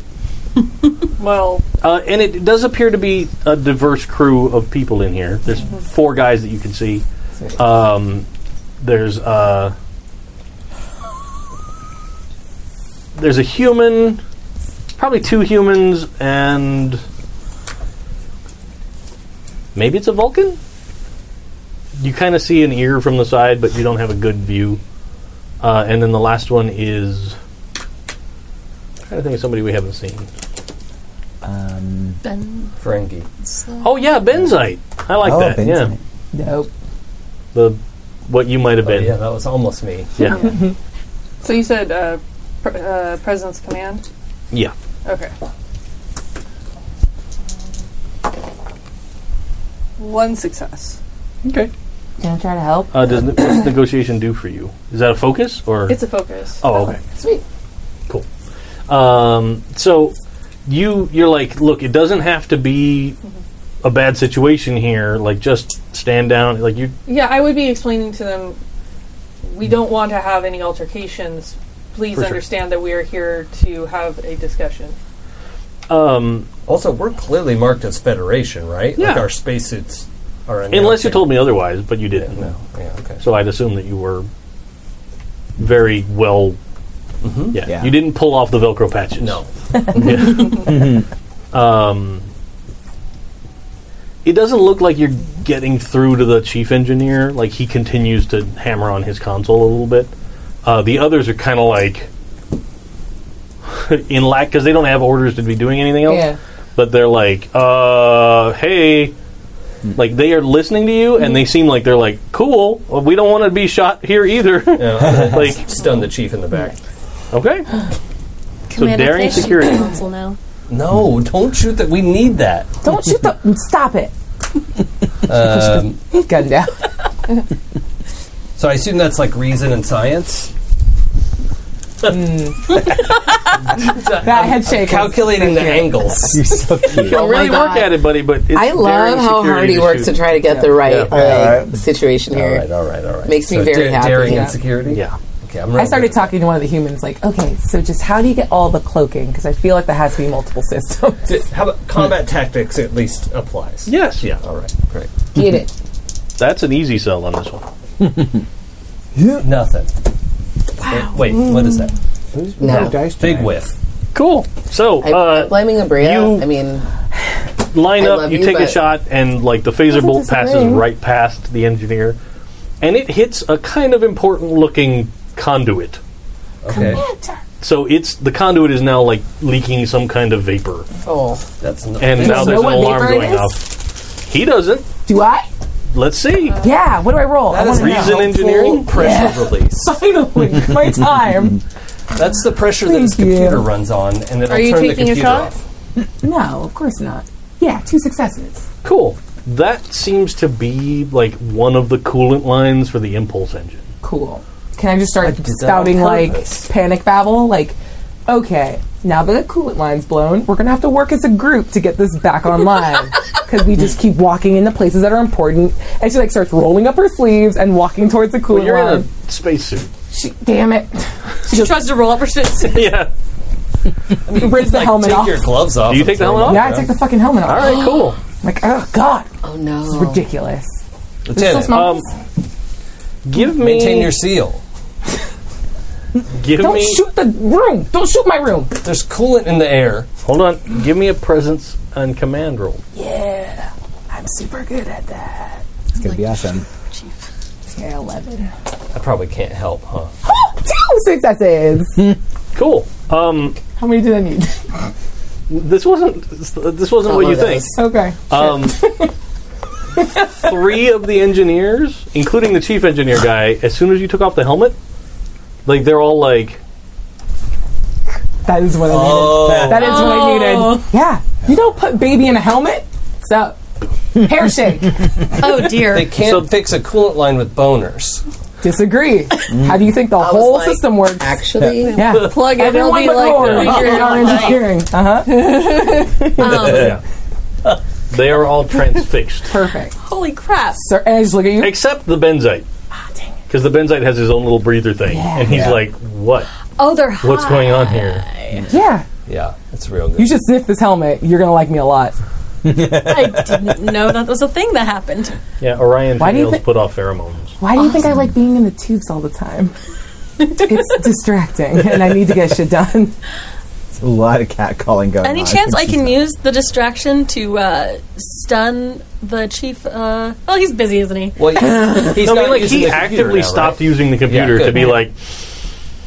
Speaker 3: Well,
Speaker 1: Uh, and it does appear to be a diverse crew of people in here. There's four guys that you can see. Um, there's uh, there's a human, probably two humans, and maybe it's a Vulcan. You kind of see an ear from the side, but you don't have a good view. Uh, and then the last one is. I'm trying to think of somebody we haven't seen.
Speaker 4: Um,
Speaker 7: Ben.
Speaker 5: Ferengi.
Speaker 1: Oh yeah, benzite. I like
Speaker 4: oh,
Speaker 1: that.
Speaker 4: Benson.
Speaker 1: Yeah,
Speaker 2: Nope.
Speaker 1: the what you might have
Speaker 5: Oh,
Speaker 1: been.
Speaker 5: yeah, that was almost me.
Speaker 1: yeah.
Speaker 3: so you said uh, pr- uh, presence command.
Speaker 1: Yeah.
Speaker 3: Okay. One success.
Speaker 2: Can I try to help?
Speaker 1: Uh, does ne- what's negotiation do for you? Is that a focus or?
Speaker 3: It's a focus.
Speaker 1: oh, okay.
Speaker 6: Sweet.
Speaker 1: Cool. Um, so you you're like, look, it doesn't have to be a bad situation here. Like, just stand down. Like you.
Speaker 3: Yeah, I would be explaining to them we don't want to have any altercations. Please
Speaker 1: For sure.
Speaker 3: understand that we are here to have a discussion.
Speaker 1: Um,
Speaker 5: Also, we're clearly marked as Federation, right? Like
Speaker 1: Yeah.
Speaker 5: our spacesuits are.
Speaker 1: unless you
Speaker 5: announcing-
Speaker 1: told me otherwise, but you
Speaker 5: Yeah,
Speaker 1: didn't.
Speaker 5: no. Yeah. Okay.
Speaker 1: So I'd assume that you were very well. Yeah.
Speaker 4: Yeah.
Speaker 1: You didn't pull off the Velcro patches.
Speaker 5: Mm-hmm. No.
Speaker 1: Yeah. um, it doesn't look like you're getting through to the chief engineer. Like he continues to hammer on his console a little bit. Uh, the others are kind of like in lack because they don't have orders to be doing anything else.
Speaker 2: Yeah.
Speaker 1: But they're like, uh, hey. Like they are listening to you, and they seem like they're like, "Cool, well, we don't want to be shot here either."
Speaker 5: Yeah.
Speaker 1: like,
Speaker 5: Stun the chief in the back.
Speaker 1: okay,
Speaker 7: Command
Speaker 1: daring
Speaker 7: Inflation
Speaker 1: security.
Speaker 6: Oh
Speaker 7: Council now.
Speaker 5: No, don't shoot that. We need that.
Speaker 2: Don't shoot the. Stop it.
Speaker 5: Um,
Speaker 2: Gun down.
Speaker 5: so I assume that's like reason and science.
Speaker 2: That head shake.
Speaker 5: Calculating the angles.
Speaker 4: You're so cute.
Speaker 1: don't really
Speaker 6: Oh God.
Speaker 1: work at it, buddy. But it's
Speaker 6: I love
Speaker 1: daring
Speaker 6: how
Speaker 1: security
Speaker 6: hard he
Speaker 1: to
Speaker 6: works
Speaker 1: shoot.
Speaker 6: to try to get the right
Speaker 1: Yeah.
Speaker 6: like,
Speaker 4: Alright.
Speaker 6: situation
Speaker 5: all
Speaker 6: here.
Speaker 5: right, all right, all right.
Speaker 6: Makes me very
Speaker 5: da-
Speaker 6: happy.
Speaker 5: Daring
Speaker 6: Yeah.
Speaker 5: and security.
Speaker 1: Yeah.
Speaker 5: Okay, I'm.
Speaker 2: I started talking to one of the humans, like, okay, so just how do you get all the cloaking? Because I feel like there has to be multiple systems.
Speaker 5: D- How about combat tactics? At least applies.
Speaker 1: Yes, yeah.
Speaker 5: All right. Great.
Speaker 6: Get it.
Speaker 1: That's an easy sell on this one.
Speaker 5: Nothing. Wait, wait, what is that?
Speaker 4: Who's
Speaker 6: No.
Speaker 4: no. dice
Speaker 5: Big
Speaker 4: tonight?
Speaker 5: whiff.
Speaker 1: Cool. So
Speaker 6: I,
Speaker 1: uh,
Speaker 6: blaming Abrea.
Speaker 1: you-
Speaker 6: I mean,
Speaker 1: line
Speaker 6: I
Speaker 1: up,
Speaker 6: love
Speaker 1: you,
Speaker 6: you,
Speaker 1: take a
Speaker 6: but-
Speaker 1: shot, and like the phaser bolt passes
Speaker 2: disagreeing.
Speaker 1: right past the engineer, and it hits a kind of important looking conduit.
Speaker 5: Okay.
Speaker 1: So it's the conduit is now like leaking some kind of vapor,
Speaker 6: oh,
Speaker 5: That's not.
Speaker 1: and now
Speaker 2: know
Speaker 1: there's an
Speaker 2: what
Speaker 1: alarm
Speaker 2: vapor it
Speaker 1: going
Speaker 2: is?
Speaker 1: off. He doesn't.
Speaker 2: Do I?
Speaker 1: Let's see.
Speaker 2: Yeah. What do I roll? I
Speaker 1: uh,
Speaker 5: That is
Speaker 2: wanna know.
Speaker 1: reason
Speaker 5: helpful
Speaker 1: engineering?
Speaker 5: pressure release.
Speaker 2: Finally, my time.
Speaker 5: That's the pressure that
Speaker 2: Thank
Speaker 5: his computer
Speaker 2: you.
Speaker 5: runs on, and it'll
Speaker 3: Are you
Speaker 5: turn the
Speaker 3: taking a
Speaker 5: computer
Speaker 3: shot?
Speaker 5: off.
Speaker 2: No, of course not. Yeah, two successes.
Speaker 1: Cool. That seems to be like one of the coolant lines for the impulse engine.
Speaker 2: Cool. Can I just start
Speaker 5: did that
Speaker 2: spouting
Speaker 5: on
Speaker 2: like
Speaker 5: purpose.
Speaker 2: panic babble? Like, okay, now that the coolant line's blown, we're gonna have to work as a group to get this back online because we just keep walking into places that are important. And she like starts rolling up her sleeves and walking towards the coolant
Speaker 1: You're in
Speaker 2: line.
Speaker 1: a spacesuit.
Speaker 2: She, damn it!
Speaker 7: She tries to roll up her shits.
Speaker 1: yeah.
Speaker 2: Rips the
Speaker 5: Like,
Speaker 2: helmet
Speaker 5: take
Speaker 2: off.
Speaker 5: your gloves off.
Speaker 1: Do you
Speaker 5: and
Speaker 1: take the
Speaker 5: throw
Speaker 1: helmet
Speaker 5: them
Speaker 1: off?
Speaker 2: yeah, I take the fucking helmet off.
Speaker 1: All right. Cool.
Speaker 2: Like, oh god,
Speaker 6: oh no.
Speaker 2: ridiculous.
Speaker 5: Lieutenant,
Speaker 2: So small.
Speaker 1: Um, Give me
Speaker 5: maintain your seal.
Speaker 1: Give
Speaker 2: Don't
Speaker 1: me.
Speaker 2: shoot the room. Don't shoot my room.
Speaker 5: There's coolant in the air.
Speaker 1: Hold on. Give me a presence on command roll.
Speaker 2: Yeah, I'm super good at that.
Speaker 4: It's gonna be awesome.
Speaker 2: Yeah, eleven.
Speaker 5: I probably can't help, huh?
Speaker 2: Two successes.
Speaker 1: Cool. Um,
Speaker 2: How many did I need?
Speaker 1: this wasn't. This wasn't
Speaker 2: Oh,
Speaker 1: what you think.
Speaker 2: okay.
Speaker 1: Um, three of the engineers, including the chief engineer guy, as soon as you took off the helmet, like they're all like,
Speaker 2: That is what I needed. That is what I needed. Yeah. You don't put baby in a helmet. So hair shake.
Speaker 7: Oh
Speaker 5: They
Speaker 7: dear.
Speaker 5: can't
Speaker 1: So-
Speaker 5: fix a coolant line with boners.
Speaker 2: Disagree. How do you think the
Speaker 6: was
Speaker 2: whole
Speaker 6: like-
Speaker 2: system works?
Speaker 6: Actually,
Speaker 2: Yeah.
Speaker 3: Plug it. It'll
Speaker 2: Everyone
Speaker 3: be
Speaker 2: but
Speaker 3: like
Speaker 2: Lauren.
Speaker 3: figure it out.
Speaker 2: Lauren engineering. Uh huh.
Speaker 1: they are all transfixed,
Speaker 2: Perfect.
Speaker 7: Holy crap.
Speaker 2: Sir Edge, look at you.
Speaker 1: except the benzite,
Speaker 2: Ah,
Speaker 1: because the benzite has his own little breather thing, and he's like, "What?
Speaker 7: Oh, they're hot.
Speaker 2: Ah.
Speaker 1: What's going on here?"
Speaker 2: Yeah.
Speaker 5: Yeah, it's real good.
Speaker 2: You should sniff this helmet. You're gonna like me a lot.
Speaker 7: I didn't know that was a thing that happened.
Speaker 1: Yeah, Orion
Speaker 2: Why do you
Speaker 1: females
Speaker 2: thi-
Speaker 1: put off pheromones.
Speaker 2: Why do you think I like being in the tubes all the time? it's distracting, and I need to get shit done.
Speaker 4: It's a lot of cat calling going
Speaker 7: Any
Speaker 4: on.
Speaker 7: chance I can use the distraction to uh, stun the chief? Uh, well, he's busy, isn't he?
Speaker 5: Well, he- he's
Speaker 1: I
Speaker 5: not
Speaker 1: mean, like
Speaker 5: using
Speaker 1: he
Speaker 5: the computer
Speaker 1: actively
Speaker 5: now, right?
Speaker 1: stopped using the computer
Speaker 5: good.
Speaker 1: to be
Speaker 5: Yeah.
Speaker 1: like,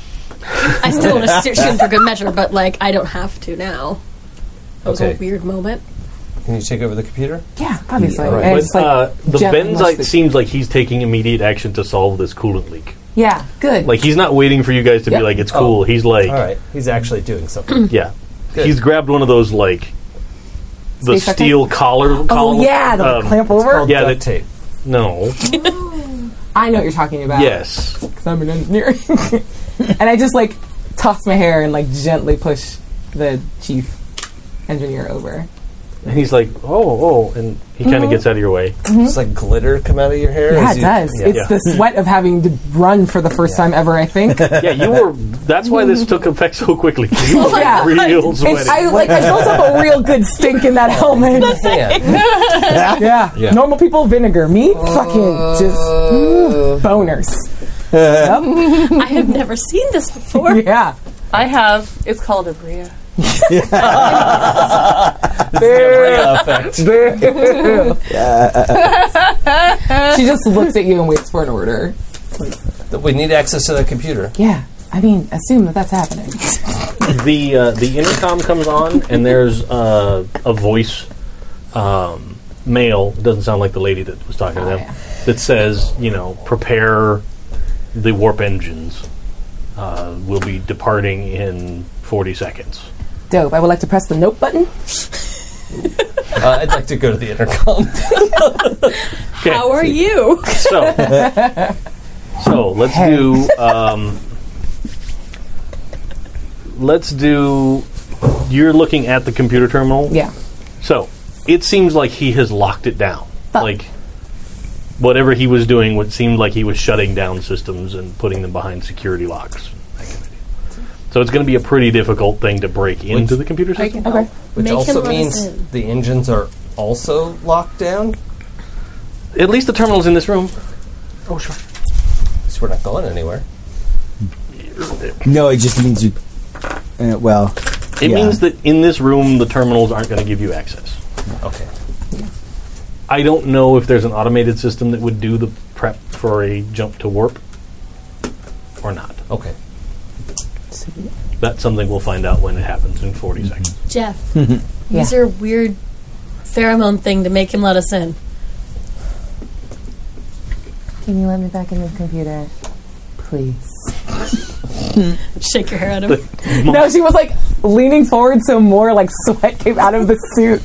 Speaker 7: I still want to shoot him for good measure, but like I don't have to now. That was
Speaker 5: Okay.
Speaker 7: a weird moment.
Speaker 5: Can you take over the computer?
Speaker 2: Yeah, obviously.
Speaker 5: Yeah, right.
Speaker 2: And
Speaker 1: but,
Speaker 2: it's like,
Speaker 1: uh, the
Speaker 2: gently must
Speaker 1: benzite
Speaker 2: be-
Speaker 1: seems like he's taking immediate action to solve this coolant leak.
Speaker 2: yeah, good.
Speaker 1: Like he's not waiting for you guys to
Speaker 2: Yeah.
Speaker 1: be like, "It's cool." He's like,
Speaker 5: All right, he's actually doing something.
Speaker 1: Yeah.
Speaker 5: Good.
Speaker 1: He's grabbed one of those like the
Speaker 2: Space
Speaker 1: steel collar.
Speaker 2: oh
Speaker 1: collar-
Speaker 2: yeah, the
Speaker 1: um,
Speaker 2: clamp
Speaker 7: Mm-hmm.
Speaker 2: over.
Speaker 1: Yeah,
Speaker 5: duct
Speaker 1: that-
Speaker 5: tape.
Speaker 1: No.
Speaker 2: I know what you're talking about.
Speaker 1: yes.
Speaker 2: because I'm an engineer. and I just like toss my hair and like gently push the chief engineer over.
Speaker 1: And he's like, "Oh, oh," and he
Speaker 2: Mm-hmm.
Speaker 1: kind of gets out of your way.
Speaker 7: Mm-hmm.
Speaker 5: It's like glitter come out of your hair.
Speaker 2: Yeah,
Speaker 5: as
Speaker 2: it
Speaker 5: you-
Speaker 2: does.
Speaker 5: Yeah.
Speaker 2: it's
Speaker 1: yeah.
Speaker 2: the sweat of having to run for the first time ever. I think.
Speaker 1: yeah, you were. That's why this took effect so quickly. You were
Speaker 2: Yeah.
Speaker 1: real
Speaker 2: It's,
Speaker 1: sweaty.
Speaker 2: I like I built up a real good stink in that helmet.
Speaker 5: Yeah.
Speaker 2: yeah.
Speaker 5: Yeah.
Speaker 2: normal people vinegar. Me fucking just mm, boners.
Speaker 7: I have never seen this before.
Speaker 2: Yeah,
Speaker 3: I have. It's called a Bria.
Speaker 2: she just looks at you and waits for an order.
Speaker 5: we need access to the computer.
Speaker 2: Yeah, I mean, assume that that's happening.
Speaker 1: the uh, the intercom comes on, and there's uh, a voice, um, male. Doesn't sound like the lady that was talking to them.
Speaker 2: Oh, yeah.
Speaker 1: That says, you know, prepare the warp engines. Uh, we'll be departing in 40 seconds.
Speaker 2: Dope. I would like to press the nope button.
Speaker 5: Uh, I'd like to go to the intercom.
Speaker 7: How are you?
Speaker 1: So, so let's do. Um, let's do. You're looking at the computer terminal.
Speaker 2: Yeah.
Speaker 1: So it seems like he has locked it down. Like whatever he was doing, what seemed like he was shutting down systems and putting them behind security locks. So it's going to be a pretty difficult thing to break into the computer system.
Speaker 2: Okay.
Speaker 5: Which
Speaker 7: Make him
Speaker 5: also
Speaker 7: let us
Speaker 5: means
Speaker 7: in.
Speaker 5: the engines are also locked down.
Speaker 1: At least the terminal's in this room.
Speaker 5: So we're not going anywhere.
Speaker 4: No, it just means you. Uh, well,
Speaker 1: It
Speaker 4: Yeah.
Speaker 1: means that in this room, the terminals aren't going to give you access.
Speaker 5: Okay.
Speaker 1: I don't know if there's an automated system that would do the prep for a jump to warp or not.
Speaker 5: Okay.
Speaker 1: That's something we'll find out when it happens in 40 seconds.
Speaker 7: Jeff,
Speaker 1: Mm-hmm.
Speaker 2: Yeah.
Speaker 7: use your weird pheromone thing to make him let us in.
Speaker 2: Can you let me back in the computer, please?
Speaker 7: Shake your hair at him.
Speaker 2: No, she was like leaning forward, so more like sweat came out of the suit.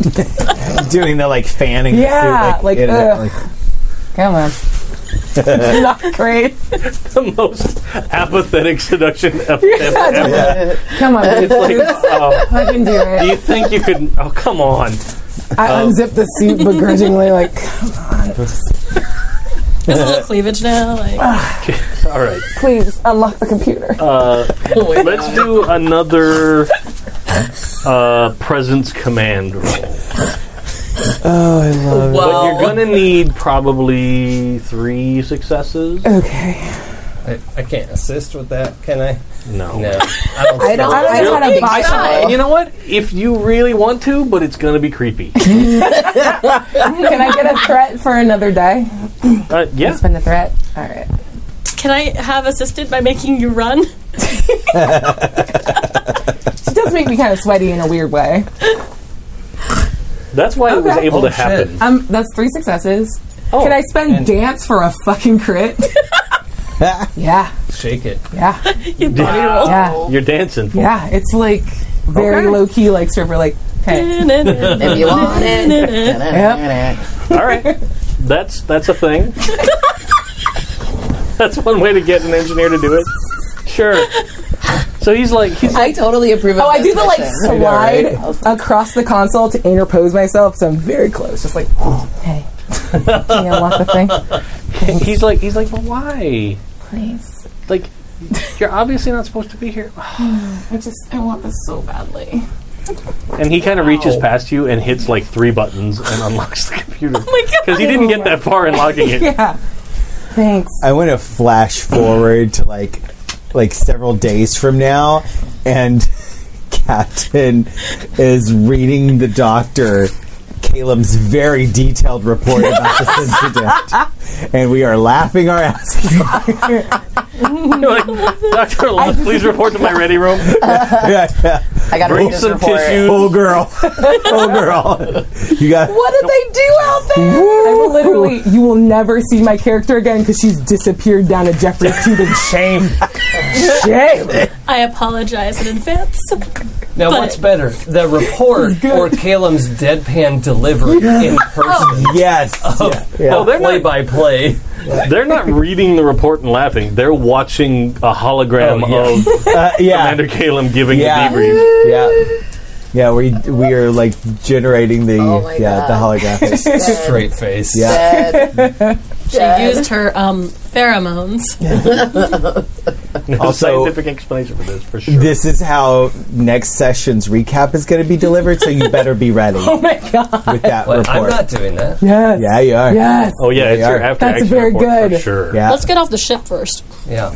Speaker 4: doing the like fanning.
Speaker 2: Yeah,
Speaker 4: the suit,
Speaker 2: like, uh.
Speaker 4: in and out,
Speaker 2: ugh. Come on, not great.
Speaker 1: the most apathetic seduction ever. ever.
Speaker 2: Come on, baby.
Speaker 1: It's like, oh,
Speaker 2: I can do
Speaker 1: do
Speaker 2: it.
Speaker 1: you think you could? Oh, come on.
Speaker 2: I
Speaker 4: um,
Speaker 2: unzipped the suit begrudgingly, like
Speaker 7: There's a little cleavage now. Like,
Speaker 1: All right. Uh,
Speaker 2: please unlock the computer.
Speaker 1: Let's do another uh, presence command roll. But you're
Speaker 6: well, Oh.
Speaker 1: going to need probably three successes.
Speaker 2: okay,
Speaker 5: I, I can't assist with that, can I?
Speaker 1: No.
Speaker 5: No, I don't.
Speaker 2: I don't, I don't know how to buy
Speaker 1: And you know what? If you really want to, but it's going to be creepy.
Speaker 2: Can I get a threat for another day?
Speaker 1: Uh, yeah.
Speaker 2: It's been a threat. All right.
Speaker 7: Can I have assisted by making you run?
Speaker 2: She does make me kind of sweaty in a weird way.
Speaker 1: That's why it was
Speaker 2: Okay.
Speaker 1: able
Speaker 5: Oh,
Speaker 1: to happen.
Speaker 2: Um, that's three successes. Can I spend dance for a fucking crit? yeah,
Speaker 5: Shake it.
Speaker 2: yeah, yeah,
Speaker 1: You're dancing. For
Speaker 2: yeah. It's like very
Speaker 1: Okay.
Speaker 2: low key, like stripper, like hey,
Speaker 6: If you want it.
Speaker 1: it. All right. That's that's a thing. that's one way to get an engineer to do it. Sure. So he's like, he's
Speaker 6: I totally approve of
Speaker 2: Oh, I do
Speaker 6: this
Speaker 2: the like
Speaker 6: mission.
Speaker 2: slide across the console to interpose myself, so I'm very close. Just like, hey, can you unlock the thing,
Speaker 1: he's like he's like, but why?
Speaker 2: please?
Speaker 1: Like, you're obviously not supposed to be here.
Speaker 2: I just I want this so badly.
Speaker 1: And he kind of reaches past you and hits like three buttons and unlocks the computer. Because he didn't get that far in locking it.
Speaker 2: Oh Yeah. Thanks.
Speaker 4: I want to flash forward to like like several days from now, and Captain is reading the doctor Caleb's very detailed report about this incident, and we are laughing our asses off.
Speaker 1: You're like, Dr. Love, please report to my ready room.
Speaker 6: I got to
Speaker 1: Bring
Speaker 6: read this
Speaker 1: some
Speaker 6: report.
Speaker 1: tissues.
Speaker 4: oh girl, oh girl, you got
Speaker 2: What did they do out there? I will literally, you will never see my character again because she's disappeared down a Jeffrey's Tube in shame. shame.
Speaker 7: I apologize in advance.
Speaker 5: Now,
Speaker 7: But-
Speaker 5: what's better, the report or Caleb's deadpan delivery in
Speaker 7: Oh.
Speaker 5: person?
Speaker 4: yes.
Speaker 1: Oh, they're
Speaker 5: play
Speaker 1: not,
Speaker 5: by play.
Speaker 1: they're not reading the report and laughing. They're watching a hologram
Speaker 5: Oh, yeah.
Speaker 1: of
Speaker 4: Uh, yeah,
Speaker 1: Commander Caleb giving
Speaker 4: Yeah.
Speaker 1: the debrief.
Speaker 4: yeah, yeah. We we are like generating the
Speaker 6: Oh my
Speaker 4: yeah the holographics.
Speaker 5: Straight face.
Speaker 4: Yeah.
Speaker 6: Dead.
Speaker 7: She used her um, pheromones.
Speaker 1: There's a
Speaker 4: Also-
Speaker 1: scientific explanation for this, for sure.
Speaker 4: this is how next session's recap is going to be delivered. So you better be ready
Speaker 2: Oh my god.
Speaker 4: with that
Speaker 5: But I'm
Speaker 4: report.
Speaker 5: not doing that.
Speaker 2: Yes.
Speaker 4: yeah, you are.
Speaker 2: Yes.
Speaker 1: oh, yeah, it's
Speaker 4: They
Speaker 1: your
Speaker 4: are.
Speaker 1: after
Speaker 2: That's
Speaker 1: action
Speaker 2: very
Speaker 1: report for
Speaker 2: good.
Speaker 1: sure.
Speaker 4: Yeah.
Speaker 7: Let's get off the ship first.
Speaker 5: Yeah.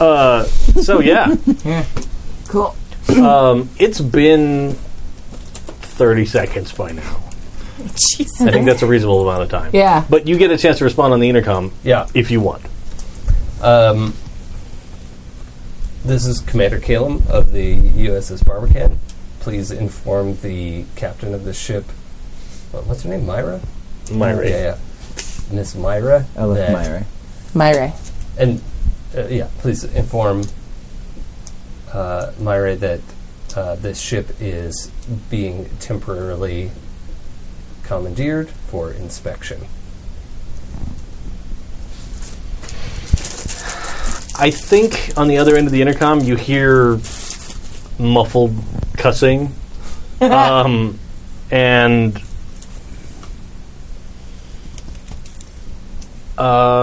Speaker 1: Uh, so, yeah.
Speaker 2: Cool.
Speaker 1: Um, it's been 30 seconds by now.
Speaker 7: Jesus.
Speaker 1: I think that's a reasonable amount of time.
Speaker 2: Yeah.
Speaker 1: But you get a chance to respond on the intercom
Speaker 5: Yeah.
Speaker 1: if you want.
Speaker 5: Um, this is Commander Calum of the USS Barbican. Please inform the captain of the ship. What, what's her name? Myra?
Speaker 1: Myra.
Speaker 5: Yeah, yeah. Miss Myra.
Speaker 4: I love
Speaker 5: that-
Speaker 4: Myra.
Speaker 2: Myra.
Speaker 5: And uh, yeah, please inform uh, Myra that uh, this ship is being temporarily commandeered for inspection.
Speaker 1: I think on the other end of the intercom, you hear muffled cussing, um, and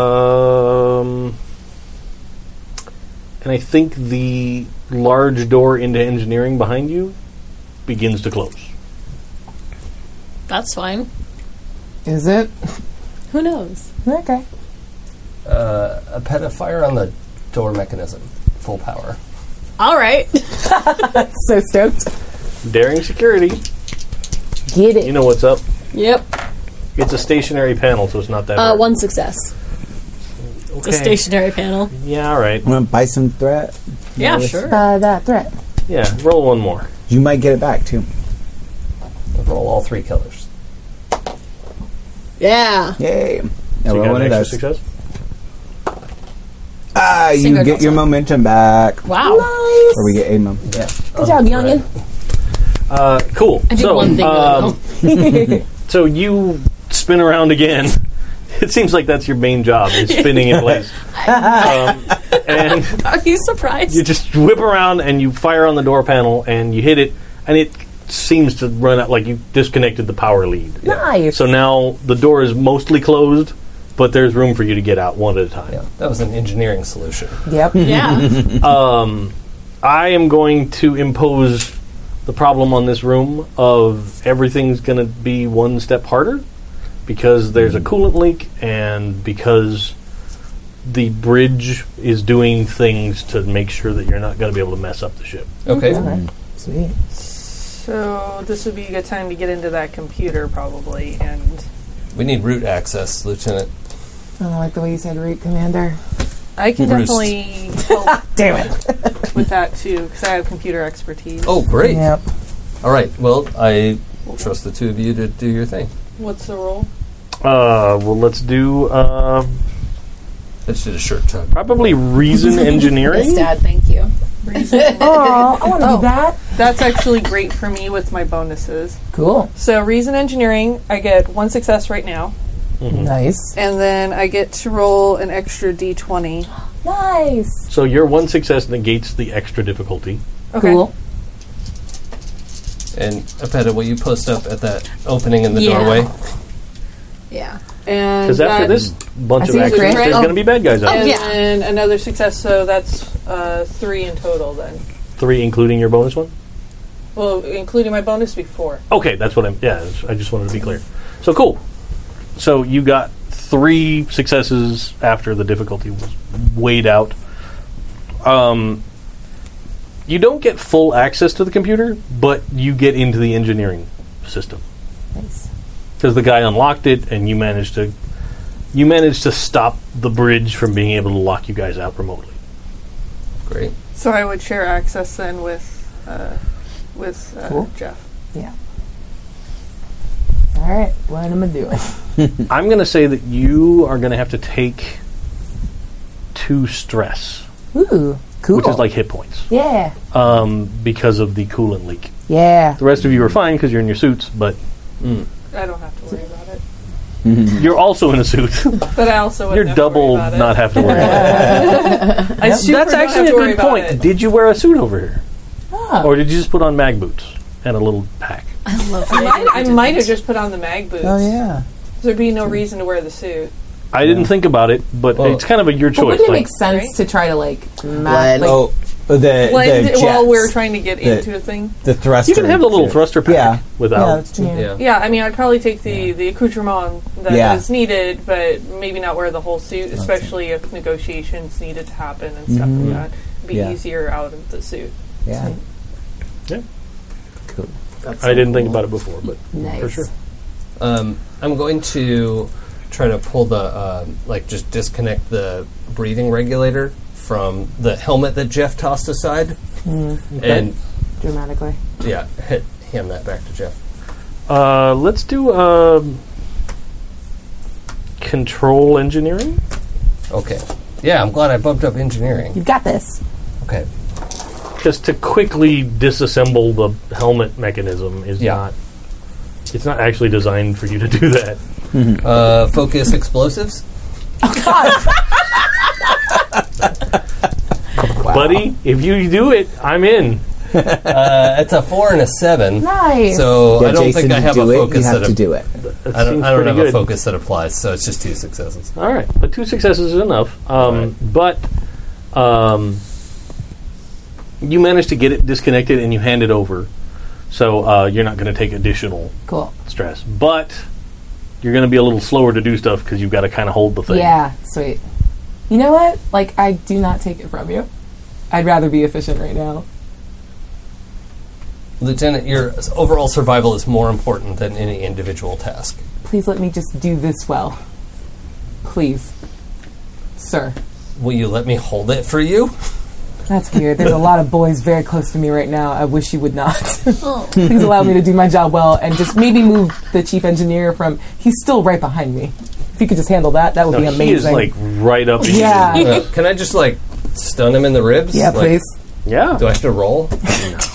Speaker 1: um, and I think the large door into engineering behind you begins to close.
Speaker 7: That's fine.
Speaker 2: Is it?
Speaker 7: Who knows?
Speaker 2: Okay.
Speaker 5: Uh, a pet of fire on the door mechanism, full power.
Speaker 7: All right.
Speaker 2: So stoked.
Speaker 1: Daring security,
Speaker 2: Get
Speaker 1: you
Speaker 2: it.
Speaker 1: know what's up.
Speaker 7: Yep.
Speaker 1: It's a stationary panel, so it's not that.
Speaker 7: Uh,
Speaker 1: hard.
Speaker 7: one success. It's a
Speaker 1: Okay.
Speaker 7: stationary panel.
Speaker 1: Yeah, all right.
Speaker 4: Want to buy some threat?
Speaker 7: Yeah, sure.
Speaker 2: Uh, that threat.
Speaker 1: Yeah, roll one more.
Speaker 4: You might get it back too.
Speaker 5: Roll all three colors.
Speaker 7: Yeah.
Speaker 4: Yay!
Speaker 1: So you
Speaker 4: roll
Speaker 1: got
Speaker 4: one
Speaker 1: an
Speaker 4: of
Speaker 1: extra
Speaker 4: those.
Speaker 1: success.
Speaker 4: Ah, you
Speaker 7: Single
Speaker 4: get your
Speaker 7: got some.
Speaker 4: momentum back,
Speaker 7: Wow.
Speaker 4: or we get a mom.
Speaker 5: Yeah.
Speaker 2: Good job, youngin.
Speaker 1: Uh, cool.
Speaker 7: I did
Speaker 1: so,
Speaker 7: one thing really
Speaker 1: um,
Speaker 7: well.
Speaker 1: So you spin around again. It seems like that's your main job is spinning in place. Um, and
Speaker 7: Are you surprised?
Speaker 1: you just whip around and you fire on the door panel and you hit it and it seems to run out like you disconnected the power lead.
Speaker 2: Nice.
Speaker 1: So now the door is mostly closed, but there's room for you to get out one at a time.
Speaker 5: Yeah, that was an engineering solution.
Speaker 2: Yep.
Speaker 7: yeah.
Speaker 1: I am going to impose the problem on this room of everything's going to be one step harder because there's a coolant leak and because the bridge is doing things to make sure that you're not going to be able to mess up the ship.
Speaker 5: Okay.
Speaker 2: Sweet.
Speaker 3: So this would be a good time to get into that computer probably and
Speaker 5: We need route access, Lieutenant.
Speaker 1: Hmm.
Speaker 2: I don't like the way you said root, Commander.
Speaker 3: I can
Speaker 5: Roost.
Speaker 3: definitely help
Speaker 2: Damn it.
Speaker 3: with that too because I have computer expertise.
Speaker 5: Oh, great.
Speaker 2: Yep.
Speaker 5: All right. Well, I trust the two of you to do your thing.
Speaker 3: What's the role?
Speaker 1: Uh, well, let's do uh,
Speaker 5: Let's do the shirt tug.
Speaker 1: probably reason engineering.
Speaker 6: Yes, Dad. Thank you.
Speaker 2: Oh, I want to do that.
Speaker 3: That's actually great for me with my bonuses.
Speaker 2: Cool.
Speaker 3: So reason engineering, I get one success right now,
Speaker 1: Mm-hmm.
Speaker 2: Nice.
Speaker 3: and then I get to roll an extra d20.
Speaker 2: Nice.
Speaker 1: so your one success negates the extra difficulty.
Speaker 3: Okay.
Speaker 2: Cool.
Speaker 5: And Apeta, will you post up at that opening in the
Speaker 7: Yeah.
Speaker 5: doorway?
Speaker 7: Yeah.
Speaker 3: And
Speaker 1: Because after
Speaker 3: that-
Speaker 1: this bunch
Speaker 2: I
Speaker 1: of
Speaker 2: see
Speaker 1: actions,
Speaker 2: great.
Speaker 1: there's
Speaker 3: Oh.
Speaker 1: going to be bad guys out.
Speaker 3: and
Speaker 7: yeah.
Speaker 3: then another success, so that's uh, three in total then.
Speaker 1: Three, including your bonus one.
Speaker 3: Well, including my bonus before.
Speaker 1: Okay, that's what I'm. Yeah, I just wanted to be clear. So cool. So you got three successes after the difficulty was weighed out. Um, you don't get full access to the computer, but you get into the engineering system
Speaker 2: Nice.
Speaker 1: because the guy unlocked it, and you managed to you managed to stop the bridge from being able to lock you guys out remotely.
Speaker 5: Great.
Speaker 3: So I would share access then with uh, with uh,
Speaker 2: Cool.
Speaker 3: Jeff.
Speaker 2: All right. What am I doing?
Speaker 1: I'm going to say that you are going to have to take two stress,
Speaker 2: Ooh. Cool.
Speaker 1: which is like hit points.
Speaker 2: yeah.
Speaker 1: um, because of the coolant leak.
Speaker 2: Yeah.
Speaker 1: The rest of you are fine because you're in your suits, but
Speaker 3: I don't have to worry about it.
Speaker 1: you're also in a suit.
Speaker 3: But I also wouldn't
Speaker 1: you're
Speaker 3: have to
Speaker 1: double
Speaker 3: worry about it.
Speaker 1: not have to worry about it.
Speaker 3: I super
Speaker 1: That's
Speaker 3: don't have
Speaker 1: actually
Speaker 3: to
Speaker 1: a
Speaker 3: worry
Speaker 1: good
Speaker 3: about
Speaker 1: point. Ah.
Speaker 3: it.
Speaker 1: Did you wear a suit over here?
Speaker 2: Oh.
Speaker 1: Or did you just put on mag boots and a little pack?
Speaker 7: I love
Speaker 3: I might,
Speaker 7: it.
Speaker 3: I might have just put on the mag boots.
Speaker 4: Oh yeah.
Speaker 3: There'd be no reason to wear the suit.
Speaker 1: I didn't think about it, but
Speaker 5: Well-
Speaker 1: it's kind of a your
Speaker 9: But
Speaker 1: choice.
Speaker 9: wouldn't it
Speaker 1: Like,
Speaker 9: make sense
Speaker 3: Right?
Speaker 9: to try to like
Speaker 6: Blood.
Speaker 9: map? Like,
Speaker 4: oh, the
Speaker 3: Blend
Speaker 4: the
Speaker 3: it while
Speaker 4: jets,
Speaker 3: we're trying to get
Speaker 4: The-
Speaker 3: into a thing.
Speaker 4: the thruster.
Speaker 1: you can have the little thruster pack
Speaker 4: Yeah. Yeah,
Speaker 1: without.
Speaker 4: that's true.
Speaker 5: Yeah.
Speaker 3: Yeah, I mean, I'd probably take the, the accoutrement that is
Speaker 4: Yeah.
Speaker 3: needed, but maybe not wear the whole suit, especially if negotiations needed to happen and stuff
Speaker 4: Mhm.
Speaker 3: like that. It'd be
Speaker 4: Yeah.
Speaker 3: easier out of the suit.
Speaker 4: Yeah.
Speaker 1: Yeah.
Speaker 4: Cool.
Speaker 1: I didn't think about it before, but
Speaker 9: nice.
Speaker 1: for sure.
Speaker 5: Um, I'm going to try to pull the um, like just disconnect the breathing regulator from the helmet that Jeff tossed aside, and
Speaker 9: Dramatically.
Speaker 5: yeah, hit, hand that back to Jeff.
Speaker 1: Uh, let's do um, control engineering.
Speaker 5: Okay. Yeah, I'm glad I bumped up engineering.
Speaker 2: You've got this.
Speaker 5: Okay.
Speaker 1: just to quickly disassemble the helmet mechanism is
Speaker 5: Yeah.
Speaker 1: not it's not actually designed for you to do that
Speaker 5: Uh, focus explosives.
Speaker 1: buddy if you do it i'm in
Speaker 5: Uh, it's a four and a seven.
Speaker 2: Nice.
Speaker 5: So
Speaker 4: Yeah,
Speaker 5: I don't
Speaker 4: Jason,
Speaker 5: think I
Speaker 4: you
Speaker 5: have
Speaker 4: do
Speaker 5: a
Speaker 4: it,
Speaker 5: focus
Speaker 4: You have
Speaker 5: that
Speaker 4: to
Speaker 5: a-
Speaker 4: do it.
Speaker 1: That
Speaker 5: I don't,
Speaker 1: seems
Speaker 5: I don't
Speaker 1: pretty
Speaker 5: have
Speaker 1: good.
Speaker 5: a focus that applies, so it's just two successes.
Speaker 1: all right but two successes is enough um, but um, you managed to get it disconnected and you hand it over so uh, you're not going to take additional
Speaker 9: Cool.
Speaker 1: stress but you're going to be a little slower to do stuff because you've got to kind of hold the thing
Speaker 9: Yeah. Sweet.
Speaker 2: You know what? Like, I do not take it from you. I'd rather be efficient right now.
Speaker 5: Lieutenant, your s- overall survival is more important than any individual task.
Speaker 2: Please let me just do this well. Please. Sir.
Speaker 5: Will you let me hold it for you?
Speaker 2: That's weird. There's a lot of boys very close to me right now. I wish you would not. Please allow me to do my job well and just maybe move the chief engineer from. He's still right behind me. If you could just handle that, that would
Speaker 1: No,
Speaker 2: be amazing.
Speaker 1: he is like right up in
Speaker 2: Yeah.
Speaker 1: you.
Speaker 5: Uh, can I just like stun him in the ribs?
Speaker 2: yeah,
Speaker 5: Like,
Speaker 2: please.
Speaker 1: yeah
Speaker 5: Do I have to roll?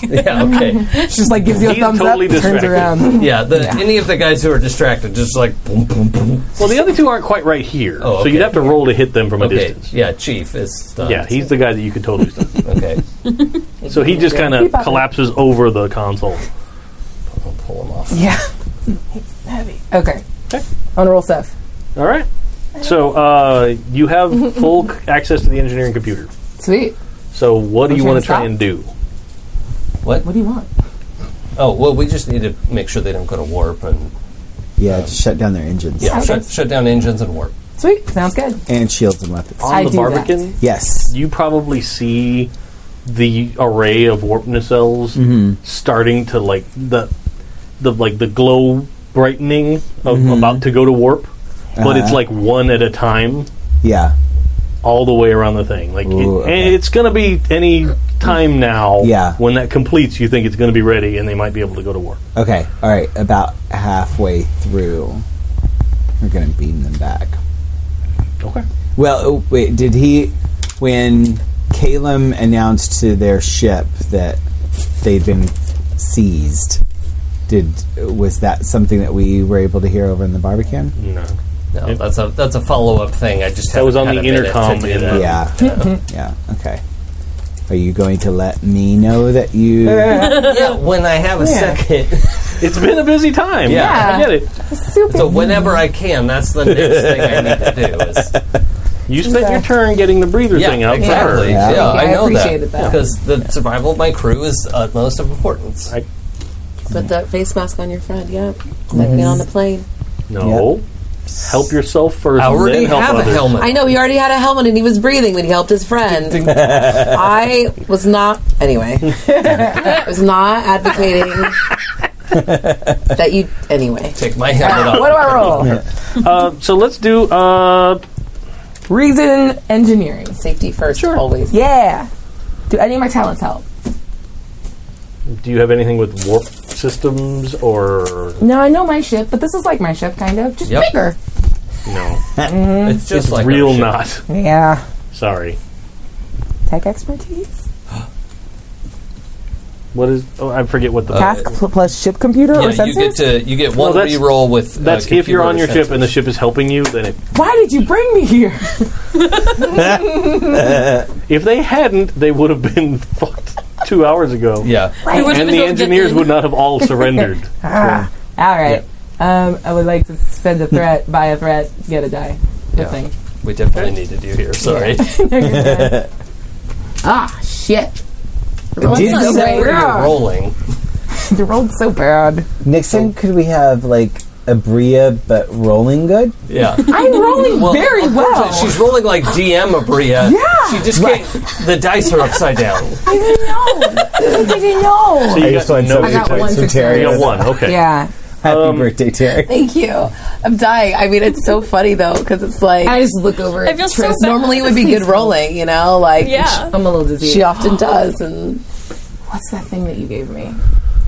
Speaker 5: yeah. Okay.
Speaker 2: Just like gives you a
Speaker 1: He's
Speaker 2: thumbs
Speaker 1: totally
Speaker 2: up, turns
Speaker 1: distracted.
Speaker 2: around.
Speaker 5: Yeah, the, Any of the guys who are distracted, just like boom, boom, boom.
Speaker 1: Well, the other two aren't quite right here,
Speaker 5: Oh,
Speaker 1: so you'd
Speaker 5: okay.
Speaker 1: have to roll to hit them from a
Speaker 5: Okay.
Speaker 1: distance.
Speaker 5: Yeah, Chief is stunned.
Speaker 1: Yeah, he's the guy that you could totally stun.
Speaker 5: okay.
Speaker 1: so he just kind of
Speaker 2: Keep up.
Speaker 1: collapses over the console.
Speaker 5: I'll pull him off.
Speaker 2: Yeah. Heavy. Okay. On roll Seth.
Speaker 1: All right. So uh, you have full c- access to the engineering computer.
Speaker 2: Sweet.
Speaker 1: So what do
Speaker 2: I'm
Speaker 1: you
Speaker 2: trying
Speaker 1: want to
Speaker 2: to
Speaker 1: try
Speaker 2: stop.
Speaker 1: and do?
Speaker 2: What do you want?
Speaker 5: Oh well, we just need to make sure they don't go to warp and
Speaker 4: Yeah, just shut down their engines.
Speaker 5: yeah,
Speaker 2: Okay.
Speaker 5: shut, shut down engines and warp.
Speaker 2: Sweet. Sounds good.
Speaker 4: and shields and weapons.
Speaker 1: On
Speaker 2: I
Speaker 1: the
Speaker 2: do that.
Speaker 1: Barbican,
Speaker 4: Yes.
Speaker 1: you probably see the array of warp nacelles
Speaker 5: Mm-hmm.
Speaker 1: starting to like the the like the glow brightening of
Speaker 5: Mm-hmm.
Speaker 1: about to go to warp, but it's
Speaker 4: Uh-huh.
Speaker 1: like one at a time
Speaker 4: Yeah.
Speaker 1: all the way around the thing. Like
Speaker 4: Ooh,
Speaker 1: it,
Speaker 4: okay.
Speaker 1: and it's going to be any time now.
Speaker 4: Yeah.
Speaker 1: When that completes, you think it's going to be ready, and they might be able to go to warp.
Speaker 4: Okay. All right. About halfway through, we're gonna beam them back.
Speaker 1: Okay.
Speaker 4: Well, oh, wait. Did he when Calum announced to their ship that they'd been seized? Did was that something that we were able to hear over in the barbican?
Speaker 1: No.
Speaker 5: No, that's a that's a follow up thing. I just
Speaker 1: That was
Speaker 5: haven't
Speaker 1: on
Speaker 5: had
Speaker 1: the
Speaker 5: a minute to
Speaker 1: intercom
Speaker 5: do
Speaker 1: in
Speaker 5: that.
Speaker 1: the-
Speaker 4: Yeah. yeah. Okay. Are you going to let me know that you?
Speaker 2: Uh,
Speaker 5: yeah, when I have a second.
Speaker 1: It's been a busy time.
Speaker 5: Yeah.
Speaker 1: I get it.
Speaker 5: So whenever I can, that's the next thing I need to do. Is,
Speaker 1: You spent your turn getting the breather
Speaker 5: yeah,
Speaker 1: thing out
Speaker 5: exactly.
Speaker 1: first.
Speaker 5: Yeah,
Speaker 4: Yeah,
Speaker 5: I know
Speaker 2: appreciated that.
Speaker 5: because the survival of my crew is utmost of importance.
Speaker 1: I-
Speaker 6: Put that face mask on your friend. Yep. Like get on the plane.
Speaker 1: No. Help yourself first.
Speaker 5: I already
Speaker 1: then help
Speaker 5: have a
Speaker 1: others.
Speaker 5: helmet.
Speaker 6: I know he already had a helmet and he was breathing when he helped his friend. I was not. Anyway, I was not advocating that you. Anyway,
Speaker 5: Take my helmet off.
Speaker 2: What do I roll?
Speaker 1: Uh, so let's do. Uh,
Speaker 2: Reason engineering.
Speaker 6: safety first always.
Speaker 2: Yeah. Do any of my talents help?
Speaker 1: do you have anything with warp systems or
Speaker 2: No, I know my ship, but this is like my ship, kind of. Just
Speaker 5: Yep.
Speaker 2: bigger.
Speaker 1: no?
Speaker 5: It's just like
Speaker 1: Real
Speaker 5: our ship.
Speaker 1: not.
Speaker 2: Yeah.
Speaker 1: Sorry.
Speaker 2: Tech expertise?
Speaker 1: What is? Oh, I forget what the.
Speaker 5: Uh,
Speaker 2: Task pl- plus ship computer or
Speaker 5: Yeah,
Speaker 2: sensors?
Speaker 5: you get to you get one
Speaker 1: Well, that's-
Speaker 5: re-roll with. uh,
Speaker 1: that's if you're
Speaker 5: computer
Speaker 1: on your ship and the
Speaker 5: sensors.
Speaker 1: ship is helping you. Then it,
Speaker 2: Why did you bring me here?
Speaker 1: if they hadn't, they would have been fucked two hours ago.
Speaker 5: Yeah,
Speaker 4: Oh,
Speaker 7: We wouldn't
Speaker 1: And
Speaker 7: be
Speaker 1: the
Speaker 7: able to get
Speaker 1: engineers
Speaker 7: in.
Speaker 1: would not have all surrendered.
Speaker 2: Ah, all right. Um, I would like to spend a threat, buy a threat, get a die. Good
Speaker 5: Yeah.
Speaker 2: thing.
Speaker 5: we definitely needed you here. Sorry.
Speaker 2: Ah, shit.
Speaker 4: Did
Speaker 7: not
Speaker 4: you
Speaker 7: great.
Speaker 4: say-
Speaker 5: You're rolling.
Speaker 2: You rolled so bad.
Speaker 4: Nixon, could we have like a Bria but rolling good?
Speaker 5: Yeah.
Speaker 2: I'm rolling
Speaker 5: Well,
Speaker 2: very well.
Speaker 5: She's rolling like DM Abria. Yeah. She just can't. The dice are upside down.
Speaker 2: I didn't know. I didn't know.
Speaker 1: you
Speaker 4: I just
Speaker 1: got
Speaker 4: want
Speaker 1: no
Speaker 4: some
Speaker 1: success.
Speaker 4: good points
Speaker 2: I
Speaker 4: from
Speaker 2: got one
Speaker 4: Terry.
Speaker 1: You got one. Um, Okay.
Speaker 2: Yeah.
Speaker 4: Happy birthday, Terry.
Speaker 6: Thank you. I'm dying. I mean, it's so funny though because it's like
Speaker 2: I just look over
Speaker 7: I
Speaker 2: at
Speaker 7: feel so
Speaker 2: Tris.
Speaker 7: bad.
Speaker 6: normally it would be good rolling, you know, like
Speaker 7: Yeah.
Speaker 2: I'm a little dizzy.
Speaker 6: she, she often does, and
Speaker 2: What's that thing that you gave me?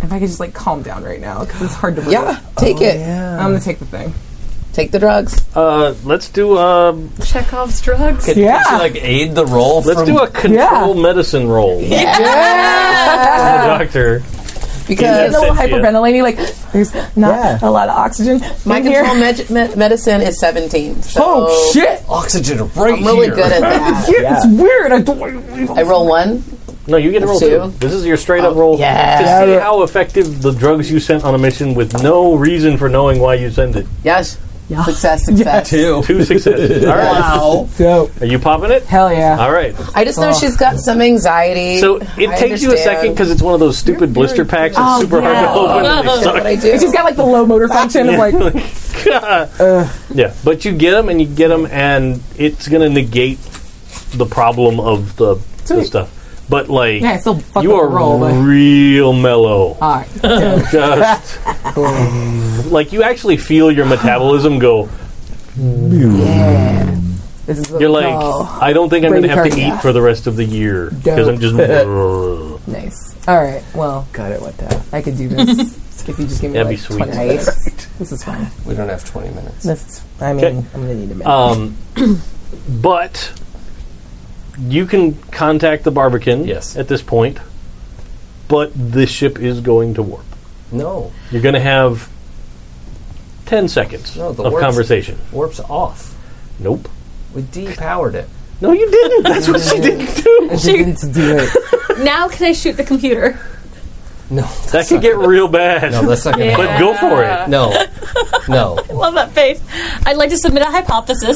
Speaker 2: If I could just like calm down right now, because it's hard to breathe.
Speaker 6: yeah, take it,
Speaker 2: I'm gonna take the thing.
Speaker 6: take the drugs.
Speaker 1: Uh, let's do. Uh,
Speaker 7: Chekhov's drugs.
Speaker 5: Can,
Speaker 2: Yeah.
Speaker 5: Can she like aid the roll?
Speaker 1: let's
Speaker 5: from,
Speaker 1: do a control medicine roll. Yeah. The doctor.
Speaker 2: Yeah,
Speaker 6: Because
Speaker 2: the little
Speaker 1: yeah.
Speaker 2: hyperventilating, like there's not
Speaker 4: Yeah.
Speaker 2: a lot of oxygen
Speaker 6: my
Speaker 2: in here.
Speaker 6: control med- med- medicine is 17. So
Speaker 2: oh shit!
Speaker 5: oxygen right
Speaker 6: I'm really
Speaker 5: here.
Speaker 6: good at that.
Speaker 2: Yeah, It's weird. I don't.
Speaker 6: I roll one.
Speaker 1: No, you get to roll
Speaker 6: Two.
Speaker 1: two. This is your straight up roll
Speaker 6: yeah.
Speaker 1: to see how effective the drugs you sent on a mission with no reason for knowing why you sent it.
Speaker 6: Yes. Success, success.
Speaker 5: Two.
Speaker 1: Two successes. All right.
Speaker 5: Wow.
Speaker 4: Dope.
Speaker 1: Are you popping it?
Speaker 2: Hell yeah.
Speaker 1: All right.
Speaker 6: I just know she's got some anxiety.
Speaker 1: So it
Speaker 6: I
Speaker 1: takes you a
Speaker 6: understand.
Speaker 1: second because it's one of those stupid blister packs. It's super hard
Speaker 2: yeah.
Speaker 1: to open. and they
Speaker 6: That's what I
Speaker 1: suck.
Speaker 6: do.
Speaker 2: She's got like the low motor function of like
Speaker 1: Yeah, uh, but you get them and you get them, and it's gonna negate the problem of the, the
Speaker 2: Sweet.
Speaker 1: stuff. But like,
Speaker 2: yeah, I still fucking
Speaker 1: you are
Speaker 2: roll. But,
Speaker 1: real mellow.
Speaker 2: all right. Yeah.
Speaker 1: Just um, like you actually feel your metabolism go.
Speaker 2: This is what
Speaker 1: You're
Speaker 2: we
Speaker 1: like,
Speaker 2: call-
Speaker 1: I don't think I'm going to have to
Speaker 2: Bradycardia.
Speaker 1: eat for the rest of the year because I'm just. That'd
Speaker 2: nice. All right. Well,
Speaker 4: Got it. What the?
Speaker 2: I could do this if you just give me
Speaker 1: be
Speaker 2: like
Speaker 1: sweet.
Speaker 2: 20 minutes. This is fine.
Speaker 5: We don't have 20 minutes.
Speaker 2: This is. I mean,
Speaker 1: Okay.
Speaker 2: I'm gonna need a minute.
Speaker 1: Um, but you can contact the Barbican.
Speaker 5: Yes.
Speaker 1: At this point, but this ship is going to warp.
Speaker 5: No.
Speaker 1: You're going to have ten seconds
Speaker 5: No, the
Speaker 1: of
Speaker 5: warp's-
Speaker 1: conversation.
Speaker 5: Warp's off.
Speaker 1: Nope.
Speaker 5: We depowered it.
Speaker 1: No, you didn't. That's what she didn't do.
Speaker 2: She didn't do it.
Speaker 7: Now can I shoot the computer?
Speaker 5: No.
Speaker 1: That could get real bad.
Speaker 5: No, that's not going to
Speaker 1: but go for it.
Speaker 5: No. No.
Speaker 7: Love that face. I'd like to submit a hypothesis.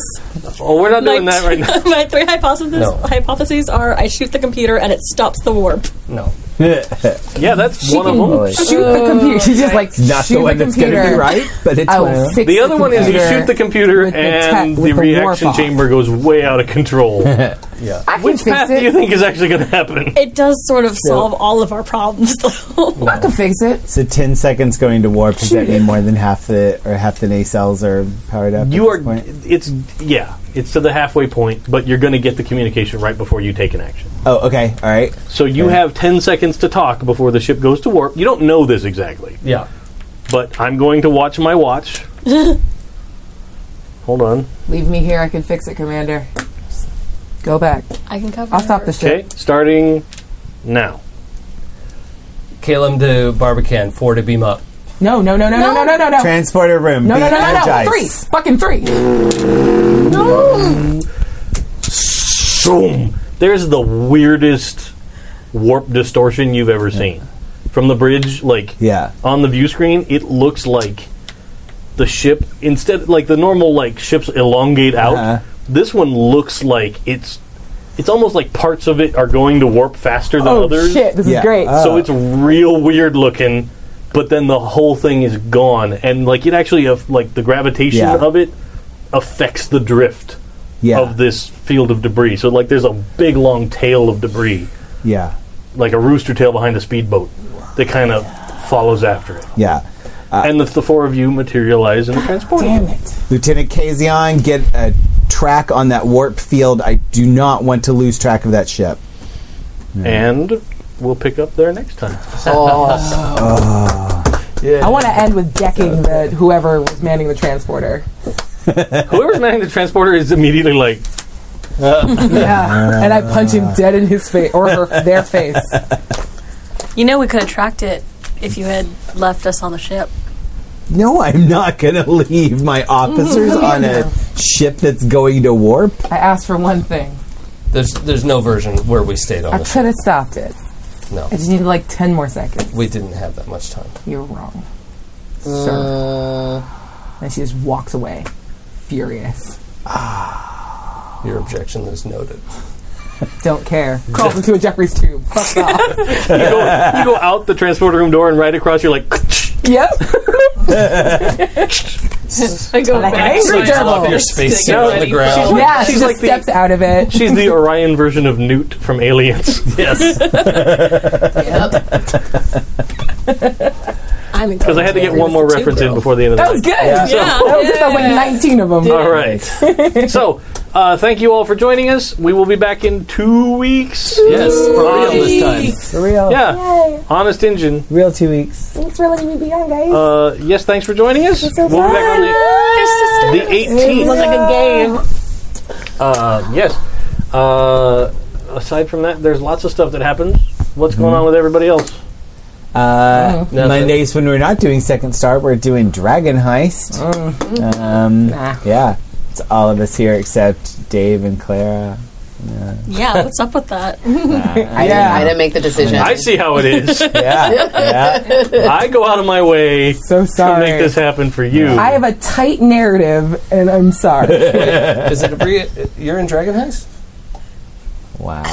Speaker 1: Oh, we're not doing
Speaker 7: my,
Speaker 1: that right now.
Speaker 7: my three hypotheses
Speaker 5: No.
Speaker 7: hypotheses are: I shoot the computer and it stops the warp.
Speaker 5: No.
Speaker 1: Yeah, that's one of them.
Speaker 2: Shoot the computer. She's just like
Speaker 4: Uh, Not
Speaker 2: shoot
Speaker 4: the one that's going to
Speaker 2: computer.
Speaker 4: be right, but it's
Speaker 2: I will
Speaker 4: one.
Speaker 2: fix
Speaker 1: The other one is you
Speaker 2: computer
Speaker 1: shoot the computer
Speaker 2: with the
Speaker 1: and
Speaker 2: tech-
Speaker 1: the
Speaker 2: with the warp
Speaker 1: reaction
Speaker 2: off.
Speaker 1: chamber goes way out of control.
Speaker 2: I can
Speaker 1: Which
Speaker 2: fix
Speaker 1: path
Speaker 2: it.
Speaker 1: do you think is actually going to happen?
Speaker 7: It does sort of solve all of our problems, though.
Speaker 2: I can fix it.
Speaker 4: So ten seconds going to warp. Does that mean more than half the or half the nacelles are powered up? at
Speaker 1: You
Speaker 4: this
Speaker 1: are.
Speaker 4: point?
Speaker 1: It's yeah. It's to the halfway point, but you're going to get the communication right before you take an action.
Speaker 4: Oh, okay. All right.
Speaker 1: So you have ten seconds to talk before the ship goes to warp. You don't know this exactly,
Speaker 5: Yeah.
Speaker 1: but I'm going to watch my watch. Hold on.
Speaker 2: Leave me here. I can fix it, Commander. Just Go back.
Speaker 7: I can cover.
Speaker 2: I'll stop the
Speaker 1: Okay,
Speaker 2: ship.
Speaker 1: starting now.
Speaker 5: Caleb to Barbican, four to beam up.
Speaker 2: No, no, no, no, no, no, no, no, no.
Speaker 4: Transporter room.
Speaker 2: Oh. no,
Speaker 4: be
Speaker 2: no, no, no, no.
Speaker 4: energized.
Speaker 2: Three. Fucking three.
Speaker 1: Boom! There's the weirdest warp distortion you've ever seen. From the bridge, like
Speaker 4: Yeah.
Speaker 1: on the view screen, it looks like the ship instead like the normal like ships elongate out.
Speaker 4: Uh-huh.
Speaker 1: This one looks like it's it's almost like parts of it are going to warp faster than
Speaker 2: Oh
Speaker 1: others.
Speaker 2: shit! This
Speaker 4: Yeah.
Speaker 2: is great.
Speaker 4: Uh,
Speaker 1: So it's real weird looking, but then the whole thing is gone, and like it actually of like the gravitation
Speaker 4: Yeah.
Speaker 1: of it affects the drift
Speaker 4: Yeah.
Speaker 1: of this field of debris. So like there's a big long tail of debris,
Speaker 4: yeah.
Speaker 1: like a rooster tail behind a speedboat, that kind of follows after it.
Speaker 4: Yeah.
Speaker 1: and the, the four of you materialize in the transporter.
Speaker 2: Damn it!
Speaker 4: Lieutenant Kazion, get a track on that warp field. I do not want to lose track of that ship.
Speaker 1: and we'll pick up there next time.
Speaker 2: I want to end with decking the whoever was manning the transporter.
Speaker 1: Whoever's manning the transporter is immediately like,
Speaker 2: Yeah, and I punch him dead in his face or her, their face.
Speaker 7: You know, we could have tracked it if you had left us on the ship.
Speaker 4: No, I'm not going to leave my officers on a ship that's going to warp.
Speaker 2: I asked for one thing.
Speaker 5: There's there's no version where we stayed on
Speaker 2: I
Speaker 5: the
Speaker 2: could
Speaker 5: ship.
Speaker 2: have stopped it.
Speaker 5: No.
Speaker 2: I just needed like ten more seconds.
Speaker 5: We didn't have that much time.
Speaker 2: You're wrong,
Speaker 1: Uh,
Speaker 2: sir. And she just walks away, furious.
Speaker 5: Your objection is noted.
Speaker 2: Don't care. Crawls into a Jeffrey's tube. Fuck off.
Speaker 1: you
Speaker 4: Ah.
Speaker 1: go, you go out the transporter room door and right across, you're like,
Speaker 2: yep.
Speaker 3: I go
Speaker 2: Like an
Speaker 3: back
Speaker 2: angry
Speaker 3: to my
Speaker 2: gerbil.
Speaker 3: office
Speaker 5: Your
Speaker 3: to
Speaker 5: spacesuit
Speaker 3: get
Speaker 5: on the
Speaker 3: ready.
Speaker 5: ground.
Speaker 3: She's like,
Speaker 2: Yeah, she
Speaker 1: she's
Speaker 2: just
Speaker 1: like the-
Speaker 2: steps out of it.
Speaker 1: she's the Orion version of Newt from Aliens.
Speaker 5: Yes.
Speaker 7: I'm
Speaker 1: Because I had to get one more reference in before the end of the
Speaker 2: That was good.
Speaker 7: Yeah.
Speaker 2: That was, it. That was like 19 of them.
Speaker 1: All right. so, uh, thank you all for joining us. We will be back in two weeks.
Speaker 5: yes. For real this time.
Speaker 4: For real.
Speaker 1: Yeah. Honest Engine.
Speaker 4: Real two weeks.
Speaker 9: Thanks for letting me be on, guys.
Speaker 1: Uh, yes, thanks for joining us.
Speaker 9: so
Speaker 1: we'll be back on the, the 18th.
Speaker 7: Looks like a game.
Speaker 1: Uh, yes. Uh, aside from that, there's lots of stuff that happens. What's going on with everybody else?
Speaker 2: Oh.
Speaker 4: Uh,
Speaker 5: Nothing.
Speaker 4: Mondays when we're not doing Second Star, we're doing Dragon Heist.
Speaker 2: Oh.
Speaker 4: Um,
Speaker 2: Nah.
Speaker 4: Yeah. It's all of us here except Dave and Clara.
Speaker 7: Yeah, what's up with that?
Speaker 6: I, didn't, I didn't make the decision.
Speaker 1: I see how it is.
Speaker 4: Uh, Yeah. yeah.
Speaker 1: I go out of my way
Speaker 2: So
Speaker 1: to
Speaker 2: sorry.
Speaker 1: make this happen for you.
Speaker 2: I have a tight narrative, and I'm sorry.
Speaker 5: Is it a Bri- You're in Dragon Heist?
Speaker 4: Wow.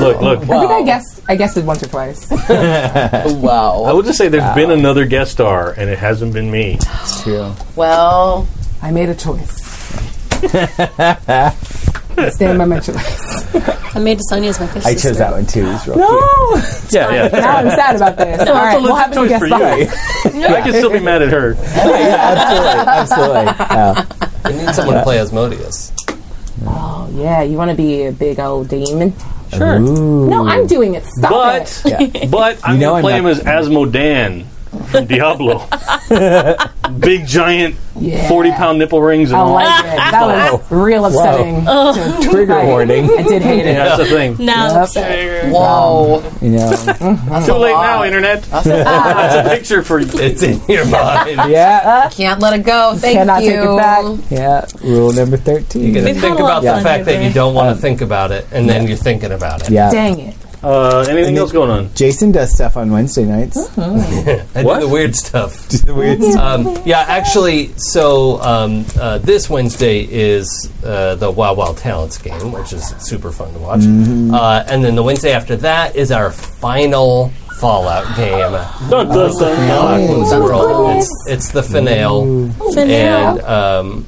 Speaker 1: look, look.
Speaker 2: I think I guessed. I guessed it once or twice.
Speaker 1: I
Speaker 6: Wow.
Speaker 1: will just say there's been another guest star, and it hasn't been me.
Speaker 4: It's true.
Speaker 6: Well,
Speaker 2: I made a choice. Stand by my choice.
Speaker 7: I made Sonya as my fish.
Speaker 4: I chose that one too. It's real cute.
Speaker 2: No.
Speaker 1: Yeah, yeah.
Speaker 2: Now I'm sad about this. All right, we'll have a
Speaker 1: choice
Speaker 2: guest
Speaker 1: Oh, for
Speaker 2: spot.
Speaker 1: you. I can still be mad at her.
Speaker 4: Absolutely.
Speaker 5: We
Speaker 4: Yeah.
Speaker 5: need someone to play Asmodeus.
Speaker 2: Oh yeah, you want to be a big old demon?
Speaker 1: Sure.
Speaker 4: Ooh.
Speaker 2: No, I'm doing it. Stop
Speaker 1: But
Speaker 2: it.
Speaker 1: but I'm
Speaker 4: know
Speaker 1: gonna
Speaker 4: I'm
Speaker 1: play
Speaker 4: not-
Speaker 1: him as Asmodan from Diablo. Big giant
Speaker 2: Yeah.
Speaker 1: forty pound nipple rings and
Speaker 2: I
Speaker 1: all
Speaker 2: like it. That was real upsetting. to
Speaker 4: Trigger
Speaker 2: try.
Speaker 4: warning.
Speaker 2: I did hate it.
Speaker 1: Yeah, that's the thing.
Speaker 7: Now,
Speaker 2: Yep.
Speaker 6: whoa.
Speaker 2: Um,
Speaker 4: You know.
Speaker 1: Too late now, internet. that's a picture for you.
Speaker 5: It's in your mind.
Speaker 4: Yeah.
Speaker 6: Can't let it go. Thank
Speaker 2: Cannot
Speaker 6: you.
Speaker 2: take it back.
Speaker 4: Yeah. Rule number 13.
Speaker 5: You're gonna
Speaker 7: We've had
Speaker 5: think
Speaker 7: a lot
Speaker 5: about
Speaker 7: of
Speaker 5: the
Speaker 7: fun Um,
Speaker 5: fact that
Speaker 7: today.
Speaker 5: you don't want to think about it, and then you're thinking about it.
Speaker 4: yeah.
Speaker 2: Dang it.
Speaker 1: Uh, anything
Speaker 4: And
Speaker 1: else
Speaker 4: then-
Speaker 1: going on?
Speaker 4: Jason does stuff on Wednesday nights.
Speaker 5: I
Speaker 1: What?
Speaker 5: do the weird stuff.
Speaker 4: The weird stuff.
Speaker 5: Um, yeah, actually, so um, uh, this Wednesday is uh, the Wild Wild Talents game, which is super fun to watch.
Speaker 7: Mm-hmm.
Speaker 5: Uh, and then the Wednesday after that is our final Fallout game.
Speaker 1: Dun, dun, dun.
Speaker 5: Lockwood's World. It's, it's the finale. And um,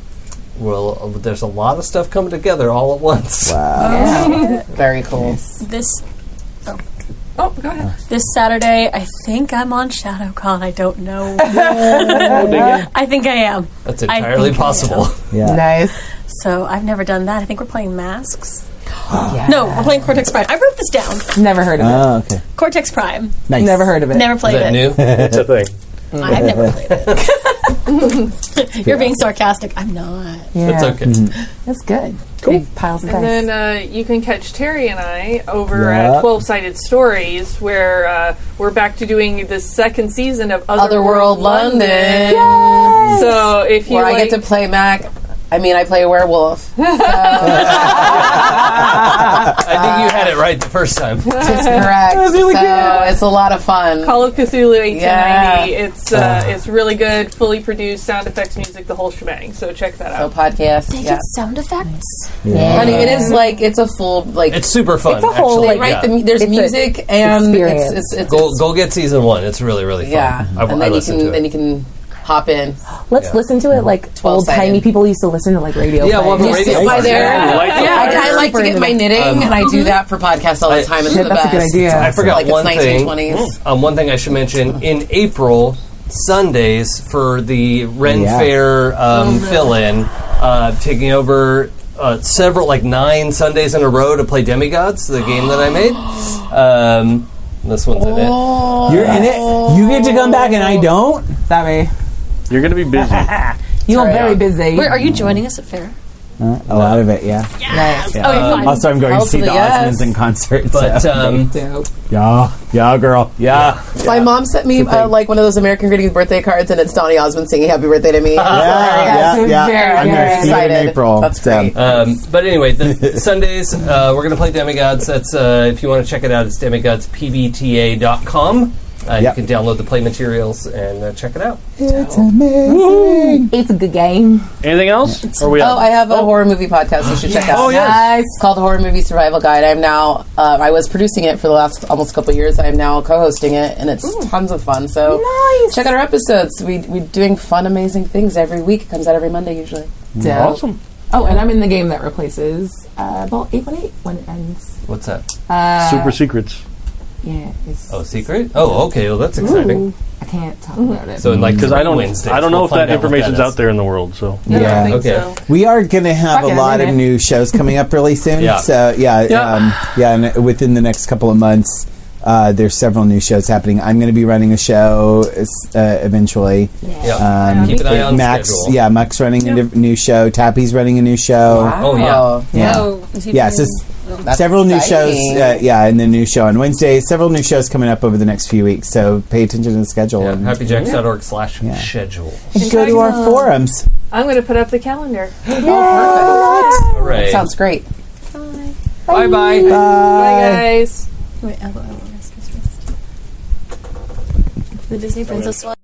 Speaker 5: well, there's a lot of stuff coming together all at once.
Speaker 6: Very cool.
Speaker 7: This
Speaker 3: Oh, go ahead.
Speaker 7: this Saturday, I think I'm on ShadowCon. I don't know. Oh, I think I am.
Speaker 5: That's
Speaker 7: I
Speaker 5: entirely
Speaker 7: think I
Speaker 5: possible.
Speaker 4: Yeah.
Speaker 2: Nice.
Speaker 7: So I've never done that. I think we're playing masks. No, we're playing Cortex Prime. I wrote this down.
Speaker 2: Never heard of it.
Speaker 4: Oh, okay.
Speaker 7: Cortex Prime.
Speaker 4: Nice.
Speaker 2: Never heard of it.
Speaker 7: Never
Speaker 5: Is
Speaker 7: played
Speaker 5: that
Speaker 7: it.
Speaker 5: new?
Speaker 1: It's a thing.
Speaker 7: I've never played it. You're being sarcastic. I'm not.
Speaker 2: Yeah.
Speaker 5: It's okay.
Speaker 2: That's good. Cool. Big piles of
Speaker 3: And
Speaker 2: dice.
Speaker 3: then uh, you can catch Terry and I over
Speaker 4: Yeah.
Speaker 3: at Twelve Sided Stories, where uh, we're back to doing the second season of
Speaker 6: Otherworld
Speaker 3: Otherworld
Speaker 6: London.
Speaker 3: So if you
Speaker 6: Where
Speaker 3: like,
Speaker 6: I get to play Mac. I mean, I play a werewolf.
Speaker 5: I think you had it right the first time.
Speaker 6: That's correct.
Speaker 4: really
Speaker 6: so
Speaker 4: good.
Speaker 6: it's a lot of fun.
Speaker 3: Call of Cthulhu 1890,
Speaker 6: Yeah.
Speaker 3: it's uh, it's really good, fully produced, sound effects, music, the whole shebang. So check that
Speaker 6: So
Speaker 3: out.
Speaker 6: Oh, podcast.
Speaker 7: They
Speaker 6: yeah.
Speaker 7: did sound effects.
Speaker 6: Honey, it is like it's a full like
Speaker 5: It's super fun.
Speaker 2: a whole,
Speaker 5: actually.
Speaker 6: they write
Speaker 5: yeah.
Speaker 6: the mu- there's
Speaker 2: It's a
Speaker 6: music and
Speaker 2: experience.
Speaker 6: it's it's, it's,
Speaker 5: Go, go get season one. It's really really fun.
Speaker 6: yeah.
Speaker 5: I,
Speaker 6: and
Speaker 5: I
Speaker 6: then you
Speaker 5: listened
Speaker 6: can
Speaker 5: to
Speaker 6: then
Speaker 5: it.
Speaker 6: you can hop in.
Speaker 2: Let's listen to it like old
Speaker 6: Twelve-sided.
Speaker 2: timey people used to listen to like radio.
Speaker 5: Yeah, we'll have a
Speaker 2: plays.
Speaker 5: radio
Speaker 6: Sit by
Speaker 5: party.
Speaker 6: there.
Speaker 1: Yeah, lights up
Speaker 6: I,
Speaker 1: there.
Speaker 6: I like to get my knitting and I do that for podcasts all the
Speaker 5: Um, I-
Speaker 6: time. It's
Speaker 2: Shit,
Speaker 6: the
Speaker 2: that's a
Speaker 6: best.
Speaker 2: good idea.
Speaker 5: I forgot
Speaker 6: Like
Speaker 5: one
Speaker 6: it's
Speaker 5: thing.
Speaker 6: 1920s.
Speaker 5: Um, one thing I should mention in April Sundays for the Ren
Speaker 4: Yeah.
Speaker 5: Fair
Speaker 6: Oh,
Speaker 5: um, fill-in, uh, taking over uh, several like nine Sundays in a row to play Demigods, the game that I made. Um, this one's in it.
Speaker 6: Oh.
Speaker 4: You're in it. You get to come back, and I don't.
Speaker 2: Sorry.
Speaker 1: You're going to be busy.
Speaker 2: You're very busy.
Speaker 7: Where, are you joining us at fair?
Speaker 4: Uh, a lot of it, yeah.
Speaker 2: nice.
Speaker 7: Oh, you're fine.
Speaker 4: Also, I'm going to see the
Speaker 6: Hopefully, yes.
Speaker 4: Osmonds in concert.
Speaker 5: But
Speaker 4: so.
Speaker 5: um,
Speaker 2: Dope.
Speaker 4: yeah, yeah, girl, yeah.
Speaker 6: My mom sent me uh, like one of those American Greetings birthday cards, and it's Donny Osmond singing "Happy Birthday" to me.
Speaker 4: Yeah,
Speaker 2: Yes,
Speaker 4: yeah,
Speaker 2: very
Speaker 4: yeah. I'm going to
Speaker 2: good.
Speaker 4: see you in
Speaker 6: Excited.
Speaker 4: April.
Speaker 6: That's
Speaker 4: so.
Speaker 6: great.
Speaker 5: Um, but anyway, the Sundays, uh, we're going to play Demigods. That's uh, If you want to check it out, it's demigodspbta.com. Uh,
Speaker 4: Yep.
Speaker 5: You can download the play materials and uh, check it out.
Speaker 4: It's amazing.
Speaker 2: It's a good game.
Speaker 1: Anything else? Or Are we
Speaker 6: Oh,
Speaker 1: out?
Speaker 6: I have a horror movie podcast you should check out.
Speaker 5: Oh, yes.
Speaker 6: It's called Horror Movie Survival Guide. I'm now, uh, I was producing it for the last almost couple years. I'm now co hosting it, and it's tons of fun. So
Speaker 2: Nice.
Speaker 6: check out our episodes. We, we're doing fun, amazing things every week. It comes out every Monday, usually.
Speaker 2: Dope.
Speaker 1: Awesome.
Speaker 2: Oh, and I'm in the game that replaces uh, Ball 818 when it ends.
Speaker 5: What's that?
Speaker 2: Uh,
Speaker 1: Super secrets.
Speaker 2: Yeah. It's,
Speaker 5: Oh, secret? Oh, okay. Well, that's exciting.
Speaker 2: I can't talk about it.
Speaker 5: So, in like,
Speaker 1: Because I don't,
Speaker 5: Wednesdays,
Speaker 1: I don't know
Speaker 5: we'll
Speaker 1: if
Speaker 5: find
Speaker 1: that
Speaker 5: out what
Speaker 1: information's
Speaker 5: that
Speaker 1: out
Speaker 5: is.
Speaker 1: there in the world. So
Speaker 3: I don't
Speaker 4: Yeah.
Speaker 3: think
Speaker 5: Okay.
Speaker 3: so.
Speaker 4: We are going to have
Speaker 2: Fucking
Speaker 4: a lot of
Speaker 2: internet.
Speaker 4: new shows coming up really soon.
Speaker 5: Yeah.
Speaker 4: So yeah, um, yeah, and within the next couple of months, uh, there's several new shows happening. I'm going to be running a show uh, eventually.
Speaker 5: Yeah.
Speaker 4: Um,
Speaker 5: Keep an eye on
Speaker 4: Max,
Speaker 5: schedule.
Speaker 4: yeah, Max running a new show. Tappy's running a new show.
Speaker 5: Oh, yeah.
Speaker 4: Yeah,
Speaker 7: Oh, is he
Speaker 4: yeah, it's
Speaker 7: doing-
Speaker 4: just several new shows.
Speaker 6: exciting.
Speaker 4: Uh, yeah, and the new show on Wednesday. Several new shows coming up over the next few weeks. So pay attention to the schedule
Speaker 5: Yeah,
Speaker 4: and
Speaker 5: happyjacks.org slash schedule.
Speaker 4: go to our forums.
Speaker 3: I'm going to put up the calendar.
Speaker 5: All right.
Speaker 6: Sounds great.
Speaker 5: Bye bye.
Speaker 3: Bye, guys.
Speaker 7: Wait, I will- I will ask his first. The Disney Princess one.